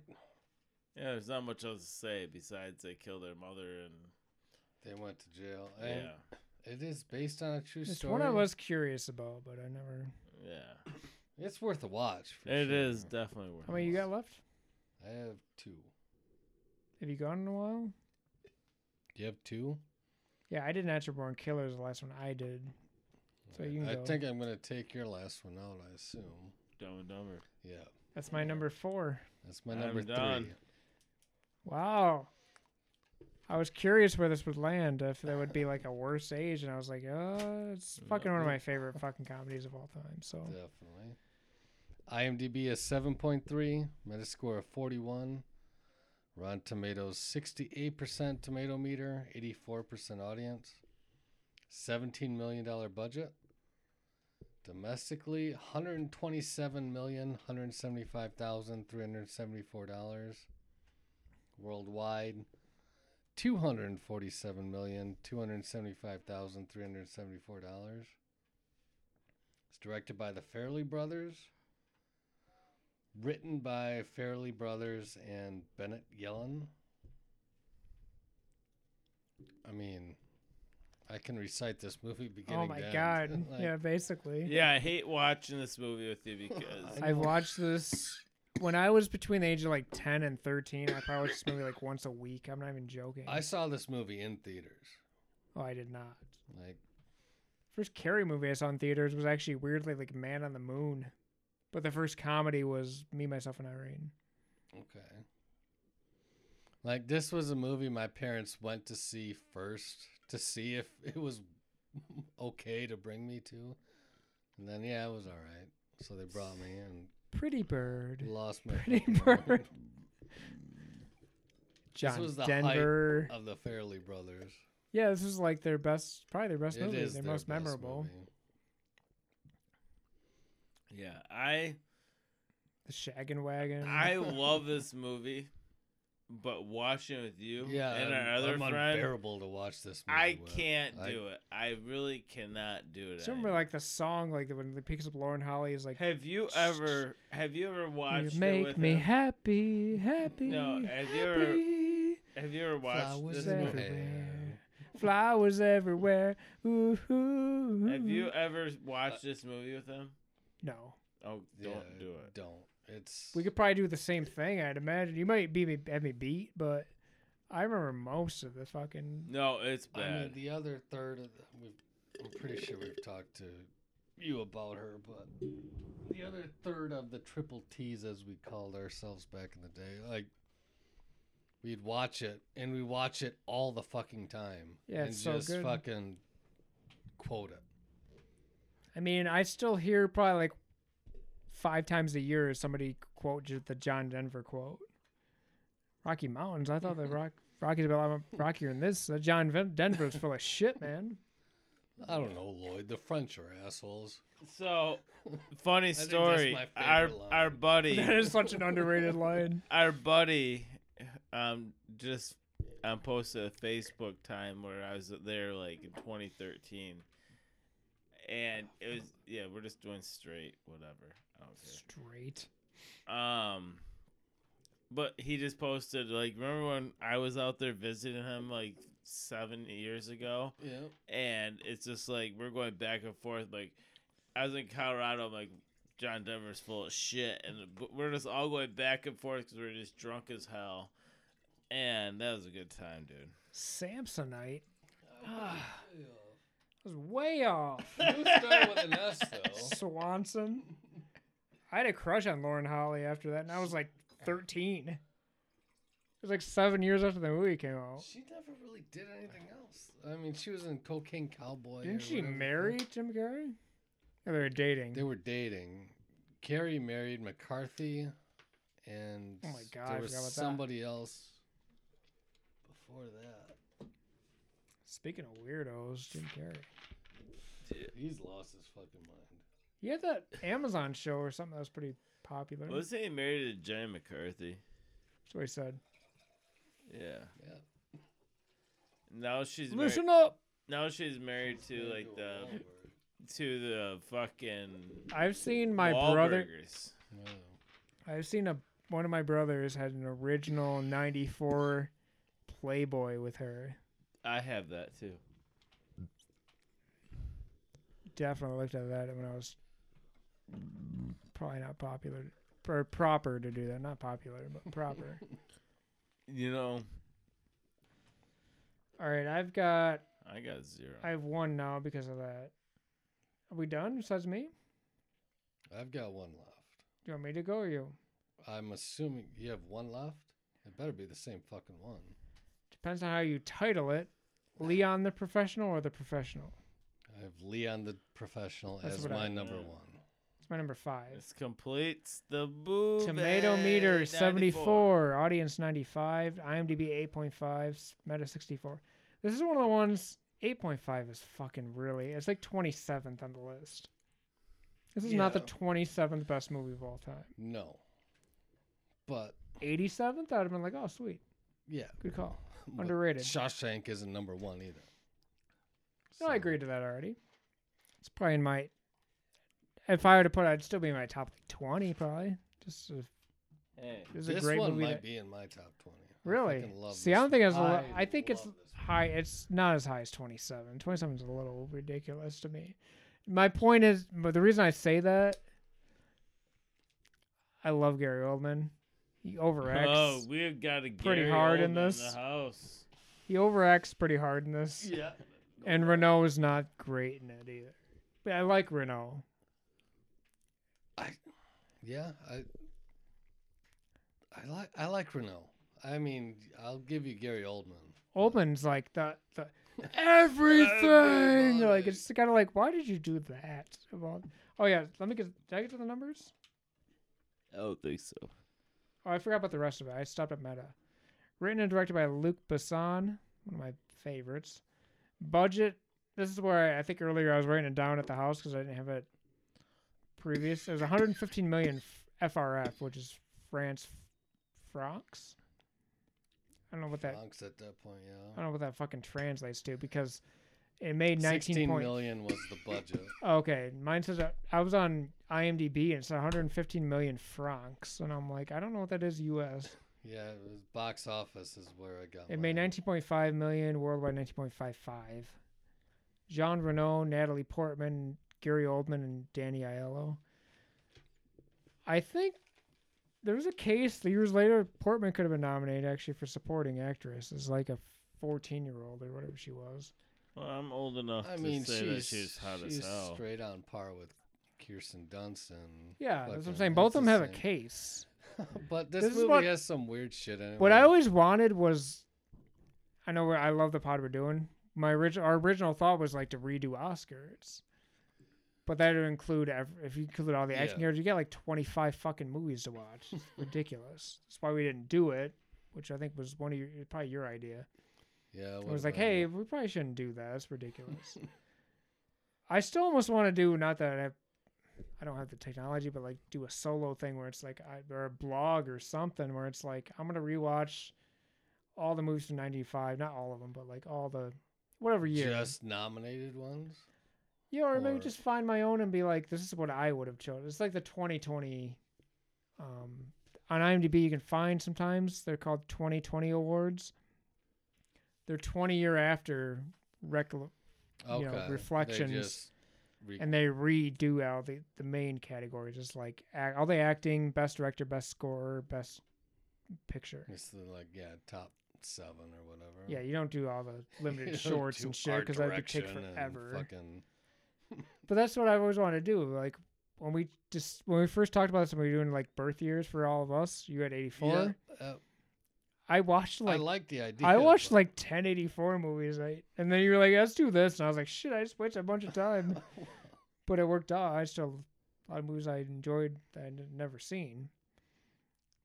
[SPEAKER 1] Yeah, there's not much else to say besides they killed their mother and
[SPEAKER 2] they went to jail.
[SPEAKER 1] yeah,
[SPEAKER 2] And It is based on a true
[SPEAKER 3] It's
[SPEAKER 2] story.
[SPEAKER 3] one I was curious about, but I never.
[SPEAKER 1] yeah.
[SPEAKER 2] It's worth a watch. For
[SPEAKER 1] It is
[SPEAKER 2] sure.
[SPEAKER 1] definitely worth.
[SPEAKER 3] How many you got left?
[SPEAKER 2] I have two.
[SPEAKER 3] Have you gone in a while?
[SPEAKER 2] You have two.
[SPEAKER 3] Yeah, I did Natural Born Killers the last one I did. So you can
[SPEAKER 2] I
[SPEAKER 3] go.
[SPEAKER 2] think I'm gonna take your last one out. I assume.
[SPEAKER 1] Dumb and Dumber.
[SPEAKER 2] Yeah,
[SPEAKER 3] That's my number four.
[SPEAKER 2] that's my
[SPEAKER 1] I'm
[SPEAKER 2] number
[SPEAKER 1] done.
[SPEAKER 2] three.
[SPEAKER 3] Wow. I was curious where this would land if there would be like a worse age, and I was like, uh, it's fucking one of my favorite fucking comedies of all time. So
[SPEAKER 2] Definitely. IMDb is 7.3, Metascore of 41, Rotten Tomatoes 68% tomato meter, 84% audience, $17 million budget. Domestically, $127,175,374. Worldwide, $247,275,374. It's directed by the Fairley brothers, written by Fairley brothers and Bennett Yellen. I mean, I can recite this movie beginning.
[SPEAKER 3] oh my
[SPEAKER 2] to end.
[SPEAKER 3] god,
[SPEAKER 2] Like,
[SPEAKER 3] yeah, basically,
[SPEAKER 1] Yeah, I hate watching this movie with you because
[SPEAKER 2] I
[SPEAKER 3] I've
[SPEAKER 2] know.
[SPEAKER 3] watched this when I was between the age of like ten and thirteen, I probably watched this movie like once a week. I'm not even joking.
[SPEAKER 2] I saw this movie in theaters.
[SPEAKER 3] oh, I did not.
[SPEAKER 2] Like
[SPEAKER 3] First Carrie movie I saw in theaters was actually weirdly like Man on the Moon, but the first comedy was Me, Myself, and Irene.
[SPEAKER 2] okay. Like this was a movie my parents went to see first to see if it was okay to bring me to. And then yeah, it was all right. So they brought me and
[SPEAKER 3] Pretty Bird.
[SPEAKER 2] lost my
[SPEAKER 3] Pretty
[SPEAKER 2] fucking
[SPEAKER 3] Bird.
[SPEAKER 2] mind
[SPEAKER 3] John
[SPEAKER 2] was the height
[SPEAKER 3] Denver.
[SPEAKER 2] of the Fairley Brothers.
[SPEAKER 3] Yeah, this is like their best, probably their best
[SPEAKER 2] It
[SPEAKER 3] movie,
[SPEAKER 2] is
[SPEAKER 3] their,
[SPEAKER 2] their
[SPEAKER 3] most
[SPEAKER 2] best
[SPEAKER 3] memorable.
[SPEAKER 2] movie.
[SPEAKER 1] Yeah, I
[SPEAKER 3] The Shaggin' Wagon.
[SPEAKER 1] I love this movie, but watching it with you
[SPEAKER 2] Yeah,
[SPEAKER 1] and
[SPEAKER 2] I'm,
[SPEAKER 1] our other
[SPEAKER 2] I'm
[SPEAKER 1] friend,
[SPEAKER 2] unbearable to watch this movie.
[SPEAKER 1] I
[SPEAKER 2] with.
[SPEAKER 1] can't
[SPEAKER 2] I-
[SPEAKER 1] do it. I really cannot do it.
[SPEAKER 3] Just remember
[SPEAKER 1] anymore.
[SPEAKER 3] like the song, like when the picks up Lauren Holly is like,
[SPEAKER 1] have you ever have you ever watched
[SPEAKER 3] "You
[SPEAKER 1] it
[SPEAKER 3] make
[SPEAKER 1] with
[SPEAKER 3] me
[SPEAKER 1] him?
[SPEAKER 3] happy, happy,
[SPEAKER 1] No, have you ever-
[SPEAKER 3] happy.
[SPEAKER 1] Have you ever watched
[SPEAKER 2] Flowers
[SPEAKER 1] this
[SPEAKER 3] Flowers
[SPEAKER 2] and
[SPEAKER 1] movie?
[SPEAKER 2] everything.
[SPEAKER 3] everywhere, flowers everywhere." Ooh, ooh,
[SPEAKER 1] Have you
[SPEAKER 3] ooh.
[SPEAKER 1] ever watched this movie with him?
[SPEAKER 3] No,
[SPEAKER 1] Oh,
[SPEAKER 2] Yeah,
[SPEAKER 1] don't do it.
[SPEAKER 2] Don't. It's
[SPEAKER 3] we could probably do the same thing. I'd imagine you might be have me beat, but I remember most of the fucking.
[SPEAKER 1] No, it's
[SPEAKER 2] I
[SPEAKER 1] bad.
[SPEAKER 2] mean, the other third of the, we've, I'm pretty sure we've talked to you about her, but the other third of the triple T's, as we called ourselves back in the day, like we'd watch it and we watch it all the fucking time.
[SPEAKER 3] Yeah,
[SPEAKER 2] and
[SPEAKER 3] it's so
[SPEAKER 2] just
[SPEAKER 3] good.
[SPEAKER 2] fucking quote it.
[SPEAKER 3] I mean, I still hear probably like five times a year somebody quote ju- the John Denver quote. Rocky Mountains. I thought the rock Rockies are a lot rockier than this. Uh, John Ven- Denver's full of shit, man.
[SPEAKER 2] I don't know, Lloyd. The French are assholes.
[SPEAKER 1] So, funny
[SPEAKER 2] think that's
[SPEAKER 1] story.
[SPEAKER 2] my favorite
[SPEAKER 1] Our
[SPEAKER 2] line.
[SPEAKER 1] our buddy,
[SPEAKER 3] That is such an underrated line.
[SPEAKER 1] our buddy, um, just um posted a Facebook time where I was there like in 2013, and it was yeah we're just doing straight whatever. I don't care.
[SPEAKER 3] Straight.
[SPEAKER 1] Um, but he just posted like, remember when I was out there visiting him like seven years ago,
[SPEAKER 2] Yeah.
[SPEAKER 1] and it's just like we're going back and forth. Like, I was in Colorado, I'm like John Denver's full of shit, and but we're just all going back and forth because we're just drunk as hell. And that was a good time, dude.
[SPEAKER 3] Samsonite. Ah, that was way off.
[SPEAKER 2] You start with an S, though.
[SPEAKER 3] Swanson. I had a crush on Lauren Holly after that, and I was like 13. It was like seven years after the movie came out.
[SPEAKER 2] She never really did anything else. I mean, she was in Cocaine Cowboy. or
[SPEAKER 3] Didn't she
[SPEAKER 2] whatever.
[SPEAKER 3] marry Jim Carrey? Yeah, they were dating.
[SPEAKER 2] They were dating. Carrie married McCarthy, and
[SPEAKER 3] Oh my God, I
[SPEAKER 2] there
[SPEAKER 3] forgot
[SPEAKER 2] was
[SPEAKER 3] about that.
[SPEAKER 2] somebody else before that.
[SPEAKER 3] Speaking of weirdos, Jim Carrey.
[SPEAKER 2] He's lost his fucking mind.
[SPEAKER 3] He had that Amazon show or something that was pretty popular.
[SPEAKER 1] Was he married to Jenny McCarthy?
[SPEAKER 3] That's what he said.
[SPEAKER 1] Yeah.
[SPEAKER 2] Yeah.
[SPEAKER 1] Now she's married,
[SPEAKER 3] Listen up!
[SPEAKER 1] now she's married to
[SPEAKER 2] Maybe
[SPEAKER 1] like
[SPEAKER 2] do a
[SPEAKER 1] the
[SPEAKER 2] Wahlberg.
[SPEAKER 1] to the fucking
[SPEAKER 3] I've seen my brother.
[SPEAKER 1] Wahlburgers.
[SPEAKER 2] Wow.
[SPEAKER 3] I've seen a one of my brothers had an original '94 Playboy with her.
[SPEAKER 1] I have that too.
[SPEAKER 3] Definitely looked at that when I was probably not popular or proper to do that. Not popular, but proper.
[SPEAKER 1] You know,
[SPEAKER 3] All right, I've got
[SPEAKER 1] I got zero.
[SPEAKER 3] I have one now because of that. Are we done? Besides me,
[SPEAKER 2] I've got one left.
[SPEAKER 3] do you want me to go or you?
[SPEAKER 2] I'm assuming you have one left. It better be the same fucking one.
[SPEAKER 3] Depends on how you title it. Leon the professional or the professional?
[SPEAKER 2] I have Leon the Professional
[SPEAKER 3] That's
[SPEAKER 2] as
[SPEAKER 3] what
[SPEAKER 2] my
[SPEAKER 3] I-
[SPEAKER 2] number
[SPEAKER 1] Yeah.
[SPEAKER 2] one.
[SPEAKER 3] It's my number five.
[SPEAKER 1] this completes the boo.
[SPEAKER 3] Tomato meter 74, audience 95, IMDb 8.5, s- Meta 64. This is one of the ones 8.5 is fucking really. It's like 27th on the list. This is not the
[SPEAKER 2] Yeah.
[SPEAKER 3] 27th best movie of all time.
[SPEAKER 2] No. But
[SPEAKER 3] 87th, I'd have been like, oh sweet,
[SPEAKER 2] yeah,
[SPEAKER 3] good call.
[SPEAKER 2] But
[SPEAKER 3] Underrated.
[SPEAKER 2] Shawshank isn't number one either.
[SPEAKER 3] No, I agreed to that already. It's probably in my. If I were to put, it, I'd still be in my top like 20 probably. Just a,
[SPEAKER 1] Hey,
[SPEAKER 3] this is
[SPEAKER 2] this
[SPEAKER 3] a great
[SPEAKER 2] one
[SPEAKER 3] movie.
[SPEAKER 2] might
[SPEAKER 3] that-
[SPEAKER 2] be in my top twenty. I
[SPEAKER 3] Really?
[SPEAKER 2] fucking love
[SPEAKER 3] See,
[SPEAKER 2] this
[SPEAKER 3] I don't think it's. a
[SPEAKER 2] movie.
[SPEAKER 3] lo- I think it's
[SPEAKER 2] love this movie.
[SPEAKER 3] high. It's not as high as 27. 27 is a little ridiculous to me. My point is, but the reason I say that, I love Gary Oldman. He overacts.
[SPEAKER 1] Oh, we've got to
[SPEAKER 3] Pretty hard in
[SPEAKER 1] in
[SPEAKER 3] this.
[SPEAKER 1] the house.
[SPEAKER 3] He overacts pretty hard in this.
[SPEAKER 1] Yeah.
[SPEAKER 3] And Renault is not great in it either. But I like Renault.
[SPEAKER 2] Yeah, I I like I like Renault. I mean, I'll give you Gary Oldman.
[SPEAKER 3] Oldman's like the, the everything. Like
[SPEAKER 2] Everybody.
[SPEAKER 3] it's kind of like, why did you do that? Of all- Oh yeah, let me get. Did I get to the numbers?
[SPEAKER 1] I don't think so.
[SPEAKER 3] Oh, I forgot about the rest of it. I stopped at Meta. Written and directed by Luc Besson, one of my favorites. Budget. This is where I, I think earlier I was writing it down at the house because I didn't have it previous. It was 115 million f- FRF, which is France francs. I don't know what that.
[SPEAKER 2] Bronx at that point,
[SPEAKER 3] I
[SPEAKER 2] yeah.
[SPEAKER 3] don't know what that fucking translates to because it made 19
[SPEAKER 2] Sixteen
[SPEAKER 3] point.
[SPEAKER 2] million was the budget.
[SPEAKER 3] Okay, mine says that I was on IMDb and it's 115 million francs, and I'm like, I don't know what that is U.S.
[SPEAKER 2] yeah, it was box office is where I got.
[SPEAKER 3] It made
[SPEAKER 2] mine.
[SPEAKER 3] 19.5 million worldwide, 19.55. Jean Reno, Natalie Portman, Gary Oldman, and Danny Aiello. I think there was a case years later Portman could have been nominated actually for supporting actress as like a 14 year old or whatever she was.
[SPEAKER 1] Well, I'm old enough
[SPEAKER 2] I
[SPEAKER 1] to
[SPEAKER 2] mean,
[SPEAKER 1] say that
[SPEAKER 2] she's
[SPEAKER 1] she's hot
[SPEAKER 2] she's
[SPEAKER 1] as hell.
[SPEAKER 2] straight on par with Kirsten Dunst and
[SPEAKER 3] Yeah, that's what I'm
[SPEAKER 2] fucking-
[SPEAKER 3] saying. Both
[SPEAKER 2] it's
[SPEAKER 3] of them
[SPEAKER 2] the
[SPEAKER 3] have a
[SPEAKER 2] same.
[SPEAKER 3] case.
[SPEAKER 2] but this,
[SPEAKER 3] This is
[SPEAKER 2] movie
[SPEAKER 3] what-
[SPEAKER 2] has some weird shit in it.
[SPEAKER 3] What I
[SPEAKER 2] where-
[SPEAKER 3] always wanted was, I know I love the pod we're doing. My original, our original thought was like to redo Oscars, but that would include ev- if you include all the action
[SPEAKER 2] Yeah.
[SPEAKER 3] heroes, you get like twenty five fucking movies to watch. It's ridiculous. That's why we didn't do it, which I think was one of your probably your idea.
[SPEAKER 2] yeah,
[SPEAKER 3] It
[SPEAKER 2] would've
[SPEAKER 3] was like,
[SPEAKER 2] been-
[SPEAKER 3] hey, we probably shouldn't do that. That's ridiculous. I still almost want to do not that I, have, I don't have the technology, but like do a solo thing where it's like I, or a blog or something where it's like I'm gonna rewatch all the movies from '95, not all of them, but like all the whatever year.
[SPEAKER 2] just nominated ones.
[SPEAKER 3] yeah, or, maybe
[SPEAKER 2] or-
[SPEAKER 3] just find my own and be like, this is what I would have chosen. It's like the 2020. Um, on IMDb, you can find sometimes they're called 2020 awards. They're 20 year after recol-
[SPEAKER 2] Okay,
[SPEAKER 3] know,
[SPEAKER 2] they
[SPEAKER 3] reflections
[SPEAKER 2] just re-
[SPEAKER 3] and they redo all the, the main categories. It's like act, all the acting, best director, best scorer, best picture.
[SPEAKER 2] It's the, like yeah, top seven or whatever.
[SPEAKER 3] Yeah, you don't do all the
[SPEAKER 2] You
[SPEAKER 3] limited
[SPEAKER 2] don't
[SPEAKER 3] shorts
[SPEAKER 2] do
[SPEAKER 3] and shit
[SPEAKER 2] art
[SPEAKER 3] because that would take
[SPEAKER 2] direction and
[SPEAKER 3] forever.
[SPEAKER 2] Fucking,
[SPEAKER 3] But that's what I always wanted to do. Like when we just when we first talked about this, when we were doing like birth years for all of us, you had eighty four.
[SPEAKER 2] Yeah, uh,
[SPEAKER 3] I watched
[SPEAKER 2] I
[SPEAKER 3] like
[SPEAKER 2] like the idea.
[SPEAKER 3] I watched
[SPEAKER 2] but-
[SPEAKER 3] like ten eighty four movies, right? And then you were like, "Let's do this," and I was like, "Shit, I just wasted a bunch of time." but it worked out. I still a lot of movies I enjoyed that I'd never seen.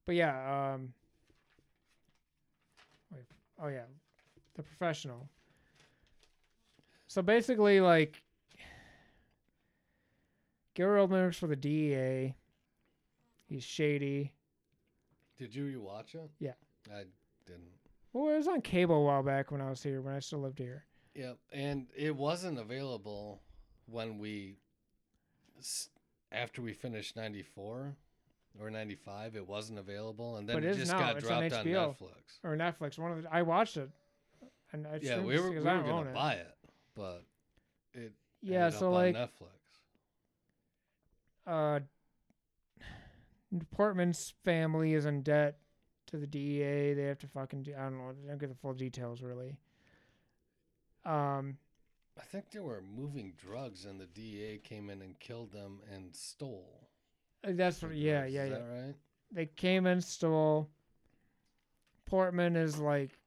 [SPEAKER 3] But yeah, um wait, oh yeah. The professional. So basically like Gary Oldman works for the DEA. He's shady.
[SPEAKER 2] Did you rewatch it?
[SPEAKER 3] Yeah.
[SPEAKER 2] I didn't.
[SPEAKER 3] Well, it was on cable a while back when I was here, when I still lived here.
[SPEAKER 2] Yep, and it wasn't available when we s- after we finished '94 or '95. It wasn't available, and then
[SPEAKER 3] But it
[SPEAKER 2] it
[SPEAKER 3] is
[SPEAKER 2] just
[SPEAKER 3] now,
[SPEAKER 2] got
[SPEAKER 3] it's on
[SPEAKER 2] dropped on,
[SPEAKER 3] HBO.
[SPEAKER 2] Netflix.
[SPEAKER 3] Or Netflix. One of the I watched it. And I
[SPEAKER 2] yeah,
[SPEAKER 3] streamed
[SPEAKER 2] we
[SPEAKER 3] it
[SPEAKER 2] were we were
[SPEAKER 3] 'cause I don't own
[SPEAKER 2] gonna
[SPEAKER 3] it.
[SPEAKER 2] buy it, but it
[SPEAKER 3] Yeah,
[SPEAKER 2] ended
[SPEAKER 3] so
[SPEAKER 2] up
[SPEAKER 3] like
[SPEAKER 2] on Netflix.
[SPEAKER 3] uh, Portman's family is in debt to the DEA. They have to fucking do. I don't know. I don't get the full details really. Um.
[SPEAKER 2] I think they were moving drugs, and the DEA came in and killed them and stole.
[SPEAKER 3] That's
[SPEAKER 2] the
[SPEAKER 3] what, yeah,
[SPEAKER 2] drugs.
[SPEAKER 3] yeah,
[SPEAKER 2] Is
[SPEAKER 3] yeah.
[SPEAKER 2] that right?
[SPEAKER 3] They came in, stole. Portman is like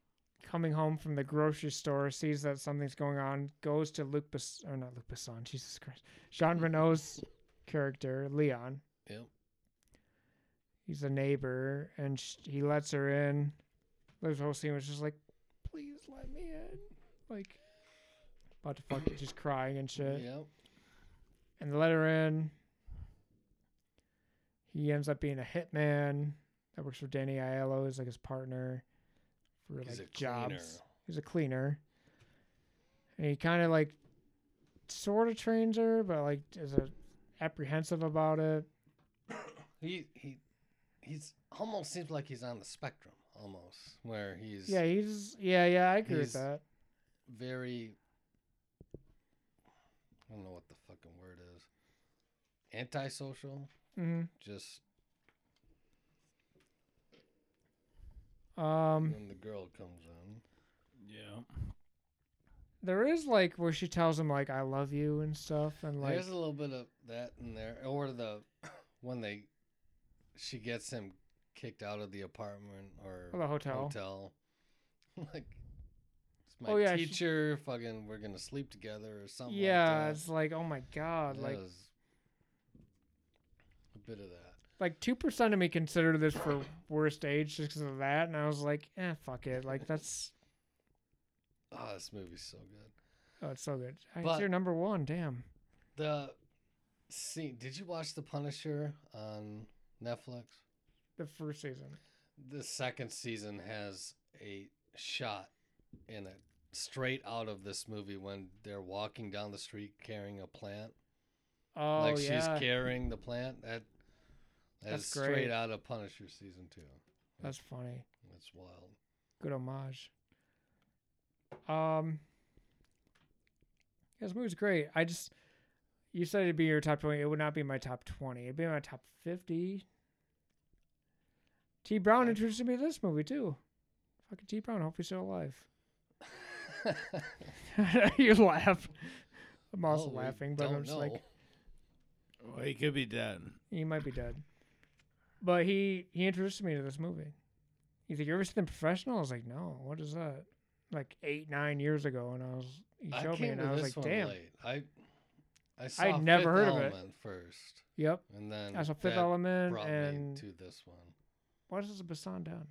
[SPEAKER 3] coming home from the grocery store, sees that something's going on, goes to Luke Bess- or not Luke Besson, Jesus Christ, Jean Renault's character Leon.
[SPEAKER 2] Yep.
[SPEAKER 3] he's a neighbor, and sh- he lets her in. This whole scene was just like, please let me in. Like, about to fuck it, just crying and shit.
[SPEAKER 2] Yep.
[SPEAKER 3] And they let her in. He ends up being a hitman that works for Danny Aiello, is like his partner for
[SPEAKER 2] He's
[SPEAKER 3] like
[SPEAKER 2] a cleaner.
[SPEAKER 3] jobs. He's a cleaner. And he kind of like sort of trains her, but like is a, apprehensive about it.
[SPEAKER 2] He he he's almost seems like he's on the spectrum, almost where he's
[SPEAKER 3] Yeah, he's yeah, yeah, I agree with
[SPEAKER 2] he's-
[SPEAKER 3] that.
[SPEAKER 2] very. I don't know what the fucking word is. Antisocial,
[SPEAKER 3] Mm-hmm.
[SPEAKER 2] just
[SPEAKER 3] Um,
[SPEAKER 2] And the girl comes in.
[SPEAKER 1] Yeah.
[SPEAKER 3] there is like where she tells him like I love you and stuff, and like
[SPEAKER 2] There's a little bit of that in there, or the when they she gets him kicked out of the apartment or
[SPEAKER 3] Or the hotel.
[SPEAKER 2] Hotel. like it's my
[SPEAKER 3] Oh, yeah, she-
[SPEAKER 2] teacher. Fucking, we're gonna sleep together or something.
[SPEAKER 3] yeah,
[SPEAKER 2] like
[SPEAKER 3] it's like oh my
[SPEAKER 2] that.
[SPEAKER 3] god,
[SPEAKER 2] That
[SPEAKER 3] like
[SPEAKER 2] was a bit of that.
[SPEAKER 3] like two percent of me considered this for worst age just because of that, and I was like, eh, fuck it, like that's
[SPEAKER 2] Oh, this movie's so good.
[SPEAKER 3] oh, it's so good. I-
[SPEAKER 2] But-
[SPEAKER 3] it's your number one, damn.
[SPEAKER 2] The scene. Did you watch The Punisher on Netflix?
[SPEAKER 3] The first season.
[SPEAKER 2] The second season has a shot in it straight out of this movie when they're walking down the street carrying a plant.
[SPEAKER 3] Oh
[SPEAKER 2] like
[SPEAKER 3] yeah.
[SPEAKER 2] she's carrying the plant. That
[SPEAKER 3] That's
[SPEAKER 2] that's
[SPEAKER 3] great.
[SPEAKER 2] straight out of Punisher season two.
[SPEAKER 3] That's funny.
[SPEAKER 2] That's wild.
[SPEAKER 3] Good homage. Um, yeah, this movie's great. I just, you said it'd be your top 20. It would not be my top 20. It'd be my top 50. T. Brown introduced me to this movie, too. Fucking T. Brown. Hope he's still alive. you laugh. I'm
[SPEAKER 2] Well,
[SPEAKER 3] also
[SPEAKER 2] Oh, we
[SPEAKER 3] laughing, but I'm
[SPEAKER 2] don't
[SPEAKER 3] just like,
[SPEAKER 1] Well, he could be dead.
[SPEAKER 3] he might be dead. But he he introduced me to this movie. He's like, "You ever seen the professional?" I was like, "No, what is that?" Like eight nine years ago, and I was he
[SPEAKER 2] I
[SPEAKER 3] showed me,
[SPEAKER 2] came
[SPEAKER 3] and
[SPEAKER 2] to
[SPEAKER 3] I was
[SPEAKER 2] this
[SPEAKER 3] like,
[SPEAKER 2] one
[SPEAKER 3] "Damn,
[SPEAKER 2] late. I I saw
[SPEAKER 3] I'd never
[SPEAKER 2] Fifth
[SPEAKER 3] heard of it.
[SPEAKER 2] Element first,
[SPEAKER 3] yep."
[SPEAKER 2] and then
[SPEAKER 3] I saw Fifth
[SPEAKER 2] that
[SPEAKER 3] Element,
[SPEAKER 2] brought
[SPEAKER 3] and
[SPEAKER 2] me to this one.
[SPEAKER 3] what has Bassan done?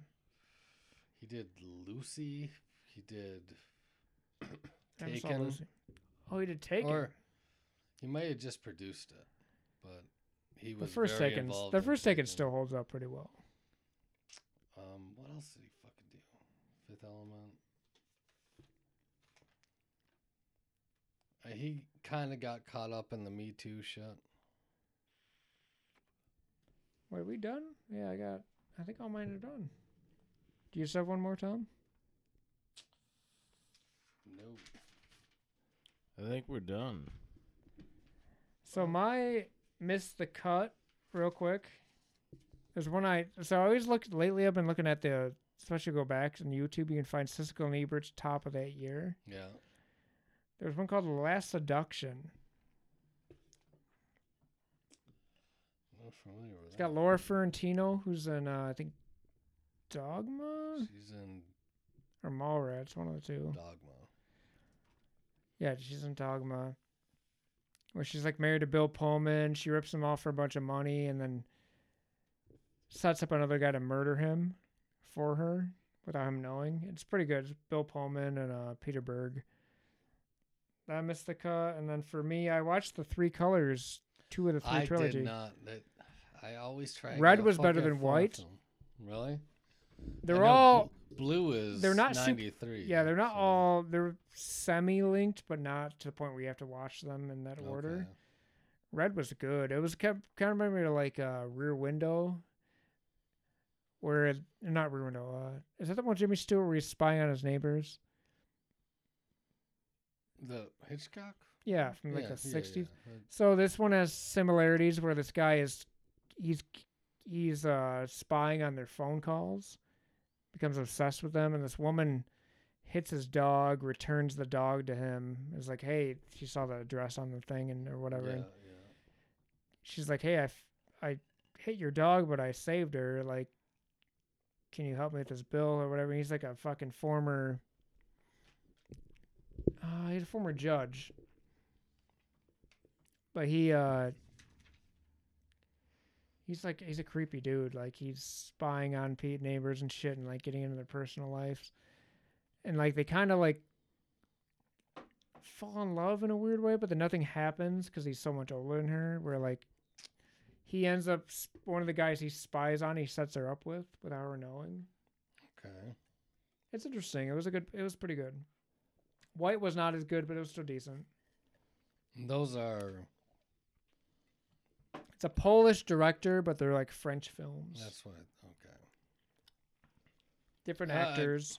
[SPEAKER 2] He did Lucy. He did,
[SPEAKER 3] I haven't saw
[SPEAKER 2] Taken.
[SPEAKER 3] Lucy. Oh, he did Taken.
[SPEAKER 2] or he might have just produced it, but he
[SPEAKER 3] the
[SPEAKER 2] was
[SPEAKER 3] first
[SPEAKER 2] very
[SPEAKER 3] Taken,
[SPEAKER 2] involved
[SPEAKER 3] the
[SPEAKER 2] in
[SPEAKER 3] first Taken
[SPEAKER 2] Taken.
[SPEAKER 3] still holds up pretty well.
[SPEAKER 2] Um, what else did he fucking do? Fifth Element. Uh, he kind of got caught up in the Me Too shit.
[SPEAKER 3] Wait, we done? Yeah, I got. I think all mine are done. Do you just have one more, Tom?
[SPEAKER 2] Nope.
[SPEAKER 1] I think we're done.
[SPEAKER 3] So my missed the cut real quick. There's one I so I always look lately. I've been looking at the especially go back on YouTube. You can find Siskel and Ebert's top of that year.
[SPEAKER 2] Yeah.
[SPEAKER 3] There's one called The Last Seduction.
[SPEAKER 2] Not familiar with
[SPEAKER 3] It's
[SPEAKER 2] that.
[SPEAKER 3] got Laura Ferrantino, who's in uh, I think Dogma
[SPEAKER 2] She's in
[SPEAKER 3] or Mallrats, one of the two.
[SPEAKER 2] Dogma.
[SPEAKER 3] Yeah, she's in Dogma. Where she's like married to Bill Pullman. She rips him off for a bunch of money and then sets up another guy to murder him for her without him knowing. It's pretty good. It's Bill Pullman and uh, Peter Berg. That missed the cut. And then for me, I watched the Three Colors, two of the three
[SPEAKER 2] I
[SPEAKER 3] trilogy.
[SPEAKER 2] did not. That I always try. and
[SPEAKER 3] Red
[SPEAKER 2] get a
[SPEAKER 3] was better
[SPEAKER 2] fucking
[SPEAKER 3] than
[SPEAKER 2] phone
[SPEAKER 3] white.
[SPEAKER 2] film. Really? I
[SPEAKER 3] They're
[SPEAKER 2] know
[SPEAKER 3] all
[SPEAKER 2] bl- blue is.
[SPEAKER 3] they're not super-
[SPEAKER 2] ninety three.
[SPEAKER 3] yeah, they're not all they're semi linked, but not to the point where you have to watch them in that order. Red was good. It was kept, kind of remember like uh, Rear Window, where it, not Rear Window. Uh, is that the one with Jimmy Stewart where he's spying on his neighbors?
[SPEAKER 2] The Hitchcock.
[SPEAKER 3] Yeah, from like
[SPEAKER 2] Yeah,
[SPEAKER 3] the
[SPEAKER 2] yeah, Uh,
[SPEAKER 3] sixties.
[SPEAKER 2] yeah.
[SPEAKER 3] So this one has similarities where this guy is, he's he's uh, spying on their phone calls, becomes obsessed with them, and this woman hits his dog, returns the dog to him. Is like, hey, she saw the address on the thing and or whatever. and
[SPEAKER 2] Yeah,
[SPEAKER 3] she's like, "Hey, I, f- I hit your dog, but I saved her. Like, can you help me with this bill or whatever?" And he's like a fucking former. Uh, he's a former judge, but he uh. He's like he's a creepy dude. Like he's spying on Pete neighbors and shit, and like getting into their personal lives, and like they kind of like fall in love in a weird way, but then nothing happens because he's so much older than her. Where like he ends up s- one of the guys he spies on, he sets her up with without her knowing.
[SPEAKER 2] yeah. Okay.
[SPEAKER 3] It's interesting. It was a good. It was pretty good. White was not as good, but it was still decent.
[SPEAKER 2] Those are.
[SPEAKER 3] It's a Polish director, but they're like French films,
[SPEAKER 2] That's what. Okay.
[SPEAKER 3] different
[SPEAKER 2] Uh, I-
[SPEAKER 3] actors.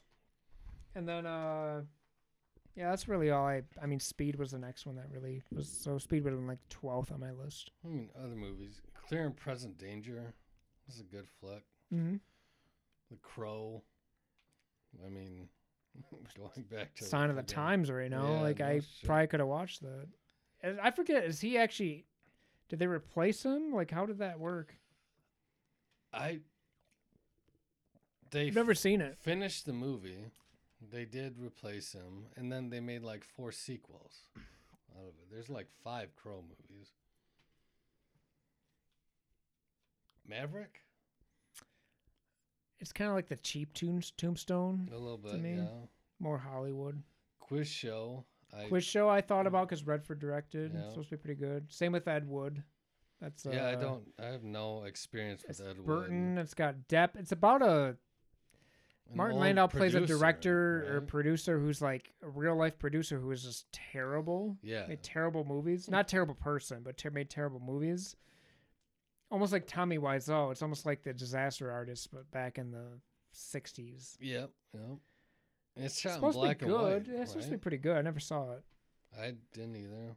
[SPEAKER 3] And then, uh yeah, that's really all I. I mean, Speed was the next one that really was. So Speed would have been like twelfth on my list.
[SPEAKER 2] I mean, other movies. Clear and Present Danger was a good flick.
[SPEAKER 3] Mm-hmm.
[SPEAKER 2] The Crow. I mean, going back to
[SPEAKER 3] sign of the
[SPEAKER 2] friggin-
[SPEAKER 3] times right now.
[SPEAKER 2] Yeah,
[SPEAKER 3] like
[SPEAKER 2] no
[SPEAKER 3] I
[SPEAKER 2] shit.
[SPEAKER 3] probably could have watched that. And I forget. Is he actually? Did they replace him? Like how did that work?
[SPEAKER 2] I they
[SPEAKER 3] I've never seen
[SPEAKER 2] f-
[SPEAKER 3] it.
[SPEAKER 2] finished the movie. They did replace him, and then they made like four sequels out of it. There's like five Crow movies. Maverick,
[SPEAKER 3] It's kind of like the cheap tombs- tombstone,
[SPEAKER 2] a little bit,
[SPEAKER 3] me.
[SPEAKER 2] yeah.
[SPEAKER 3] more Hollywood.
[SPEAKER 2] Quiz show. I,
[SPEAKER 3] Quiz show I thought about because Redford directed.
[SPEAKER 2] Yeah.
[SPEAKER 3] It's supposed to be pretty good. Same with Ed Wood. That's uh,
[SPEAKER 2] yeah, I don't. I have no experience with
[SPEAKER 3] It's
[SPEAKER 2] Ed Wood.
[SPEAKER 3] Burton. It's got Depp. It's about a
[SPEAKER 2] An
[SPEAKER 3] Martin
[SPEAKER 2] old
[SPEAKER 3] Landau plays a
[SPEAKER 2] producer,
[SPEAKER 3] director or
[SPEAKER 2] right?
[SPEAKER 3] producer who's like a real life producer who is just terrible.
[SPEAKER 2] yeah,
[SPEAKER 3] made terrible movies. Not terrible person, but ter- made terrible movies. Almost like Tommy Wiseau. It's almost like the disaster artist, but back in the '60s.
[SPEAKER 2] yep, yep. And It's
[SPEAKER 3] It's
[SPEAKER 2] shot in
[SPEAKER 3] supposed to be
[SPEAKER 2] black
[SPEAKER 3] good.
[SPEAKER 2] and white.
[SPEAKER 3] yeah, it's supposed to be
[SPEAKER 2] right?
[SPEAKER 3] pretty good. I never saw it.
[SPEAKER 2] I didn't either.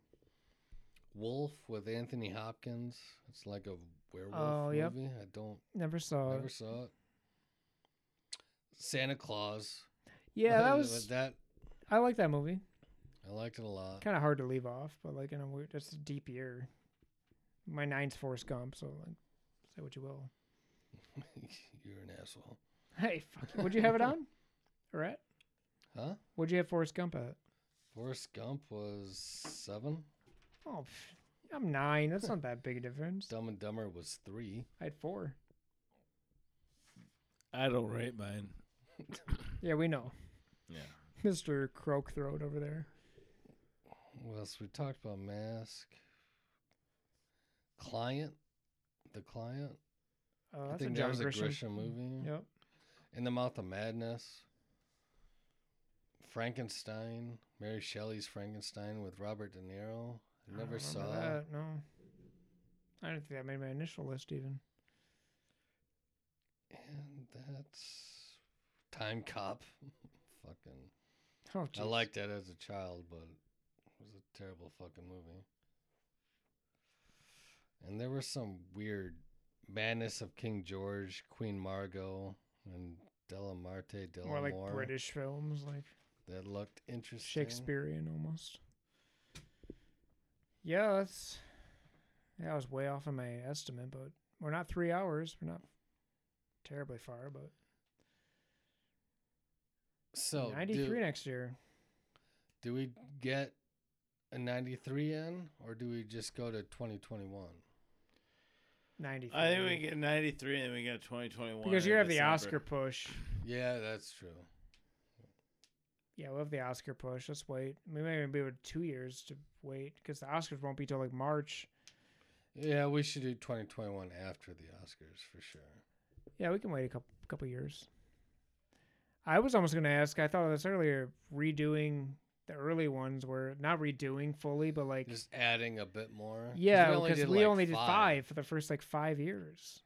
[SPEAKER 2] Wolf with Anthony Hopkins. It's like a werewolf
[SPEAKER 3] Oh,
[SPEAKER 2] movie.
[SPEAKER 3] yep. Uh,
[SPEAKER 2] I don't
[SPEAKER 3] Never saw
[SPEAKER 2] never
[SPEAKER 3] it.
[SPEAKER 2] saw it. Santa Claus.
[SPEAKER 3] Yeah, that
[SPEAKER 2] But
[SPEAKER 3] was.
[SPEAKER 2] that.
[SPEAKER 3] I like that movie.
[SPEAKER 2] I liked it a lot.
[SPEAKER 3] Kind of hard to leave off, but like in a weird, that's a deep year. My nine's Forrest Gump, so like, say what you will.
[SPEAKER 2] You're an asshole.
[SPEAKER 3] Hey, fuck you. would you have it on? Or at?
[SPEAKER 2] Huh?
[SPEAKER 3] Would you have Forrest Gump at?
[SPEAKER 2] Forrest Gump was seven.
[SPEAKER 3] Oh, pff, I'm nine. That's not that big a difference.
[SPEAKER 2] Dumb and Dumber was three.
[SPEAKER 3] I had four.
[SPEAKER 1] I don't rate mine.
[SPEAKER 3] Yeah, we know.
[SPEAKER 1] Yeah.
[SPEAKER 3] Mr. Croak Throat over there.
[SPEAKER 2] What else? We talked about Mask. Client. The Client.
[SPEAKER 3] Oh,
[SPEAKER 2] I
[SPEAKER 3] that's
[SPEAKER 2] think
[SPEAKER 3] a John
[SPEAKER 2] that was a
[SPEAKER 3] Grisham.
[SPEAKER 2] Grisham movie.
[SPEAKER 3] Yep.
[SPEAKER 2] In the Mouth of Madness, Frankenstein, Mary Shelley's Frankenstein with Robert De Niro. I never
[SPEAKER 3] I don't remember
[SPEAKER 2] saw.
[SPEAKER 3] that. No. I don't think that made my initial list even.
[SPEAKER 2] And that's Time Cop. fucking.
[SPEAKER 3] Oh,
[SPEAKER 2] I
[SPEAKER 3] jeez.
[SPEAKER 2] liked that as a child, but it was a terrible fucking movie. And there was some weird madness of King George, Queen Margot, and Della Marte, Della
[SPEAKER 3] more like
[SPEAKER 2] Moore
[SPEAKER 3] British films, like
[SPEAKER 2] that looked interesting.
[SPEAKER 3] Shakespearean almost. Yeah, that's. Yeah, I was way off on my estimate, but we're not three hours. We're not terribly far, but
[SPEAKER 2] So
[SPEAKER 3] 93
[SPEAKER 2] do-
[SPEAKER 3] next year.
[SPEAKER 2] Do we get a 93 in or do we just go to 2021?
[SPEAKER 3] 93.
[SPEAKER 1] I think we get 93 and then we get 2021.
[SPEAKER 3] Because you
[SPEAKER 1] in
[SPEAKER 3] have the
[SPEAKER 1] December.
[SPEAKER 3] Oscar push.
[SPEAKER 2] Yeah, that's true.
[SPEAKER 3] Yeah, we'll have the Oscar push. Let's wait. We may even be with two years to wait because the Oscars won't be till like March.
[SPEAKER 2] Yeah, we should do 2021 after the Oscars for sure.
[SPEAKER 3] Yeah, we can wait a couple couple years. I was almost going to ask. I thought of this earlier. Redoing the early ones were not redoing fully, but like
[SPEAKER 2] Just adding a bit more. 'Cause
[SPEAKER 3] yeah, because we only, did,
[SPEAKER 2] like,
[SPEAKER 3] five for the first like five years.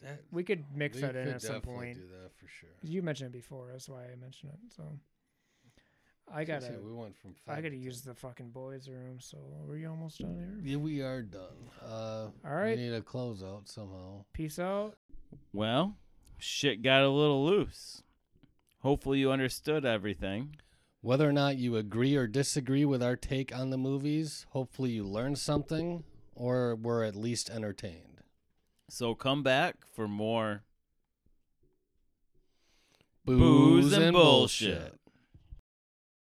[SPEAKER 2] That-
[SPEAKER 3] We could mix
[SPEAKER 2] Oh, we
[SPEAKER 3] that in
[SPEAKER 2] could
[SPEAKER 3] at some
[SPEAKER 2] definitely
[SPEAKER 3] point.
[SPEAKER 2] do that for sure.
[SPEAKER 3] 'Cause You mentioned it before. That's why I mentioned it. So I gotta,
[SPEAKER 2] Yeah, we went from five.
[SPEAKER 3] I gotta
[SPEAKER 2] to
[SPEAKER 3] use the fucking boys' room. So are you almost done here?
[SPEAKER 2] ten. Yeah, we are done. Uh,
[SPEAKER 3] All right.
[SPEAKER 2] We need a closeout somehow.
[SPEAKER 3] Peace out.
[SPEAKER 1] Well, shit got a little loose. Hopefully you understood everything.
[SPEAKER 2] Whether or not you agree or disagree with our take on the movies, hopefully you learned something or were at least entertained.
[SPEAKER 1] So come back for more
[SPEAKER 2] Booze,
[SPEAKER 1] and
[SPEAKER 2] and bullshit.
[SPEAKER 1] bullshit.